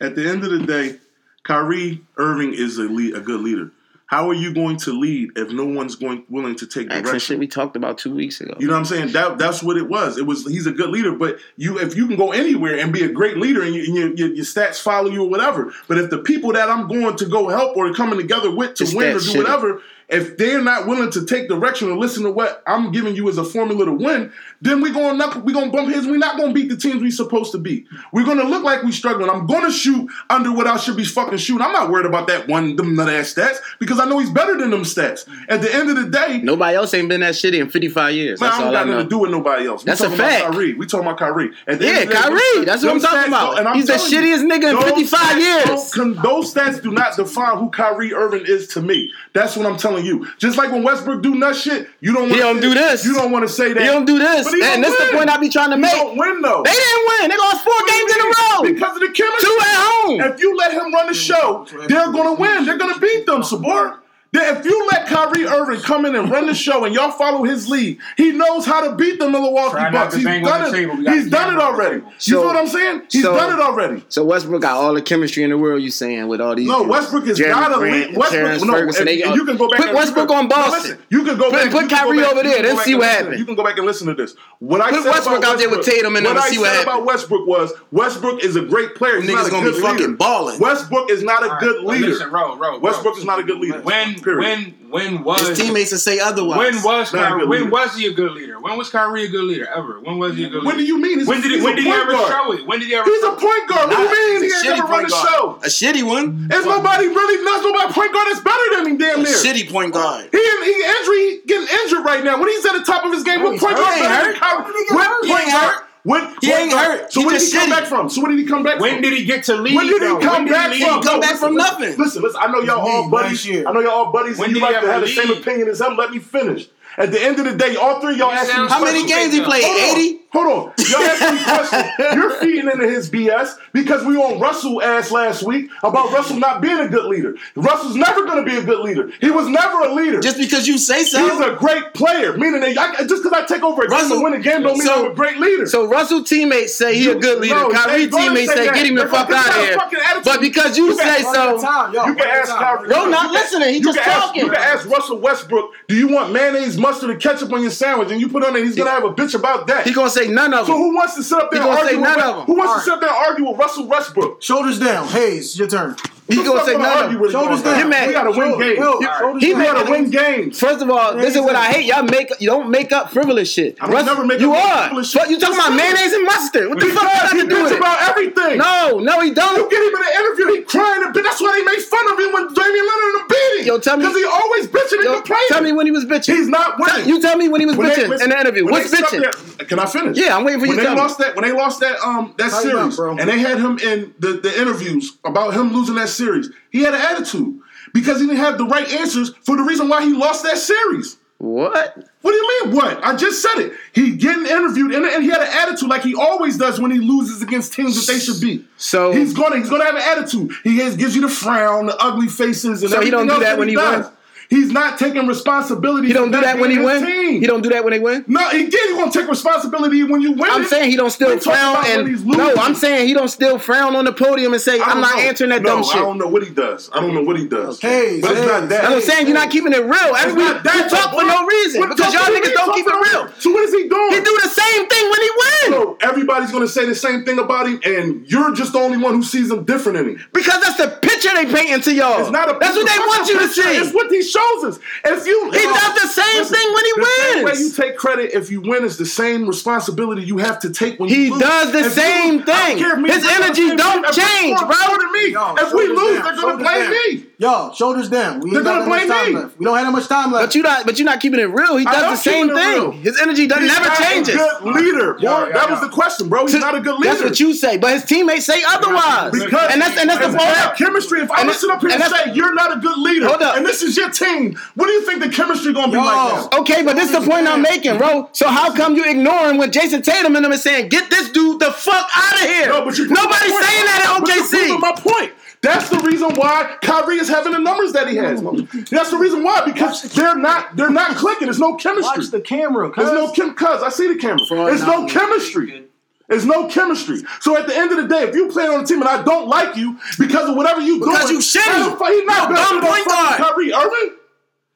Speaker 3: At the end of the day, Kyrie Irving is a lead, a good leader. How are you going to lead if no one's going willing to take
Speaker 1: Action
Speaker 3: direction?
Speaker 1: shit we talked about two weeks ago.
Speaker 3: You know what I'm saying? That that's what it was. It was he's a good leader, but you if you can go anywhere and be a great leader and, you, and your, your, your stats follow you or whatever. But if the people that I'm going to go help or coming together with to
Speaker 1: It's
Speaker 3: win
Speaker 1: that
Speaker 3: or do
Speaker 1: shitty.
Speaker 3: whatever, if they're not willing to take direction or listen to what I'm giving you as a formula to win, then we're going to we gonna bump heads. We're not going to beat the teams we're supposed to beat. We're going to look like we're struggling. I'm going to shoot under what I should be fucking shooting. I'm not worried about that one them nut ass stats because I know he's better than them stats. At the end of the day,
Speaker 1: Nobody else ain't been that shitty in 55 years.
Speaker 3: Man,
Speaker 1: That's
Speaker 3: I don't
Speaker 1: all I
Speaker 3: got nothing
Speaker 1: know.
Speaker 3: to do with nobody else. We
Speaker 1: That's a
Speaker 3: talking
Speaker 1: fact.
Speaker 3: About Kyrie. We talking about Kyrie. At the
Speaker 1: Yeah,
Speaker 3: end of the day,
Speaker 1: Kyrie.
Speaker 3: those-
Speaker 1: That's what I'm
Speaker 3: those
Speaker 1: talking
Speaker 3: stats
Speaker 1: about.
Speaker 3: don't- and I'm
Speaker 1: He's the
Speaker 3: telling you,
Speaker 1: shittiest nigga in
Speaker 3: those
Speaker 1: 55
Speaker 3: stats
Speaker 1: years.
Speaker 3: don't con- those stats do not define who Kyrie Irving is to me. That's what I'm telling you. Just like when Westbrook do nut shit, you don't.
Speaker 1: He
Speaker 3: wanna
Speaker 1: don't
Speaker 3: say-
Speaker 1: do this.
Speaker 3: You don't want to say that.
Speaker 1: He don't do this.
Speaker 3: But he
Speaker 1: And
Speaker 3: don't
Speaker 1: that's the
Speaker 3: win.
Speaker 1: point I be trying to
Speaker 3: He
Speaker 1: make.
Speaker 3: Don't win though.
Speaker 1: They didn't win. They lost four games in a row.
Speaker 3: Because of the chemistry.
Speaker 1: Two at home.
Speaker 3: If you let him run the show, they're gonna win. They're gonna beat them, Sabor. that if you let Kyrie Irving come in and run the show and y'all follow his lead, he knows how to beat the Milwaukee
Speaker 6: Try not
Speaker 3: Bucks.
Speaker 6: to
Speaker 3: He's
Speaker 6: bang on
Speaker 3: done
Speaker 6: the
Speaker 3: it.
Speaker 6: table. We got
Speaker 3: He's
Speaker 6: the
Speaker 3: done it
Speaker 6: camera on the
Speaker 3: already.
Speaker 6: table.
Speaker 3: you
Speaker 1: So-
Speaker 3: know what I'm saying? He's
Speaker 1: so-
Speaker 3: done it already.
Speaker 1: So Westbrook got all the chemistry in the world. You saying with all these?
Speaker 3: No,
Speaker 1: dudes.
Speaker 3: Westbrook is
Speaker 1: Jeremy
Speaker 3: not a
Speaker 1: Grant,
Speaker 3: lead. Westbrook,
Speaker 1: Terrence
Speaker 3: no,
Speaker 1: Ferguson,
Speaker 3: and-
Speaker 1: they-
Speaker 3: and you can go back.
Speaker 1: Put
Speaker 3: and-
Speaker 1: Westbrook
Speaker 3: you can-
Speaker 1: on
Speaker 3: no,
Speaker 1: Boston.
Speaker 3: listen, you can go
Speaker 1: Put-
Speaker 3: back.
Speaker 1: put
Speaker 3: you can go
Speaker 1: Kyrie
Speaker 3: back-
Speaker 1: over there,
Speaker 3: you can
Speaker 1: then
Speaker 3: go back
Speaker 1: see
Speaker 3: and
Speaker 1: what
Speaker 3: listen.
Speaker 1: happened.
Speaker 3: You can go back and listen to this. What I
Speaker 1: Put
Speaker 3: said
Speaker 1: Westbrook
Speaker 3: about
Speaker 1: out there with
Speaker 3: Westbrook-
Speaker 1: Tatum and them
Speaker 3: what
Speaker 1: and
Speaker 3: I
Speaker 1: see what
Speaker 3: said about
Speaker 1: happened.
Speaker 3: Westbrook was Westbrook is a great player. He's
Speaker 1: Niggas
Speaker 3: not a
Speaker 1: gonna
Speaker 3: good
Speaker 1: be fucking
Speaker 3: leader.
Speaker 1: balling.
Speaker 3: Westbrook is not a
Speaker 6: All
Speaker 3: good
Speaker 6: right, but
Speaker 3: leader.
Speaker 6: Listen, Ro, Ro, Ro.
Speaker 3: Westbrook is not a good leader.
Speaker 6: When,
Speaker 3: period.
Speaker 6: when, when was
Speaker 1: His teammates will say otherwise.
Speaker 6: When was
Speaker 3: Not a
Speaker 6: Kyrie,
Speaker 3: good
Speaker 6: when
Speaker 3: leader.
Speaker 6: was he a good leader? When was Kyrie a good leader ever? When was he a good
Speaker 3: When do
Speaker 6: leader?
Speaker 3: you mean? He's
Speaker 6: when did
Speaker 3: he's
Speaker 6: he,
Speaker 3: a
Speaker 6: when did he
Speaker 3: point
Speaker 6: ever
Speaker 3: guard.
Speaker 6: show it? When did he ever?
Speaker 3: He's a
Speaker 6: show it?
Speaker 3: point guard. What
Speaker 1: Nah,
Speaker 3: do you mean? He
Speaker 1: he's a
Speaker 3: ain't
Speaker 1: shitty
Speaker 3: never run
Speaker 1: point
Speaker 3: the
Speaker 1: guard.
Speaker 3: show.
Speaker 1: A shitty one.
Speaker 3: There's nobody really. There's nobody point guard that's better than him. Damn
Speaker 1: A
Speaker 3: near.
Speaker 1: shitty point guard.
Speaker 3: He, he injury he getting injured right now. When he's at the top of his game, what
Speaker 1: he's
Speaker 3: point guard
Speaker 1: hurt. He
Speaker 3: better than
Speaker 1: ain't
Speaker 3: Kyrie?
Speaker 1: hurt.
Speaker 3: What
Speaker 1: He ain't hurt.
Speaker 3: point guard? What
Speaker 1: He
Speaker 3: point
Speaker 1: ain't
Speaker 3: guard-
Speaker 1: hurt.
Speaker 3: So
Speaker 1: He
Speaker 3: where did
Speaker 1: just
Speaker 3: he come
Speaker 1: shitty.
Speaker 3: back from? So where did he come back
Speaker 6: When
Speaker 3: from?
Speaker 6: did he get to leave?
Speaker 3: when did he
Speaker 6: though?
Speaker 3: come
Speaker 6: when
Speaker 3: back
Speaker 6: did he
Speaker 3: from?
Speaker 6: leave?
Speaker 1: He come
Speaker 3: No,
Speaker 1: back
Speaker 3: listen,
Speaker 1: from
Speaker 3: listen,
Speaker 1: nothing.
Speaker 3: Listen, listen. I know y'all
Speaker 5: It's me,
Speaker 3: all
Speaker 5: last
Speaker 3: buddies.
Speaker 5: year.
Speaker 3: I know y'all all buddies.
Speaker 6: When
Speaker 3: and you
Speaker 6: did he
Speaker 3: like to
Speaker 6: ever
Speaker 3: have the same
Speaker 6: leave?
Speaker 3: opinion as him. Let me finish. At the end of the day, all three of y'all
Speaker 6: You
Speaker 3: asked me
Speaker 6: sound
Speaker 1: How many
Speaker 6: Westbrook
Speaker 1: games he
Speaker 6: ain't
Speaker 1: played?
Speaker 3: Hold on.
Speaker 1: Eighty.
Speaker 3: Hold on. Y'all asking me questions. You're feeding into his BS because we on Russell ass last week about Russell not being a good leader. Russell's never going to be a good leader. He was never a leader.
Speaker 1: Just because you say so.
Speaker 3: He's a great player, meaning that I, just because I take over a game
Speaker 1: Russell-
Speaker 3: and win a game don't mean
Speaker 1: so-
Speaker 3: I'm a great leader.
Speaker 1: So Russell teammates say he a good leader.
Speaker 3: No, they
Speaker 1: Kyrie
Speaker 3: gonna
Speaker 1: teammates
Speaker 3: say
Speaker 1: say
Speaker 3: that.
Speaker 1: get him the
Speaker 3: They're
Speaker 1: fuck
Speaker 3: gonna
Speaker 1: out
Speaker 3: take
Speaker 1: of
Speaker 3: that
Speaker 1: here.
Speaker 3: fucking attitude.
Speaker 1: But because you
Speaker 3: You got
Speaker 1: say
Speaker 5: One at a
Speaker 1: so,
Speaker 5: time, yo.
Speaker 3: you
Speaker 5: one
Speaker 3: can
Speaker 5: at a
Speaker 3: ask
Speaker 5: time.
Speaker 3: Kyrie.
Speaker 1: Ro not
Speaker 3: you can-
Speaker 1: listening. He
Speaker 3: you
Speaker 1: just
Speaker 3: can ask-
Speaker 1: talking.
Speaker 3: you can ask Russell Westbrook, do you want mayonnaise, mustard, and ketchup on your sandwich? And you put on it, he's gonna have a bitch about that.
Speaker 1: he gonna say none of
Speaker 3: so
Speaker 1: them.
Speaker 3: who wants to sit up there
Speaker 1: He
Speaker 3: and
Speaker 1: gonna
Speaker 3: argue
Speaker 1: say none
Speaker 3: with Wes-
Speaker 1: of 'em.
Speaker 3: Who wants to
Speaker 5: Alright.
Speaker 3: sit up there and argue with Russell Westbrook?
Speaker 5: Shoulders down. Hayes, your turn.
Speaker 1: He
Speaker 3: Who's
Speaker 1: gonna say
Speaker 3: gonna
Speaker 1: none
Speaker 3: argue
Speaker 1: of
Speaker 3: with
Speaker 1: them.
Speaker 3: him
Speaker 5: Shoulders
Speaker 3: on that?
Speaker 5: down.
Speaker 1: mad.
Speaker 3: We gotta win
Speaker 5: Shoulder-
Speaker 3: games.
Speaker 5: Will,
Speaker 3: Yeah.
Speaker 5: shoulders
Speaker 1: He
Speaker 3: We
Speaker 5: down.
Speaker 1: mad.
Speaker 3: gotta win games.
Speaker 1: First of all, this is what I hate. Y'all make you don't make up frivolous shit.
Speaker 3: I don't never make
Speaker 1: you
Speaker 3: up
Speaker 1: are.
Speaker 3: frivolous
Speaker 1: Fuck,
Speaker 3: shit.
Speaker 1: you talking
Speaker 3: Just
Speaker 1: about
Speaker 3: frivolous.
Speaker 1: mayonnaise and mustard? What the fuck
Speaker 3: Because
Speaker 1: got
Speaker 3: he
Speaker 1: to do with
Speaker 3: bitch
Speaker 1: it?
Speaker 3: about everything.
Speaker 1: No, no, he
Speaker 3: You
Speaker 1: don't.
Speaker 3: get him in the interview, he crying and bitch. That's why they made fun of him when Damian Leonard and beat him.
Speaker 1: Yo, tell me-
Speaker 3: Because he always bitching and
Speaker 1: Yo,
Speaker 3: complaining.
Speaker 1: tell me when he was bitching.
Speaker 3: He's not winning.
Speaker 1: You tell me when he was
Speaker 3: When they-
Speaker 1: bitching
Speaker 3: when-
Speaker 1: in the interview.
Speaker 3: when
Speaker 1: What's
Speaker 3: they sucked
Speaker 1: bitching?
Speaker 3: their- can I finish?
Speaker 1: Yeah, I'm waiting for you
Speaker 3: When
Speaker 1: to
Speaker 3: they
Speaker 1: tell me.
Speaker 3: lost that, when they lost that um that
Speaker 5: Tighten up,
Speaker 3: series,
Speaker 5: bro.
Speaker 3: and they had him in the, the interviews about him losing that series, he had an attitude because he didn't have the right answers for the reason why he lost that series.
Speaker 1: What?
Speaker 3: What do you mean? What? I just said it. He getting interviewed, and, and he had an attitude like he always does when he loses against teams that they should beat.
Speaker 1: So-
Speaker 3: he's gonna he's gonna have an attitude. He has, gives you the frown, the ugly faces, and
Speaker 1: So he don't
Speaker 3: everything
Speaker 1: do
Speaker 3: else
Speaker 1: that when he
Speaker 3: does.
Speaker 1: win?
Speaker 3: He's not taking responsibility.
Speaker 1: He don't do that when he wins.
Speaker 3: Team.
Speaker 1: He don't do that when they win.
Speaker 3: No, he did. He gonna take responsibility when you win.
Speaker 1: I'm
Speaker 3: it.
Speaker 1: saying he don't
Speaker 3: We
Speaker 1: still
Speaker 3: talking
Speaker 1: frown
Speaker 3: about when he's
Speaker 1: and no,
Speaker 3: losing.
Speaker 1: I'm saying he don't still frown on the podium and say
Speaker 3: I
Speaker 1: I'm
Speaker 3: don't
Speaker 1: not
Speaker 3: know.
Speaker 1: answering that
Speaker 3: no,
Speaker 1: dumb
Speaker 3: I
Speaker 1: shit.
Speaker 3: don't know what he does. I don't know what he does.
Speaker 5: Hey,
Speaker 3: but it's
Speaker 5: hey,
Speaker 3: not that.
Speaker 5: hey.
Speaker 1: I'm saying you're not keeping it real.
Speaker 3: It's
Speaker 1: Every we,
Speaker 3: not that,
Speaker 1: we talk
Speaker 3: though,
Speaker 1: for no
Speaker 3: boy.
Speaker 1: reason
Speaker 3: What
Speaker 1: because
Speaker 3: the
Speaker 1: y'all
Speaker 3: fuck
Speaker 1: niggas
Speaker 3: we
Speaker 1: don't
Speaker 3: talking
Speaker 1: keep it
Speaker 3: about?
Speaker 1: real.
Speaker 3: So what is he doing?
Speaker 1: He do the same thing when he wins
Speaker 3: So everybody's gonna say the same thing about him, and you're just the only one who sees him different than him.
Speaker 1: because that's the picture they painting to y'all.
Speaker 3: It's not a
Speaker 1: Oh, that's what
Speaker 3: it's
Speaker 1: they
Speaker 3: not
Speaker 1: want
Speaker 3: a
Speaker 1: you to
Speaker 3: picture. It's
Speaker 1: see.
Speaker 3: what he shows us. If you
Speaker 1: He does the same thing when he
Speaker 3: the Same way
Speaker 1: wins.
Speaker 3: you take credit if you win is the same responsibility you have to take when
Speaker 1: He
Speaker 3: you lose.
Speaker 1: does the
Speaker 3: If you-
Speaker 1: same
Speaker 3: I don't
Speaker 1: thing.
Speaker 3: care if me
Speaker 1: His
Speaker 3: and you
Speaker 1: energy
Speaker 3: have the same
Speaker 1: don't
Speaker 3: thing. If we
Speaker 1: change,
Speaker 3: score
Speaker 1: bro.
Speaker 3: more than me.
Speaker 5: Yo,
Speaker 3: if we
Speaker 5: shoulders
Speaker 3: lose,
Speaker 5: down,
Speaker 3: they're gonna
Speaker 5: shoulders
Speaker 3: blame
Speaker 5: down.
Speaker 3: me.
Speaker 5: Yo, shoulders down. We
Speaker 3: They're gonna
Speaker 5: ain't got that much
Speaker 3: blame
Speaker 5: time
Speaker 3: me.
Speaker 5: left. We don't have that much time left.
Speaker 1: But you not but you not keeping it real. He
Speaker 3: I
Speaker 1: does
Speaker 3: am
Speaker 1: the same
Speaker 3: keeping it real.
Speaker 1: thing. His energy does,
Speaker 3: He's
Speaker 1: never
Speaker 3: not
Speaker 1: changes.
Speaker 3: A good leader. boy.
Speaker 6: Yeah, yeah,
Speaker 3: that was
Speaker 6: yeah.
Speaker 3: the question, bro. He's
Speaker 1: To-
Speaker 3: not a good leader.
Speaker 1: That's what you say, but his teammates say otherwise.
Speaker 3: Because
Speaker 1: and that's and that's the
Speaker 3: it's all that
Speaker 1: problem.
Speaker 3: chemistry. If I
Speaker 1: And
Speaker 3: listen
Speaker 1: it-
Speaker 3: up here and,
Speaker 1: and that's-
Speaker 3: say you're not a good leader,
Speaker 1: Hold up.
Speaker 3: and this is your team, what do you think the chemistry gonna be
Speaker 5: Yo.
Speaker 3: like? Now?
Speaker 1: Okay, but this is the point I'm making, bro. So how come you ignoring when Jason Tatum and them is saying, "Get this dude the fuck out of here"?
Speaker 3: No, but you proved
Speaker 1: nobody saying
Speaker 3: my point.
Speaker 1: that at
Speaker 3: But you proved
Speaker 1: OKC.
Speaker 3: my point. That's the reason why Kyrie is having the numbers that he has. That's the reason why because they're not they're not clicking. There's no chemistry.
Speaker 5: Watch the camera, cuz.
Speaker 3: There's no chem. Cuz I see the camera.
Speaker 1: Fraud
Speaker 3: There's no
Speaker 1: not
Speaker 3: chemistry. There's no chemistry. So at the end of the day, if you play on a team and I don't like you because of whatever you
Speaker 1: Because
Speaker 3: doing,
Speaker 1: you shitty.
Speaker 3: how the fuck- He's
Speaker 1: You're
Speaker 3: not
Speaker 1: a
Speaker 3: better
Speaker 1: dumb
Speaker 3: than
Speaker 1: point
Speaker 3: fucking
Speaker 1: guard.
Speaker 3: Kyrie Irving.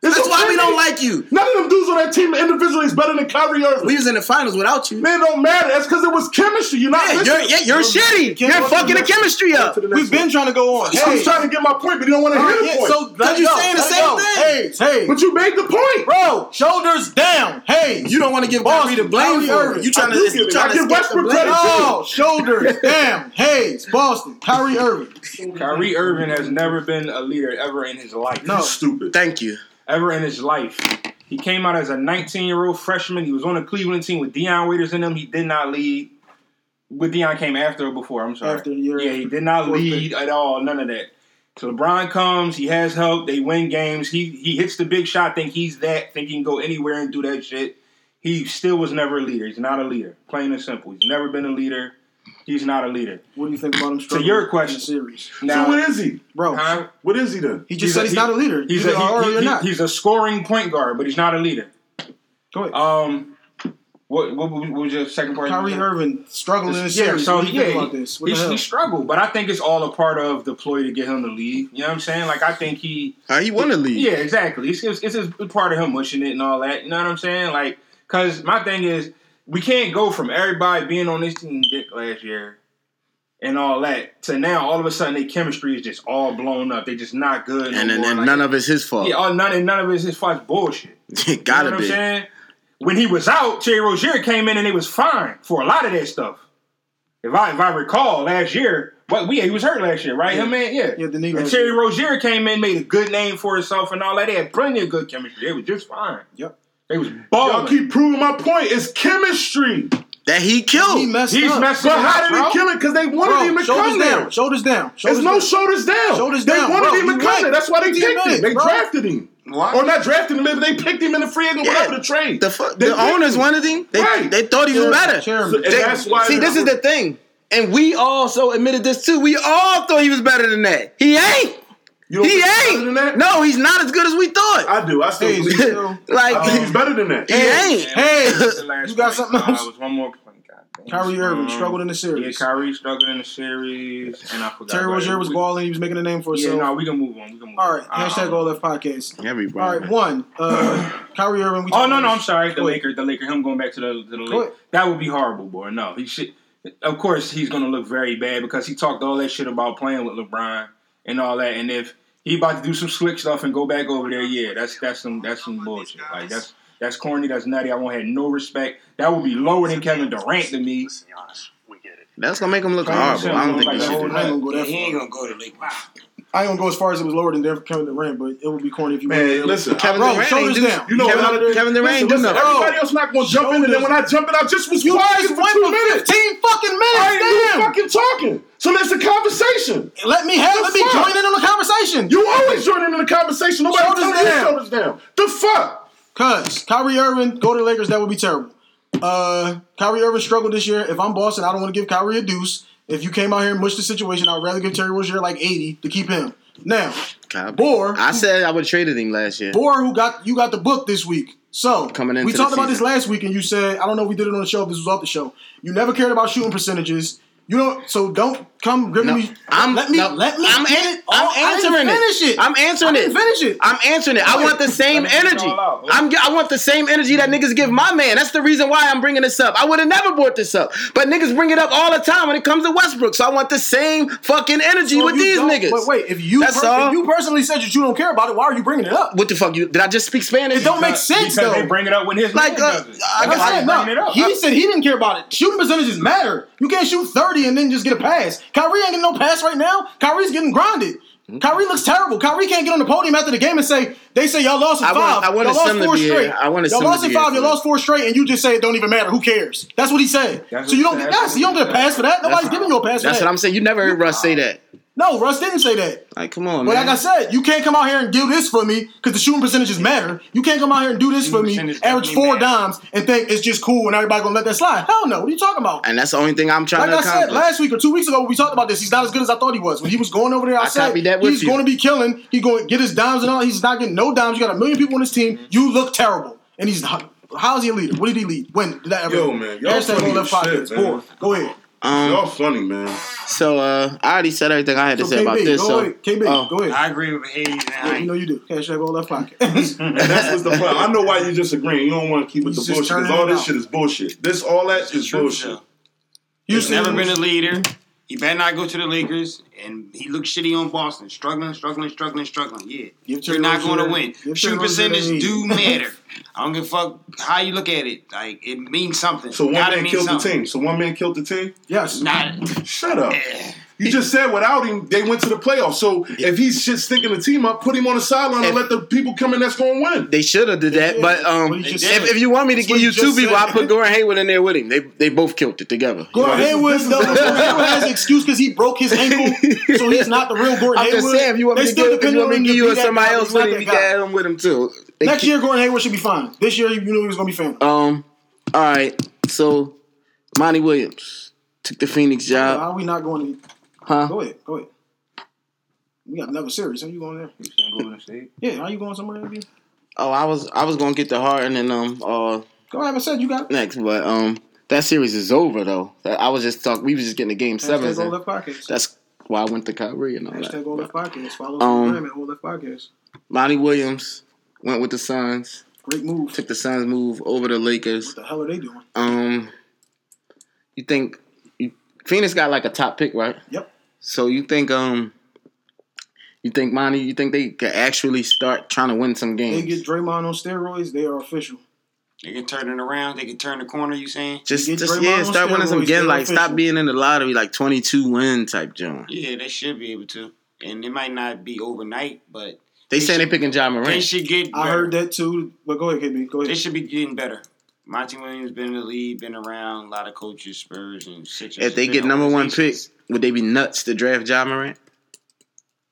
Speaker 3: It's
Speaker 1: That's why we
Speaker 3: okay.
Speaker 1: don't like you.
Speaker 3: None of them dudes on that team individually is better than Kyrie Irving.
Speaker 1: We was in the finals without you.
Speaker 3: Man, it don't matter. That's because it was chemistry. You're not.
Speaker 1: Yeah,
Speaker 3: listening.
Speaker 1: you're, yeah, you're shitty.
Speaker 5: Can't
Speaker 1: You're
Speaker 5: go to
Speaker 1: fucking
Speaker 5: the
Speaker 1: the
Speaker 5: next-
Speaker 1: chemistry up.
Speaker 3: To the next
Speaker 5: We've been
Speaker 3: one.
Speaker 5: trying to go on.
Speaker 3: I was
Speaker 5: Hey,
Speaker 3: trying to get my point, but you don't want to
Speaker 5: all
Speaker 3: hear
Speaker 5: right,
Speaker 3: the
Speaker 5: yeah,
Speaker 3: point.
Speaker 5: so let
Speaker 1: you
Speaker 5: go,
Speaker 1: saying the
Speaker 5: let
Speaker 1: same
Speaker 5: go.
Speaker 1: thing.
Speaker 5: Hayes, Hayes.
Speaker 3: but you made the point.
Speaker 5: Bro, shoulders down. Hey,
Speaker 1: You don't want to give Kyrie
Speaker 5: Boston,
Speaker 1: the blame
Speaker 5: Kyrie
Speaker 1: for
Speaker 5: Irving.
Speaker 1: it. You trying to
Speaker 3: I do give
Speaker 1: you
Speaker 3: it.
Speaker 1: trying
Speaker 3: I
Speaker 1: to
Speaker 3: give
Speaker 1: skip the
Speaker 3: Westbrook
Speaker 1: blame.
Speaker 3: credit, too.
Speaker 5: No, shoulders down. Hayes, Boston, Kyrie Irving.
Speaker 6: Kyrie Irving has never been a leader ever in his life.
Speaker 5: No.
Speaker 3: Stupid.
Speaker 1: Thank you.
Speaker 6: ever in his life. He came out as a 19 year old freshman. He was on the Cleveland team with Deion Waiters in him. He did not lead. With Deion came after or before? I'm sorry.
Speaker 5: After, you're-
Speaker 6: yeah, he did not
Speaker 5: Fourth
Speaker 6: lead at all. None of that. So LeBron comes. He has help. They win games. He he hits the big shot. Think he's that. Think he can go anywhere and do that shit. He still was never a leader. He's not a leader. Plain and simple. He's never been a leader. He's not a leader.
Speaker 5: What do you think about him? struggling
Speaker 6: your
Speaker 5: in the
Speaker 6: question.
Speaker 5: series,
Speaker 6: Now,
Speaker 3: so what is he?
Speaker 5: bro.
Speaker 6: huh?
Speaker 3: What is he then?
Speaker 5: He just
Speaker 6: He's
Speaker 5: said
Speaker 6: a-
Speaker 5: he's
Speaker 6: he-
Speaker 5: not a leader.
Speaker 6: He's
Speaker 5: Either
Speaker 6: a, he-
Speaker 5: are
Speaker 6: he-
Speaker 5: you
Speaker 6: he-
Speaker 5: not.
Speaker 6: he's a scoring point guard, but he's not a leader.
Speaker 5: Go ahead.
Speaker 6: Um, what what, what was your second part?
Speaker 5: Kyrie Irving struggling in the
Speaker 6: Yeah,
Speaker 5: series.
Speaker 6: so
Speaker 5: what do you think
Speaker 6: yeah,
Speaker 5: about this? What
Speaker 6: He,
Speaker 5: the hell?
Speaker 6: he struggled, but I think it's all a part of the ploy to get him to leave. You know what I'm saying? Like I think he,
Speaker 9: How he won the league?
Speaker 6: yeah, exactly. It's it's, it's just part of him mushing it and all that. You know what I'm saying? Like, cause my thing is we can't go from everybody being on this team dick last year and all that to now all of a sudden their chemistry is just all blown up. They're just not good.
Speaker 1: And
Speaker 6: no
Speaker 1: then
Speaker 6: more.
Speaker 1: and
Speaker 6: Like,
Speaker 1: none of it's his fault.
Speaker 6: yeah, all, none and none of it's his fault. It's bullshit.
Speaker 1: Gotta
Speaker 6: you know what
Speaker 1: be.
Speaker 6: I'm saying? When he was out, Terry Rozier came in and it was fine for a lot of that stuff. If I if I recall last year, what we he was hurt last year, right?
Speaker 5: Yeah.
Speaker 6: Him man, yeah.
Speaker 5: yeah, the
Speaker 6: And
Speaker 5: Negro.
Speaker 6: Terry Rozier came in, made a good name for himself and all that. They had plenty of good chemistry. They was just fine.
Speaker 5: Yep.
Speaker 6: They was
Speaker 3: Y'all
Speaker 6: balling.
Speaker 3: keep proving my point. It's chemistry.
Speaker 1: That he killed.
Speaker 5: He messed
Speaker 6: He's
Speaker 5: up.
Speaker 6: messing
Speaker 3: But
Speaker 6: up.
Speaker 3: how did
Speaker 6: bro.
Speaker 3: he kill it? Because they wanted
Speaker 5: Bro,
Speaker 3: him to
Speaker 5: shoulders
Speaker 3: come there.
Speaker 5: down. Shoulders down.
Speaker 3: There's
Speaker 5: Shoulders
Speaker 3: no
Speaker 5: down.
Speaker 3: shoulders down.
Speaker 5: Shoulders
Speaker 3: they
Speaker 5: down,
Speaker 3: wanted
Speaker 5: bro.
Speaker 3: him
Speaker 5: He
Speaker 3: to come there.
Speaker 5: went.
Speaker 3: That's why they
Speaker 5: He
Speaker 3: picked
Speaker 5: went,
Speaker 3: him. They
Speaker 5: bro.
Speaker 3: drafted him.
Speaker 4: What?
Speaker 3: Or not drafted him, they picked him in the free agent,
Speaker 1: Yeah.
Speaker 3: whatever the trade.
Speaker 1: The fu-
Speaker 3: They
Speaker 1: the
Speaker 3: picked
Speaker 1: owners
Speaker 3: him.
Speaker 1: wanted him. They
Speaker 3: Right.
Speaker 1: they thought he was
Speaker 5: Chairman,
Speaker 1: better.
Speaker 5: chairman.
Speaker 3: And
Speaker 1: They-
Speaker 3: that's why-
Speaker 1: see, this is the thing, and we also admitted this too. We all thought he was better than that. He ain't.
Speaker 3: You don't
Speaker 1: he
Speaker 3: think he's better
Speaker 1: ain't.
Speaker 3: than that?
Speaker 1: No, he's not as good as we thought.
Speaker 3: I do. I still
Speaker 5: Hey,
Speaker 3: believe
Speaker 5: you
Speaker 3: so.
Speaker 5: know,
Speaker 1: like
Speaker 3: I think he's better than that.
Speaker 1: he ain't.
Speaker 5: Hey,
Speaker 6: That's the last
Speaker 5: you got
Speaker 6: point.
Speaker 5: something
Speaker 6: Uh,
Speaker 5: else?
Speaker 6: it was one more point. God damn.
Speaker 5: Kyrie Irving struggled in the
Speaker 6: Um, Yeah,
Speaker 5: series.
Speaker 6: Kyrie struggled in the series, and I forgot.
Speaker 5: Terry
Speaker 6: about
Speaker 5: Rozier
Speaker 6: it.
Speaker 5: was
Speaker 6: We-
Speaker 5: balling. He was making a name for
Speaker 6: Yeah,
Speaker 5: himself.
Speaker 6: no, we can move on. We can move
Speaker 5: All
Speaker 6: on.
Speaker 5: right. Hashtag
Speaker 6: Uh,
Speaker 5: All Left Podcast.
Speaker 1: Everybody.
Speaker 5: All right. One. Uh, Kyrie Irving. We
Speaker 6: Oh
Speaker 5: talked
Speaker 6: no, no,
Speaker 5: about
Speaker 6: I'm
Speaker 5: this.
Speaker 6: sorry. The
Speaker 5: Go ahead.
Speaker 6: Laker, the Laker, him going back to the to the
Speaker 5: Go
Speaker 6: Laker.
Speaker 5: ahead.
Speaker 6: That would be horrible, boy. No, he should. Of course, he's gonna look very bad because he talked all that shit about playing with LeBron and all that. And if he about to do some slick stuff and go back over there, yeah, that's that's some that's some bullshit. Like that's that's corny. That's nutty. I won't have no respect. That would be lower than Kevin Durant to me.
Speaker 4: Let's be honest. We get it.
Speaker 1: That's gonna make him look
Speaker 6: Kyrie
Speaker 1: horrible. I don't
Speaker 6: Irving
Speaker 1: think he
Speaker 6: look
Speaker 1: should.
Speaker 6: like
Speaker 1: do
Speaker 6: a
Speaker 1: that.
Speaker 5: I
Speaker 6: whole
Speaker 5: ain't gonna go
Speaker 4: Yeah,
Speaker 5: that
Speaker 4: he
Speaker 5: far.
Speaker 4: ain't gonna go to Lake. Wow.
Speaker 5: I ain't gonna go as far as it was lower than Denver Kevin Durant, but it would be corny if you went there.
Speaker 3: Man, listen. I-
Speaker 1: Kevin
Speaker 5: Bro,
Speaker 1: Durant ain't
Speaker 5: shoulders
Speaker 1: do,
Speaker 5: down.
Speaker 3: you know
Speaker 1: Kevin,
Speaker 3: what? I-
Speaker 1: Kevin Durant
Speaker 3: listen,
Speaker 1: ain't do
Speaker 3: listen,
Speaker 1: nothing.
Speaker 3: Everybody else not going to jump in, and then when I jump in, I just was
Speaker 5: You
Speaker 3: quiet
Speaker 5: just
Speaker 3: for
Speaker 5: went
Speaker 3: two
Speaker 5: for
Speaker 3: minutes.
Speaker 5: 15
Speaker 3: I
Speaker 5: fucking
Speaker 3: ain't
Speaker 5: minutes.
Speaker 3: even
Speaker 5: Damn.
Speaker 3: fucking talking. So there's a conversation.
Speaker 5: Let me have. Let me
Speaker 3: fuck?
Speaker 5: join in on the conversation.
Speaker 3: You always join in the conversation. Nobody
Speaker 5: Shoulders
Speaker 3: telling you
Speaker 5: down.
Speaker 3: shoulders down. The fuck?
Speaker 5: Cause Kyrie Irving go to the Lakers, that would be terrible. Uh, Kyrie Irving struggled this year. If I'm Boston, I don't want to give Kyrie a deuce. If you came out here and mushed the situation, I'd rather give Terry Rozier like 80 to keep him. Now,
Speaker 1: Kyrie.
Speaker 5: Bohr,
Speaker 1: I said I would have traded him last year.
Speaker 5: Bohr, who got you got the book this week. So
Speaker 1: Coming into
Speaker 5: we
Speaker 1: the
Speaker 5: talked about this
Speaker 1: season.
Speaker 5: last week, and you said I don't know if we did it on the show. If this was off the show, you never cared about shooting percentages. You don't. So don't come giving
Speaker 1: No,
Speaker 5: me.
Speaker 1: I'm
Speaker 5: let me.
Speaker 1: no,
Speaker 5: let me.
Speaker 1: I'm,
Speaker 5: get
Speaker 1: an-
Speaker 5: it all-
Speaker 1: I'm
Speaker 5: I didn't
Speaker 1: answering
Speaker 5: finish
Speaker 1: it. I'm answering
Speaker 5: I didn't
Speaker 1: it.
Speaker 5: finish it.
Speaker 1: I'm answering it. I want the same
Speaker 6: Let me get it
Speaker 1: energy.
Speaker 6: all out.
Speaker 1: I'm. ge- I want the same energy that niggas give my man. That's the reason why I'm bringing this up. I would have never brought this up, but niggas bring it up all the time when it comes to Westbrook. So I want the same fucking energy
Speaker 5: So
Speaker 1: with
Speaker 5: you
Speaker 1: these
Speaker 5: don't-
Speaker 1: niggas.
Speaker 5: But wait, if you
Speaker 1: That's
Speaker 5: per-
Speaker 1: all.
Speaker 5: if you personally said that you don't care about it, why are you bringing it up?
Speaker 1: what the fuck? You did I just speak Spanish?
Speaker 5: It don't make sense
Speaker 6: Because
Speaker 5: though.
Speaker 6: they bring it up when his
Speaker 1: Like,
Speaker 6: man
Speaker 1: uh,
Speaker 6: does it.
Speaker 1: I
Speaker 5: Like
Speaker 1: guess
Speaker 5: I said,
Speaker 6: Why you bringing it
Speaker 5: no,
Speaker 6: up?
Speaker 5: he
Speaker 6: I-
Speaker 5: said he didn't care about it. Shooting percentages matter. You can't shoot 30 and then just get a pass. Kyrie ain't getting no pass right now. Kyrie's getting grounded.
Speaker 1: Mm-hmm.
Speaker 5: Kyrie looks terrible. Kyrie can't get on the podium after the game and say, they say y'all lost in
Speaker 1: I
Speaker 5: five.
Speaker 1: want- I wanted
Speaker 5: y'all lost
Speaker 1: Sim to
Speaker 5: four
Speaker 1: be here.
Speaker 5: straight.
Speaker 1: I wanted
Speaker 5: y'all
Speaker 1: Sim to
Speaker 5: lost in
Speaker 1: be here
Speaker 5: five, you
Speaker 1: for
Speaker 5: lost four straight, and you just say it don't even matter. Who cares? That's what he said.
Speaker 6: That's
Speaker 5: so you
Speaker 6: what-
Speaker 5: don't get
Speaker 6: that's
Speaker 5: that's you don't get a
Speaker 6: what-
Speaker 5: pass for that. Nobody's giving you a pass for
Speaker 1: That's
Speaker 5: that.
Speaker 1: what I'm saying. You never heard Russ say that.
Speaker 5: No, Russ didn't say that.
Speaker 1: Like, come on,
Speaker 5: But
Speaker 1: man.
Speaker 5: like I said, you can't come out here and do this for me because the shooting percentages matter. You can't come out here and do this for me,
Speaker 6: percentage
Speaker 5: average
Speaker 6: definitely
Speaker 5: four
Speaker 6: matter.
Speaker 5: dimes, and think it's just cool and everybody gonna let that slide. Hell no. What are you talking about?
Speaker 1: and that's the only thing I'm trying
Speaker 5: Like I
Speaker 1: to
Speaker 5: said
Speaker 1: accomplish.
Speaker 5: last week or two weeks ago, we talked about this. He's not as good as I thought he was. When he was going over there, I,
Speaker 1: I
Speaker 5: said
Speaker 1: copied that with
Speaker 5: he's
Speaker 1: you.
Speaker 5: going to be killing. He's going to get his dimes and all. He's not getting no dimes. You got a million people on his team. You look terrible. And he's not. How's he a leader? What did he lead? When did that ever?
Speaker 3: Yo, man, y'all
Speaker 5: Hashtag
Speaker 3: funny
Speaker 5: on left
Speaker 3: as
Speaker 5: pocket.
Speaker 3: shit, man.
Speaker 5: Boy, Go ahead.
Speaker 1: um,
Speaker 3: Y'all funny, man.
Speaker 1: So uh, I already said everything I had to
Speaker 5: So
Speaker 1: say about
Speaker 5: KB,
Speaker 1: this.
Speaker 5: go
Speaker 1: so
Speaker 5: ahead. KB,
Speaker 1: oh.
Speaker 5: go ahead.
Speaker 4: I agree with Hayes and
Speaker 5: Yeah, you
Speaker 4: I.
Speaker 5: know you do. Hashtag all left pocket.
Speaker 3: And that's what's the problem. I know why you disagreeing. You don't want to keep with
Speaker 5: He's
Speaker 3: the
Speaker 5: just
Speaker 3: bullshit. 'cause
Speaker 5: turning
Speaker 3: all
Speaker 5: it
Speaker 3: this
Speaker 5: out.
Speaker 3: shit is bullshit. This, all that is
Speaker 4: True,
Speaker 3: bullshit.
Speaker 4: though.
Speaker 5: He's
Speaker 4: He's never been a leader. He better not go to the Lakers, and he looks shitty on Boston. Struggling, struggling, struggling, struggling. Yeah,
Speaker 5: Give
Speaker 4: you're not
Speaker 5: Terry
Speaker 4: going to
Speaker 5: Rozier-
Speaker 4: win.
Speaker 5: give Terry
Speaker 4: Shoot
Speaker 5: Rozier
Speaker 4: percentage
Speaker 5: an eight.
Speaker 4: do matter. I don't give a fuck how you look at it. Like it means something.
Speaker 3: So one
Speaker 4: Gotta
Speaker 3: man
Speaker 4: mean
Speaker 3: killed
Speaker 4: something.
Speaker 3: the team. So one man killed the team.
Speaker 5: Yes.
Speaker 4: Not
Speaker 3: Shut up. You just said without him, they went to the playoffs. So if he's shit stinking the team up, put him on the sideline
Speaker 1: If-
Speaker 3: and let the people come in that's going to win.
Speaker 1: They should have did that,
Speaker 5: Yeah,
Speaker 1: but um,
Speaker 5: what he
Speaker 1: if,
Speaker 5: just
Speaker 4: said.
Speaker 1: if you want me to
Speaker 5: what
Speaker 1: give you
Speaker 5: he
Speaker 1: two
Speaker 5: just
Speaker 1: people,
Speaker 5: said.
Speaker 1: I put Gordon Hayward in there with him. They they both killed it together.
Speaker 5: Gordon
Speaker 3: This is-
Speaker 5: Hayward,
Speaker 3: this is-
Speaker 5: though, Gordon Hayward has an excuse because he broke his ankle, so he's not the real Gordon
Speaker 1: I'm
Speaker 5: Hayward.
Speaker 1: just saying, if you want
Speaker 5: They
Speaker 1: me to
Speaker 5: still
Speaker 1: give, if you want
Speaker 5: depend
Speaker 1: me
Speaker 5: on
Speaker 1: to
Speaker 5: him
Speaker 1: give
Speaker 5: be
Speaker 1: you or
Speaker 5: that
Speaker 1: somebody
Speaker 5: guy,
Speaker 1: else
Speaker 5: he's not
Speaker 1: with him,
Speaker 5: that
Speaker 1: you
Speaker 5: guy.
Speaker 1: can add him with him too. They um,
Speaker 5: Next
Speaker 1: keep-
Speaker 5: year, Gordon Hayward should be fine. This year, you knew he was going to be fine.
Speaker 1: um, all right. So, Monty Williams, took the Phoenix job,
Speaker 5: How are we not going to?
Speaker 1: huh?
Speaker 5: Go ahead, go ahead. We got another series. How you going there?
Speaker 6: You saying Golden State?
Speaker 5: Yeah, how you going somewhere? Else?
Speaker 1: Oh, I was I was gonna get the Harden and um uh
Speaker 5: Go ahead. I said you got.
Speaker 1: next, but um that series is over though. That- I was just talking. We was just getting the game sevens.
Speaker 5: Hashtag go
Speaker 1: and
Speaker 5: left podcast.
Speaker 1: That's why I went to Kyrie and all
Speaker 5: Hashtag
Speaker 1: that.
Speaker 5: go
Speaker 1: But
Speaker 5: left podcast. Follow
Speaker 1: Um,
Speaker 5: Instagram at go left podcast.
Speaker 1: Monty Williams went with the Suns.
Speaker 5: Great move.
Speaker 1: Took the Suns move over the Lakers.
Speaker 5: What the hell are they doing?
Speaker 1: Um, you think you, Phoenix got like a top pick, right?
Speaker 5: Yep.
Speaker 1: So you think um, you think Monty, you think they could actually start trying to win some
Speaker 5: They
Speaker 1: games?
Speaker 5: get Draymond on steroids. They are official.
Speaker 4: They can turn it around. They can turn the corner. You saying?
Speaker 1: just,
Speaker 5: get
Speaker 1: just
Speaker 5: Draymond
Speaker 1: yeah,
Speaker 5: on
Speaker 1: start winning some
Speaker 5: steroids,
Speaker 1: games.
Speaker 5: they
Speaker 1: Like stop
Speaker 5: official.
Speaker 1: being in the lottery, like twenty two win type joint.
Speaker 4: Yeah, they should be able to. And it might not be overnight, but
Speaker 1: They
Speaker 4: They
Speaker 1: saying they
Speaker 4: should-
Speaker 1: picking John
Speaker 4: they
Speaker 1: Morant.
Speaker 4: should get. Better.
Speaker 5: I heard that too. But go ahead, KB. Go
Speaker 4: They
Speaker 5: ahead.
Speaker 4: should be getting better. Monty Williams been in the league, been around a lot of coaches, Spurs, and situations.
Speaker 1: If they get number one pick, would they be nuts to draft John Morant?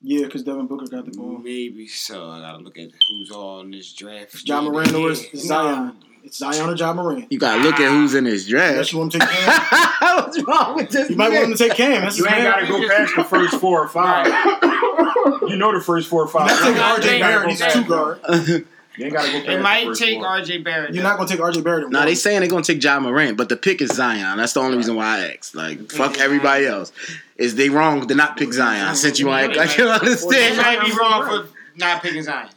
Speaker 5: Yeah, because Devin Booker got the ball.
Speaker 4: maybe so. I gotta look at who's all in this draft.
Speaker 5: John
Speaker 4: Yeah,
Speaker 5: Moran or
Speaker 4: yeah.
Speaker 5: it's Zion. It's Zion or John Moran.
Speaker 1: You gotta look at who's in his
Speaker 5: Unless
Speaker 1: draft.
Speaker 5: you want to take Cam.
Speaker 1: What's wrong with this?
Speaker 5: You might want him
Speaker 1: nigga?
Speaker 5: to take Cam. That's
Speaker 6: You
Speaker 5: his
Speaker 6: ain't
Speaker 5: man.
Speaker 6: gotta go past the first four or five. you know the first four or five.
Speaker 5: That's
Speaker 4: Nah,
Speaker 5: take
Speaker 4: nah,
Speaker 5: RJ Barrett.
Speaker 4: they gotta
Speaker 5: He's
Speaker 4: go
Speaker 5: a two
Speaker 4: back.
Speaker 5: guard.
Speaker 6: You ain't gotta go past
Speaker 4: They
Speaker 6: the
Speaker 4: might
Speaker 6: first
Speaker 4: take
Speaker 6: four.
Speaker 4: RJ Barrett.
Speaker 5: You're not gonna take RJ Barrett. in
Speaker 1: Now
Speaker 5: one.
Speaker 1: they saying they're gonna take John Morant, but the pick is Zion. That's the only reason why I asked. Like fuck everybody else. Is they wrong to not pick Zion? Since you want to act like you
Speaker 4: They
Speaker 1: understand,
Speaker 4: might be wrong for not picking Zion.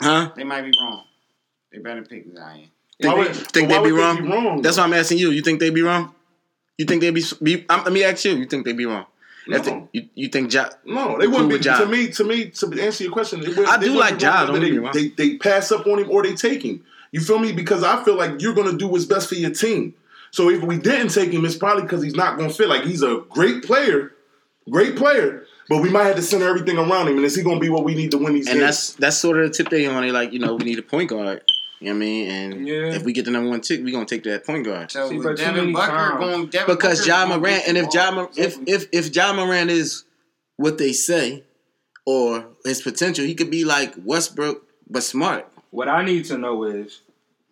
Speaker 1: huh?
Speaker 4: They might be wrong. They better pick Zion.
Speaker 3: Why would-
Speaker 1: Think
Speaker 3: why
Speaker 1: they be
Speaker 3: would
Speaker 1: wrong? That's
Speaker 3: though?
Speaker 1: why I'm asking you. You think they be wrong? You think they be? be I'm, let me ask you. You think they be wrong? If
Speaker 3: No.
Speaker 1: they- you, you think Ja?
Speaker 3: No, they
Speaker 1: Cool
Speaker 3: wouldn't
Speaker 1: with
Speaker 3: be. To
Speaker 1: Ja.
Speaker 3: me, to me, to answer your question, they would,
Speaker 1: I
Speaker 3: they
Speaker 1: do
Speaker 3: wouldn't
Speaker 1: like
Speaker 3: be
Speaker 1: Ja,
Speaker 3: wrong
Speaker 1: don't
Speaker 3: if
Speaker 1: get
Speaker 3: they,
Speaker 1: me wrong.
Speaker 3: they they pass up on him or they take him. You feel me? Because I feel like you're gonna do what's best for your team. So if we didn't take him, it's probably because he's not gonna fit. Like he's a great player, great player, but we might have to center everything around him. And is he gonna be what we need to win these
Speaker 1: And
Speaker 3: games?
Speaker 1: that's that's sort of the tip they on. They like you know we need a point guard. You know what I mean? And
Speaker 6: Yeah.
Speaker 1: if we get the number one tick, we gonna take that point guard.
Speaker 4: So
Speaker 6: See,
Speaker 4: with
Speaker 6: but too
Speaker 4: Devin
Speaker 6: many
Speaker 4: Booker
Speaker 6: times.
Speaker 4: going Devin
Speaker 1: because
Speaker 4: Booker's
Speaker 1: John
Speaker 4: gonna
Speaker 1: Morant,
Speaker 4: get
Speaker 1: and
Speaker 4: the
Speaker 1: if John,
Speaker 4: ball.
Speaker 1: Mor- if if if John Morant is what they say or his potential, he could be like Westbrook but smart.
Speaker 6: What I need to know is,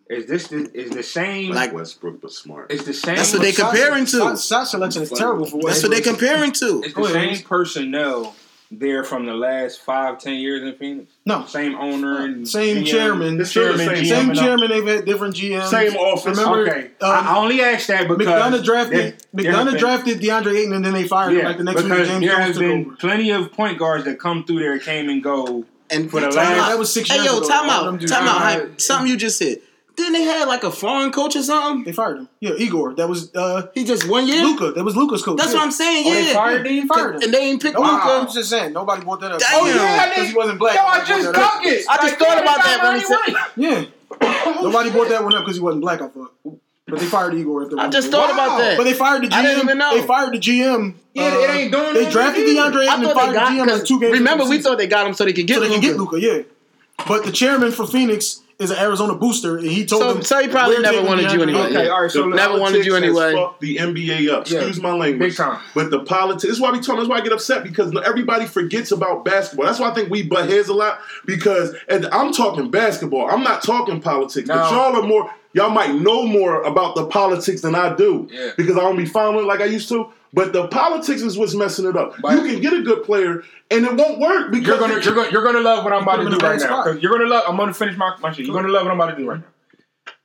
Speaker 6: is this the, is the same?
Speaker 1: Like
Speaker 3: Westbrook, but smart.
Speaker 6: is the same?
Speaker 1: That's what they comparing to.
Speaker 5: Shot, shot selection is terrible for what
Speaker 1: That's what they comparing to.
Speaker 6: It's the
Speaker 5: Go ahead.
Speaker 6: same personnel there from the last five, ten years in Phoenix.
Speaker 5: No,
Speaker 6: Same owner and
Speaker 5: Uh, same
Speaker 6: GM.
Speaker 5: chairman,
Speaker 3: It's still the
Speaker 6: Chairman,
Speaker 3: same.
Speaker 6: GM,
Speaker 5: same
Speaker 6: and all-
Speaker 5: chairman. They've had different GMs.
Speaker 3: Same office.
Speaker 5: Remember, uh,
Speaker 6: Okay, I- I only asked that because
Speaker 5: McDonough
Speaker 6: there-
Speaker 5: drafted
Speaker 6: there have
Speaker 5: McDonough
Speaker 6: been-
Speaker 5: drafted DeAndre Ayton, and then they fired him
Speaker 6: Yeah,
Speaker 5: like the next week.
Speaker 6: because
Speaker 5: James
Speaker 6: there
Speaker 5: Jones
Speaker 6: has
Speaker 5: took
Speaker 6: been
Speaker 5: over.
Speaker 6: plenty of point guards that come through there, came and go.
Speaker 1: And
Speaker 6: For the
Speaker 1: time
Speaker 6: last-
Speaker 1: out.
Speaker 5: That was six
Speaker 1: Hey
Speaker 5: years
Speaker 1: yo,
Speaker 5: ago.
Speaker 1: time
Speaker 5: All
Speaker 1: out,
Speaker 5: them
Speaker 1: time out.
Speaker 6: dudes-
Speaker 1: Hype. Something you just said. Then they had like a foreign coach or something.
Speaker 5: They fired him. Yeah, Igor. That was uh,
Speaker 1: He just one year.
Speaker 5: Luca. That was Luca's coach.
Speaker 1: That's
Speaker 5: yeah.
Speaker 1: what I'm saying.
Speaker 6: Oh, they
Speaker 1: yeah,
Speaker 6: fired him?
Speaker 5: Fired him.
Speaker 1: and they ain't pick
Speaker 5: No,
Speaker 1: Luca.
Speaker 5: I'm just saying. Nobody brought that up.
Speaker 1: Damn. Oh, yeah,
Speaker 5: because he wasn't black. Nobody brought that up.
Speaker 6: it.
Speaker 1: I just thought about that when he said.
Speaker 5: Yeah. Nobody brought that one up because he wasn't black. I thought, but they fired Igor after.
Speaker 1: I
Speaker 5: one
Speaker 1: just
Speaker 5: game.
Speaker 1: thought about that.
Speaker 5: But they fired the GM.
Speaker 1: I didn't even know.
Speaker 5: They fired the GM.
Speaker 6: Yeah, it ain't doing
Speaker 5: They
Speaker 6: nothing
Speaker 5: drafted
Speaker 6: either.
Speaker 5: DeAndre
Speaker 1: I
Speaker 5: Ayton and
Speaker 1: thought they
Speaker 5: fired
Speaker 1: got.
Speaker 5: the GM like
Speaker 1: Cause
Speaker 5: two games.
Speaker 1: remember,
Speaker 5: into the
Speaker 1: we
Speaker 5: season.
Speaker 1: thought they got him so they could get
Speaker 5: so they can get
Speaker 1: Luka.
Speaker 5: Luca. Yeah, but the chairman for Phoenix is an Arizona booster, and he told
Speaker 1: So-
Speaker 5: them.
Speaker 1: so he probably
Speaker 5: "We're
Speaker 1: never
Speaker 5: taking
Speaker 1: wanted you
Speaker 5: DeAndre
Speaker 1: anyway."
Speaker 5: Ayton."
Speaker 6: Okay, all right. So
Speaker 3: The
Speaker 6: look,
Speaker 1: Never wanted
Speaker 3: politics
Speaker 1: you anyway.
Speaker 3: Has fucked the NBA up.
Speaker 6: Yeah.
Speaker 3: Excuse my language.
Speaker 6: Big time.
Speaker 3: But the politics. This is why we talking. That's why I get upset because everybody forgets about basketball. That's why I think we butt heads a lot because and I'm talking basketball. I'm not talking politics. But
Speaker 6: No.
Speaker 3: y'all are more. Y'all might know more about the politics than I do
Speaker 6: Yeah.
Speaker 3: because I don't be following like I used to. But the politics is what's messing it up.
Speaker 6: But-
Speaker 3: you can get a good player and it won't work because
Speaker 6: you're gonna you're gonna you're gonna love what I'm about
Speaker 5: put
Speaker 6: to
Speaker 5: him in
Speaker 6: do
Speaker 5: the
Speaker 6: right
Speaker 5: right
Speaker 6: now.
Speaker 5: spot.
Speaker 6: 'Cause You're gonna love. I'm gonna finish my, my shit. You're gonna love what I'm about to do right now.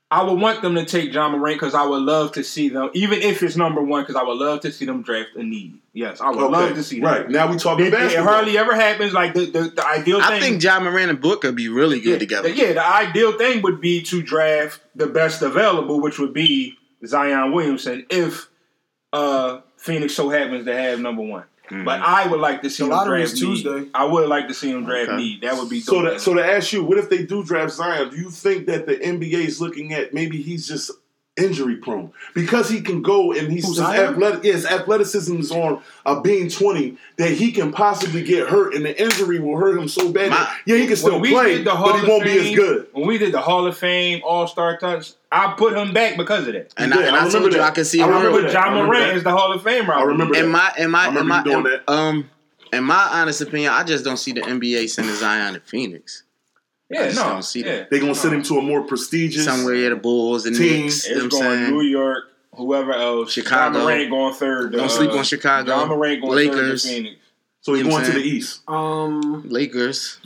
Speaker 6: I would want them to take John Morant because I would love to see them, even if it's number one, because I would love to see them draft a need. Yes, I would
Speaker 3: okay.
Speaker 6: love to see that.
Speaker 3: right now we talking
Speaker 6: It, it
Speaker 3: basketball.
Speaker 6: hardly ever happens. Like the, the, the ideal
Speaker 1: I
Speaker 6: thing.
Speaker 1: think John Moran and Book could be really good
Speaker 6: yeah,
Speaker 1: together.
Speaker 6: the- yeah, the ideal thing would be to draft the best available, which would be Zion Williamson, if uh, Phoenix so happens to have number one.
Speaker 1: Mm-hmm.
Speaker 6: But I would like to see
Speaker 5: The
Speaker 6: him
Speaker 5: lottery
Speaker 6: draft
Speaker 5: is Tuesday.
Speaker 6: Need. I would like to see him draft
Speaker 1: Okay.
Speaker 6: Need. That would be
Speaker 3: So
Speaker 6: dope.
Speaker 3: to, so to ask you, what if they do draft Zion? Do you think that the NBA is looking at maybe he's just injury prone because he can go and he's
Speaker 5: Who,
Speaker 3: his,
Speaker 5: Zion?
Speaker 3: athletic, yeah, his athleticism is on a being twenty that he can possibly get hurt and the injury will hurt him so bad.
Speaker 1: My-
Speaker 3: that yeah, he can still
Speaker 6: when we
Speaker 3: play,
Speaker 6: did the Hall
Speaker 3: but
Speaker 6: of
Speaker 3: he won't
Speaker 6: Fame,
Speaker 3: be as good.
Speaker 6: When we did the Hall of Fame All Star touch, I put him back because of that.
Speaker 1: and
Speaker 3: Yeah,
Speaker 1: I, and
Speaker 3: I
Speaker 1: I,
Speaker 3: remember
Speaker 1: told you
Speaker 3: that.
Speaker 1: I could see
Speaker 3: I
Speaker 1: him.
Speaker 6: I
Speaker 3: remember
Speaker 6: put
Speaker 3: that.
Speaker 6: John
Speaker 3: I remember
Speaker 6: Morant
Speaker 3: that.
Speaker 6: as the Hall of Famer.
Speaker 3: I remember that.
Speaker 1: In my in
Speaker 3: I
Speaker 1: my in
Speaker 3: remember
Speaker 1: my
Speaker 3: you doing
Speaker 1: in-
Speaker 3: that.
Speaker 1: um in my honest opinion, I just don't see the NBA sending Zion to Phoenix. I
Speaker 6: Yeah,
Speaker 1: just
Speaker 6: no,
Speaker 1: don't see
Speaker 6: yeah.
Speaker 1: that.
Speaker 3: They're gonna send him to a more prestigious
Speaker 1: Somewhere yeah, the Bulls and
Speaker 3: Team
Speaker 1: Knicks. You know
Speaker 6: It's
Speaker 1: what I'm
Speaker 6: going
Speaker 1: saying?
Speaker 6: New York, whoever else.
Speaker 1: Chicago.
Speaker 6: John Moran going third.
Speaker 1: Don't
Speaker 6: uh,
Speaker 1: sleep on Chicago.
Speaker 6: John Moran going
Speaker 1: Lakers.
Speaker 6: third to Phoenix.
Speaker 3: So
Speaker 1: You
Speaker 3: he's
Speaker 1: know
Speaker 3: going
Speaker 1: what
Speaker 3: to
Speaker 1: I'm
Speaker 3: the
Speaker 1: saying?
Speaker 3: East.
Speaker 5: Um,
Speaker 1: Lakers.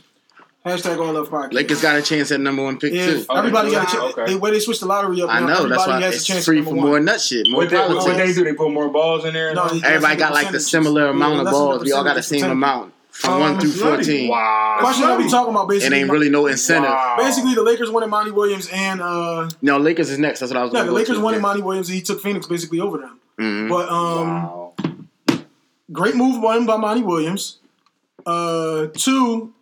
Speaker 5: hashtag all love podcast.
Speaker 1: Lakers got a chance at number one pick
Speaker 5: If
Speaker 1: too.
Speaker 6: Okay,
Speaker 5: everybody got a
Speaker 6: cool.
Speaker 5: chance.
Speaker 6: Okay.
Speaker 5: The way they switched the lottery up,
Speaker 1: I
Speaker 5: now,
Speaker 1: know. That's
Speaker 5: everybody
Speaker 1: why
Speaker 5: has a
Speaker 1: it's
Speaker 5: chance
Speaker 1: free
Speaker 5: at
Speaker 1: for
Speaker 5: number
Speaker 1: more
Speaker 5: one.
Speaker 1: nut shit. More
Speaker 6: What they,
Speaker 1: politics.
Speaker 6: what they do? They put more balls in there. and
Speaker 5: No,
Speaker 6: all?
Speaker 5: he-
Speaker 1: Everybody got like the
Speaker 5: percentages.
Speaker 1: similar
Speaker 5: Yeah,
Speaker 1: amount of
Speaker 5: lessen the
Speaker 1: balls. We all got the
Speaker 5: percentages
Speaker 1: same
Speaker 5: percentage.
Speaker 1: amount from
Speaker 5: Um,
Speaker 1: one through
Speaker 5: it's nutty.
Speaker 1: fourteen.
Speaker 6: wow.
Speaker 5: Question that we talking about
Speaker 1: It
Speaker 5: basically.
Speaker 1: ain't really no incentive.
Speaker 6: Wow.
Speaker 5: Basically, the Lakers wanted Monty Williams and uh,
Speaker 1: No, Lakers is next. That's what I was.
Speaker 5: yeah,
Speaker 1: gonna
Speaker 5: the
Speaker 1: go
Speaker 5: Lakers
Speaker 1: to.
Speaker 5: wanted
Speaker 1: Yeah.
Speaker 5: Monty Williams and he took Phoenix basically over them.
Speaker 1: Mhm.
Speaker 5: But um,
Speaker 6: wow.
Speaker 5: great move by him by Monty Williams. Uh, two,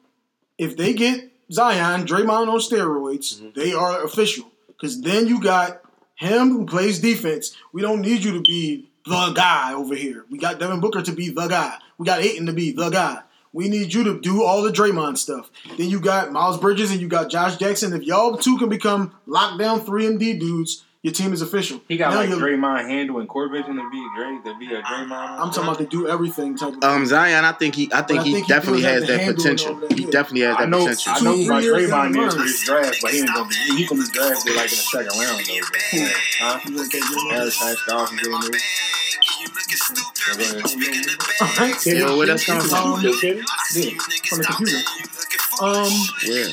Speaker 5: if they get Zion, Draymond on steroids,
Speaker 6: Mm-hmm.
Speaker 5: they are official. Because then you got him who plays defense. We don't need you to be the guy over here. We got Devin Booker to be the guy. We got Aiton to be the guy. We need you to do all the Draymond stuff. Then you got Miles Bridges and you got Josh Jackson. If y'all two can become lockdown three and D dudes, your team is official.
Speaker 6: He got
Speaker 5: Now
Speaker 6: like
Speaker 5: you're-
Speaker 6: Draymond handling court vision to be Dray to be a Draymond.
Speaker 5: I'm talking about the do everything type of
Speaker 1: Um, Zion, I think he, I think
Speaker 5: I
Speaker 1: he
Speaker 5: think he
Speaker 1: definitely
Speaker 5: does have
Speaker 1: has
Speaker 5: the
Speaker 1: that
Speaker 5: handle and
Speaker 1: potential.
Speaker 5: all that,
Speaker 1: He
Speaker 5: yeah.
Speaker 1: definitely has
Speaker 6: I
Speaker 1: that
Speaker 6: know,
Speaker 1: potential.
Speaker 6: I know,
Speaker 5: Two, three
Speaker 6: like
Speaker 5: years down the
Speaker 6: Draymond is for
Speaker 5: line.
Speaker 6: this draft, but he ain't gonna be. He gonna be drafted like in the second round though. But, like, huh? Harris Pascal from Green Bay. So, go ahead.
Speaker 5: Alright.
Speaker 1: Yo, where that's coming from?
Speaker 5: Um, yeah, from the computer. Um,
Speaker 1: Yeah.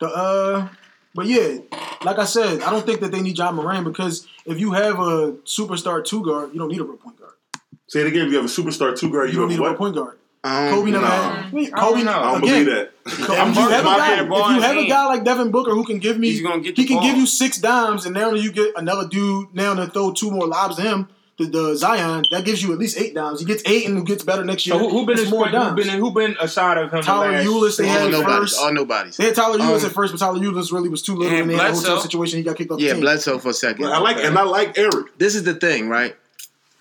Speaker 5: the uh, but yeah, like I said, I don't think that they need John Moran because if you have a superstar two guard, you don't need a real point guard.
Speaker 3: Say it again. If you have a superstar two guard,
Speaker 5: You
Speaker 3: you
Speaker 5: don't need
Speaker 3: have
Speaker 5: a real
Speaker 3: what?
Speaker 5: point guard.
Speaker 1: Um,
Speaker 5: Kobe never
Speaker 3: no.
Speaker 5: had. Kobe,
Speaker 6: Mm-hmm. I don't know.
Speaker 3: I don't
Speaker 5: again,
Speaker 3: believe that.
Speaker 5: Kobe-
Speaker 4: I'm
Speaker 5: if you
Speaker 4: marking
Speaker 5: have a
Speaker 4: my
Speaker 5: guy,
Speaker 4: bad
Speaker 5: if
Speaker 4: ball
Speaker 5: you
Speaker 4: in
Speaker 5: have a
Speaker 4: hand.
Speaker 5: guy like Devin Booker who can give me,
Speaker 4: He's gonna get
Speaker 5: he
Speaker 4: the
Speaker 5: can
Speaker 4: ball.
Speaker 5: give you six dimes, and now you get another dude now to throw two more lobs to him. The, the Zion that gives you at least eight dimes. He gets eight and gets better next year.
Speaker 6: So who, who been
Speaker 5: It's
Speaker 6: his
Speaker 5: more
Speaker 6: point? Who
Speaker 5: dimes.
Speaker 6: been who been aside of him?
Speaker 5: Tyler
Speaker 6: the last
Speaker 5: Ulis, they
Speaker 6: six
Speaker 5: had
Speaker 1: all
Speaker 6: years?
Speaker 1: nobodies.
Speaker 5: first.
Speaker 1: All nobodies.
Speaker 5: They had Tyler Eulis
Speaker 1: Um,
Speaker 5: at first, but Tyler Eulis really was too little, and
Speaker 4: and
Speaker 5: they had a hotel
Speaker 4: Bledsoe.
Speaker 5: situation. He got kicked off the
Speaker 1: Yeah,
Speaker 5: team.
Speaker 1: Bledsoe for a second.
Speaker 3: But I like and I like Eric.
Speaker 1: This is the thing, right?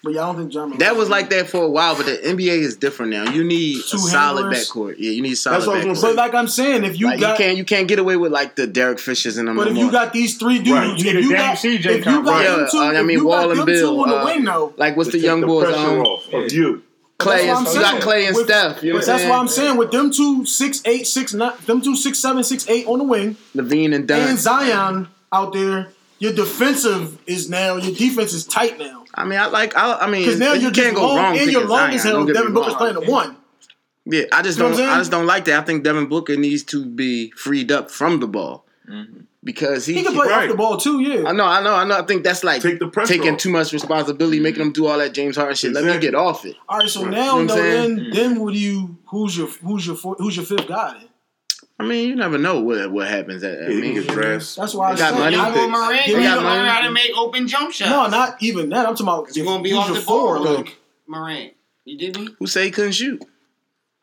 Speaker 5: But yeah, I don't think John. Moran-
Speaker 1: That was like that for a while, but the NBA is different now. You need
Speaker 5: Two
Speaker 1: a solid
Speaker 5: handlers.
Speaker 1: backcourt. Yeah, you need solid
Speaker 3: That's what I was
Speaker 1: backcourt.
Speaker 3: gonna
Speaker 5: But like I'm saying, if you
Speaker 1: Like,
Speaker 5: got,
Speaker 1: you can't you can't get away with like the Derek Fishers and them.
Speaker 5: but
Speaker 1: no
Speaker 5: if
Speaker 1: more.
Speaker 5: you got these three dudes,
Speaker 3: Right, you
Speaker 5: if
Speaker 6: need a
Speaker 5: you
Speaker 6: damn
Speaker 5: got,
Speaker 6: CJ
Speaker 5: if you
Speaker 6: kind
Speaker 5: got
Speaker 6: of
Speaker 5: them
Speaker 1: yeah,
Speaker 5: two,
Speaker 1: uh, I
Speaker 5: if
Speaker 1: mean
Speaker 5: you got
Speaker 1: Wall and
Speaker 5: them two
Speaker 1: Bill.
Speaker 5: on the
Speaker 1: uh,
Speaker 5: wing though.
Speaker 1: like what's
Speaker 3: To
Speaker 1: the
Speaker 3: take
Speaker 1: young
Speaker 3: the
Speaker 1: boys?
Speaker 3: pressure
Speaker 1: Um,
Speaker 3: off of you.
Speaker 1: Clay
Speaker 5: That's
Speaker 1: and
Speaker 5: what I'm
Speaker 1: you got
Speaker 5: saying.
Speaker 1: Clay and
Speaker 5: With-
Speaker 1: Steph. You know
Speaker 5: But
Speaker 1: what
Speaker 5: that's
Speaker 1: I'm
Speaker 5: why I'm
Speaker 1: saying?
Speaker 5: saying with them two six eight six nine, them two six seven six eight on the wing,
Speaker 1: Levine and Dunn.
Speaker 5: and Zion out there, your defensive is now your defense is tight now
Speaker 1: I mean, I like. I, I mean,
Speaker 5: because now
Speaker 1: you
Speaker 5: you're
Speaker 1: can't
Speaker 5: just
Speaker 1: go
Speaker 5: long
Speaker 1: wrong.
Speaker 5: and you're
Speaker 1: picking
Speaker 5: long as
Speaker 1: Zion,
Speaker 5: hell.
Speaker 1: don't get me
Speaker 5: Devin Booker's
Speaker 1: wrong.
Speaker 5: playing the one.
Speaker 1: Yeah, I just
Speaker 5: You know what
Speaker 1: don't.
Speaker 5: I'm
Speaker 1: I
Speaker 5: saying?
Speaker 1: just don't like that. I think Devin Booker needs to be freed up from the ball
Speaker 6: Mm-hmm.
Speaker 1: because he.
Speaker 5: He can play off
Speaker 3: Right.
Speaker 5: the ball too. Yeah.
Speaker 1: I know, I know, I know. I think that's like
Speaker 3: Take the pressure
Speaker 1: taking
Speaker 3: off.
Speaker 1: too much responsibility, making him do all that James Harden shit. Let me
Speaker 3: Exactly.
Speaker 1: get off it.
Speaker 5: All right, so
Speaker 1: You
Speaker 5: now
Speaker 1: know what
Speaker 5: though,
Speaker 1: I'm saying?
Speaker 5: then then what do you who's your who's your four, who's your fifth guy? Then?
Speaker 1: I mean, you never know what what happens. At, I
Speaker 3: Yeah, you
Speaker 1: mean,
Speaker 3: can get drafts.
Speaker 5: That's why I
Speaker 1: They got
Speaker 5: said
Speaker 1: money?
Speaker 5: I-
Speaker 1: They
Speaker 4: Well, Moran
Speaker 5: Give
Speaker 4: gonna
Speaker 5: me
Speaker 4: have
Speaker 5: the
Speaker 4: to learn
Speaker 1: money.
Speaker 4: how to make open jump shots.
Speaker 5: no, not even that. I'm talking about
Speaker 4: He's gonna be
Speaker 5: who's
Speaker 4: off
Speaker 5: your
Speaker 4: the ball.
Speaker 5: four, like
Speaker 4: Moran, you did me.
Speaker 1: who say he couldn't shoot?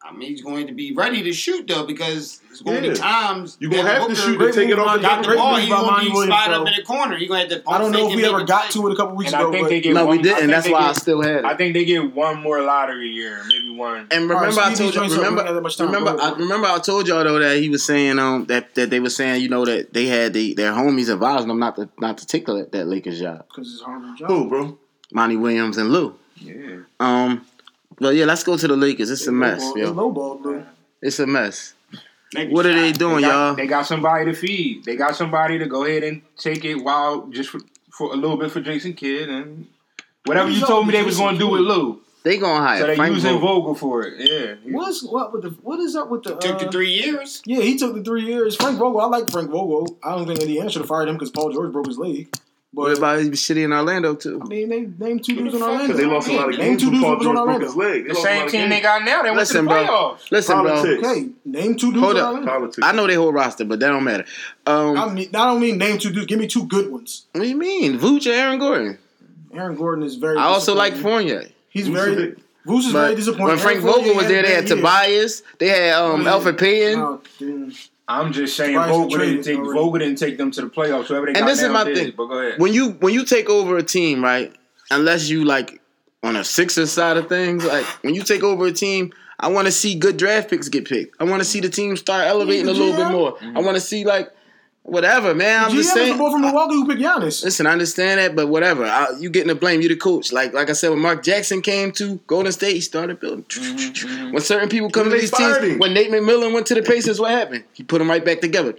Speaker 4: I mean, he's going to be ready to shoot though because it's going
Speaker 3: Yeah.
Speaker 4: to be times.
Speaker 3: You gonna
Speaker 4: that
Speaker 3: have to
Speaker 4: Booker
Speaker 3: shoot to take it off the
Speaker 4: Got the
Speaker 5: Great
Speaker 4: ball.
Speaker 5: move
Speaker 4: He's
Speaker 5: by
Speaker 4: going
Speaker 5: Monty
Speaker 4: to be
Speaker 5: Williams,
Speaker 4: spot up
Speaker 5: though.
Speaker 4: in the corner. He's going to have to.
Speaker 5: I don't know if we ever got
Speaker 4: it.
Speaker 5: to it a couple weeks
Speaker 6: And I
Speaker 5: ago.
Speaker 6: think
Speaker 5: but-
Speaker 6: they get
Speaker 1: No,
Speaker 6: one,
Speaker 1: we
Speaker 6: I think
Speaker 1: didn't. That's
Speaker 6: they
Speaker 1: why I
Speaker 6: get-
Speaker 1: still had
Speaker 6: I
Speaker 1: it.
Speaker 6: think they get one more lottery year, maybe one.
Speaker 1: And remember,
Speaker 5: All right,
Speaker 1: I told
Speaker 5: speed these
Speaker 1: you.
Speaker 5: joints up. We
Speaker 1: Remember,
Speaker 5: don't got that much time.
Speaker 1: remember,
Speaker 5: Go
Speaker 1: I,
Speaker 5: ahead.
Speaker 1: remember. I told y'all though that he was saying um that that they were saying you know that they had the, their homies advising them not to not to take that, that Lakers job.
Speaker 5: Because it's Harmon Jones.
Speaker 3: Who, bro?
Speaker 1: Monty Williams and Lou.
Speaker 6: Yeah.
Speaker 1: Um, but yeah, let's go to the Lakers. It's a mess,
Speaker 5: Lowball- They
Speaker 1: yo.
Speaker 5: lowballed, bro.
Speaker 1: It's a mess. What are they doing,
Speaker 6: they got,
Speaker 1: y'all?
Speaker 6: They got somebody to feed. They got somebody to go ahead and take it while just for, for a little bit for Jason Kidd and whatever
Speaker 5: Who's
Speaker 6: you
Speaker 5: up
Speaker 6: told me
Speaker 5: with
Speaker 6: they was
Speaker 5: Jason
Speaker 6: going to do with
Speaker 5: Kidd?
Speaker 6: Lou.
Speaker 1: They gonna
Speaker 6: So
Speaker 1: hire
Speaker 6: they
Speaker 1: Frank
Speaker 6: using
Speaker 1: Vogel.
Speaker 6: Vogel for it. Yeah.
Speaker 5: What's what with the what is up with the?
Speaker 4: Took the
Speaker 5: uh,
Speaker 4: three years.
Speaker 5: Yeah, he took the three years. Frank Vogel, I like Frank Vogel. I don't think Indiana should have fired him because Paul George broke his leg.
Speaker 1: What
Speaker 5: But
Speaker 1: about his shitty in Orlando
Speaker 5: I
Speaker 1: too?
Speaker 5: mean, they named two dudes in Orlando.
Speaker 3: Because they lost a lot of
Speaker 5: Name
Speaker 3: games
Speaker 5: two
Speaker 3: when
Speaker 5: dudes
Speaker 3: Paul
Speaker 5: who was on
Speaker 3: George broke
Speaker 5: Orlando.
Speaker 3: his leg. They
Speaker 6: The
Speaker 3: lost a lot
Speaker 6: same
Speaker 3: of
Speaker 6: team they
Speaker 3: games.
Speaker 6: got now. They went to the
Speaker 1: Listen, bro.
Speaker 6: playoffs.
Speaker 1: Listen, bro.
Speaker 3: Politics.
Speaker 5: Okay, name two dudes
Speaker 1: Hold
Speaker 5: in
Speaker 1: up.
Speaker 5: Orlando.
Speaker 3: Politics.
Speaker 1: I know their whole roster, but that don't matter. Um,
Speaker 5: I mean, I don't mean name two dudes. Give me two good ones.
Speaker 1: what do you mean, Vooch or Aaron Gordon?
Speaker 5: Aaron Gordon is very.
Speaker 1: I also like
Speaker 5: disappointing.
Speaker 1: Fournier.
Speaker 5: He's
Speaker 3: Who's the
Speaker 5: very.
Speaker 3: big-
Speaker 5: Who's is very
Speaker 1: But
Speaker 5: disappointing.
Speaker 1: when Frank
Speaker 5: Aaron Gordon
Speaker 1: Vogel was there, they
Speaker 5: a
Speaker 1: had
Speaker 5: bad year.
Speaker 1: Tobias. They had um,
Speaker 5: Yeah.
Speaker 1: Alfred Payton.
Speaker 5: Oh, dude.
Speaker 6: I'm just saying
Speaker 5: Surprised
Speaker 6: Vogel
Speaker 5: they traded
Speaker 6: didn't take
Speaker 5: already.
Speaker 6: Vogel didn't take them to the playoffs. Whoever they
Speaker 1: And
Speaker 6: got
Speaker 1: this is
Speaker 6: now
Speaker 1: my
Speaker 6: did.
Speaker 1: thing.
Speaker 6: But go ahead.
Speaker 1: When you when you take over a team, right? Unless you like on a Sixers side of things, like when you take over a team, I want to see good draft picks get picked. I want to see the team start elevating a little bit more. I want to see like Whatever, man. I'm
Speaker 5: GM
Speaker 1: just
Speaker 5: is the
Speaker 1: saying.
Speaker 5: boy from Milwaukee who picked Giannis.
Speaker 1: Listen, I understand that, but whatever. I, you getting the blame. You the coach. Like like I said, when Mark Jackson came to Golden State, he started building.
Speaker 6: Mm-hmm.
Speaker 1: When certain people come
Speaker 3: When
Speaker 1: to
Speaker 3: they
Speaker 1: these teams,
Speaker 3: fired him.
Speaker 1: when Nate McMillan went to the Pacers, what happened? He put them right back together.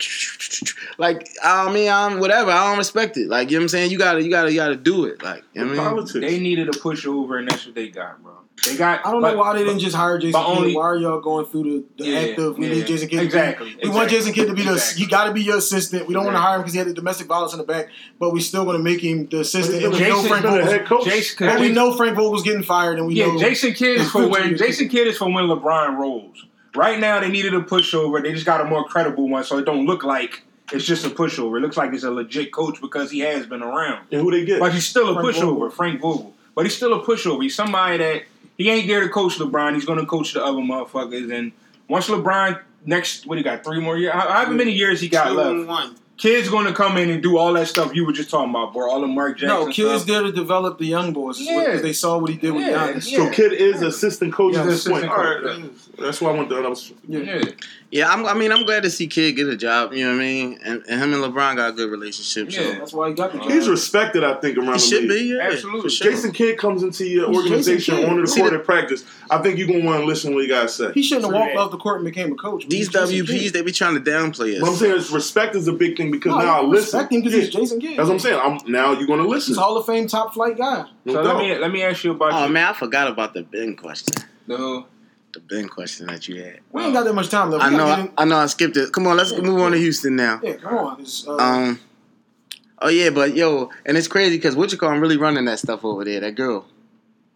Speaker 1: Like I mean, I'm whatever. I don't respect it. Like you know what I'm saying. You gotta you gotta you gotta do it. Like you know what I mean.
Speaker 3: Politics.
Speaker 6: They needed a pushover, and that's what they got, bro. They got.
Speaker 5: I don't know
Speaker 6: but-
Speaker 5: why they didn't just hire Jason
Speaker 6: but
Speaker 5: Kidd.
Speaker 6: only-
Speaker 5: why are y'all going through the, the
Speaker 6: Yeah,
Speaker 5: act of we
Speaker 6: yeah.
Speaker 5: need Jason Kidd? to be-
Speaker 6: Exactly,
Speaker 5: We want
Speaker 6: exactly,
Speaker 5: Jason Kidd to be the.
Speaker 6: exactly.
Speaker 5: He got to be your assistant. We don't want to
Speaker 6: Exactly.
Speaker 5: hire him because he had the domestic violence in the back, but we still going to make him the assistant. And we know
Speaker 6: Jason's
Speaker 5: Frank
Speaker 3: been a
Speaker 5: Vogel's,
Speaker 3: head coach.
Speaker 6: Jason,
Speaker 5: but we
Speaker 6: Jason-
Speaker 5: know Frank Vogel's getting fired, and we
Speaker 6: Yeah,
Speaker 5: know
Speaker 6: Jason Kidd is for when Jason Kidd is for when LeBron rolls. Right now, they needed a pushover. They just got a more credible one, so it don't look like it's just a pushover. It looks like it's a legit coach because he has been around.
Speaker 3: And who they get?
Speaker 6: But he's still a
Speaker 5: Frank
Speaker 6: pushover,
Speaker 5: Vogel.
Speaker 6: Frank Vogel. But he's still a pushover. He's somebody that he ain't there to coach LeBron. He's going to coach the other motherfuckers. And once LeBron next, what he got three more years? How- However many years he got
Speaker 4: Two and
Speaker 6: left,
Speaker 4: one.
Speaker 6: kid's going to come in and do all that stuff you were just talking about, bro. All the Mark Jackson
Speaker 5: no kids
Speaker 6: stuff.
Speaker 5: there to develop the young boys. is what-
Speaker 6: Yeah.
Speaker 5: 'cause they saw what he did with
Speaker 6: Yeah,
Speaker 5: Giannis.
Speaker 6: yeah.
Speaker 3: So kid is assistant coach at
Speaker 5: Yeah,
Speaker 3: this point.
Speaker 6: assistant
Speaker 3: All right,
Speaker 6: coach,
Speaker 3: that's why I went to another.
Speaker 5: Yeah.
Speaker 6: Yeah.
Speaker 1: Yeah, I'm, I mean, I'm glad to see Kid get a job. You know what I mean? And, and him and LeBron got a good relationship. So
Speaker 6: Yeah.
Speaker 5: That's why he got the job.
Speaker 3: He's respected, I think, around
Speaker 1: he
Speaker 3: the
Speaker 1: should
Speaker 3: league.
Speaker 1: be. Yeah,
Speaker 6: Absolutely.
Speaker 1: for sure.
Speaker 3: Jason Kidd comes into your
Speaker 5: Who's Jason
Speaker 3: organization
Speaker 5: Kidd?
Speaker 3: on the
Speaker 1: See
Speaker 3: court
Speaker 1: the-
Speaker 3: at practice. I think you're gonna want to listen to what he got to say.
Speaker 5: he shouldn't have walked
Speaker 4: Yeah.
Speaker 5: off the court and became a coach.
Speaker 1: These
Speaker 5: He's Jason
Speaker 1: WPs,
Speaker 5: Kidd.
Speaker 1: they be trying to downplay us.
Speaker 3: But I'm saying is respect is a big thing because
Speaker 5: No,
Speaker 3: now I
Speaker 5: you
Speaker 3: listen.
Speaker 5: respect him because
Speaker 3: Yeah.
Speaker 5: he's Jason Kidd.
Speaker 3: That's what I'm saying. I'm now you're gonna listen.
Speaker 5: He's Hall of Fame top flight guy.
Speaker 3: No
Speaker 6: So let
Speaker 3: doubt.
Speaker 6: me let me ask you about
Speaker 1: oh
Speaker 6: your-
Speaker 1: man, I forgot about the Ben question.
Speaker 6: the whole-
Speaker 1: The Ben question that you had.
Speaker 5: We ain't got that much time left.
Speaker 1: I
Speaker 5: We
Speaker 1: know.
Speaker 5: gotta get
Speaker 1: I,
Speaker 5: in-
Speaker 1: I know. I skipped it. Come on, let's move on to Houston now.
Speaker 5: Yeah, come on. It's, uh,
Speaker 1: Um. Oh yeah, but yo, and it's crazy because what you call him really running that stuff over there. That girl.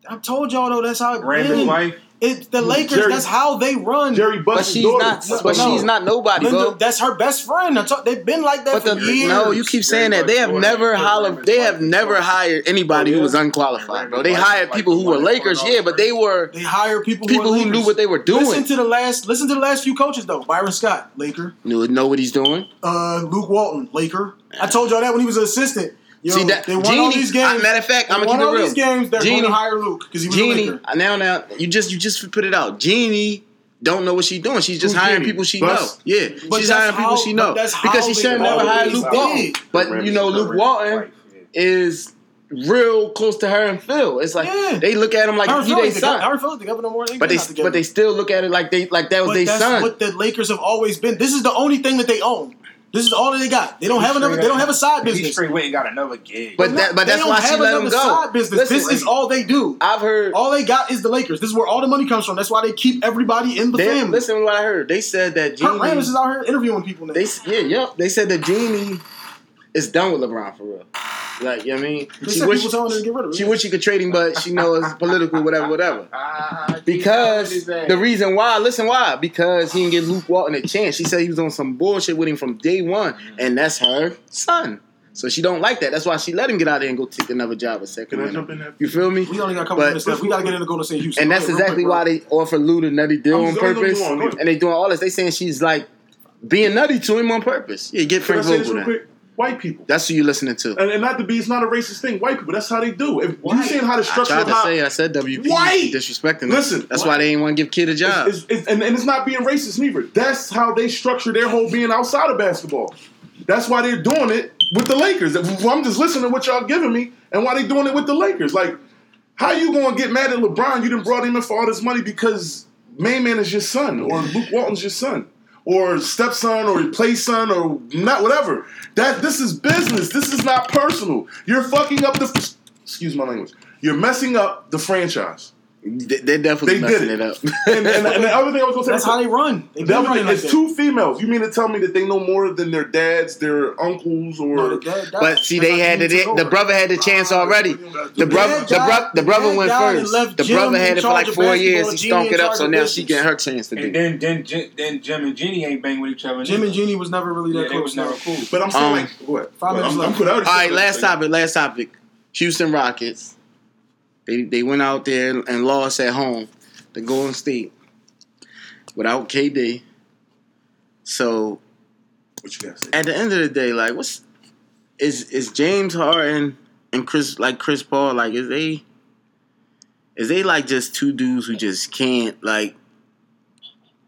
Speaker 5: I told y'all though, that's how it
Speaker 6: Randall's
Speaker 5: been.
Speaker 6: wife.
Speaker 5: It, the Lakers,
Speaker 3: Jerry-
Speaker 5: that's how they run.
Speaker 3: Jerry
Speaker 1: But
Speaker 3: Buss's
Speaker 1: she's
Speaker 3: daughter.
Speaker 1: not.
Speaker 5: No,
Speaker 1: but
Speaker 5: no.
Speaker 1: she's not nobody,
Speaker 5: Linda,
Speaker 1: bro.
Speaker 5: that's her best friend. I told, they've been like that
Speaker 1: But the
Speaker 5: for years.
Speaker 1: no, you keep saying that they have
Speaker 6: Jordan,
Speaker 1: never
Speaker 6: Kurt
Speaker 1: hollered.
Speaker 6: Rambis
Speaker 1: They
Speaker 6: wife
Speaker 1: have
Speaker 6: is
Speaker 1: never
Speaker 6: white.
Speaker 1: hired anybody who was unqualified, bro. They
Speaker 6: Rambis
Speaker 1: hired
Speaker 6: wife
Speaker 1: people
Speaker 6: is
Speaker 1: who
Speaker 6: white,
Speaker 1: were
Speaker 6: the
Speaker 1: Lakers,
Speaker 6: one
Speaker 1: yeah, but they were
Speaker 5: They hire people who
Speaker 1: people
Speaker 5: are
Speaker 1: who knew
Speaker 5: Lakers.
Speaker 1: what they were
Speaker 5: Listen
Speaker 1: doing.
Speaker 5: to the last. Listen to the last few coaches though. Byron Scott, Laker.
Speaker 1: Knew know what he's doing.
Speaker 5: Uh, Luke Walton, Laker. I told y'all that when he was an assistant. Yo,
Speaker 1: See that
Speaker 5: they won
Speaker 1: Genie.
Speaker 5: all these games.
Speaker 1: I, matter of fact,
Speaker 5: they
Speaker 1: I'm
Speaker 5: won
Speaker 1: gonna
Speaker 5: all
Speaker 1: keep it real.
Speaker 5: these games. They're going
Speaker 1: Genie-
Speaker 5: to hire Luke because he was a
Speaker 1: Jeannie,
Speaker 5: Laker.
Speaker 1: now now you just you just put it out. Jeannie don't know what she's doing. She's just
Speaker 3: Who's
Speaker 1: hiring
Speaker 3: Jeannie?
Speaker 1: people she
Speaker 3: Bus?
Speaker 1: know. Yeah,
Speaker 5: But
Speaker 1: she's
Speaker 5: that's
Speaker 1: hiring people
Speaker 5: how-
Speaker 1: she
Speaker 5: but
Speaker 1: know
Speaker 5: that's how
Speaker 1: because she
Speaker 5: they
Speaker 1: should have never hired
Speaker 5: always
Speaker 1: Luke
Speaker 5: did.
Speaker 1: Walton. But you know, Luke Walton is real close to her and Phil. It's like
Speaker 5: Yeah.
Speaker 1: they look at him like
Speaker 5: Her
Speaker 1: he
Speaker 5: and
Speaker 1: they
Speaker 5: Philly together. Her
Speaker 1: son,
Speaker 5: and Philly together no more. than
Speaker 1: but
Speaker 5: they're
Speaker 1: they
Speaker 5: not together.
Speaker 1: but they still look at it like they like that was
Speaker 5: But
Speaker 1: their
Speaker 5: that's
Speaker 1: son.
Speaker 5: what the Lakers have always been. This is the only thing that they own. This is all that they got. They don't have another. They don't have a side
Speaker 6: He
Speaker 5: business.
Speaker 6: straight went and got another gig.
Speaker 1: But that but
Speaker 5: They
Speaker 1: that's
Speaker 5: don't
Speaker 1: why she
Speaker 5: have
Speaker 1: let
Speaker 5: another
Speaker 1: him go.
Speaker 5: Side business.
Speaker 1: Listen,
Speaker 5: this is all they do.
Speaker 1: I've heard.
Speaker 5: All they got is the Lakers. This is where all the money comes from. That's why they keep everybody in the
Speaker 1: They,
Speaker 5: family.
Speaker 1: listen to what I heard. They said that
Speaker 5: Kurt Rambis
Speaker 1: Jeannie.
Speaker 5: is out here interviewing people now.
Speaker 1: They s- yeah yep. They said that Jeannie is done with LeBron for real. Like you know what I mean,
Speaker 5: They
Speaker 1: She
Speaker 5: said
Speaker 1: wish-
Speaker 5: people telling them to get rid of
Speaker 1: She
Speaker 5: him.
Speaker 1: wish she could trade him, but she knows it's political, whatever, whatever.
Speaker 4: Ah,
Speaker 1: Because
Speaker 4: Jesus, what is
Speaker 1: the
Speaker 4: that?
Speaker 1: reason why, listen why, because he didn't give Luke Walton a chance. She said he was on some bullshit with him from day one,
Speaker 5: Mm-hmm.
Speaker 1: and that's her son. So she don't like that. That's why she let him get out there and go take another job at
Speaker 3: Can I
Speaker 1: Sacramento.
Speaker 3: jump in there?
Speaker 1: You feel me?
Speaker 5: We only got a couple
Speaker 1: But-
Speaker 5: minutes left. We got to get in to go to St. Houston.
Speaker 1: And that's
Speaker 5: Go ahead, real
Speaker 1: exactly
Speaker 5: quick,
Speaker 1: why
Speaker 5: bro.
Speaker 1: they offer Lou to Nutty Deal
Speaker 3: I'm
Speaker 1: on
Speaker 3: just- I'm gonna do
Speaker 1: purpose,
Speaker 3: one, go ahead.
Speaker 1: and they doing all this. They saying she's like being nutty to him on purpose. Yeah, get
Speaker 3: Can I
Speaker 1: Frank
Speaker 3: say this
Speaker 1: Vogel then.
Speaker 3: real quick? White people.
Speaker 1: That's who you listening to.
Speaker 3: And, and not to be, it's not a racist thing. White people, that's how they do. If you
Speaker 4: White.
Speaker 3: seen how the
Speaker 1: I
Speaker 3: structure
Speaker 1: tried
Speaker 3: of
Speaker 1: to
Speaker 3: how
Speaker 1: say I said WP
Speaker 3: White!
Speaker 1: disrespecting. them.
Speaker 3: Listen,
Speaker 1: that's why they ain't want to give kid a job.
Speaker 3: It's, it's, and, and it's not being racist neither. That's how they structure their whole being outside of basketball. That's why they're doing it with the Lakers. I'm just listening to what y'all giving me and why they doing it with the Lakers. Like, how you gonna get mad at LeBron? You didn't brought him in for all this money because main man is your son, or Luke Walton's your son, or stepson, or play son, or not whatever. That this is business. This is not personal. You're fucking up the. Excuse my language. You're messing up the franchise.
Speaker 1: They- They're definitely
Speaker 3: They did
Speaker 1: messing
Speaker 3: it.
Speaker 1: it up.
Speaker 3: And, and, and the other thing I was gonna say,
Speaker 5: That's how they run. They've
Speaker 3: the
Speaker 5: been
Speaker 3: other
Speaker 5: running
Speaker 3: thing
Speaker 5: like
Speaker 3: is
Speaker 5: that.
Speaker 3: two females. You mean to tell me that they know more than their dads, their uncles, or
Speaker 5: No, the dad died.
Speaker 1: but see,
Speaker 5: That's
Speaker 1: they
Speaker 5: how
Speaker 1: had
Speaker 5: Genie
Speaker 1: the,
Speaker 5: took over.
Speaker 1: the brother had the chance already. The
Speaker 5: The
Speaker 1: brother,
Speaker 5: dad
Speaker 1: the, bro,
Speaker 5: died-
Speaker 1: the
Speaker 5: the
Speaker 1: brother
Speaker 5: dad
Speaker 1: went
Speaker 5: died and
Speaker 1: first.
Speaker 5: left
Speaker 1: The
Speaker 5: Jim
Speaker 1: brother
Speaker 5: in
Speaker 1: had it for
Speaker 5: charge
Speaker 1: like
Speaker 5: of
Speaker 1: four years.
Speaker 5: basketball,
Speaker 1: He
Speaker 5: Genie in
Speaker 1: stunk it up,
Speaker 5: charge
Speaker 1: so
Speaker 5: of
Speaker 1: now she
Speaker 5: business.
Speaker 1: getting her chance to do.
Speaker 6: And
Speaker 1: it.
Speaker 6: then then Jim- then Jim and Jeannie ain't bang with each other.
Speaker 5: Jim and
Speaker 6: neither.
Speaker 5: Jeannie was never really that
Speaker 6: yeah, they
Speaker 5: close.
Speaker 6: was never
Speaker 5: though.
Speaker 6: cool.
Speaker 3: But I'm saying
Speaker 1: Um,
Speaker 3: like what?
Speaker 5: Five
Speaker 3: Well,
Speaker 5: minutes
Speaker 3: I'm, I'm
Speaker 5: left.
Speaker 3: good. I already
Speaker 1: All
Speaker 3: said
Speaker 1: right,
Speaker 3: what I
Speaker 1: last
Speaker 3: was saying.
Speaker 1: topic. Last topic. Houston Rockets. They they went out there and lost at home. The Golden State without KD. So
Speaker 3: What you guys say?
Speaker 1: at the end of the day, like, what's is is James Harden and Chris like Chris Paul like is they is they like just two dudes who just can't like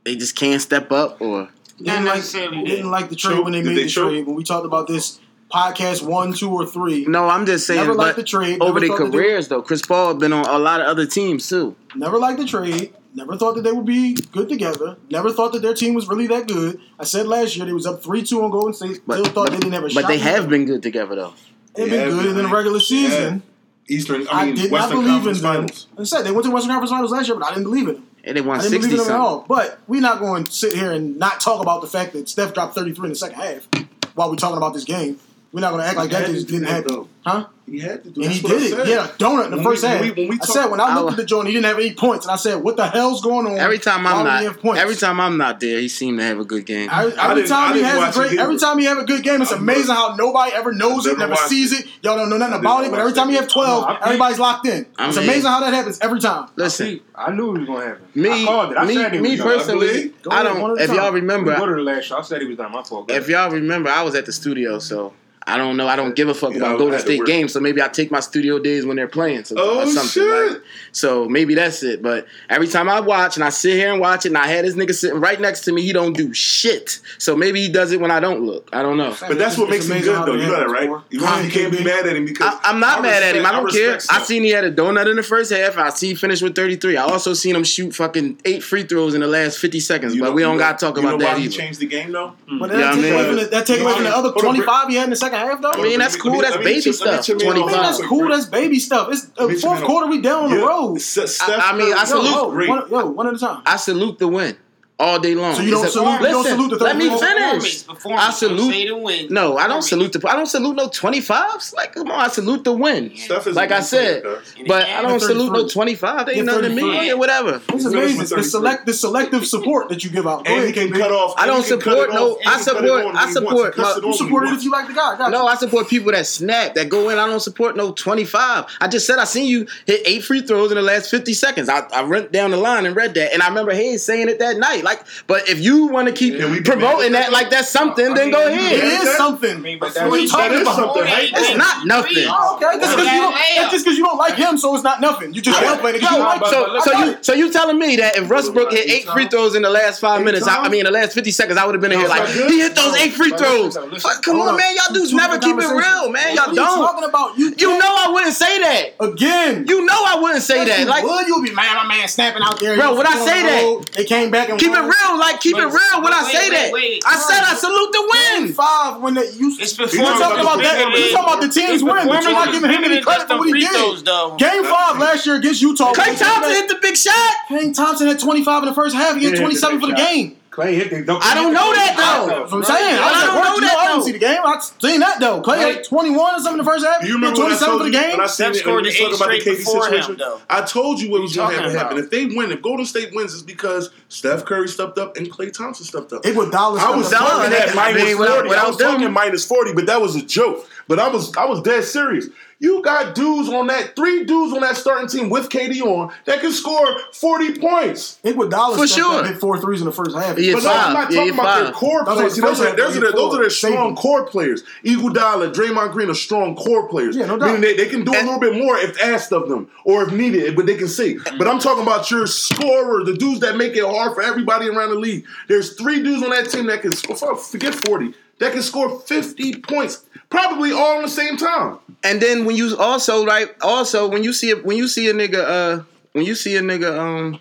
Speaker 1: they just can't step up or
Speaker 4: Not
Speaker 5: didn't like,
Speaker 4: necessarily that.
Speaker 5: didn't like the trade
Speaker 3: True.
Speaker 5: when they
Speaker 3: Did
Speaker 5: made
Speaker 3: they
Speaker 5: the
Speaker 3: choke?
Speaker 5: trade. When we talked about this podcast one, two, or three,
Speaker 1: No, I'm just saying,
Speaker 5: never liked
Speaker 1: but
Speaker 5: the trade.
Speaker 1: over
Speaker 5: never
Speaker 1: their
Speaker 5: thought that they-
Speaker 1: careers though, Chris Paul been on a lot of other teams too.
Speaker 5: Never liked the trade. Never thought that they would be good together. Never thought that their team was really that good. I said last year they was up three two on Golden State.
Speaker 1: But
Speaker 5: Still thought
Speaker 1: but,
Speaker 5: they didn't have a
Speaker 1: but
Speaker 5: shot.
Speaker 1: they
Speaker 5: in
Speaker 1: have
Speaker 5: the-
Speaker 1: been good together though.
Speaker 5: They've
Speaker 3: They
Speaker 5: been
Speaker 3: have
Speaker 5: good
Speaker 3: been,
Speaker 5: in the
Speaker 3: man.
Speaker 5: regular season.
Speaker 3: Eastern,
Speaker 5: I,
Speaker 3: I mean,
Speaker 5: did
Speaker 3: Western
Speaker 5: not believe
Speaker 3: Conference
Speaker 5: in them.
Speaker 3: Finals.
Speaker 5: Like I said they went to Western Conference Finals last year, but I didn't believe in them.
Speaker 1: And they won
Speaker 5: I didn't believe
Speaker 1: sixty
Speaker 5: in them at
Speaker 1: something.
Speaker 5: all. But we're not going to sit here and not talk about the fact that Steph dropped 33 in the second half while we're talking about this game. We're not going to act like that
Speaker 3: He had
Speaker 5: just
Speaker 3: to do
Speaker 5: didn't
Speaker 3: that,
Speaker 5: happen.
Speaker 3: though.
Speaker 5: Huh?
Speaker 3: He had to do.
Speaker 5: And
Speaker 3: that's
Speaker 5: he
Speaker 3: what I
Speaker 5: did it.
Speaker 3: said.
Speaker 5: He had a donut in the
Speaker 3: When
Speaker 5: first
Speaker 3: we- when
Speaker 5: half.
Speaker 3: we- when we
Speaker 5: I
Speaker 3: talk-
Speaker 5: said when I looked
Speaker 1: I-
Speaker 5: at the joint, he didn't have any points, and I said, "What the hell's going on?"
Speaker 1: Every time
Speaker 5: Why
Speaker 1: I'm
Speaker 5: don't we have
Speaker 1: not,
Speaker 5: points?
Speaker 1: every time I'm not there, he seemed to have a good game.
Speaker 5: I-
Speaker 3: I
Speaker 5: every
Speaker 3: didn't- I
Speaker 5: time he
Speaker 3: didn't
Speaker 5: has
Speaker 3: watch
Speaker 5: a
Speaker 3: it
Speaker 5: great,
Speaker 3: either.
Speaker 5: every time he have a good game, it's
Speaker 3: I never-
Speaker 5: amazing how nobody ever
Speaker 3: I
Speaker 5: knows it,
Speaker 3: never
Speaker 5: never
Speaker 3: watched
Speaker 5: sees it. Y'all don't know nothing
Speaker 3: I
Speaker 5: about
Speaker 3: never
Speaker 5: it, but every
Speaker 3: watched
Speaker 5: time he
Speaker 3: it.
Speaker 5: have twelve,
Speaker 6: I- I-
Speaker 5: everybody's locked in.
Speaker 1: I
Speaker 5: It's
Speaker 1: mean-
Speaker 5: amazing how that happens every time.
Speaker 1: Listen,
Speaker 6: I knew it was gonna happen. I
Speaker 1: me,
Speaker 6: called it. I said
Speaker 1: me,
Speaker 6: it was
Speaker 1: me
Speaker 6: gonna happen.
Speaker 1: personally,
Speaker 5: Go
Speaker 1: I
Speaker 5: ahead, one
Speaker 1: don't.
Speaker 5: at a
Speaker 1: If y'all
Speaker 5: time.
Speaker 6: We go
Speaker 1: remember,
Speaker 6: to the last show. I said it was not my fault. Go
Speaker 1: if
Speaker 6: ahead.
Speaker 1: y'all remember, I was at the studio, so I don't know. I don't give a fuck
Speaker 3: Yeah, I
Speaker 1: about Golden
Speaker 3: had to
Speaker 1: State
Speaker 3: work.
Speaker 1: games, so maybe I take my studio days when they're playing some,
Speaker 3: Oh,
Speaker 1: or something.
Speaker 3: shit.
Speaker 1: Like, so maybe that's it. But every time I watch and I sit here and watch it, and I had this nigga sitting right next to me, he don't do shit. So maybe he does it when I don't look. I don't know.
Speaker 3: But that's what
Speaker 5: It's
Speaker 3: makes him
Speaker 5: amazing
Speaker 3: good,
Speaker 5: how
Speaker 3: though.
Speaker 5: that
Speaker 3: You know that,
Speaker 5: happens,
Speaker 3: right?
Speaker 5: boy.
Speaker 3: You know, you can't be mad at him because
Speaker 1: I, I'm not
Speaker 3: I
Speaker 1: mad at him. I
Speaker 3: respect-
Speaker 1: don't
Speaker 3: I
Speaker 1: care.
Speaker 3: respect
Speaker 1: I
Speaker 3: Steph.
Speaker 1: seen he had a donut in the first half. and I seen he finished with 33. I also seen him shoot fucking eight free throws in the last 50 seconds.
Speaker 3: You
Speaker 1: but
Speaker 3: know-
Speaker 1: we
Speaker 3: you
Speaker 1: don't
Speaker 3: know-
Speaker 1: got to talk
Speaker 3: you know
Speaker 1: about that
Speaker 3: why he
Speaker 1: either.
Speaker 3: changed the game though.
Speaker 5: But
Speaker 1: Yeah, I
Speaker 5: that take
Speaker 1: mean-
Speaker 5: away from the, that take away from the other
Speaker 3: Hold on,
Speaker 5: twenty five he had in the second half, though.
Speaker 1: I mean, that's cool. That's baby stuff.
Speaker 5: I mean, that's cool. That's baby stuff. It's uh,
Speaker 3: Let me
Speaker 5: fourth
Speaker 3: chime in.
Speaker 5: quarter. We down on the road.
Speaker 3: Steph
Speaker 1: I- I mean, I
Speaker 3: Curry
Speaker 5: Yo,
Speaker 1: salute-
Speaker 3: was
Speaker 5: yo,
Speaker 3: great.
Speaker 5: one, yo, one at a time.
Speaker 1: I salute the win all day long.
Speaker 5: So you don't
Speaker 1: It's a-
Speaker 5: salute- you don't
Speaker 1: Listen,
Speaker 5: salute the
Speaker 1: Let me
Speaker 5: third
Speaker 4: Performance,
Speaker 1: finish.
Speaker 4: performance,
Speaker 1: I salute.
Speaker 4: Say the win.
Speaker 1: No, I don't
Speaker 4: Performance.
Speaker 1: salute the. I don't salute no 25s. Like, come on, I salute the win.
Speaker 3: Steph is a
Speaker 1: Like I
Speaker 3: good
Speaker 1: said,
Speaker 3: player, cuz.
Speaker 4: And
Speaker 1: but
Speaker 4: he
Speaker 1: I don't
Speaker 5: averaged
Speaker 1: salute no
Speaker 5: 33.
Speaker 1: 25. They
Speaker 5: Yeah,
Speaker 1: ain't nothing to me.
Speaker 5: 33.
Speaker 1: Yeah, whatever.
Speaker 5: It's
Speaker 3: He finished
Speaker 5: amazing.
Speaker 3: with
Speaker 5: The
Speaker 3: 33.
Speaker 5: select the selective support that you give out. Go
Speaker 3: And he
Speaker 5: ahead,
Speaker 3: can
Speaker 5: KB.
Speaker 3: cut off.
Speaker 1: I
Speaker 3: and he
Speaker 1: don't
Speaker 3: can cut it
Speaker 1: support no-
Speaker 3: off, and
Speaker 1: I
Speaker 3: he can cut it
Speaker 1: support-
Speaker 3: on
Speaker 1: I
Speaker 3: when he wants.
Speaker 1: support
Speaker 3: He cuts
Speaker 1: my-
Speaker 3: it on
Speaker 5: You
Speaker 3: when he
Speaker 5: support it
Speaker 3: wants.
Speaker 5: if you like the guy. Gotcha.
Speaker 1: No, I support people that snap, that go in. I don't support no 25. I just said I seen you hit eight free throws in the last 50 seconds. I, I went down the line and read that. And I remember Hayes saying it that night. Like, but if you want to keep
Speaker 3: Yeah, we-
Speaker 1: promoting that like that's something,
Speaker 6: I
Speaker 1: then
Speaker 6: mean,
Speaker 1: go
Speaker 5: it
Speaker 6: you
Speaker 1: ahead.
Speaker 6: did.
Speaker 5: is
Speaker 6: that-
Speaker 5: something.
Speaker 6: I mean, but
Speaker 5: What are you
Speaker 6: that's
Speaker 5: talking
Speaker 3: That is
Speaker 5: about?
Speaker 3: something. Hey,
Speaker 1: It's not nothing.
Speaker 5: Oh, okay. That's because you don't. That's just 'cause you don't like him, so it's not nothing. You just
Speaker 3: Yeah.
Speaker 5: help it. You
Speaker 1: Yo,
Speaker 5: like
Speaker 1: so,
Speaker 5: I
Speaker 1: so
Speaker 5: got
Speaker 1: you
Speaker 5: it.
Speaker 1: so you telling me that if Westbrook hit eight
Speaker 6: Anytime.
Speaker 1: free throws in the last five minutes, I, I
Speaker 6: Anytime.
Speaker 1: mean in the last fifty seconds, I would have been in here
Speaker 3: That's
Speaker 1: like
Speaker 3: not good.
Speaker 1: he hit those eight free
Speaker 6: But listen,
Speaker 1: throws.
Speaker 6: though, listen.
Speaker 1: Fuck, come
Speaker 5: Hold
Speaker 1: on,
Speaker 5: on.
Speaker 1: man, y'all
Speaker 5: Two
Speaker 1: dudes never
Speaker 5: different
Speaker 1: keep it
Speaker 5: conversations.
Speaker 1: real, man.
Speaker 5: What
Speaker 1: Y'all
Speaker 5: are you
Speaker 1: don't.
Speaker 5: talking about? You
Speaker 1: You
Speaker 5: can't-
Speaker 1: know I wouldn't say that.
Speaker 5: again.
Speaker 1: You know I wouldn't say
Speaker 5: Yes,
Speaker 1: that.
Speaker 5: you
Speaker 1: Like
Speaker 5: would. you'll be mad. My man snapping out there.
Speaker 1: Bro,
Speaker 5: He
Speaker 1: would I
Speaker 5: was
Speaker 1: say
Speaker 5: on the
Speaker 1: that?
Speaker 5: road. They came back and
Speaker 1: Keep it
Speaker 5: won.
Speaker 1: real, like keep it
Speaker 4: But-
Speaker 1: real when I
Speaker 4: wait,
Speaker 1: say
Speaker 4: wait,
Speaker 1: that.
Speaker 4: wait.
Speaker 1: I said I salute the
Speaker 5: Game
Speaker 1: win.
Speaker 5: Five when they you.
Speaker 4: It's
Speaker 5: you
Speaker 4: performance.
Speaker 5: talking about that? You
Speaker 4: It's
Speaker 5: talking about the team's win? But you're not
Speaker 4: performance.
Speaker 5: giving him any
Speaker 4: It's
Speaker 5: credit for what he
Speaker 4: free
Speaker 5: did.
Speaker 4: throws, though.
Speaker 5: Game Five last year against Utah.
Speaker 1: Clay Thompson hit the big shot.
Speaker 5: Klay Thompson had 25 in the first half. He had
Speaker 6: Yeah,
Speaker 5: 27 for the
Speaker 6: big shot.
Speaker 5: game.
Speaker 6: Clay hit the.
Speaker 1: I don't know that, though.
Speaker 5: That's what I'm saying. I, was
Speaker 1: I
Speaker 5: at
Speaker 1: don't
Speaker 5: work.
Speaker 1: know
Speaker 5: You
Speaker 1: that,
Speaker 5: I didn't
Speaker 1: though.
Speaker 5: see the game. I seen that though. Clay had
Speaker 4: Right.
Speaker 5: 21 or something in the first half.
Speaker 3: Do you remember
Speaker 5: he
Speaker 3: when I
Speaker 5: had 27
Speaker 3: told
Speaker 5: for the
Speaker 3: you?
Speaker 5: game.
Speaker 3: When I seen it,
Speaker 4: Steph
Speaker 3: and we
Speaker 4: scored
Speaker 3: was
Speaker 4: the
Speaker 3: talking about the
Speaker 4: eight straight
Speaker 3: KD
Speaker 4: before him,
Speaker 3: situation.
Speaker 4: though.
Speaker 3: I told you what was
Speaker 4: you
Speaker 3: going to
Speaker 4: talking
Speaker 3: happen. Happen.
Speaker 4: about?
Speaker 3: If they win, if Golden State wins, it's because Steph Curry stepped up and Klay Thompson stepped up.
Speaker 5: It was dollars.
Speaker 3: I was
Speaker 1: No,
Speaker 3: talking
Speaker 1: that-
Speaker 3: at minus
Speaker 1: I mean, without-
Speaker 3: forty. I was
Speaker 1: without them-
Speaker 3: talking minus forty, but that was a joke. But I was I was dead serious. You got dudes on that three dudes on that starting team with KD on that can score forty points.
Speaker 5: It was dollars.
Speaker 1: For
Speaker 5: stepped
Speaker 1: sure.
Speaker 5: up, Hit four threes in the first half.
Speaker 1: Yeah.
Speaker 3: But no, I'm
Speaker 1: five.
Speaker 3: not
Speaker 1: Yeah,
Speaker 3: talking
Speaker 1: you're
Speaker 3: about their
Speaker 1: five.
Speaker 3: core
Speaker 5: That's
Speaker 3: players. See,
Speaker 5: what I'm
Speaker 3: Those are,
Speaker 5: saying.
Speaker 3: those, are the,
Speaker 5: You're
Speaker 3: those are the
Speaker 5: four. Save
Speaker 3: strong
Speaker 5: it.
Speaker 3: core players. Iguodala, Draymond Green are strong core players.
Speaker 5: Yeah, no doubt.
Speaker 3: Meaning they, they can do a little bit more if asked of them or if needed, but they can see. But I'm talking about your scorer, the dudes that make it hard for everybody around the league. There's three dudes on that team that can score, fuck, forget 40, that can score 50 points, probably all in the same time.
Speaker 1: And then when you also like also when you see a, when you see a nigga uh when you see a nigga um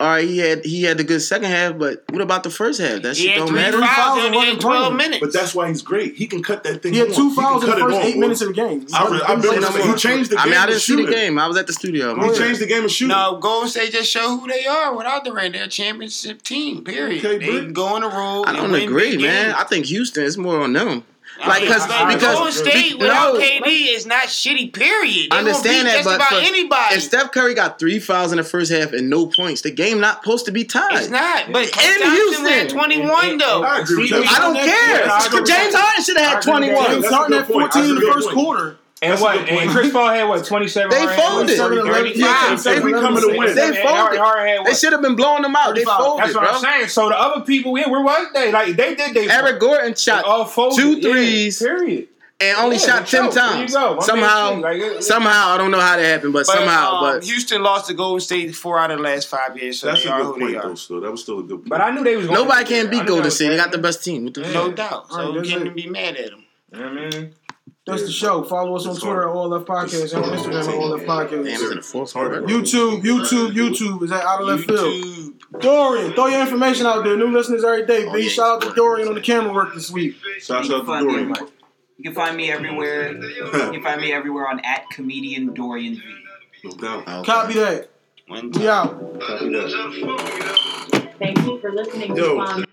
Speaker 1: all right he had he had the good second half but what about the first half that
Speaker 4: He
Speaker 1: shit
Speaker 4: had
Speaker 1: don't
Speaker 4: three
Speaker 1: matter
Speaker 4: fouls
Speaker 5: Fouls
Speaker 4: and he
Speaker 5: wasn't
Speaker 4: had 12
Speaker 5: playing.
Speaker 4: minutes.
Speaker 3: But that's why he's great. He can cut that thing
Speaker 5: He had
Speaker 3: on.
Speaker 5: two
Speaker 3: can
Speaker 5: fouls in the
Speaker 3: cut it
Speaker 5: first
Speaker 3: on,
Speaker 5: eight
Speaker 3: boy.
Speaker 5: minutes of the game.
Speaker 3: I, re- I barely see- you changed the game.
Speaker 1: I mean I
Speaker 3: with
Speaker 1: didn't see the
Speaker 3: shooting.
Speaker 1: game I was at the studio
Speaker 3: You changed the game of shooting.
Speaker 4: No, Golden State just show who they are without Durant. They're a championship team, period.
Speaker 3: Okay,
Speaker 4: they
Speaker 3: Britt.
Speaker 4: can go on the road.
Speaker 1: I
Speaker 4: and
Speaker 1: don't
Speaker 4: win
Speaker 1: agree
Speaker 4: big
Speaker 1: man
Speaker 4: games.
Speaker 1: I think Houston is more on them
Speaker 4: I
Speaker 1: like
Speaker 4: mean,
Speaker 1: cause,
Speaker 4: like, Golden
Speaker 1: because
Speaker 4: State
Speaker 1: be-
Speaker 4: without
Speaker 1: no.
Speaker 4: KD is not shitty, period. They
Speaker 1: I understand
Speaker 4: gonna
Speaker 1: that,
Speaker 4: beat just
Speaker 1: but
Speaker 4: about
Speaker 1: for-
Speaker 4: anybody.
Speaker 1: if Steph Curry got three fouls in the first half and no points, the game not supposed to be tied.
Speaker 4: it's not. But
Speaker 1: In Houston.
Speaker 4: Thompson had 21 though.
Speaker 3: I agree with that.
Speaker 1: I don't care.
Speaker 3: Yeah, I agree with
Speaker 1: James
Speaker 3: that.
Speaker 1: Harden should have
Speaker 6: I
Speaker 1: had
Speaker 6: agree with
Speaker 1: 21.
Speaker 3: That's
Speaker 5: James
Speaker 6: that.
Speaker 3: a
Speaker 5: Harden
Speaker 3: good
Speaker 5: had
Speaker 3: point.
Speaker 5: 14 in the
Speaker 3: That's a good
Speaker 5: first
Speaker 3: point.
Speaker 5: quarter.
Speaker 6: And
Speaker 3: That's a
Speaker 6: what?
Speaker 3: good point.
Speaker 6: And Chris Paul had what? Twenty seven.
Speaker 1: They folded.
Speaker 5: Yeah,
Speaker 1: Yeah,
Speaker 3: So
Speaker 1: they,
Speaker 3: if we coming to win.
Speaker 1: they folded. They should have been blowing them out. They
Speaker 5: 35.
Speaker 1: folded,
Speaker 6: That's what
Speaker 1: bro.
Speaker 6: I'm saying. So the other people, yeah, where was they? Like they did they
Speaker 1: Eric Gordon shot
Speaker 6: all folded.
Speaker 1: two
Speaker 6: yeah,
Speaker 1: threes
Speaker 6: period.
Speaker 1: and only
Speaker 6: Yeah,
Speaker 1: shot
Speaker 6: the
Speaker 1: ten
Speaker 6: choke. There you
Speaker 1: times.
Speaker 6: go. My man
Speaker 1: Somehow,
Speaker 6: Steve, like, it-
Speaker 1: somehow I don't know how that happened, but,
Speaker 4: But,
Speaker 1: somehow,
Speaker 4: um,
Speaker 1: but
Speaker 4: Houston lost to Golden State four out of the last five years, so
Speaker 3: That's
Speaker 4: they
Speaker 3: a
Speaker 4: are
Speaker 3: good
Speaker 4: who they
Speaker 3: point,
Speaker 4: are.
Speaker 3: though. Still, that was still a good point.
Speaker 6: But I knew they was. gonna
Speaker 1: nobody
Speaker 6: get
Speaker 1: can
Speaker 6: there. I
Speaker 1: beat
Speaker 6: knew
Speaker 1: Golden
Speaker 6: that was
Speaker 1: State. They got the
Speaker 6: happening.
Speaker 1: best team. What the
Speaker 6: Yeah.
Speaker 1: fuck?
Speaker 4: No doubt. So
Speaker 5: Alright,
Speaker 4: you
Speaker 5: that's
Speaker 4: can't
Speaker 5: it.
Speaker 4: even be mad at them.
Speaker 6: You know what I mean,
Speaker 5: That's the
Speaker 3: Yeah.
Speaker 5: show. Follow us on
Speaker 3: It's
Speaker 5: Twitter
Speaker 3: hard.
Speaker 5: at All Left Podcast, on Instagram at All Left
Speaker 1: Damn, it's
Speaker 5: Podcast.
Speaker 1: in the fourth
Speaker 3: It's hard
Speaker 1: quarter.
Speaker 3: work.
Speaker 5: YouTube, YouTube, YouTube is at Out of Left Field. Dorian, throw your information out there. New listeners every day.
Speaker 1: Oh,
Speaker 5: B,
Speaker 1: yeah,
Speaker 5: shout out to
Speaker 1: it's
Speaker 5: Dorian on the camera work this week.
Speaker 3: Shout
Speaker 9: You can
Speaker 3: out to
Speaker 9: find me
Speaker 3: Dorian.
Speaker 9: everywhere. You can find me everywhere. You can find me everywhere on at comedian Dorian V.
Speaker 3: No doubt.
Speaker 1: Okay.
Speaker 5: Copy that.
Speaker 1: One
Speaker 5: We out.
Speaker 3: Copy that.
Speaker 2: Thank you for listening,
Speaker 3: Yo.
Speaker 2: responding.